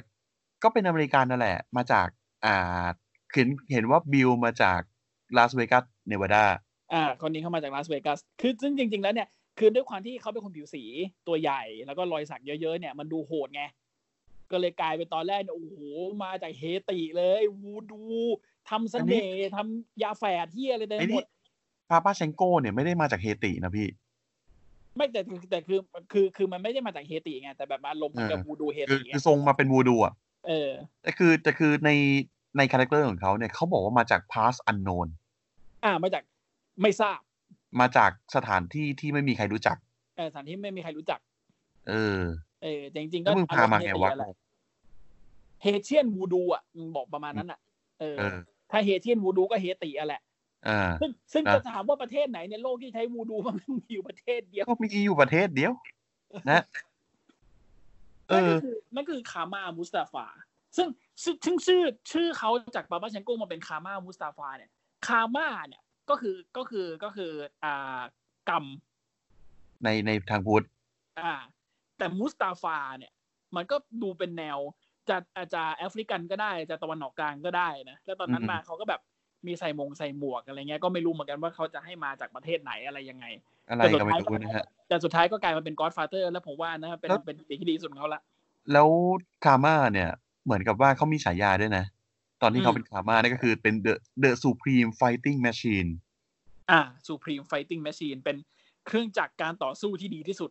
Speaker 2: ก็เป็นอเมริกันนั่นแหละ มาจากอ่าเห็นเห็นว่าบิลมาจากลาสเวกัสเนวาดา
Speaker 3: อ่าคนนี้เข้ามาจากลาสเวกัส คือซึ่งจริง ๆ แล้วเนี่ย คือด้วยความที่เขาเป็นคนผิวสีตัวใหญ่ แล้วก็รอยสักเยอะ ๆ เนี่ย มันดูโหดไง ก็เลยกลายเป็นตอนแรกเนี่ยโอ้โห มาจากเฮติเลย วูดูทำเสน่ห์ทำยาแฝดเฮียอะไรเต็มไป
Speaker 2: ไอ้
Speaker 3: หม
Speaker 2: นี่
Speaker 3: ด
Speaker 2: ปาปาเชงโก้เนี่ยไม่ได้มาจากเฮตินะพี่
Speaker 3: ไม่แต่แต่แต่คือคือคือมันไม่ได้มาจากเฮติไง แต่แบบมาลงเหมือนกับ
Speaker 2: อ่า
Speaker 3: วูดูเฮ
Speaker 2: คือ
Speaker 3: ติไง
Speaker 2: คือทรงมาเป็นวูดูอ่ะ
Speaker 3: เออ
Speaker 2: แต่คือแต่คือในในคาแรคเตอร์ของเขาเนี่ยเขาบอกว่ามาจาก past unknown
Speaker 3: อ่ามาจากไม่ทราบ
Speaker 2: มาจากสถานที่ที่ไม่มีใครรู้จัก
Speaker 3: เออสถานที่ไม่มีใครรู้จัก
Speaker 2: เออ
Speaker 3: เออแต่จริงๆ
Speaker 2: แล้
Speaker 3: ก็
Speaker 2: วมึงพามาไงวะ
Speaker 3: อรมณ์เฮติแหลเฮเชียนวูดูอ่ะมึงบอกประมาณนั้นอ่ะเออ
Speaker 2: เออ
Speaker 3: ถ้าเฮเชียนวูดูก็เฮติอะแหละ
Speaker 2: อ่า
Speaker 3: ซึ่งซึ่ง
Speaker 2: นะ
Speaker 3: จะถามว่าประเทศไหนในโลกที่ใช้วูดูมันมีอยู่ประเทศเดียว
Speaker 2: ก็มีอยู่ประเทศเดียว นะ เอ
Speaker 3: นั่น
Speaker 2: อ
Speaker 3: ก็คือนั่นก็คือคามามุสตาฟา ซึ่งซึ่งซึ่งชื่อชื่อเขาจากปาปาเชงโกมาเป็นคามามุสตาฟาเนี่ยคามาเนี่ยก็คือก็คือก็คืออ่ากรรม
Speaker 2: ในในทางพุทธ
Speaker 3: อ่า แต่มุสตาฟาเนี่ย มันก็ดูเป็นแนวจะอาจจะแอฟริกันก็ได้จะตะวันออกกลางก็ได้นะแล้วตอนนั้นมาเขาก็แบบมีใส่มงใส่หมวกอะไรเงี้ยก็ไม่รู้เหมือนกันว่าเขาจะให้มาจากประเทศไหนอะไรยังไง
Speaker 2: อะไรก็ไม่รู้นะฮะ
Speaker 3: แต่สุดท้ายก็กลายมาเป็น Godfather แล้วผมว่านะครับเป็น
Speaker 2: แล้ว
Speaker 3: เป็นสิ่งที่ดีที่สุดของเขาละ
Speaker 2: แล้วคาม่าเนี่ย เหมือนกับว่าเขามีฉายาด้วยนะ ตอนที่เขาเป็นคาม่านี่นก็คือเป็น the the supreme fighting machine
Speaker 3: อ่า Supreme Fighting Machine เป็นเครื่องจักรการต่อสู้ที่ดีที่สุด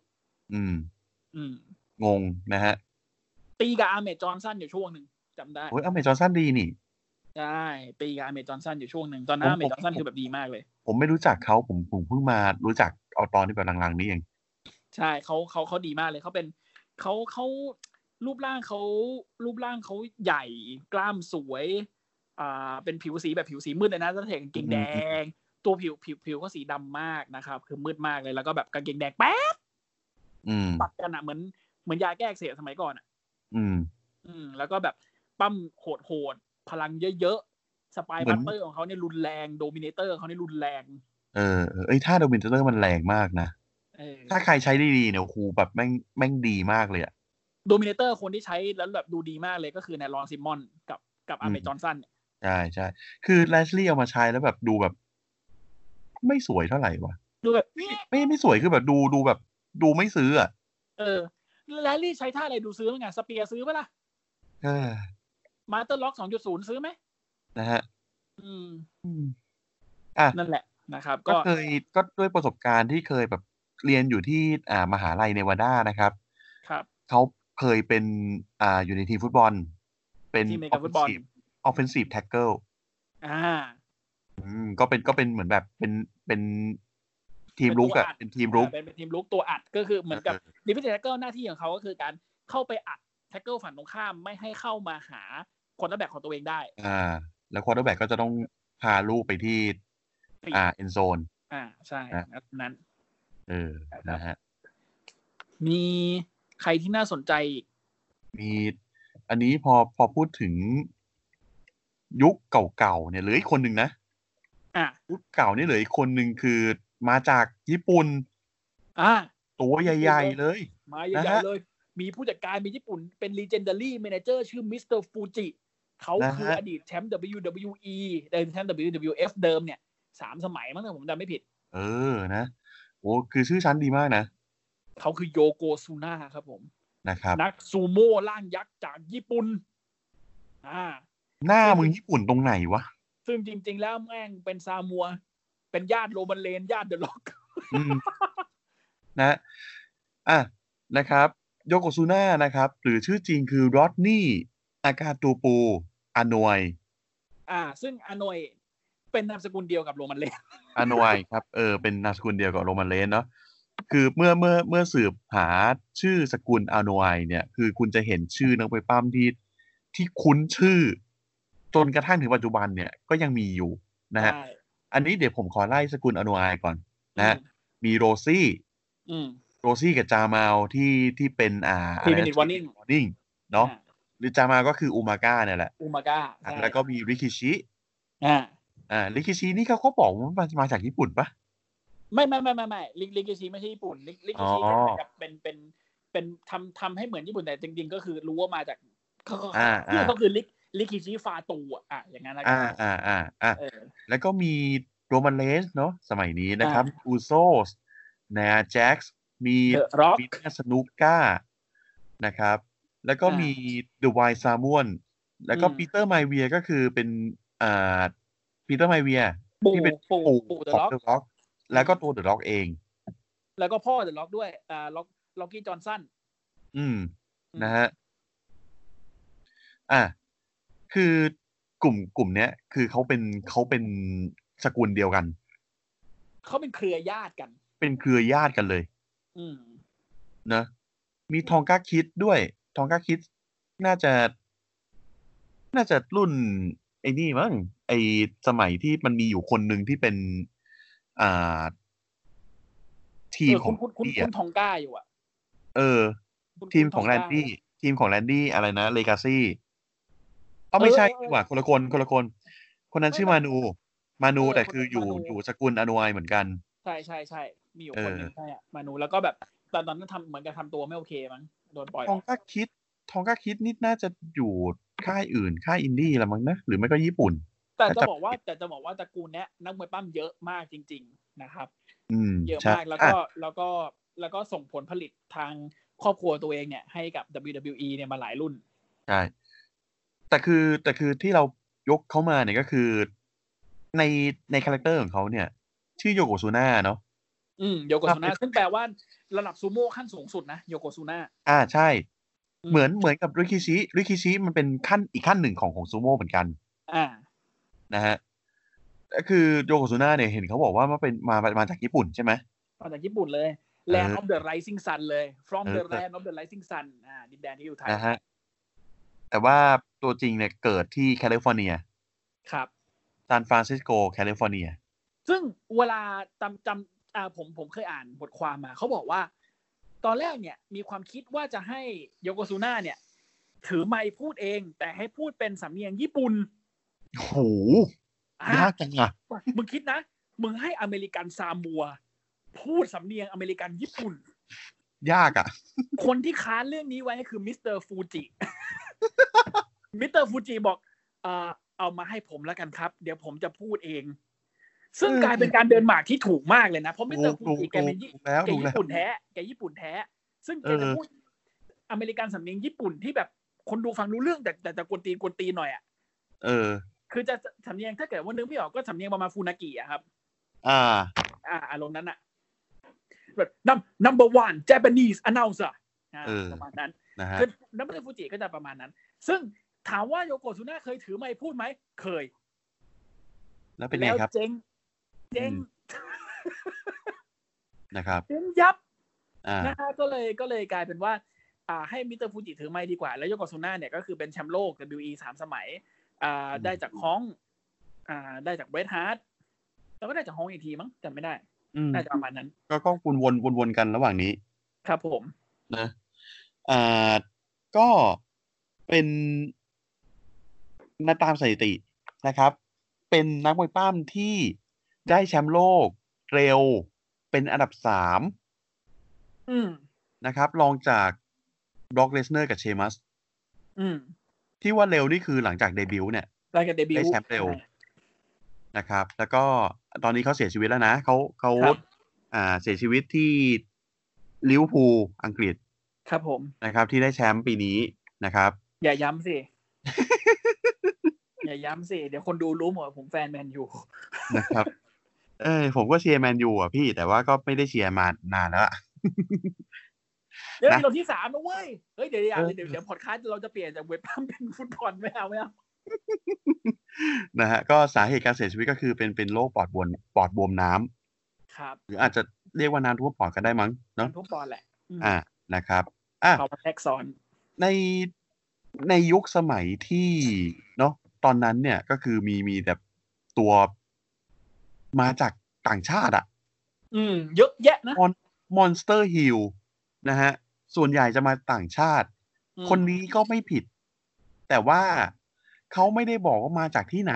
Speaker 2: อืม
Speaker 3: อืม
Speaker 2: งงนะฮะ
Speaker 3: ตีกับอาเมจจอห์นสันอยู่ช่วงหนึ่งจำได้
Speaker 2: โอ้ยอเมจอนสันดีนี่
Speaker 3: ใช่ตีกับอาเมจจอห์นสันอยู่ช่วงหนึ่งตอนนั้นอาเมจ
Speaker 2: ผม
Speaker 3: จอห์นสันคือแบบดีมากเลย
Speaker 2: ผมไม่รู้จักเขาผมผมเพิ่งมารู้จักเอาตอนที่แบบหลังๆ นี้เอง
Speaker 3: ใช่เขาเขาเขาดีมากเลยเขาเป็นเขาเขารูปร่างเขารูปร่างเขาใหญ่กล้ามสวย อ่า เป็นผิวสีแบบผิวสีมืดเลยนะตั้งแต่กางเกงแดง ตัวผิวผิวผิวก็สีดำมากนะครับ คือมืดมากเลยแล้วก็แบบกางเกงแดงแป๊ด
Speaker 2: อืม
Speaker 3: ปัดกันอะเหมือนเหมือนยาแก้อักเสบสมัยก่อนอะ
Speaker 2: อืม
Speaker 3: อืม แล้วก็แบบปั้มโหดโหดๆพลังเยอะๆสปาย
Speaker 2: เหมื
Speaker 3: บั
Speaker 2: อน
Speaker 3: ตเตอร์ของเขาเนี่ยรุนแรงโดมิเนเตอร์เขาเนี่ยรุนแรง
Speaker 2: เออเออเอ้ยถ้าโดมินเตอร์มันแรงมากนะ
Speaker 3: เออ
Speaker 2: ถ้าใครใช้ได้ดีเนี่ยโอ้โหแบบแม่งแม่งดีมากเลยอะ
Speaker 3: โดมิเนเตอร์คนที่ใช้แล้วแบบดูดีมากเลยก็คือในรอนซิมอนกับกับอาเม
Speaker 2: อืม
Speaker 3: จอนสันเนี่ย
Speaker 2: ใช่ใช่คือแลชลี่เอามาใช้แล้วแบบดูแบบ ไม่สวยเท่าไหร่วะ
Speaker 3: ดูแบบ
Speaker 2: ไม่ไม่สวยคือแบบดูดูแบบ ดูไม่ซื้ออะ
Speaker 3: เออแลลี่ใช้ท่าอะไรดูซื้อมั้งไงสเปียร์ซื้อปะล่ะ
Speaker 2: เออ
Speaker 3: มาสเตอร์ล็อกสองจุดศูนย์ซื้อไหม
Speaker 2: นะฮะ
Speaker 3: อืม
Speaker 2: อืมอ่ะ
Speaker 3: นั่นแหละนะครับ
Speaker 2: ก็
Speaker 3: ก็
Speaker 2: เคยก็ด้วยประสบการณ์ที่เคยแบบเรียนอยู่ที่อ่ามหาลัยเนวาดานะครับ
Speaker 3: ครับ
Speaker 2: เขาเคยเป็นอ่าอยู่ในทีมฟุตบอล เป็น
Speaker 3: ที่เมกาฟุตบอล
Speaker 2: ออฟเฟนซีฟแท็กเกิล
Speaker 3: อ่า
Speaker 2: ก็เป็นก็เป็นเหมือนแบบเป็นเป็นทีมลุกอะ
Speaker 3: เป็
Speaker 2: เป็น น
Speaker 3: ตัว
Speaker 2: ที
Speaker 3: อัด
Speaker 2: มลุก
Speaker 3: อ่าเป็นเป็นทีมลุกตัวอัดก็คือเหมือนกับดิฟเฟนแท็กเกิลหน้าที่ของเขาก็คือการเข้าไปอัดแท็กเกิลฝั่งตรงข้ามไม่ให้เข้ามาหาคนละแบบของตัวเองได้
Speaker 2: อ่า แล้วควอเตอร์แบ็กก็จะต้องพาลูกไปที่
Speaker 3: ปีก
Speaker 2: อ่าเอนโซน
Speaker 3: อ่าใช่
Speaker 2: อ่ะ
Speaker 3: นั้น
Speaker 2: เออ
Speaker 3: ครับ
Speaker 2: นะฮะ
Speaker 3: มีใครที่น่าสนใจอีก
Speaker 2: มีอันนี้พอพอพูดถึงยุคเก่าๆเนี่ยเหลืออีกคนหนึ่งนะ
Speaker 3: อ่า
Speaker 2: ยุคเก่านี่เหลืออีกคนหนึ่งคือมาจากญี่ปุ่น
Speaker 3: อ่า
Speaker 2: ตัวใหญ่ ๆ เลย
Speaker 3: มา
Speaker 2: นะ
Speaker 3: ใหญ่
Speaker 2: ฮะ
Speaker 3: ๆเลย มีผู้จัดการมีญี่ปุ่นเป็น legendary manager ชื่อมิสเตอร์ฟูจิเขา
Speaker 2: นะฮะ
Speaker 3: คืออดีตแชมป์ WWE เดิมแชมป์ WWF เดิมเนี่ยสามสมัยมั้งถ้าผมจำไม่ผิด
Speaker 2: เออนะ โอ้คือชื่อชั้นดีมากนะ
Speaker 3: เขาคือโยโกซูน่าครับผม
Speaker 2: นะครับ
Speaker 3: นักซูโม่ล่างยักษ์จากญี่ปุ่น อ่า
Speaker 2: หน้ามึงญี่ปุ่นตรงไหนวะ
Speaker 3: ซึ่งจริง ๆ แล้วแม่งเป็นซามัว เป็นญาติโรมันเลน ญาติเดอะล็อก
Speaker 2: อืมนะอ่ะนะครับโยโกซูน่านะครับ หรือชื่อจริงคือรอดนี่อากาตูปูอานวย
Speaker 3: อ่า ซึ่งอานอยเป็นนามสกุลเดียวกับโรมันเลน
Speaker 2: อานวยครับเออเป็นนามสกุลเดียวกับโรมันเลนเนาะคือเมื่อเมื่อเมื่อสืบหาชื่อสกุลอานวยเนี่ย คือคุณจะเห็นชื่อนักไปปั้มที่ที่คุ้นชื่อ จนกระทั่งถึงปัจจุบันเนี่ยก็ยังมีอยู่นะฮะ
Speaker 3: ใช่
Speaker 2: อันนี้เดี๋ยวผมขอไล่สกุลอานวยก่อนนะฮะมีโรซี่
Speaker 3: อืม
Speaker 2: โรซี่กับจามาวที่ที่เป็นอ่า
Speaker 3: ที่เป็น Warning
Speaker 2: วอร์นิ่งเนาะหรือจามาวก็คืออูมาก้าเนี่ยแหละ
Speaker 3: อูมาก้า
Speaker 2: อ่ะ
Speaker 3: ใช่
Speaker 2: แล้วก็มีริคิชิ
Speaker 3: อ่า
Speaker 2: อ่าริคิชินี่เขาก็บอกว่ามันมาจากญี่ปุ่นปะ
Speaker 3: ไม่ไม่ไม่ไม่ไม่ลิลิกิชิไม่ใช่ญี่ปุ่นลิลิกิชิ
Speaker 2: อ๋อ
Speaker 3: เป็นเป็น เป็นทำทำให้เหมือนญี่ปุ่นแต่จริง ๆ ก็คือรู้ว่ามาจากเขาเขา
Speaker 2: อ่าอ่า
Speaker 3: ก็คือลิกลิคิชิฟาตูอะอ่ะอย่างนั้นนะครั
Speaker 2: อ่าอ่าอ่าอ่า
Speaker 3: เออ
Speaker 2: แล้วก็มีโรมันเลสเนาะสมัยนี้นะครับ
Speaker 3: อ่า
Speaker 2: อูโซสนาแจ็กซ์มี
Speaker 3: เดอะร็อก
Speaker 2: มีนาสนุก้านะครับ แล้วก็
Speaker 3: อ่ามี
Speaker 2: มีเดอะไวซามวนแล้วก็
Speaker 3: อืม
Speaker 2: ปีเตอร์ไมเวียก็คือเป็นอ่าปีเตอร์ไมเวีย
Speaker 3: ปู่
Speaker 2: ที่เป็น
Speaker 3: ปู่
Speaker 2: ปู่
Speaker 3: ปู่เด
Speaker 2: ของ
Speaker 3: อะร็อก
Speaker 2: เดอะร็อกแล้วก็ตัวเดอะร็อกเอง
Speaker 3: แล้วก็พ่อเดอะร็อกด้วยอ่าล็อกล็อกกี้จอห์นสัน
Speaker 2: อืม นะฮะ อ่ะ คือกลุ่มกลุ่มเนี้ย คือเขาเป็นเขาเป็นสกุลเดียวกัน
Speaker 3: เขาเป็นเครือญาติกัน
Speaker 2: เป็นเครือญาติกันเลย
Speaker 3: อืม
Speaker 2: นะมีทองก้าคิดด้วย ทองก้าคิด น่าจะ น่าจะรุ่น ไอ้นี่มั้งไอ้สมัยที่มันมีอยู่คนหนึ่งที่เป็น อ่า ทีม
Speaker 3: เออ
Speaker 2: ของ
Speaker 3: คุณคุณ
Speaker 2: Randy
Speaker 3: คุ
Speaker 2: อะ
Speaker 3: ณทองก้าอยู่อ่ะ
Speaker 2: เออ
Speaker 3: คุณ
Speaker 2: ทีม
Speaker 3: คุณ
Speaker 2: ของแล
Speaker 3: ก้าน
Speaker 2: ดี้
Speaker 3: อยู่
Speaker 2: ทีมของแลนดี้อะไรนะเลกาซี่เอาไม่ใช่
Speaker 3: เออเออ
Speaker 2: ดีกว่าคนละคนคนละคน คนนั้น
Speaker 3: ไม่
Speaker 2: ชื่อ
Speaker 3: แต่
Speaker 2: มานู มานู
Speaker 3: เออ
Speaker 2: แต่
Speaker 3: คน
Speaker 2: คือ
Speaker 3: นั้น
Speaker 2: อยู่
Speaker 3: มานู
Speaker 2: อยู่สกุลอนุวัยเหมือนกัน
Speaker 3: ใช่ใช่ใช่มีอยู่คนหนึ่
Speaker 2: เอ
Speaker 3: ง
Speaker 2: อ
Speaker 3: ใช่อ่ะมานูแล้วก็แบบตอนตอนนั้นทำเหมือนกับทำตัวไม่โอเคมั้งโดนปล่อย
Speaker 2: ทองก้าคิด ทองก้าคิดนี่น่าจะอยู่ค่ายอื่น ค่ายอินดี้ละมั้งนะหรือไม่ก็ญี่ปุ่น
Speaker 3: แต่
Speaker 2: แต่จะ
Speaker 3: จะบอกว่าแต่จะบอกว่าตระกูลเนี้ยนักมวยปั้มเยอะมากจริง ๆ นะครับ
Speaker 2: อืม
Speaker 3: เยอะ
Speaker 2: ใช่
Speaker 3: มากแล้วก็
Speaker 2: อ่ะ
Speaker 3: แล้วก็แล้วก็ส่งผลผลิตทางครอบครัวตัวเองเนี่ยให้กับ WWE เนี่ยมาหลายรุ่น
Speaker 2: ใช่แต่คือแต่คือที่เรายกเขามาเนี่ยก็คือ ในในคาแรคเตอร์ของเขาเนี่ย ชื่อโยโกซูน่าเนาะ
Speaker 3: อืมโยโกซูน่า
Speaker 2: ครับ
Speaker 3: ซึ่งแปลว่าระดับซูโม่ขั้นสูงสุดนะโยโกซูน่า
Speaker 2: อ่าใช่
Speaker 3: อืม
Speaker 2: เหมือนเหมือนกับริคิชิริคิชิมันเป็นขั้นอีกขั้นหนึ่งของของซูโม่เหมือนกัน
Speaker 3: อ่า
Speaker 2: นะฮะก็คือโยโกซูน่าเนี่ยเห็นเขาบอกว่ามันเป็นมามามาจากญี่ปุ่นใช่ไหม
Speaker 3: มาจากญี่ปุ่นเลย
Speaker 2: ออ
Speaker 3: Land of the Rising Sun เลย From the Land of the Rising Sun อ่าดินแดนที่อยู่ไทย
Speaker 2: นะฮะแต่ว่าตัวจริงเนี่ยเกิดที่แคลิฟอร์เนีย
Speaker 3: ครับ
Speaker 2: ซานฟรานซิสโกแคลิฟอร์เนีย
Speaker 3: ซึ่งเวลาจำจำอ่าผมผมเคยอ่านบทความมา เขาบอกว่า ตอนแรกเนี่ยมีความคิดว่าจะให้โยโกซูน่าเนี่ย ถือไมค์พูดเอง แต่ให้พูดเป็นสำเนียงญี่ปุ่น
Speaker 2: โอ้โห
Speaker 3: อ่ะ
Speaker 2: ยากจังอะ
Speaker 3: มึงคิดนะ มึงให้อเมริกันซามัว พูดสำเนียงอเมริกันญี่ปุ่น
Speaker 2: ยากอะ
Speaker 3: คนที่ค้านเรื่องนี้ไว้ก็คือมิสเตอร์ฟูจิ มิสเตอร์ฟูจิบอกเออเอามาให้ผมแล้วกันครับ เดี๋ยวผมจะพูดเอง ซึ่งกลายเป็นการเดินหมากที่ถูกมากเลยนะ เพราะมิสเตอ
Speaker 2: ถู
Speaker 3: ร์
Speaker 2: ก
Speaker 3: ฟู
Speaker 2: ถูก
Speaker 3: จิแก
Speaker 2: ถู
Speaker 3: เป็น
Speaker 2: ก
Speaker 3: ญี่
Speaker 2: ถูกแล้ว
Speaker 3: แก
Speaker 2: ถูกแล้
Speaker 3: ญี่
Speaker 2: ว
Speaker 3: ปุ่นแท้แกญี่ปุ่นแท้ ซึ่งแก
Speaker 2: เอ
Speaker 3: จะ
Speaker 2: อ
Speaker 3: พูดอเมริกันสำเนียงญี่ปุ่นที่แบบคนดูฟังรู้เรื่องแต่แต่แต่กวนตีนกวนตีนหน่อยอ่ะ
Speaker 2: เออ
Speaker 3: คือจะสำเนียงถ้าเกิดว่านึกไม่ออกก็สำเนียงประมาณฟูนากิอะครับ
Speaker 2: อ่า
Speaker 3: อ่าอารมณ์นั้นอะแบบนัม number one Japanese announcer อ่า
Speaker 2: เออ
Speaker 3: ประมาณนั้น
Speaker 2: นะฮะ
Speaker 3: คือน้ำมันฟูจิก็จะประมาณนั้น ซึ่งถามว่าโยโกซูน่าเคยถือไมค์พูดไหม เคย
Speaker 2: แล้วเป็นไง
Speaker 3: แล้ว
Speaker 2: ครับ
Speaker 3: เจ๊ง เจ๊ง
Speaker 2: อืม นะครับ
Speaker 3: เจ๊งยับ
Speaker 2: อ่า
Speaker 3: นะฮะก็เลยก็เลยกลายเป็นว่า อ่า ให้มิสเตอร์ฟูจิถือไมค์ดีกว่า แล้วโยโกซูน่าเนี่ยก็คือเป็นแชมป์โลก WE สามสมัย อ่า
Speaker 2: อืม
Speaker 3: ได้จากฮอง อ่า ได้จากเบรดฮาร์ดแล้วก็ได้จากฮองอีกทีมั้งจำไม่ได้
Speaker 2: อืม
Speaker 3: น่าจะประมาณนั้น
Speaker 2: ก็ก็วนวนวนวนๆกันระหว่างนี้
Speaker 3: ครับผม
Speaker 2: นะอ่าก็เป็นนาตามสถิตินะครับ เป็นนักมวยปล้ามที่ได้แชมป์โลกเร็วเป็นอันดับสาม
Speaker 3: อืม
Speaker 2: นะครับรองจากบล็อกเลสเนอร์กับเชมัส
Speaker 3: อืม
Speaker 2: ที่ว่าเร็วนี่คือหลังจากเดบิวต์เนี่ย
Speaker 3: รายการเดบิว
Speaker 2: ได้
Speaker 3: ต์
Speaker 2: แชมป์เร็ว นะครับ แล้วก็ตอนนี้เขาเสียชีวิตแล้วนะเขาเขา
Speaker 3: ครับ
Speaker 2: อ่าเสียชีวิตที่ลิเวอร์พูลอังกฤษ
Speaker 3: ครับผม
Speaker 2: นะครับ ที่ได้แชมป์ปีนี้นะครับ
Speaker 3: อย่าย้ำสิ อย่าย้ำสิ เดี๋ยวคนดูรู้หมดว่าผมแฟนแมนยู
Speaker 2: นะครับ เออผมก็เชียร์แมนยูอ่ะพี่ แต่ว่าก็ไม่ได้เชียร์มานานแล้วอะ
Speaker 3: เดี๋ยว
Speaker 2: นะ
Speaker 3: มีเราที่สามนะเว้ย เฮ้ยเดี๋ยวเดี๋ยว
Speaker 2: เออ
Speaker 3: เดี๋ยวเดี๋ยวพอดคาสต์เราจะเปลี่ยนจากเว็บปั้มเป็นฟุตบอลไม่เอาไม่เอา
Speaker 2: นะฮะก็สาเหตุการเสียชีวิตก็คือเป็นเป็นโรคปอดบวมปอดบวมน้ำ
Speaker 3: ครับ
Speaker 2: หรืออาจจะเรียกว่าน้ำท่วมปอดก็ได้มั้งเนาะ
Speaker 3: ทุกบอลแหละม
Speaker 2: อ่านะครับอ่ะ
Speaker 3: เขามาแท็กซ้อน
Speaker 2: ในในยุคสมัยที่เนาะตอนนั้นเนี่ยก็คือมีมีแบบตัวมาจากต่างชาติอะ
Speaker 3: อืม เยอะแยะนะ
Speaker 2: มอนสเตอร์ฮิลนะฮะ ส่วนใหญ่จะมาต่างชาติ
Speaker 3: อืม
Speaker 2: คนนี้ก็ไม่ผิด แต่ว่าเขาไม่ได้บอกว่ามาจากที่ไหน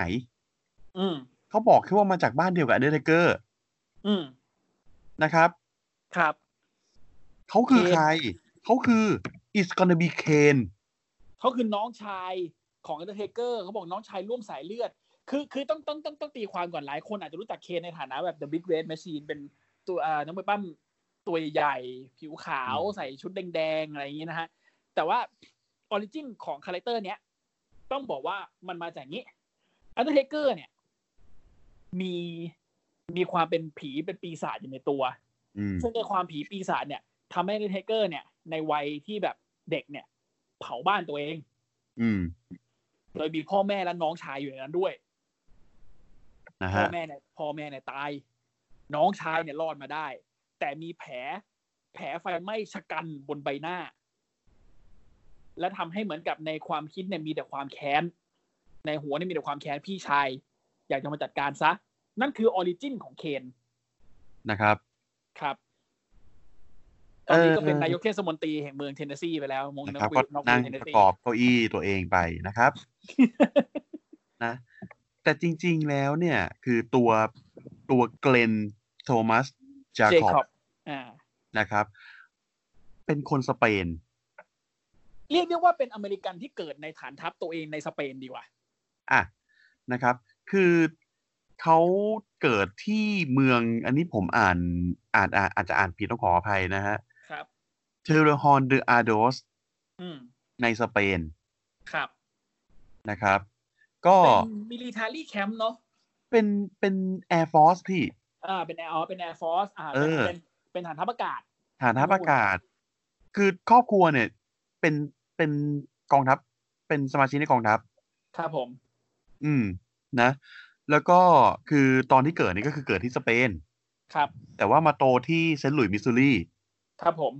Speaker 3: อืม
Speaker 2: เขาบอกแค่ว่ามาจากบ้านเดียวกับเดนเกอร์
Speaker 3: อืม
Speaker 2: นะครับ
Speaker 3: ครับ
Speaker 2: เขาคือใคร เขาคือ it's gonna be Kane
Speaker 3: เขาคือน้องชายของเอ d เ r อร์เทเกอร์เขาบอกน้องชายร่วมสายเลือด คือคือต้องต้องต้องต้องตีความก่อนหลายคนอาจจะรู้จักเคนในฐานะแบบ The Big Red Machine เป็นตัวอ่านักมวยปั้มตัวใหญ่ๆผิวขาวใส่ชุดแดง ๆ อะไรอย่างนี้นะฮะ แต่ว่าออริจินของคาแรคเตอร์เนี้ย ต้องบอกว่ามันมาจากนี้เอ d เ r อร์เทเกอร์เนี่ย มีมีความเป็นผีเป็นปีศาจอยู่ในตัว
Speaker 2: อืม
Speaker 3: ซึ่งในความผีปีศาจเนี่ยทำให้เดนเทเกอร์เนี่ย ในวัยที่แบบเด็กเนี่ย เผาบ้านตัวเอง
Speaker 2: อืม
Speaker 3: โดยมีพ่อแม่และน้องชายอยู่ในนั้นด้วย
Speaker 2: นะ
Speaker 3: พ่อ
Speaker 2: ฮะ
Speaker 3: แม่เนี่ยพ่อแม่เนี่ยตาย น้องชายเนี่ยรอดมาได้ แต่มีแผล แผลไฟไหม้ชะกันบนใบหน้า และทำให้เหมือนกับในความคิดเนี่ยมีแต่ความแค้น ในหัวเนี่ยมีแต่ความแค้นพี่ชาย อยากจะมาจัดการซะ นั่นคือออริจินของเคน
Speaker 2: นะครับ
Speaker 3: ครับ ตอนนี้ก็เป็น
Speaker 2: เอ่อ
Speaker 3: นายกเทศมนตรีแห่งเมืองเทนเนสซีไปแล้วมง
Speaker 2: นะ
Speaker 3: น
Speaker 2: ครับ
Speaker 3: กวี
Speaker 2: ก็
Speaker 3: นกวี
Speaker 2: นั่ง
Speaker 3: เทนเนส
Speaker 2: ประ
Speaker 3: ซี
Speaker 2: กอบเก้าอี้ตัวเองไปนะครับนะแต่จริงๆแล้วเนี่ย คือตัวตัวเกลนโทมัสจา
Speaker 3: เจ
Speaker 2: คอบ
Speaker 3: คอบอ่า
Speaker 2: นะครับ เป็นคนสเปน
Speaker 3: เรียกได้ว่าเป็นอเมริกันที่เกิดในฐานทัพตัวเองในสเปนดีกว่า
Speaker 2: อ่ะนะครับ คือเขาเกิดที่เมืองอันนี้ผมอ่านอ่านอ่านอาจจะอ่านผิดต้องขออภัยนะฮะ
Speaker 3: ครับ
Speaker 2: เทเรฮอนเดอาโดส
Speaker 3: อืม
Speaker 2: ในสเปน
Speaker 3: ครับ
Speaker 2: นะครับ ก็
Speaker 3: เป็นมิลิ t a รี่แคมป์เนาะ
Speaker 2: เป็นเป็น Air Force พี่
Speaker 3: อ่า เป็นแอร์อ๋อเป็นแอร์ฟอร์ส อ่า
Speaker 2: เอ
Speaker 3: เป็
Speaker 2: อ
Speaker 3: นเป็นเป็นฐานทัพอากาศ
Speaker 2: ฐานทัพอากาศ คือครอบครัวเนี่ย เป็นเป็นกองทัพ เป็นสมาชิกในกองทัพ
Speaker 3: ครับผม
Speaker 2: อืมนะ แล้วก็คือตอนที่เกิดนี่ก็คือเกิดที่สเปน
Speaker 3: ครับ
Speaker 2: แต่ว่ามาโตที่เซนต์หลุยส์มิสซูรี
Speaker 3: ครับผม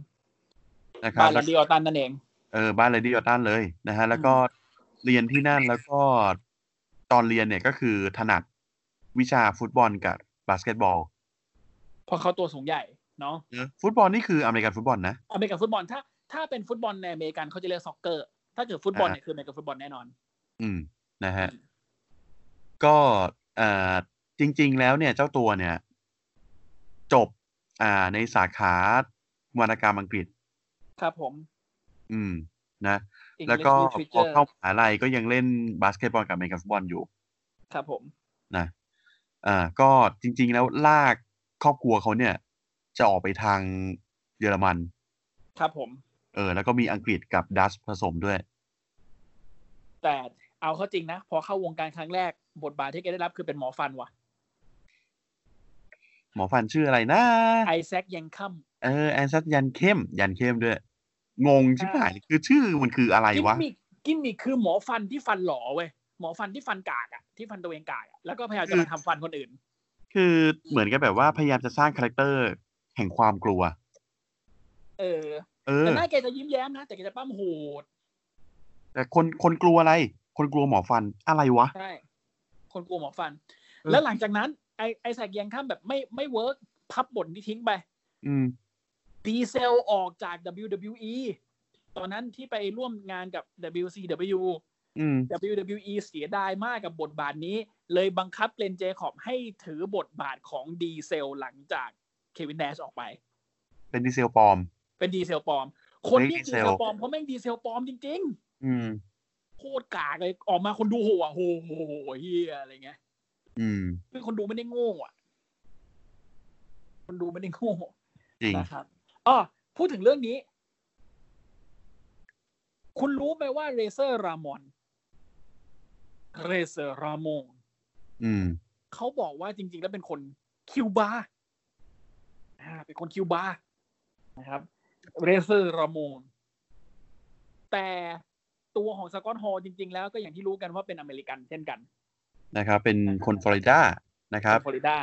Speaker 2: นะค
Speaker 3: บา
Speaker 2: รับ
Speaker 3: ร์
Speaker 2: แล้ว
Speaker 3: ดีออตันนั่นเอง
Speaker 2: เออบ้านเลดี้ออตตันเลยนะฮะ แล้วก็เรียนที่นั่นแล้วก็ตอนเรียนเนี่ยก็คือถนัดวิชาฟุตบอลกับบาสเกตบอล
Speaker 3: เพราะเขาตัวสูงใหญ่ เนาะ
Speaker 2: นะฟุตบอลนี่คืออเมริกันฟุตบอลนะ
Speaker 3: อเมริกันฟุตบอล ถ้า ถ้าเป็นฟุตบอลในอเมริกันเขาจะเรียกซ็อกเกอร์ ถ้าเกิดฟุตบอลเนี่ยคืออเมริกันฟุตบอลแน่นอน
Speaker 2: อืมนะฮะ
Speaker 3: อืม
Speaker 2: ก็เอ่อจริง ๆ แล้วเนี่ยเจ้าตัวเนี่ย จบ อ่าในสาขาวรรณกรรมอังกฤษ
Speaker 3: ครับผม
Speaker 2: อืม นะ
Speaker 3: English
Speaker 2: แล้วก็
Speaker 3: Literature
Speaker 2: พอเข้ามหาลัยก็ยังเล่นบาสเกตบอลกับอเมริกันฟุตบอลอยู่
Speaker 3: ครับผม
Speaker 2: นะอ่าก็จริง ๆ แล้วลากครอบครัวเขาเนี่ย จะออกไปทางเยอรมัน
Speaker 3: ครับผม
Speaker 2: เออ แล้วก็มีอังกฤษกับดัชผสมด้วย
Speaker 3: แต่เอาเข้าจริงนะ พอเข้าวงการครั้งแรก บทบาทที่แกได้รับคือเป็นหมอฟันว่ะ
Speaker 2: หมอฟันชื่ออะไรนะ
Speaker 3: ไอแซคยังค่ำ
Speaker 2: เออแอนซัสยันเข้ม ยันเข้มด้วย งงชิบหายคือชื่อมันคืออะไร
Speaker 3: กิม
Speaker 2: วะ
Speaker 3: มิคกิมมิคคือหมอฟันที่ฟันหล่อเว้ยหมอฟันที่ฟันกากอะที่ฟันตัวเองกากอะแล้วก็พยายามจะมาทำฟันคนอื่น
Speaker 2: คือเหมือนกับแบบว่าพยายามจะสร้างคาแรคเตอร์แห่งความกลัว
Speaker 3: เออ
Speaker 2: เออ
Speaker 3: แต่หน้าแกจะยิ้มแย้มนะแต่แกจะปั้มโหด
Speaker 2: แต่คนคนกลัวอะไร คนกลัวหมอฟันอะไรวะ
Speaker 3: ใช่คนกลัวหมอฟัน
Speaker 2: เออ
Speaker 3: แล้วหลังจากนั้นไอไอแสกยังข้ามแบบไม่ไม่เวิร์กพับบทนี้ทิ้งไป
Speaker 2: อืม
Speaker 3: ดีเซลออกจาก WWE ตอนนั้นที่ไปร่วมงานกับ WCW
Speaker 2: อืม
Speaker 3: WWE เสียดายมากกับบทบาทนี้ เลยบังคับเลนเจคอบให้ถือบทบาทของดีเซลหลังจากเควินแนชออกไป
Speaker 2: เป็นดีเซลปลอม
Speaker 3: เป็นดีเซลปลอม คนเรียก
Speaker 2: เฮ้ยดี
Speaker 3: ดี
Speaker 2: เซล
Speaker 3: เซลปลอมเพราะแม่งดีเซลปลอมจริง
Speaker 2: อืม
Speaker 3: ๆ โคตรกากเลย ออกมาคนดูโหอ่ะโหโหโหเฮียอะไรเงี้ย
Speaker 2: อืม
Speaker 3: ซึ่งคนดูไม่ได้โง่อ่ะ คนดูไม่ได้โง่
Speaker 2: จริง
Speaker 3: นะครับอ๋อพูดถึงเรื่องนี้ คุณรู้ไหมว่าเรเซอร์รามอนเรเซอร์รามอน
Speaker 2: อืม
Speaker 3: เขาบอกว่าจริง ๆ แล้วเป็นคนคิวบาอ่าเป็นคนคิวบานะครับเรเซอร์รามอน แต่ตัวของสกอตฮอลจริง ๆ แล้วก็อย่างที่รู้กันว่าเป็นอเมริกันเช่นกัน
Speaker 2: นะครับ เป็นคนฟลอริดานะครับ
Speaker 3: ฟลอริดา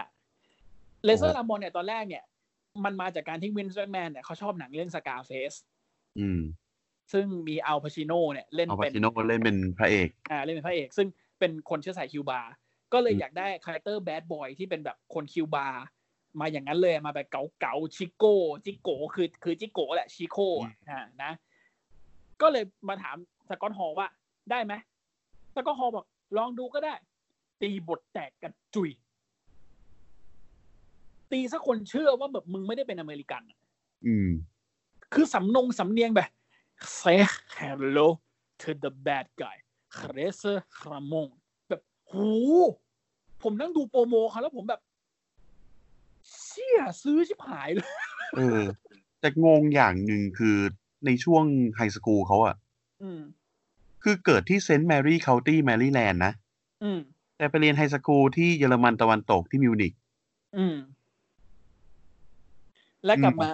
Speaker 3: เลเซอร์ลามอนเนี่ยตอนแรกเนี่ย มันมาจากการที่วินส์แมนเนี่ยเขาชอบหนังเรื่องสกาเฟส
Speaker 2: อืม
Speaker 3: ซึ่งมีอัลพาชิโนเนี่ยเล่น
Speaker 2: อัลปา
Speaker 3: เป็น
Speaker 2: ชิโนเล่นเป็นพระเอก
Speaker 3: อ่าเล่นเป็นพระเอก ซึ่งเป็นคนเชื้อสายคิวบาก็เลย
Speaker 2: อืม
Speaker 3: อยากได้คาแรคเตอร์แบดบอยที่เป็นแบบคนคิวบามาอย่างนั้นเลยมาแบบเก๋าๆชิโก้จิโก้คือคือจิโก้แหละชิโก้อะอ่านะ ก็เลยมาถามสกอตฮอลว่าได้ไหมสกอตฮอลบอก ลองดูก็ได้ ตีบทแตกกันจุย ตีสักคนเชื่อว่าแบบมึงไม่ได้เป็นอเมริกันอะ
Speaker 2: อืม
Speaker 3: คือสำนงสำเนียงแบบ say hello to the bad guy c r e s e Ramon แบบหู ผมนั่งดูโปรโมเขาแล้วผมแบบ เชี่ยซื้อชิบหายเลย
Speaker 2: เออแต่งงอย่างหนึ่งคือในช่วงไฮสคูลเขาอะ
Speaker 3: อืม
Speaker 2: คือเกิดที่เซนต์แมรี่เคาน์ตี้แมรี่แลนด์นะ
Speaker 3: อืม
Speaker 2: แต่ไปเรียนไฮสคูลที่เยอรมันตะวันตกที่มิวนิก
Speaker 3: อืม แล้วกลับมา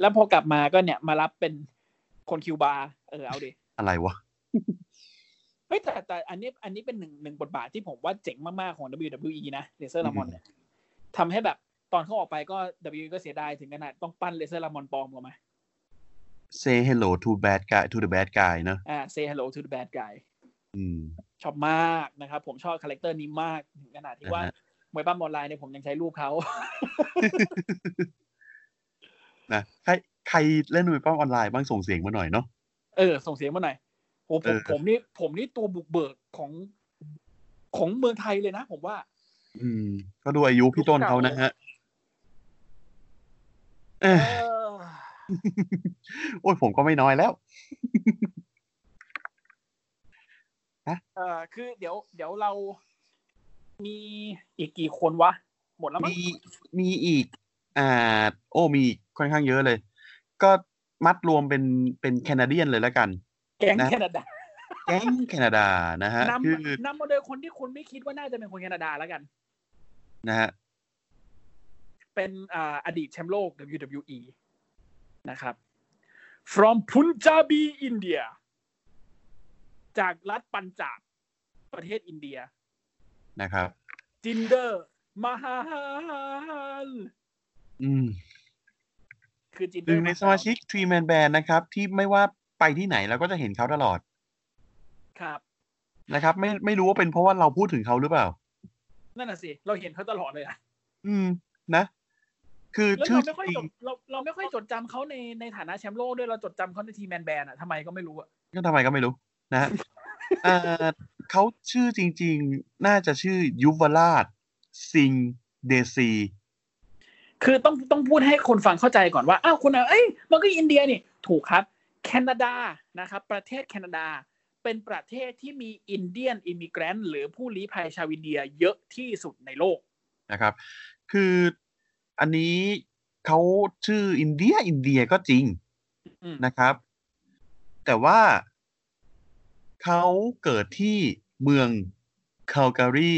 Speaker 3: แล้วพอกลับมาก็เนี่ย มารับเป็นคนคิวบาร์เออเอาดิ
Speaker 2: อะไรวะ
Speaker 3: เฮ้ยแต่แต่อันนี้อันนี้เป็นหนึ่งหนึ่งบทบาทที่ผมว่าเจ๋งมาก ๆ ของ WWE นะเลเซอร์ลามอนเนี่ยทำให้แบบตอนเขาออกไปก็ WWE ก็เสียดายถึงขนาดต้องปั้นเลเซอร์ลามอนปลอมออกมา
Speaker 2: Say hello to bad guy to the bad guy เนอะ
Speaker 3: อ่า say hello to the bad guy
Speaker 2: อืม
Speaker 3: ชอบมากนะครับ ผมชอบคาแรคเตอร์นี้มาก ถึงขนาดที่ว่า
Speaker 2: อ่าฮะ
Speaker 3: มวยปั้มออนไลน์เนี่ยผมยังใช้รูปเขา
Speaker 2: นะใครใครเล่นมวยป้อมออนไลน์บ้างส่งเสียงมาหน่อยเนาะ
Speaker 3: เออ ส่งเสียงมาหน่อยโหผ
Speaker 2: เอ
Speaker 3: ม
Speaker 2: อ
Speaker 3: ผมนี่ผมนี่ตัวบุกเบิกของของเมืองไทยเลยนะ ผมว่า
Speaker 2: อืม ก็ดูอายุพี่ต้นเขานะฮะเอ้ย
Speaker 3: เออ
Speaker 2: โอ้ยผมก็ไม่น้อยแล้ว
Speaker 3: เออคือเดี๋ยวเดี๋ยวเรามีอีกกี่คนวะ หมดแล้วมั้ง
Speaker 2: มีมีอีก อ่า โอ้มีอีกค่อนข้างเยอะเลย ก็มัดรวมเป็นเป็นแคนาเดียนเลยแล้วกัน
Speaker 3: แก๊ง
Speaker 2: นะ
Speaker 3: แคนาดา
Speaker 2: แก๊งแคนาดานะฮะ
Speaker 3: น
Speaker 2: คือ
Speaker 3: ำนำมาโดยคนที่คุณไม่คิดว่าน่าจะเป็นคนแคนาดาแล้วกัน
Speaker 2: นะฮะ
Speaker 3: เป็นอ่าอดีตแชมป์โลก WWE นะครับ from Punjabi India จากรัฐปัญจาบประเทศอินเดีย
Speaker 2: นะครับ
Speaker 3: จินเดอร์มหาล
Speaker 2: อืม
Speaker 3: คือจิน
Speaker 2: หนึ่งในสมาชิกทรีแมนแบนนะครับ ที่ไม่ว่าไปที่ไหนเราก็จะเห็นเขาตลอด
Speaker 3: ครับ
Speaker 2: นะครับ ไม่ไม่รู้ว่าเป็นเพราะว่าเราพูดถึงเขาหรือเปล่า
Speaker 3: นั่นน่ะสิ เราเห็นเขาตลอดเลยอะ
Speaker 2: อืม นะ คือ
Speaker 3: แล้ว
Speaker 2: ชื่อ
Speaker 3: เราไม่ค่อย
Speaker 2: จริ
Speaker 3: จ
Speaker 2: ง
Speaker 3: ดเราเราไม่ค่อยจดจำเขาในในฐานะแชมป์โลกด้วยเราจดจำเขาในทีแมนแบนอะทำไมก็ไม่รู้อะ
Speaker 2: ก็ทำไมก็ไม่รู้ นะ ฮะ อ่าเขาชื่อจริง ๆ น่าจะชื่อยุวราชสิงห์เดซี
Speaker 3: คือต้องต้องพูดให้คนฟังเข้าใจก่อนว่า อ้าวคุณอะเอ้ยมันก็อินเดียนี่ ถูกครับ แคนาดานะครับ ประเทศแคนาดาเป็นประเทศที่มีอินเดียนอิมิเกรนหรือผู้ลี้ภัยชาวอินเดียเยอะที่สุดในโลก
Speaker 2: นะครับ คืออันนี้เขาชื่ออินเดียอินเดียก็จริง
Speaker 3: อืม
Speaker 2: นะครับ แต่ว่าเขาเกิดที่เมืองคล g การี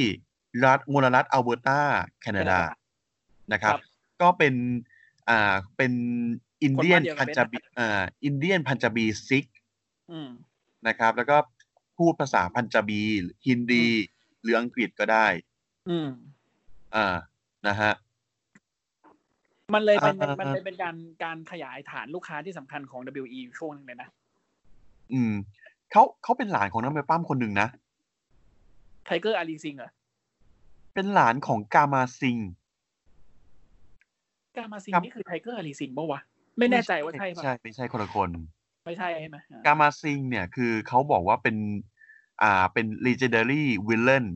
Speaker 2: รัฐมลรัฐอัลเบอร์ตาแคนาดานะครับ
Speaker 3: ครับ
Speaker 2: ก็เป็นอ่าเป็นอินเดียน
Speaker 3: คนบ้านเดียวกั
Speaker 2: พั
Speaker 3: น
Speaker 2: น
Speaker 3: เป๊ะ
Speaker 2: จาบี
Speaker 3: นะครับ
Speaker 2: อ่าอินเดียนพันจาบีซิก
Speaker 3: อืม
Speaker 2: นะครับ แล้วก็พูดภาษาพันจาบีฮินดีหรืออังกฤษก็ได้
Speaker 3: อืม
Speaker 2: อ่านะฮะ
Speaker 3: มันเลยเป็น
Speaker 2: อ่ามั
Speaker 3: มันเลยเป็นการการขยายฐานลูกค้าที่สำคัญของ WE อยู่ช่วงหนึงเลยนะ
Speaker 2: อืมเขาเขาเป็นหลานของนักมวยปั้มคนหนึ่งนะ
Speaker 3: ไทเกอร์อารีซิงเหรอ
Speaker 2: เป็นหลานของกามาซิง
Speaker 3: กามาซิง
Speaker 2: ครับ
Speaker 3: นี่คือไทเกอร์อารีซิงปะวะ ไม่แน่ใจว่าใช่ปะ
Speaker 2: ใช่ไม่ใช่คนละคน
Speaker 3: ไม่ใช่ใช่ไหมอ่าก
Speaker 2: ามาซิงเนี่ยคือเขาบอกว่าเป็น อ่าเป็น legendary villain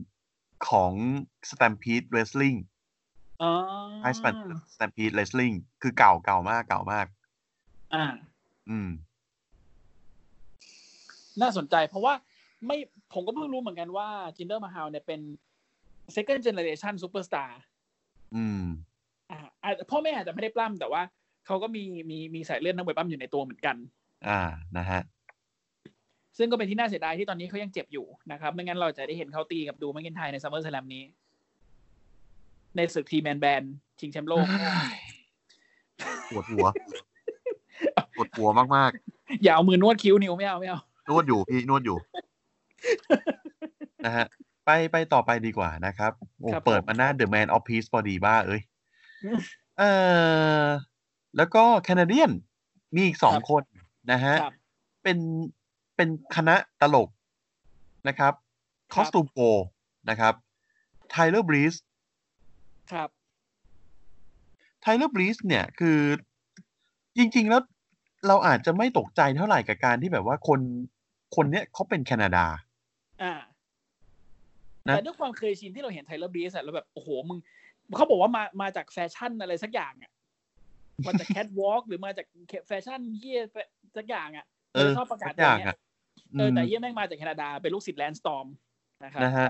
Speaker 2: ของ Stampede Wrestling
Speaker 3: อ๋อ
Speaker 2: ไอซ์แมน Stampede Wrestling คือเก่าเก่ามากเก่ามาก
Speaker 3: อ่า
Speaker 2: อืม
Speaker 3: น่าสนใจเพราะว่าไม่ผมก็เพิ่งรู้เหมือนกันว่าจินเดอร์มาฮาวเนี่ยเป็น second generation superstar
Speaker 2: อืม
Speaker 3: อ่าอาจพ่อแม่อาจจะไม่ได้ปล้ำแต่ว่าเขาก็มีมีมีสายเลือดนักมวยปล้ำอยู่ในตัวเหมือนกัน
Speaker 2: อ่านะฮะ
Speaker 3: ซึ่งก็เป็นที่น่าเสียดายที่ตอนนี้เขายังเจ็บอยู่นะครับ ไม่งั้นเราจะได้เห็นเขาตีกับดูแมกกินไทยในซัมเมอร์สแลมนี้ ในศึกทีแมนแบนชิงแชมป์โลก
Speaker 2: ปวด หัว ปวดหัวมาก
Speaker 3: อย่าเอามือนวดคิ้วนิ้วไม่เอาไม่เอา
Speaker 2: ๆ นวดอยู่พี่นวดอยู่ นะฮะ ไปไปต่อไปดีกว่านะครับโอ้
Speaker 3: ครับผม
Speaker 2: เปิดมาหน้า The Man of Peace พอดีบ้าเอ้ย
Speaker 3: อืม
Speaker 2: เออแล้วก็แคนาเดียน มีอีกสอง
Speaker 3: ครับ
Speaker 2: คนนะฮะ
Speaker 3: ครับ
Speaker 2: เป็นเป็นคณะตลกนะครับ
Speaker 3: ค
Speaker 2: ค
Speaker 3: รั
Speaker 2: อบ สตูมโกนะครับไทเลอร์บรีส
Speaker 3: ครับ
Speaker 2: ไทเลอร์บรีสเนี่ยคือจริง ๆ แล้วเราอาจจะไม่ตกใจเท่าไหร่กับการที่แบบว่าคนคนเนี้ยเขาเป็นแคนาดา
Speaker 3: อ่า
Speaker 2: นะ
Speaker 3: แต่ด้วยความเคยชินที่เราเห็นไทเลอร์บีสอะแล้วแบบ โอ้โห มึง เขาบอกว่ามามาจากแฟชั่นอะไรสักอย่างอะ มาจากแคทวอล์กหรือ มาจากแฟชั่นเฮียสักอย่างอ่ะ
Speaker 2: เออ
Speaker 3: ชอบประกาศ
Speaker 2: สักอย่าง
Speaker 3: ตัวเนี้
Speaker 2: อ่ะ
Speaker 3: ยเอออ
Speaker 2: ม
Speaker 3: แต่เฮียแม่งมาจากแคนาดาเป็นลูกศิษย์แลนด์สตอมนะครับ
Speaker 2: นะฮะ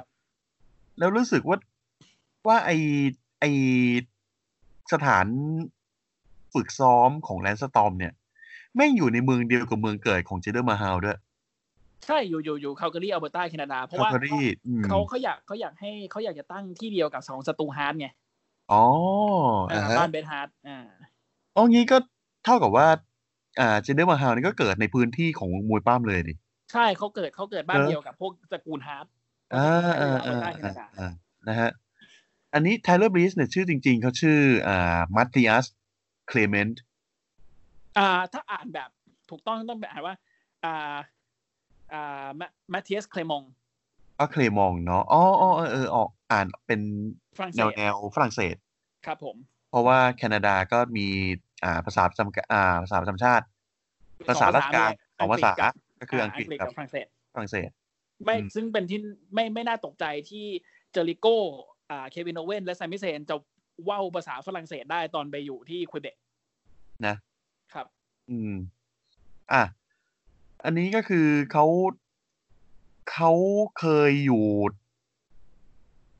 Speaker 2: แล้วรู้สึกว่าว่าไอไอสถานฝึกซ้อมของแลนสตอมเนี่ยแม่งอยู่ในเมืองเดียวกับเมืองเกิดของเจเดอร์มาฮาวด้วย
Speaker 3: ใช่อยู่อยู่อยู่คาลการีอ b ลเบอร์ตาแคนาดา เพราะ
Speaker 2: คา
Speaker 3: ว่า
Speaker 2: คารีอืม
Speaker 3: เขาเขาอยากเขาอยากให้เขาอยากจะตั้งที่เดียวกับสองสตูฮาร์ดไง
Speaker 2: อ๋อ
Speaker 3: อ่า
Speaker 2: อ่าฮะ
Speaker 3: บ้านเบนฮาร์ดอ่า
Speaker 2: อ๋องี้ก็เท่ากับว่า อ่าเจเดอร์มาฮาวนี่ก็เกิดในพื้นที่ของมวยป้ามเลยดิ
Speaker 3: ใช่เขาเกิดเขาเกิดบ้าน
Speaker 2: เออ
Speaker 3: เดียวกับพวกตระกูลฮาร์ด
Speaker 2: อ่าอ่าอ่าอ่าอ่านะฮะ อันนี้ไทเลอร์บรีสเนี่ยชื่อจริง ๆ เขาชื่อ อ่ามัตติอัสเคลเมนต์
Speaker 3: อ่า ถ้าอ่านแบบถูกต้องต้องแบบอ่านว่า อ่า อ่าแมทเทียสเคลมง
Speaker 2: ก็เคลมองเนาะอ๋ออ๋อเออเออออกอ่านเป็น
Speaker 3: ฝรั่งเศ
Speaker 2: แนว
Speaker 3: ส
Speaker 2: แนวฝรั่งเศส
Speaker 3: ครับผม
Speaker 2: เพราะว่าแคนาดาก็มีอ่าภาษาประจำอ่าภาษาประจำชาติ ภาษาราชการสองภาษา
Speaker 3: เลย
Speaker 2: ก็คืออังกฤษ
Speaker 3: ฤษ
Speaker 2: กับ
Speaker 3: กับฝรั่งเศส
Speaker 2: ฝรั่งเศส
Speaker 3: ไม่
Speaker 2: อืม
Speaker 3: ซึ่งเป็นที่ไม่ไม่น่าตกใจที่เจอริโก้อ่าเควินโอเวนและแซมมิเซนจะเว้าภาษาฝรั่งเศสได้ตอนไปอยู่ที่ควิเบก
Speaker 2: นะ
Speaker 3: ครับ
Speaker 2: อืม อ่ะ อันนี้ก็คือเขาเขาเคยอยู่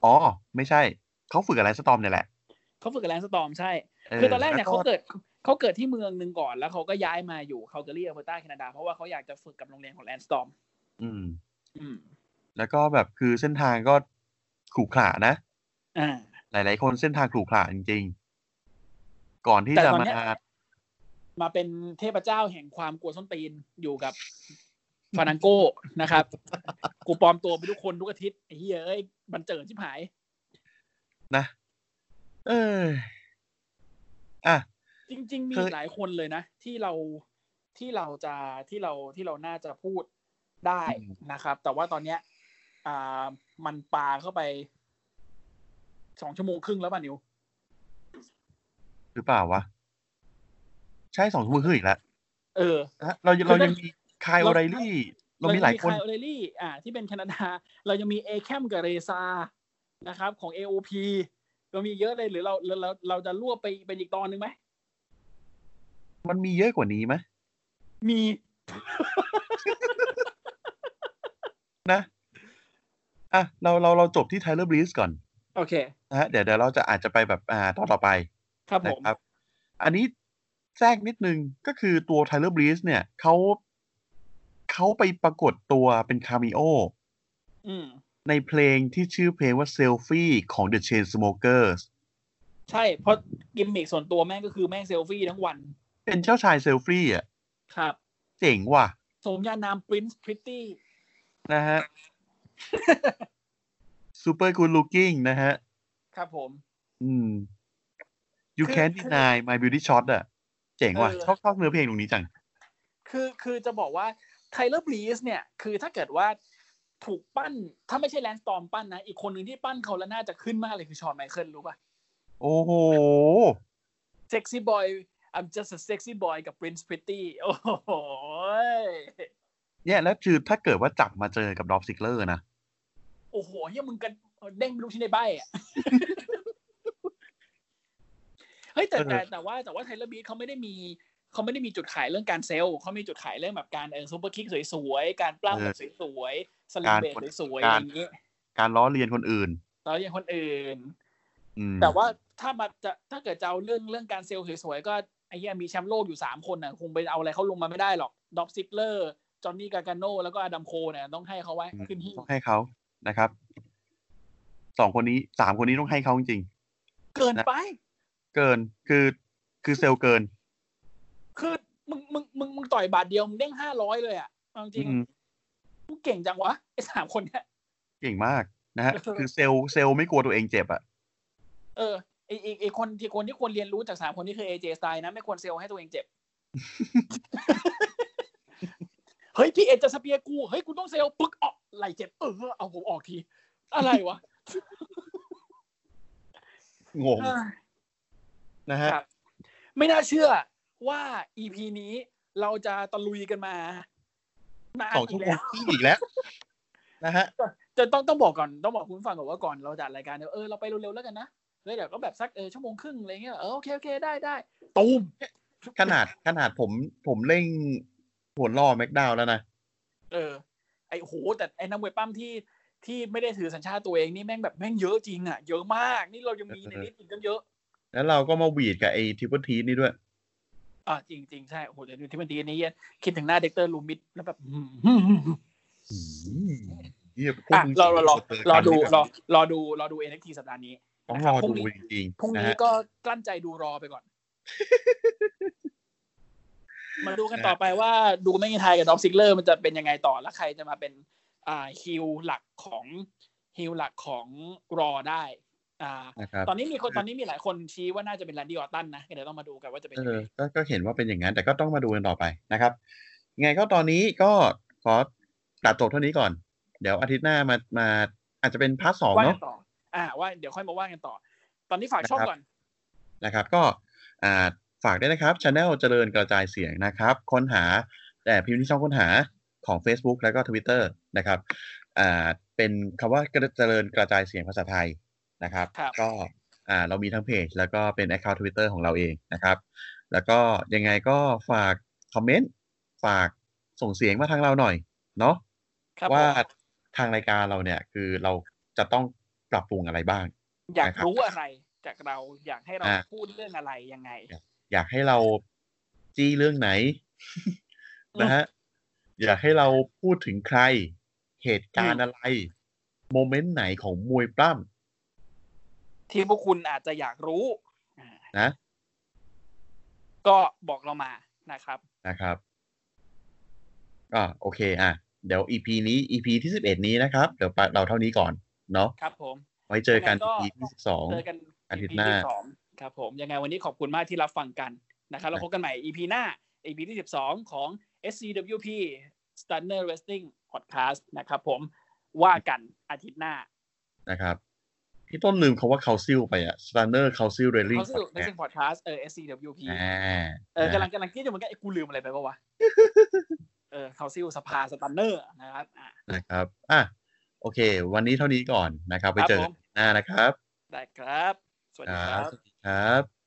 Speaker 2: อ๋อ ไม่ใช่ เขาฝึกอะไรสตอมเนี่ยแหละ
Speaker 3: เขาฝึกกับแลนด์สตอมใช่ คือตอนแรกเนี่ยเขา
Speaker 2: ล้ว
Speaker 3: เกิดเขาเกิดที่เมืองหนึ่งก่อนแล้วเขาก็ย้ายมาอยู่คาลการีอ b ลเบอร์ตาแคนาดา เพราะว่าเขาอยากจะฝึกกับโรงเรียนของแลนด์สตอม
Speaker 2: อืม
Speaker 3: อืม
Speaker 2: แล้วก็แบบคือเส้นทางก็ขรุขระนะ
Speaker 3: อ่า
Speaker 2: หลาย ๆ คนเส้นทางขรุขระจริง ๆ ก่อนที่
Speaker 3: แต่
Speaker 2: จะ
Speaker 3: ตอน
Speaker 2: มา
Speaker 3: เนี้ย มาเป็นเทพเจ้าแห่งความกลัวส้นตีนอยู่กับฟานังโก้นะครับ กูปลอมตัวไปทุกคนทุกอาทิตย์ไอ้เหี้ยเอ้ยบันเจิดชิบหาย
Speaker 2: นะ เออ อ่ะ
Speaker 3: จริง ๆ มี
Speaker 2: เคย
Speaker 3: หลายคนเลยนะ ที่เราที่เราจะที่เราที่เราน่าจะพูดได้นะครับ แต่ว่าตอนเนี้ย อ่ามันปาเข้าไปสองชั่วโมงครึ่งแล้วป่ะนิว
Speaker 2: หรือเปล่าวะ ใช่สองชั่วโมงครึ่งอีกแล้ว
Speaker 3: เออ
Speaker 2: นะฮะเราเรายังมีคายโอไรลี่เรามีหลายคน
Speaker 3: โอเรลี่อ่า ที่เป็นแคนาดา เรายังมีเอแคมกับเรซานะครับ ของ AOP เรามีเยอะเลยหรือเราเราเราเราจะรวบไปเป็นอีกตอนหนึ่งไหม
Speaker 2: มันมีเยอะกว่านี้ไหม
Speaker 3: มี
Speaker 2: นะอ่ะเราเราเราจบที่ไทเลอร์บรีสก่อน
Speaker 3: โอเค
Speaker 2: นะฮะเดี๋ยวเดี๋ยวเราจะอาจจะไปแบบอ่าตอนต่อไป
Speaker 3: ครับผ
Speaker 2: นะ
Speaker 3: ม
Speaker 2: ครับ อันนี้แทรกนิดนึงก็คือตัวไทเลอร์บรีสเนี่ยเขาเขาไปปรากฏตัวเป็นคาเมิโอ
Speaker 3: อืม
Speaker 2: ในเพลงที่ชื่อเพลงว่าเซลฟี่ของ The Chainsmokers
Speaker 3: ใช่ เพราะกิมมิคส่วนตัวแม่งก็คือแม่งเซลฟี่ทั้งวัน
Speaker 2: เป็นเจ้าชายเซลฟี่อ่ะ
Speaker 3: ครับ
Speaker 2: เจ๋งว่ะ
Speaker 3: สมญานาม Prince Pretty
Speaker 2: นะฮ ะ super good looking นะฮะ
Speaker 3: ครับผม
Speaker 2: อืม you
Speaker 3: คือ
Speaker 2: can't deny my beauty shot อ่ะ เจ๋งว่ะ
Speaker 3: เออ
Speaker 2: ชอบชอบเนื้อเพลงตรงนี้จัง
Speaker 3: คือคือจะบอกว่าไทเลอร์บลีสเนี่ย คือถ้าเกิดว่าถูกปั้น ถ้าไม่ใช่แลนด์สตอมปั้นนะ อีกคนหนึ่งที่ปั้นเขาแล้วน่าจะขึ้นมากเลยคือชอนไมเคิลรู้ป่ะ
Speaker 2: โอ้โห
Speaker 3: เซ็กซี่บอย I'm just a sexy boy กับ Prince Pretty โอ้โหย
Speaker 2: เนี่ย แล้วคือถ้าเกิดว่าจับมาเจอกับดอฟซิกเลอร์นะ
Speaker 3: โอ้โหเฮียมึงกันเด้งไม่รู้ชิ้นในใบอ่ะ เฮ้ยแต่แต่แต่ว่าแต่ว่าไทเลอร์บีเขาไม่ได้มีเขาไม่ได้มีจุดขายเรื่องการเซลล์เขามีจุดขายเรื่องแบบการเออซูเปอร์คิกสวยๆ การปล้ำแบบสวยๆสลิมเบสสวยๆ
Speaker 2: การ
Speaker 3: อย่างนี้
Speaker 2: การล้อเลียนคนอื่น
Speaker 3: เราอย่างคนอื่น
Speaker 2: อืม
Speaker 3: แต่ว่าถ้ามาจะถ้าเกิดจะเอาเรื่องเรื่องการเซลล์สวยๆ ก็ไอ้เหี้ยมีแชมป์โลกอยู่สามคนน่ะคงไปเอาอะไรเขาลงมาไม่ได้หรอกดอบซิกเลอร์จอห์นนี่กาการโนแล้วก็อดัมโคเนี่ยต้องให้เขาไว้ขึ้นหิ้ง
Speaker 2: ต้องให้เขานะครับ สองคนนี้สามคนนี้ต้องให้เขาจริง
Speaker 3: เกินไป
Speaker 2: ๆ เกิน คือ คือเซลเกิน
Speaker 3: คือมึงมึงมึงมึงต่อยบาทเดียวมึงเด้งห้าร้อยเลยอ่ะเอาจริง
Speaker 2: อืม
Speaker 3: มึงเก่งจังวะไอ้สามคนเนี่ย
Speaker 2: เก่งมากนะฮะ
Speaker 3: เออ
Speaker 2: คือเซลเซลไม่กลัวตัวเองเจ็บอ่ะ
Speaker 3: เออไอไอ้ไอคนที่คนที่ควรเรียนรู้จากสามคนนี้คือเอเจสไตล์นะไม่ควรเซลล์ให้ตัวเอง เจ็บ เฮ้ยพี่เอจะสเปียร์กูเฮ้ยกูต้องเซลล์ปึ๊กออกไหลเจ็บเออเอาผมออกที อะไรวะ
Speaker 2: งงนะฮะ
Speaker 3: ครับไม่น่าเชื่อว่า EP นี้เราจะตะลุยกันมานาน
Speaker 2: สอง
Speaker 3: อี
Speaker 2: ชั่วโมงค
Speaker 3: กแล้ว
Speaker 2: รึ่งอีกแล้ว นะฮะ
Speaker 3: จะต้องต้องบอกก่อนต้องบอกคุณผู้ฟังก่อนว่าก่อนเราจัดรายการเนี่ยเออเราไปเร็วๆแล้วกันนะ แล้วเดี๋ยวก็แบบสักเออชั่วโมงครึ่งอะไรเงี้ยเออโอเคโอเคได้ได้ตูม
Speaker 2: ขนาดขนาดผมผมเร่งหัวล่อแม็กดาวน์แล้วนะ
Speaker 3: เออไอโหแต่ไอนักมวยปั้มที่ที่ไม่ได้ถือสัญชาติตัวเองนี่แม่งแบบแม่งเยอะจริงอ่ะเยอะมากนี่เรายังมีในลิสต์อีกตั้งเยอะ
Speaker 2: แล้วเราก็มาหวีดกับไอ้ทิปเปอร์ทีนี่ด้วย
Speaker 3: อ่าจริงจริงๆใช่โอ้โหเดี๋ยวดูที่มันดีนี้เหี้ยคิดถึงหน้าเด็กเตอร์ลูมิดแล้วแบบอืม
Speaker 2: เหียพวก
Speaker 3: อ่ะ
Speaker 2: มึง
Speaker 3: รอรอรอ
Speaker 2: เจกัน
Speaker 3: รอดู
Speaker 2: นี่แบบ
Speaker 3: รอรอดูรอดูเอ็นเอ็กทีสัปดาห์นี้
Speaker 2: ต้องรอ
Speaker 3: พรุ่
Speaker 2: ดู
Speaker 3: งนี้
Speaker 2: จริง
Speaker 3: พรุ่ง
Speaker 2: ๆนะ
Speaker 3: นี้
Speaker 2: ฮะ
Speaker 3: ก็กลั้นใจดูรอไป ก่อน มาดูกันต่อไปว่าดูแม่งไทยกับดอฟซิกเลอร์มันจะเป็นยังไงต่อแล้วใครจะมาเป็น อ่าฮิลหลักของฮิลหลักของรอได้ อ่า
Speaker 2: นะครับ
Speaker 3: ตอนนี้มีคนตอนนี้มีหลายคนชี้ว่าน่าจะเป็นแรนดี้ออตตันนะเดี๋ยวต้องมาดูกันว่าจะเป็น
Speaker 2: เอ
Speaker 3: ยังไง
Speaker 2: อก็ก็เห็นว่าเป็นอย่างนั้น แต่ก็ต้องมาดูกันต่อไปนะครับยังไงก็ตอนนี้ก็ขอตัดจบเท่านี้ก่อน เดี๋ยวอาทิตย์หน้ามามาอาจจะเป็นพาร์ทสอง
Speaker 3: ว่า
Speaker 2: เนาะ
Speaker 3: กันต่อ อ่า ว่าเดี๋ยวค่อยมาว่ากันต่อ ตอนนี้ฝากช่อง
Speaker 2: นะครับนะครั
Speaker 3: ก่อน
Speaker 2: บก็อ่าฝากด้วยนะครับช anel เจริญกระจายเสียงนะครับ ค้นหาแต่พิมพ์ที่ช่องค้นหาของ Facebook แล้วก็ Twitter นะครับอ่าเป็นคำว่ากระเจริญกระจายเสียงภาษาไทยนะครับ
Speaker 3: ครับ
Speaker 2: ก็อ่าเรามีทั้งเพจแล้วก็เป็น Account Twitter ของเราเองนะครับ แล้วก็ยังไงก็ฝากคอมเมนต์ฝากส่งเสียงมาทางเราหน่อยเนาะ
Speaker 3: ครับ
Speaker 2: ว่า
Speaker 3: ผม
Speaker 2: ทางรายการเราเนี่ยคือเราจะต้องปรับปรุงอะไรบ้าง
Speaker 3: อยาก
Speaker 2: นะครับ
Speaker 3: รู้อะไรจากเราอยากให้เรา
Speaker 2: อ่า
Speaker 3: พูดเรื่องอะไรยังไง
Speaker 2: อยากให้เราจี้เรื่องไหน นะฮะ อยากให้เราพูดถึงใคร เหตุการณ์อะไร โมเมนต์ไหนของมวยปล้
Speaker 3: ที่พวกคุณอาจจะอยากรู้อ่า
Speaker 2: ำนะ
Speaker 3: ก็บอกเรามานะครับ
Speaker 2: นะครับอ่าโอเค อ่ะ เดี๋ยว EP นี้ EP ที่สิบเอ็ดนี้นะครับ เดี๋ยวเราเท่านี้ก่อน เนาะ
Speaker 3: ครับผม
Speaker 2: ไว้เจอกัน
Speaker 3: ยังไงก็
Speaker 2: EP ที่สิบสอง
Speaker 3: เจอกัน
Speaker 2: อาทิตย์
Speaker 3: EP
Speaker 2: หน้า
Speaker 3: สองครับผมยังไงวันนี้ขอบคุณมากที่รับฟังกันนะครับเราพบกันใหม่ EP หน้า EP ที่ 12 ของ SCWP Stunner Wrestling Podcast นะครับผมว่ากันอาทิตย์หน้า
Speaker 2: นะครับพี่ต้นลืมคาว่าคาซิลไปอะ Stunner Council Railing
Speaker 3: เขาสนุก Wrestling Podcast เออ SCWP
Speaker 2: อ่า
Speaker 3: เออกำลังกำลังคิดอยู่เหมือนกันไอ้กูลืมอะไรไปปะวะ เออเขาซิลสภาสตันเนอร์นะครับอ่ะ
Speaker 2: นะครับอ่ะโอเค วันนี้เท่านี้ก่อนนะครับ ไปเจอ
Speaker 3: ครับ
Speaker 2: กั
Speaker 3: ผ
Speaker 2: น
Speaker 3: ม
Speaker 2: หน้านะครับ
Speaker 3: ได้ครับ สวัสดีค
Speaker 2: ค
Speaker 3: รั
Speaker 2: รับ บสวัสดีครับ